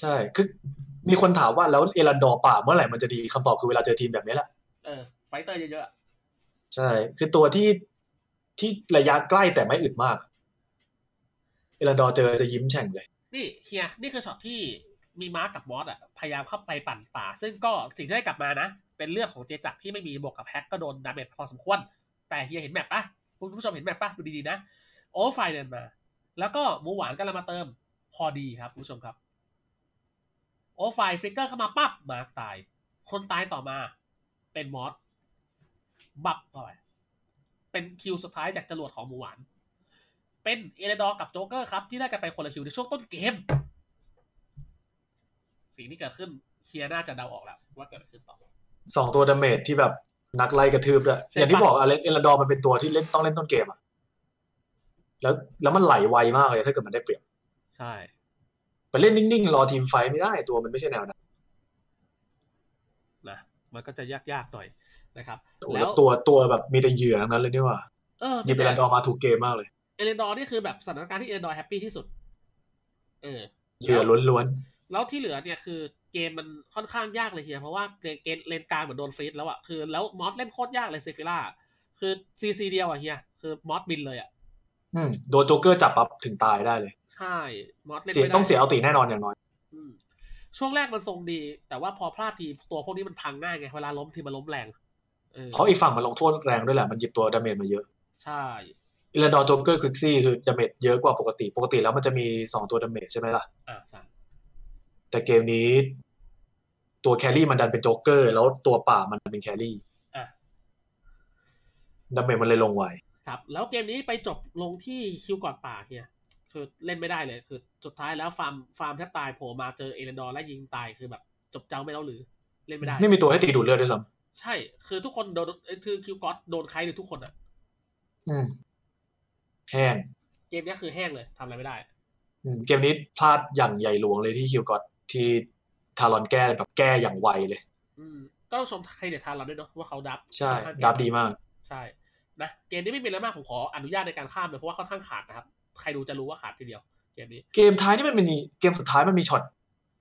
S6: ใช่ คือมีคนถามว่าแล้วเอรันดอร์ป่าเมื่อไหร่มันจะดีคำตอบคือเวลาเจอทีมแบบนี้แหละ
S5: เออ ไฟเตอร์เยอะๆอะ
S6: ใช่ คือตัวที่ที่ระยะใกล้แต่ไม่อึดมาก เอรันดอร์เจอจะยิ้มแฉ่งเลย
S5: นี่เฮียนี่คือช็อตที่มีมาร์กกับบอสอ่ะ พยายามเข้าไปปั่นป่า ซึ่งก็สิ่งที่ได้กลับมานะ เป็นเลือดของเจจักรที่ไม่มีบวกกับแฮกก็โดนดาเมจพอสมควร แต่เฮียเห็นแมปป่ะคุณผู้ชมเห็นแมปป่ะดูดีๆนะโอ้ไฟเดินมา แล้วก็หมูหวานก็เลยมาเติมพอดีครับคุณผู้ชมครับ โอ้ไฟฟลิกเกอร์เข้ามาปั๊บมาร์กตาย คนตายต่อมา เป็นมอสบับต่อย เป็นคิวสุดท้ายจากจรวดของหมูหวาน เป็นเอเลดอร์กับโจ๊กเกอร์ครับ ที่ได้กันไปคนละคิวในช่วงต้นเกม สิ่งที่เกิดขึ้นเชียร์น่าจะเดาออกแล้วว่าเกิดอะไรขึ้นต่อ
S6: สองตัวดาเมจที่แบบนักไล่กระทืบด้วย
S5: ใช่ปะ
S6: อย่างที่บอกอเล็กเอรันดอร์มันเป็นตัวที่เล่นต้องเล่นต้นเกมอะแล้วแล้วมันไหลไวมากเลยถ้าเกิดมันได้เปรียบ
S5: ใช่
S6: มันเล่นนิ่งๆ รอทีมไฟท์ไม่ได้ตัวมันไม่ใช่แนวนั้น
S5: นะมันก็จะยากๆหน่อยนะครับ
S6: โอ้โห
S5: แล้
S6: แล้ว วตัวตัวแบบมีแต่เหยื่อทั้งนั้นเลยนี่ว่า
S5: เออ
S6: หยิบเอรันดอร์มาถูกเกมมากเลย
S5: เอเลดอร์นี่คือแบบสถานการณ์ที่เอเลดอร์แฮปปี้ที่สุด เออ
S6: เหยื่อล้วน
S5: แล้วที่เหลือเนี่ยคือเกมมันค่อนข้างยากเลยเฮียเพราะว่าเกมเกมเลนกลางเหมือนโดนฟรีดแล้วอะคือแล้วมอสเล่นโคตรยากเลยเซฟิล่าคือซีซีเดียวอะเฮียคือมอสบินเลยอะ
S6: ๆอืมโดนโจ๊กเกอร์จับปั๊บถึงตายได้เลย
S5: ใช่มอสเล่น
S6: เสีย
S5: ไม่ได้
S6: ต้องเสียเอาตีแน่นอนอย่างน้อย
S5: อืมช่วงแรกมันทรงดี แต่ว่าพอพลาดทีตัวพวกนี้มันพังง่ายไงเวลาล้มทีมันล้มแรงเออ
S6: เพราะอีกฝั่งมันลงโทษแรงด้วยแหละมันหยิบตัวดาเมจมาเยอะ
S5: ใช่
S6: อิลาดอร์โจ๊กเกอร์คริกซี่คือดาเมจเยอะกว่าปกติ ปกติแล้วมันจะมี 2 ตัวดาเมจใช่ไหมล่ะ
S5: อ่าใช่
S6: แต่เกมนี้ตัวแครี่มันดันเป็นโจ๊กเกอร์ แล้วตัวป่ามันเป็นแครี่
S5: อ่ะ
S6: ดาเมจมันเลยลงไว
S5: ครับแล้วเกมนี้ไปจบลงที่คิวก่อนป่าเนี่ยคือเล่นไม่ได้เลยคือสุดท้ายแล้วฟาร์มฟาร์มแทบตายโผล่มาเจอเอเลนดอร์และยิงตายคือแบบจบเจ้าไม่แล้วหรือเล่นไม่ได้
S6: ไม่มีตัวให้ตีดูดเลือดด้วยซ้
S5: ใช่ คือทุกคนโดนเอ้ยคือคิวก็อตโดนใครหรือทุกคนอะ
S6: ำอืมแห้ง
S5: เกมเนี้ยคือแห้งเลยทำอะไรไม่ได้
S6: อืมเกมนี้พลาดอย่างใหญ่หลวงเลยที่ฮิวกอตที่ทารอนแก้แบบแก้อย่างไวเลย
S5: อืม ก็ต้องชมใครเดททานเราด้วยเนาะว่าเขาดับ
S6: ใช่
S5: ค่อนข้าง
S6: ดับดีมาก
S5: ใช่นะเกมนี้ไม่มีอะไรมากผมขออนุญาตในการข้ามเลยเพราะว่าค่อนข้างขาดนะครับ ใครดูจะรู้ว่าขาดทีเดียว เกมนี้
S6: เกมท้ายนี่มันเป็นเกมสุดท้ายมันมีช็อต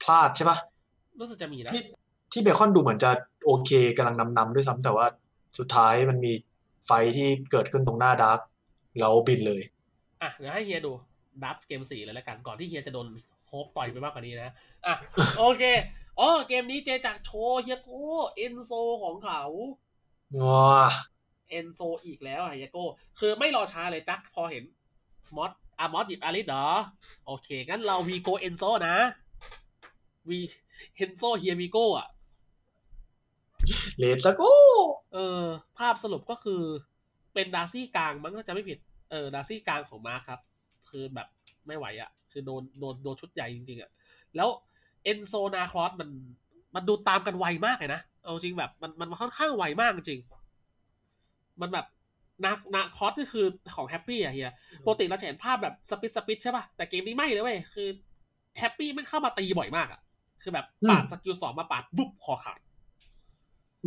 S6: พลาดใช่ปะ
S5: รู้สึกจะมีนะ
S6: ที่ที่เบคอนดูเหมือนจะโอเคกำลังนำๆด้วยซ้ำแต่ว่าสุดท้ายมันมีไฟที่เกิดขึ้นตรงหน้าดาร์กแล้วบินเลย
S5: อ่ะเดี๋ยวให้เฮียดูดับเกมสี่เลยแล้วกันก่อนที่เฮียจะโดนโห พกต่อยไปมากกว่านี้นะ อ่ะ โอเคอ๋อเกมนี้เจจากโชว์เฮียโกเอนโซของเขา
S6: ว้า
S5: เอนโซอีกแล้วไฮยาโก้คือไม่รอช้าเลยจักพอเห็นมอสอะมอสหยิบอาริสเหรอ โอเค งั้นเราวีโกเอนโซนะวีเอนโซเฮียวีโก้อ่ะ
S6: เลตโก
S5: เออ ภาพสรุปก็คือเป็นดาร์ซี่กลางมั้งถ้าจะไม่ผิดเออดาร์ซี่กลางของมาร์คครับ คือแบบไม่ไหวอะ่ะ คือโดนโดนโดนชุดใหญ่จริงๆอะ่ะ แล้วเอนโซนาครอสมันมันดูตามกันไวมากเลยนะ เอาจริงแบบมันมันมันค่อนข้างไวมากจริง มันแบบนานาคอสก็คือของแฮปปี้อะเฮียปกติเราจะเห็นภาพแบบสปิดสปิดใช่ป่ะ แต่เกมนี้ไม่เลยเว้ยคือแฮปปี้มันเข้ามาตีบ่อยมากอะคือแบบปาดสกิลสองมาปาดบุ๊บคอขาด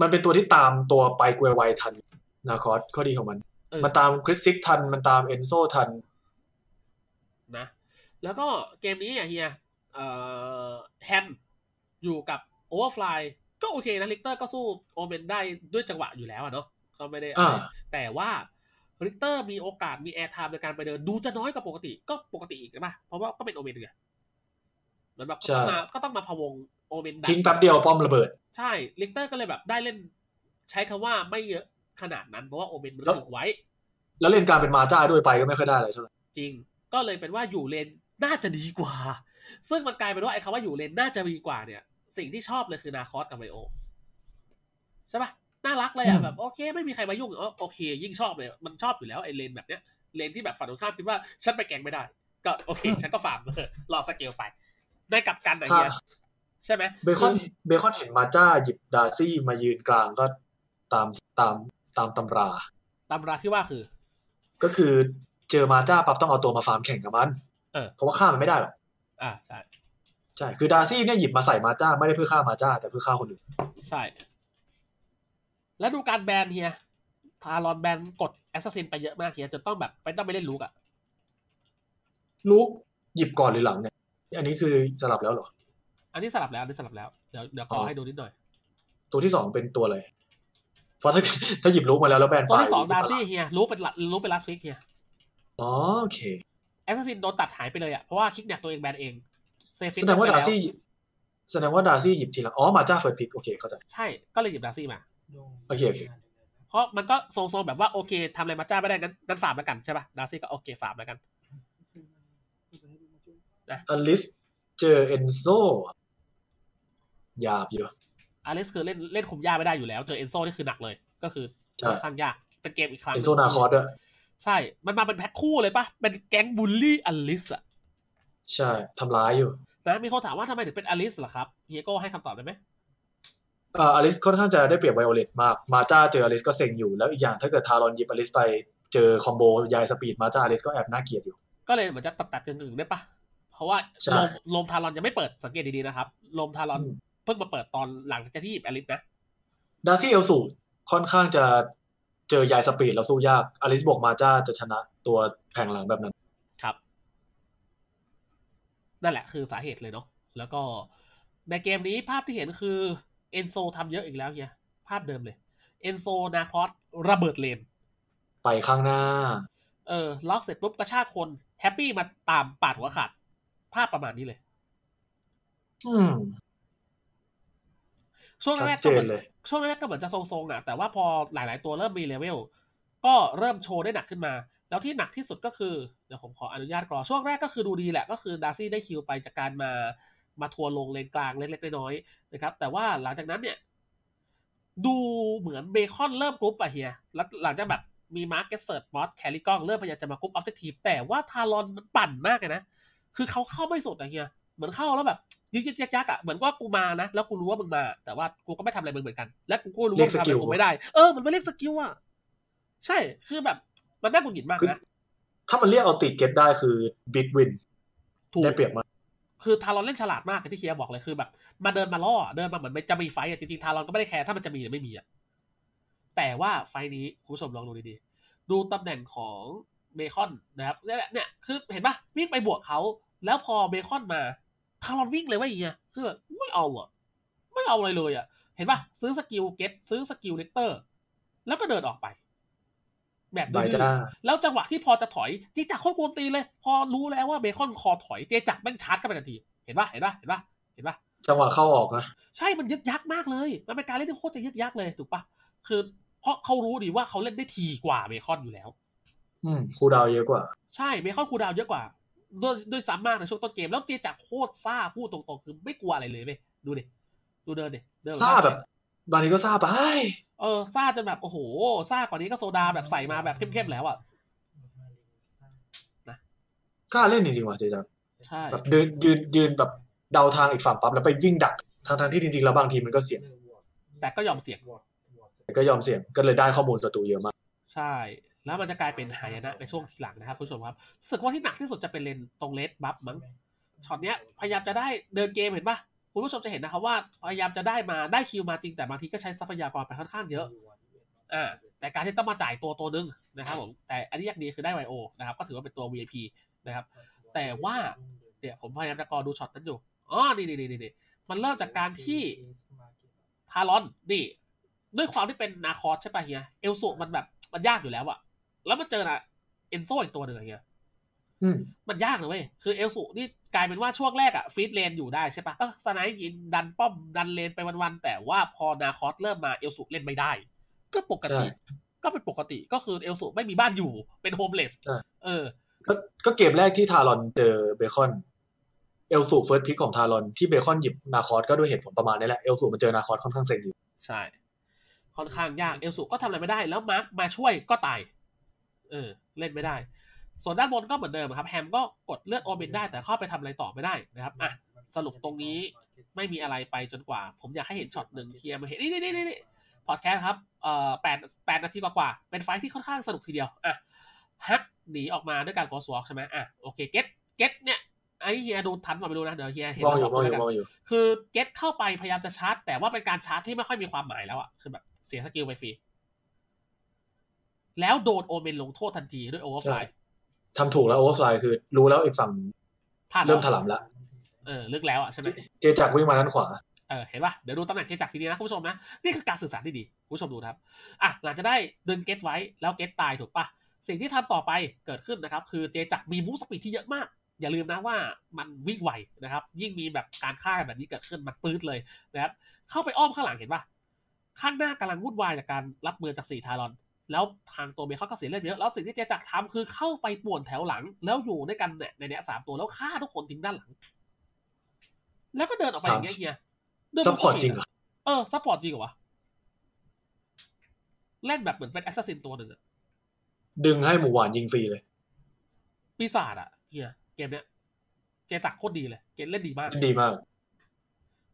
S6: มันเป็นตัวที่ตามตัวไปกวยไวทันนาคอสข้อดีของมัน
S5: เออ
S6: มันตามคริสซิกทัน มันตามเอนโซทัน
S5: นะแล้วก็เกมนี้เนี่ยเฮียเอ่อแฮมอยู่กับ Overfly ก็โอเคนะลิกเตอร์ก็สู้โอเมนได้ด้วยจังหวะอยู่แล้วอะเนาะก็ไม่ได้อะไร
S6: อ่า
S5: แต่ว่าลิกเตอร์มีโอกาสมีแอร์ไทม์ในการไปเดินดูจะน้อยกว่าปกติก็ปกติอีกใช่ปะเพราะว่าก็เป็นโอเมนไงเหมือนแบบก็ต้องมาก็ต้องมาพะวงโอเมนดัก
S6: ทิ้งแป๊บเดียวป้อมระเบิด
S5: ใช่ลิกเตอร์ก็เลยแบบได้เล่น ใช้คำว่าไม่เยอะขนาดนั้น เพราะว่าโอเมนมัน
S6: แล้ว
S5: สูงไว้
S6: แล้วเล่นการเป็นมาจ้าด้วยไปก็ไม่ค่อยได้อะไรเท่าไหร่
S5: จริง ก็เลยเป็นว่าอยู่เลนน่าจะดีกว่า ซึ่งมันกลายเป็นว่าไอ้คำว่าอยู่เลนน่าจะดีกว่าเนี่ย สิ่งที่ชอบเลยคือนาคอสกับไมโอใช่ปะน่ารักเลย
S6: อื
S5: อ่ะ
S6: ม
S5: แบบโอเค ไม่มีใครมายุ่งเออโอเค ยิ่งชอบเลย มันชอบอยู่แล้วไอ้เลนแบบเนี้ยเลนที่แบบฝันตรงข้ามคิดว่าฉันไปแกงไม่ได้ ก็โอเค ฉันก็ฟาร์ม รอสเกลไป ได้กลับกันอะเฮียใช่ไหม
S6: เบคอนเบคอนเห็นมาจ้าหยิบดาร์ซี่มายืนกลางก็ตามตามตามตำรา
S5: ตำราที่ว่าคือ
S6: ก็คือเจอมาจ้าปั๊บต้องเอาตัวมาฟาร์มแข่งกับมัน
S5: เออ
S6: ราะว่าฆ่ามันไม่ได้หรอก
S5: อ่าใช่
S6: ใช่ คือดาร์ซี่เนี่ยหยิบมาใส่มาจ้าไม่ได้เพื่อฆ่ามาจ้าแต่เพื่อฆ่าคนอื่น
S5: ใช่ แล้วดูการแบนเฮียทารอนแบนกดแอสซัสซินไปเยอะมากเฮียจนต้องแบบไปต้องไปเล่นลูกอะ
S6: ลูกหยิบก่อนหรือหลังเนี่ย อันนี้คือสลับแล้วเหรอ
S5: อันนี้สลับแล้วอันนี้สลับแล้ว เดี๋ยวเดี๋ยวขอให้ดูนิดหน่อย
S6: ตัวที่สองเป็นตัวอะไร เพราะถ้า ถ้าหยิบลูกมาแล้วแล้วแบนไป
S5: ตัวที่สองดาร์ซี่เฮียลูกเป็นหลักลูกเป็นลัสพิกเฮีย
S6: อ๋อโอเค
S5: แอสซัสซินโดนตัดหายไปเลยอะเพราะว่าคิกแนกตัวเองแบนเองเซฟิ
S6: แสดงว่าดาร์ซี่แสดงว่าดาร์ซี่หยิบทีหลังอ๋อมาจ้าเฟิร์สพิกโอเคเข้าใจ
S5: ใช่ก็เลยหยิบดาร์ซี่มา
S6: โอเคโอเค
S5: เพราะมันก็ทรงๆแบบว่าโอเคทำอะไรมาจ้าไม่ได้งั้นงั้นฝากแล้วกันใช่ป่ะดาร์ซี่ก็โอเคฝากแล้วกัน
S6: อลิสเจอเอนโซหยาบอยู่
S5: อเล็กซ์คือเล่นเล่นคุมยากไม่ได้อยู่แล้ว เจอเอนโซนี่คือหนักเลย ก็คือ
S6: ใช่
S5: ค่อนข้างยากเป็นเกมอีกครั้ง
S6: เอนโซนาคอสด้วย
S5: ใช่ มันมาเป็นแพ็คคู่เลยปะเป็นแก๊งบูลลี่อลิสอะ
S6: ใช่ทำร้ายอยู่
S5: นะมีคนถามว่าทำไมถึงเป็นอลิสเหรอครับเฮียโก้ให้คำตอบได้ไหม
S6: เอ่ออลิสค่อนข้างจะได้เปรียบไวโอเลตมาก มาจ้าเจออลิสก็เซ็งอยู่ แล้วอีกอย่างถ้าเกิดทารอนหยิบอลิสไปเจอคอมโบยายสปีดมาจ้าอลิสก็แอบน่าเกลียดอยู่
S5: ก็เลยเหมือนจะตัดตัดๆกันหนึ่งได้ปะเพราะว่า
S6: ใช่
S5: ลมลมทารอนยังไม่เปิดสังเกตดีๆนะครับ ลมทารอน
S6: อืม
S5: เพิ่งมาเปิดตอนหลังจากที่หยิบอลิสนะ
S6: ดาร์ซี่เอลสูค่อนข้างจะเจอยายสปีดแล้วสู้ยากอลิสบวกมาจ้าจะชนะตัวแผงหลังแบบนั้น
S5: ครับ นั่นแหละคือสาเหตุเลยเนาะแล้วก็ในเกมนี้ภาพที่เห็นคือเอนโซทำเยอะอีกแล้วเฮียภาพเดิมเลยเอนโซนาคอสระเบิดเลน
S6: ไปข้างหน้า
S5: เออล็อกเสร็จปุ๊บกระชากคนแฮปปี้มาตามปาดหัวขาด ภาพประมาณนี้เลย
S6: อืม
S5: ช่วงแรก
S6: ชั
S5: ก็
S6: ด
S5: เห
S6: เจ
S5: มือน น
S6: เลย
S5: ช่วงแรกก็เหมือนจะทรงๆอ่ะแต่ว่าพอหลายๆตัวเริ่มมีเลเวลก็เริ่มโชว์ได้หนักขึ้นมา แล้วที่หนักที่สุดก็คือ เดี๋ยวผมขออนุญาตกรอช่วงแรกก็คือดูดีแหละก็คือดาร์ซี่ได้คิวไปจากการมามาทัวร์ลงเลนกลางเล็กๆน้อยๆนะครับ แต่ว่าหลังจากนั้นเนี่ย ดูเหมือนเบคอนเริ่มกรุ๊ปอะเฮียแล้วหลังจากแบบมีมาร์กเก็ตเซิร์ชมอสแคลริกล้องเริ่มพยายามจะมากรุ๊ปออบเจกตีฟแต่ว่าทารอนมันปั่นมากเลยนะ คือเขาเข้าไม่สุดอะเฮีย เหมือนเข้าแล้วแบบยึกยักยักยักอะเหมือนว่ากูมานะ แล้วกูรู้ว่ามึงมา แต่ว่ากูก็ไม่ทำอะไรมึงเหมือนกัน และกูก็รู้ว่ามึงทำอะไรกูไม่ได้ เออ มันไม่เรียกสกิลอะใช่ คือแบบ มันน่ากุญหงิดมาก
S6: คือ
S5: นะ
S6: ถ้ามันเรียกเอาติดเก็ตได้คือบิ๊กวิน
S5: ถูก
S6: ได้เปรียบมาก
S5: คือทารอนเล่นฉลาดมากอย่างที่เคียบอกเลยคือแบบ มาเดินมาล่อ เดินมาเหมือนจะมีไฟต์อะจริงๆทารอนก็ไม่ได้แคร์ถ้ามันจะมีหรือไม่มีอะแต่ว่าไฟต์นี้คุณผู้ชมลองดูดีๆ ดูตำแหน่งของเบคอนนะครับเนี่ยแหละเนี่ยคือเห็นปะวิ่งไปบวกเขา แล้วพอเบคอนมาทารอนวิ่งเลยเว่าเฮียคือแบบไม่เอาอะไม่เอาอะไรเลยอะเห็นปะซื้อสกิลเก็ตซื้อสกิลเลกเตอร์ แล้วก็เดินออกไป แบบ
S6: บาย
S5: ดื้อ
S6: จ้า
S5: ๆแล้วจังหวะที่พอจะถอยเจจักรโคตรกวนตีนเลย พอรู้แล้วว่าเบคอนคอถอยเจจักรแม่งชาร์จเข้าไปทันที เห็นปะเห็นปะเห็นปะเห็นปะ
S6: จังหวะเข้าออกนะ
S5: ใช่มันยึกยักมากเลย มันเป็นการเล่นที่โคตรจะยึกยักเลยถูกปะคือเพราะเขารู้ดีว่าเขาเล่นได้ทีกว่าเบคอนอยู่แล้ว
S6: อืมครูดาวเยอะกว่า
S5: ใช่เบคอนคูลดาวน์เยอะกว่าด้วยด้วยซ้ำมากในช่วงต้นเกม แล้วเจจากโคตรซ่าพูดตรงๆ คือไม่กลัวอะไรเลยเว้ยดูดิดูเดินดิเดิน
S6: ซ่าแบบ บางทีก็ซ่าไป
S5: เออซ่าจนแบบ โอ้โหซ่ากว่านี้ก็โซดาแบบใส่มาแบบเข้มๆแล้วอ่ะ
S6: กล้าเล่นจริงๆว่ะเจจัง
S5: ใช่
S6: แบบเดินยืนยืนแบบเดาทางอีกฝั่งปั๊บแล้วไปวิ่งดักทางทางๆที่จริงๆแล้วบางทีมันก็เสี่ยง
S5: แต่ก็ยอมเสี่ยง
S6: แต่ก็ยอมเสี่ยงก็เลยได้ข้อมูลศัตรูเยอะมาก
S5: ใช่ แล้วมันจะกลายเป็นหายนะในช่วงทีหลังนะครับคุณผู้ชมครับรู้สึกว่าที่หนักที่สุดจะเป็นเลนตรงเลดบัฟมั้งช็อตเนี้ยพยายามจะได้เดินเกมเห็นปะคุณผู้ชมจะเห็นนะครับว่าพยายามจะได้มาได้คิวมาจริงแต่บางทีก็ใช้ทรัพยากรไปค่อนข้างเยอะอ่าแต่การที่ต้องมาจ่ายตัวตัวหนึงนะครับผมแต่อันนี้อย่างดีคือได้ไวโอนะครับก็ถือว่าเป็นตัว VIP นะครับ แต่ว่าเนี่ยผมพยายามจะกอดูช็อตนั้นอยู่อ๋อนี่นี่นี่นี่มันเริ่มจากการที่ ทารอนนี่ ด้วยความที่เป็นนาคอสใช่ป่ะเฮียเอลสุมันแบบมันยากอยู่แล้วอะแล้วมันเจอนะเอนโซอีกตัวหนึ่งอะเฮีย
S6: อืม
S5: มันยากเลยเว้ยคือเอลสุนี่กลายเป็นว่าช่วงแรกอะฟีดเลนอยู่ได้ใช่ป่ะเออสไนป์ยินดันป้อมดันเลนไปวันๆแต่ว่าพอนาคอสเริ่มมาเอลสุเล่นไม่ได้ ก็ปกติ
S6: ใช่
S5: ก็เป็นปกติก็คือเอลสุไม่มีบ้านอยู่เป็นโฮมเลส
S6: ใช่
S5: เออ
S6: ก็ก็เกมแรกที่ทารอนเจอเบคอน เอลสูเฟิร์สพิกของทารอนที่เบคอนหยิบนาคอสก็ด้วยเหตุผลประมาณนี้แหละ เอลสูมันเจอนาคอสค่อนข้างเซ็งอยู่
S5: ใช่ ค่อนข้างยาก เอลสุก็ทำอะไรไม่ได้ แล้วมาร์คมาช่วยก็ตาย เออ เล่นไม่ได้ ส่วนด้านบนก็เหมือนเดิมครับ แฮมก็กดเลือดโอเมนได้ แต่เข้าไปทำอะไรต่อไม่ได้นะครับ อ่ะ สรุปตรงนี้ไม่มีอะไรไปจนกว่า ผมอยากให้เห็นช็อตหนึ่งเทียร์มาเห็น นี่นี่นี่นี่พอดแคสต์ครับ เอ่อแปดแปดนาทีกว่าๆเป็นไฟท์ที่ค่อนข้างสนุกทีเดียว อ่ะ ฮักหนีออกมาด้วยการกอสวอล์กใช่ไหมอ่ะ โอเค เก็ตเก็ตเนี่ย ไอ้เฮียดูทันมาไม่รู้นะ เดี๋ยวเฮียเห็น
S6: มองอยู่
S5: แล้ว
S6: ม
S5: บ
S6: อง
S5: ก
S6: อ
S5: แล้ว
S6: ยู่
S5: กัน
S6: มองอยู่
S5: คือเก็ตเข้าไปพยายามจะชาร์จ แต่ว่าเป็นการชาร์จที่ไม่ค่อยมีความหมายแล้วอะคือแบบเสียสกิลไปฟรี แล้วโดนโอเมนลงโทษทันทีด้วยโอเวอร์ไฟ
S6: ใช่ ทำถูกแล้วโอเวอร์ฟลายคือ รู้แล้วอีกฝั่ง
S5: พลาด
S6: เริ่มถ
S5: แล้ว
S6: ลำละ
S5: เออลึกแล้วอะใช่ไหม
S6: เจจักรวิ่งมาด้านขวา
S5: เออเห็นป่ะ เดี๋ยวดูตำแหน่งเจจักรทีนี้นะคุณผู้ชมนะ นี่คือการสื่อสารที่ดี คุณผู้ชมดูนะครับ อ่ะหลังจะได้ดึงเก็ตไว้แล้วเก็ตตายถูกป่ะ สิ่งที่ทำต่อไปเกิดขึ้นนะครับ คือเจจักรมีมูฟสปีดที่เยอะมาก อย่าลืมนะว่ามันวิ่งไวนะครับ ยิ่งมีแบบการฆ่ากันแบบนี้เกิดขึ้นมันปื๊ดเลยนะครับ เข้าไปอ้อมข้างหลังเห็นปะข้างหน้ากำลังวุ่นวายจากการรับมือจากสี่ทารอน แล้วทางตัวเบคอนก็เสียเลือดเยอะ แล้วสิ่งที่เจจักรทำคือเข้าไปป่วนแถวหลัง แล้วอยู่ด้วยกันเนี่ยในเนี้ยสามตัวแล้วฆ่าทุกคนทิ้งด้านหลัง แล้วก็เดินออกไปอย่างเงี้ยเฮียด้วย
S6: ซัพพอร์ต
S5: มูฟสปีดะ
S6: จริงเหรอ
S5: เออซัพพอร์ตจริงเหรอวะ เล่นแบบเหมือนเป็นแอสซัสซินตัวหนึ่งอะ
S6: ดึงให้หมู่หวานยิงฟรีเลย
S5: ปีศาจอะเฮียเกมเนี้ย เจตักโคตรดีเลย เกมเล่นดีมาก
S6: ดีมาก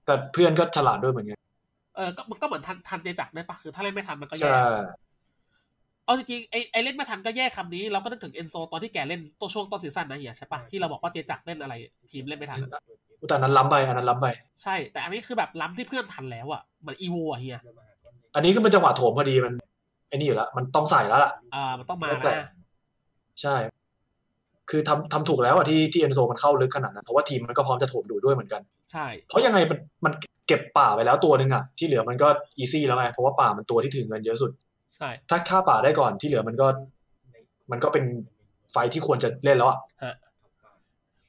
S6: แต่เพื่อนก็ฉลาดด้วยเหมือนกัน
S5: เออก็มันก็เหมือนทันทันเจตักได้ปะคือถ้าเล่นไม่ทันมันก็แย่
S6: ใช่
S5: เอาจริงๆไอไอเล่นไม่ทันก็แย่คำนี้เราก็นึกถึงเอนโซตอนที่แกเล่นตัวช่วงต้นซีซั่นนะเฮียใช่ปะที่เราบอกว่าเจตักเล่นอะไรทีมเล่นไม่ทันอะ
S6: แต่อันนั้นล้ำไปอันนั้นล้ำไป
S5: ใช่ แต่อันนี้คือแบบล้ำที่เพื่อนทันแล้วอะเหมันอีโวอะเฮีย
S6: อันนี้ก็เป็นจังหวะโถมพอดีมันไอ้นี่อยู่แล้วมันต้องใส่แล้วล่ะ
S5: อ่ามันต้องมา
S6: ไม่แปลก
S5: นะ
S6: ใช่ คือทำทำถูกแล้วอะที่ที่เอนโซมันเข้าลึกขนาดนั้นเพราะว่าทีมมันก็พร้อมจะโถมดูด้วยเหมือนกัน
S5: ใช่
S6: เพราะยังไงมันมันเก็บป่าไปแล้วตัวหนึ่งอะที่เหลือมันก็อีซี่แล้วไงเพราะว่าป่ามันตัวที่ถือเงินเยอะสุด
S5: ใช่
S6: ถ้าฆ่าป่าได้ก่อนที่เหลือมันก็ มันก็เป็นไฟที่ควรจะเล่นแล้วอะ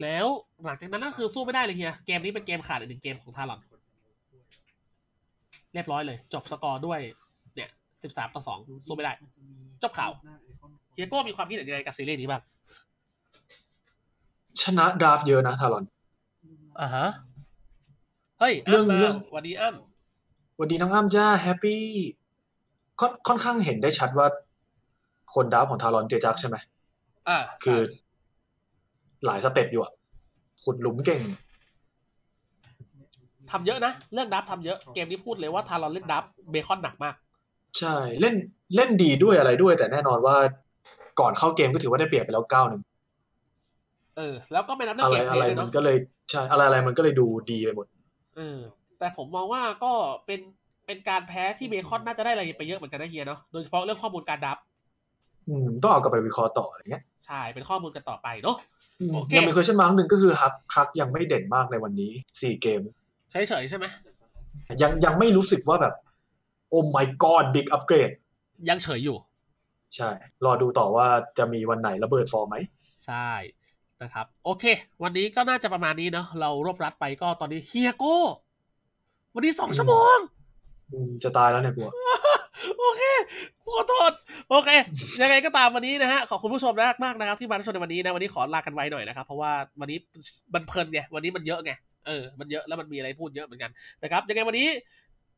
S5: แล้วหลังจากนั้นก็คือสู้ไม่ได้เลยเฮียเกมนี้เป็นเกมขาดอีกหนึ่งเกมของทารอน เรียบร้อยเลย จบสกอร์ด้วยเนี่ยสิบสามต่อสองสู้ไม่ได้ จบข่าวเฮียโก้มีความคิดเห็นยังไงกับซีรีส์นี้บ้าง
S6: ชนะดราฟต์เยอะนะทารอน
S5: อ่าฮะ เฮ้ย
S6: เรื่
S5: อ้ํ
S6: อง
S5: มา
S6: เรื่อง
S5: สวันนี้อ้ำ
S6: วันดีน้องอ้ำจ้าแฮปปี้ค่อนค่อนข้างเห็นได้ชัดว่า คนดราฟต์ของทารอนเจจักใช่ไหม
S5: อ่า
S6: คือหลายสเต็ปอยู่อะขุดหลุมเก่ง
S5: ทำเยอะนะ เรื่องดับทำเยอะ เกมนี้พูดเลยว่าทารอนเล่นดับเบคอนหนักมาก
S6: ใช่ เล่นเล่นดีด้วยอะไรด้วย แต่แน่นอนว่าก่อนเข้าเกมก็ถือว่าได้เปรียบไปแล้วก้าวหนึ่ง
S5: เออ แล้วก็ไม่นับเรื่อ
S6: อะ
S5: งเกมเพล
S6: ไรอะไร
S5: ย์ด้วย
S6: มัน
S5: เนาะ
S6: ก็เลยใช่อะไรอะไรมันก็เลยดูดีไปหมด
S5: เออ แต่ผมมองว่าก็เป็นเป็นการแพ้ที่เบคอนน่าจะได้อะไรไปเยอะเหมือนกันนะเฮียเนาะ โดยเฉพาะเรื่องข้อมูลการดับ
S6: อืมต้องเอากลับไปวิเคราะห์ต่ออะไรเงี้ย
S5: ใช่ เป็นข้อมูลกันต่อไปเนาะ
S6: อืม
S5: โอเค
S6: ยังมี question mark หนึ่งก็คือฮักฮักยังไม่เด่นมากในวันนี้สี่เกม
S5: เฉยๆใช่ไหม
S6: ยังยังไม่รู้สึกว่าแบบ โอ้ my god big upgrade
S5: ยังเฉยอยู่
S6: ใช่ รอดูต่อว่าจะมีวันไหนระเบิดฟอร์มไหม
S5: ใช่ นะครับโอเค วันนี้ก็น่าจะประมาณนี้เนาะเรารวบรัดไปก็ตอนนี้เฮียโก้วันนี้สองชั่วโมง
S6: อืมจะตายแล้วเนี่ยกูอะ
S5: โอเคขอโทษ โอเค ยังไงก็ตามวันนี้นะฮะ ขอบคุณผู้ชมมากมากๆนะครับที่มารับชมในวันนี้นะ วันนี้ขอลากันไว้หน่อยนะครับ เพราะว่าวันนี้มันเพลินไง วันนี้มันเยอะไง เออ มันเยอะแล้วมันมีอะไรพูดเยอะเหมือนกันนะครับ ยังไงวันนี้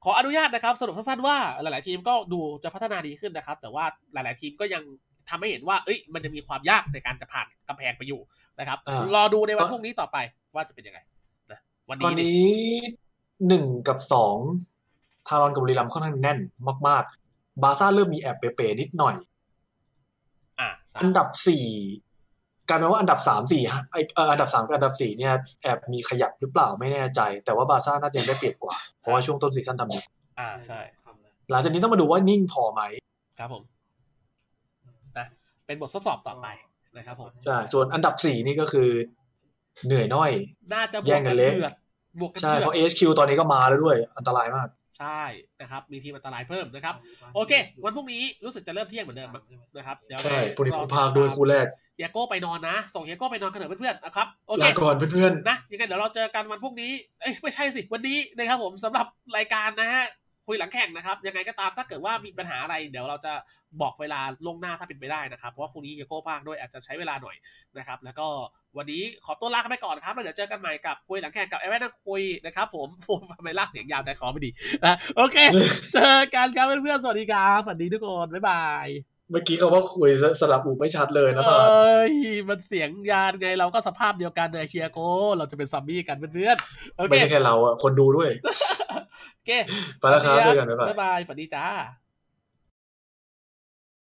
S5: ขออนุญาตนะครับ สรุปสั้นๆว่าหลาย ๆ ทีมก็ดูจะพัฒนาดีขึ้นนะครับ แต่ว่าหลาย ๆ ทีมก็ยังทำให้เห็นว่า เอ้ย มันจะมีความยากในการจะผ่านกำแพงไปอยู่นะครับ
S6: อ่าร
S5: อดูในวัน
S6: ตอน
S5: พรุ่งนี้ต่อไปว่าจะเป็นยังไงนะวัน
S6: ตอน
S5: นี้ดิ
S6: นี้หนึ่งกับสองทารอนกับบุรีรัมย์ค่อนข้างแน่นมาก ๆ บาร์ซ่าเริ่มมีแอบเป๋ๆนิดหน่อย
S5: อ่าใช่
S6: อันดับสี่กลายเป็นว่าอันดับสามสี่ฮะไอเอ่ออันดับสามกับอันดับสี่เนี่ยแอบมีขยับหรือเปล่าไม่แน่ใจ แต่ว่าบาร์ซ่าน่าจะยังได้เปรียบกว่า เพราะว่าช่วงต้นซีซั่นทำดี
S5: อ่าใช่
S6: หลังจากนี้ต้องมาดูว่านิ่งพอไหม
S5: ครับผมนะเป็นบททดสอบต่อไปนะครับผม
S6: ใช่ส่วนอันดับสี่นี่ก็คือเหนื่อยหน้อย
S5: น่าจะบ
S6: แย่
S5: วก
S6: งกั
S5: กัน
S6: น
S5: เดื
S6: เละ
S5: อดบวกกัน
S6: ใช่
S5: เดือด
S6: เพราะ HQ ตอนนี้ก็มาแล้วด้วย อันตรายมาก
S5: ใช่นะครับ มีทีมอันตรายเพิ่มนะครับ โอเค วันพรุ่งนี้รู้สึกจะเริ่มเที่ยงเหมือนเดิมนะครับเดี๋ยว
S6: ใช่
S5: รอ
S6: ปุริพุภาคด้วยคู่แรก
S5: เฮียโก้ไปนอนนะ ส่งเฮียโก้ไปนอนกันเถอะเพื่อนๆนะครับโอเค
S6: ลาก่อนเพื่อน
S5: นะยังไงเดี๋ยวเราเจอกันวันพรุ่งนี้เอ้ยไม่ใช่สิวันนี้นะครับผมสำหรับรายการนะฮะคุยหลังแข่งนะครับยังไงก็ตามถ้าเกิดว่ามีปัญหาอะไร เดี๋ยวเราจะบอกเวลาล่วงหน้าถ้าเป็นไปได้นะครับเพราะว่าพรุ่งนี้เฮียโก้พากด้วยอาจจะใช้เวลาหน่อยนะครับแล้วก็วันนี้ขอตัวลากันไปก่อนครับแล้วเดี๋ยวเจอกันใหม่กับคุยหลังแข่งกับไอ้แม่นั่งคุยนะครับผมโอ้ทำไมลากเสียงยาวใจคอไม่ดีนะโอเค เจอกันครับเพื่อนๆสวัสดีครับสวัสดีทุกคนบ๊ายบาย
S6: ๆเมื่อกี้เขาว่าคุยสลับอูไม่ชัดเลยนะตาล
S5: เอ้ย มันเสียงยานไงเราก็สภาพเดียวกันเลยเคียโก เราจะเป็นซัมมี่กันเพื่อนๆโอเค
S6: ไม่ใช่แค่เราอะคนดูด้วย
S5: โอเค
S6: ไปแล้วครับเจอกันบ๊ายบาย
S5: บ๊ายบาย ฝันดีจ้า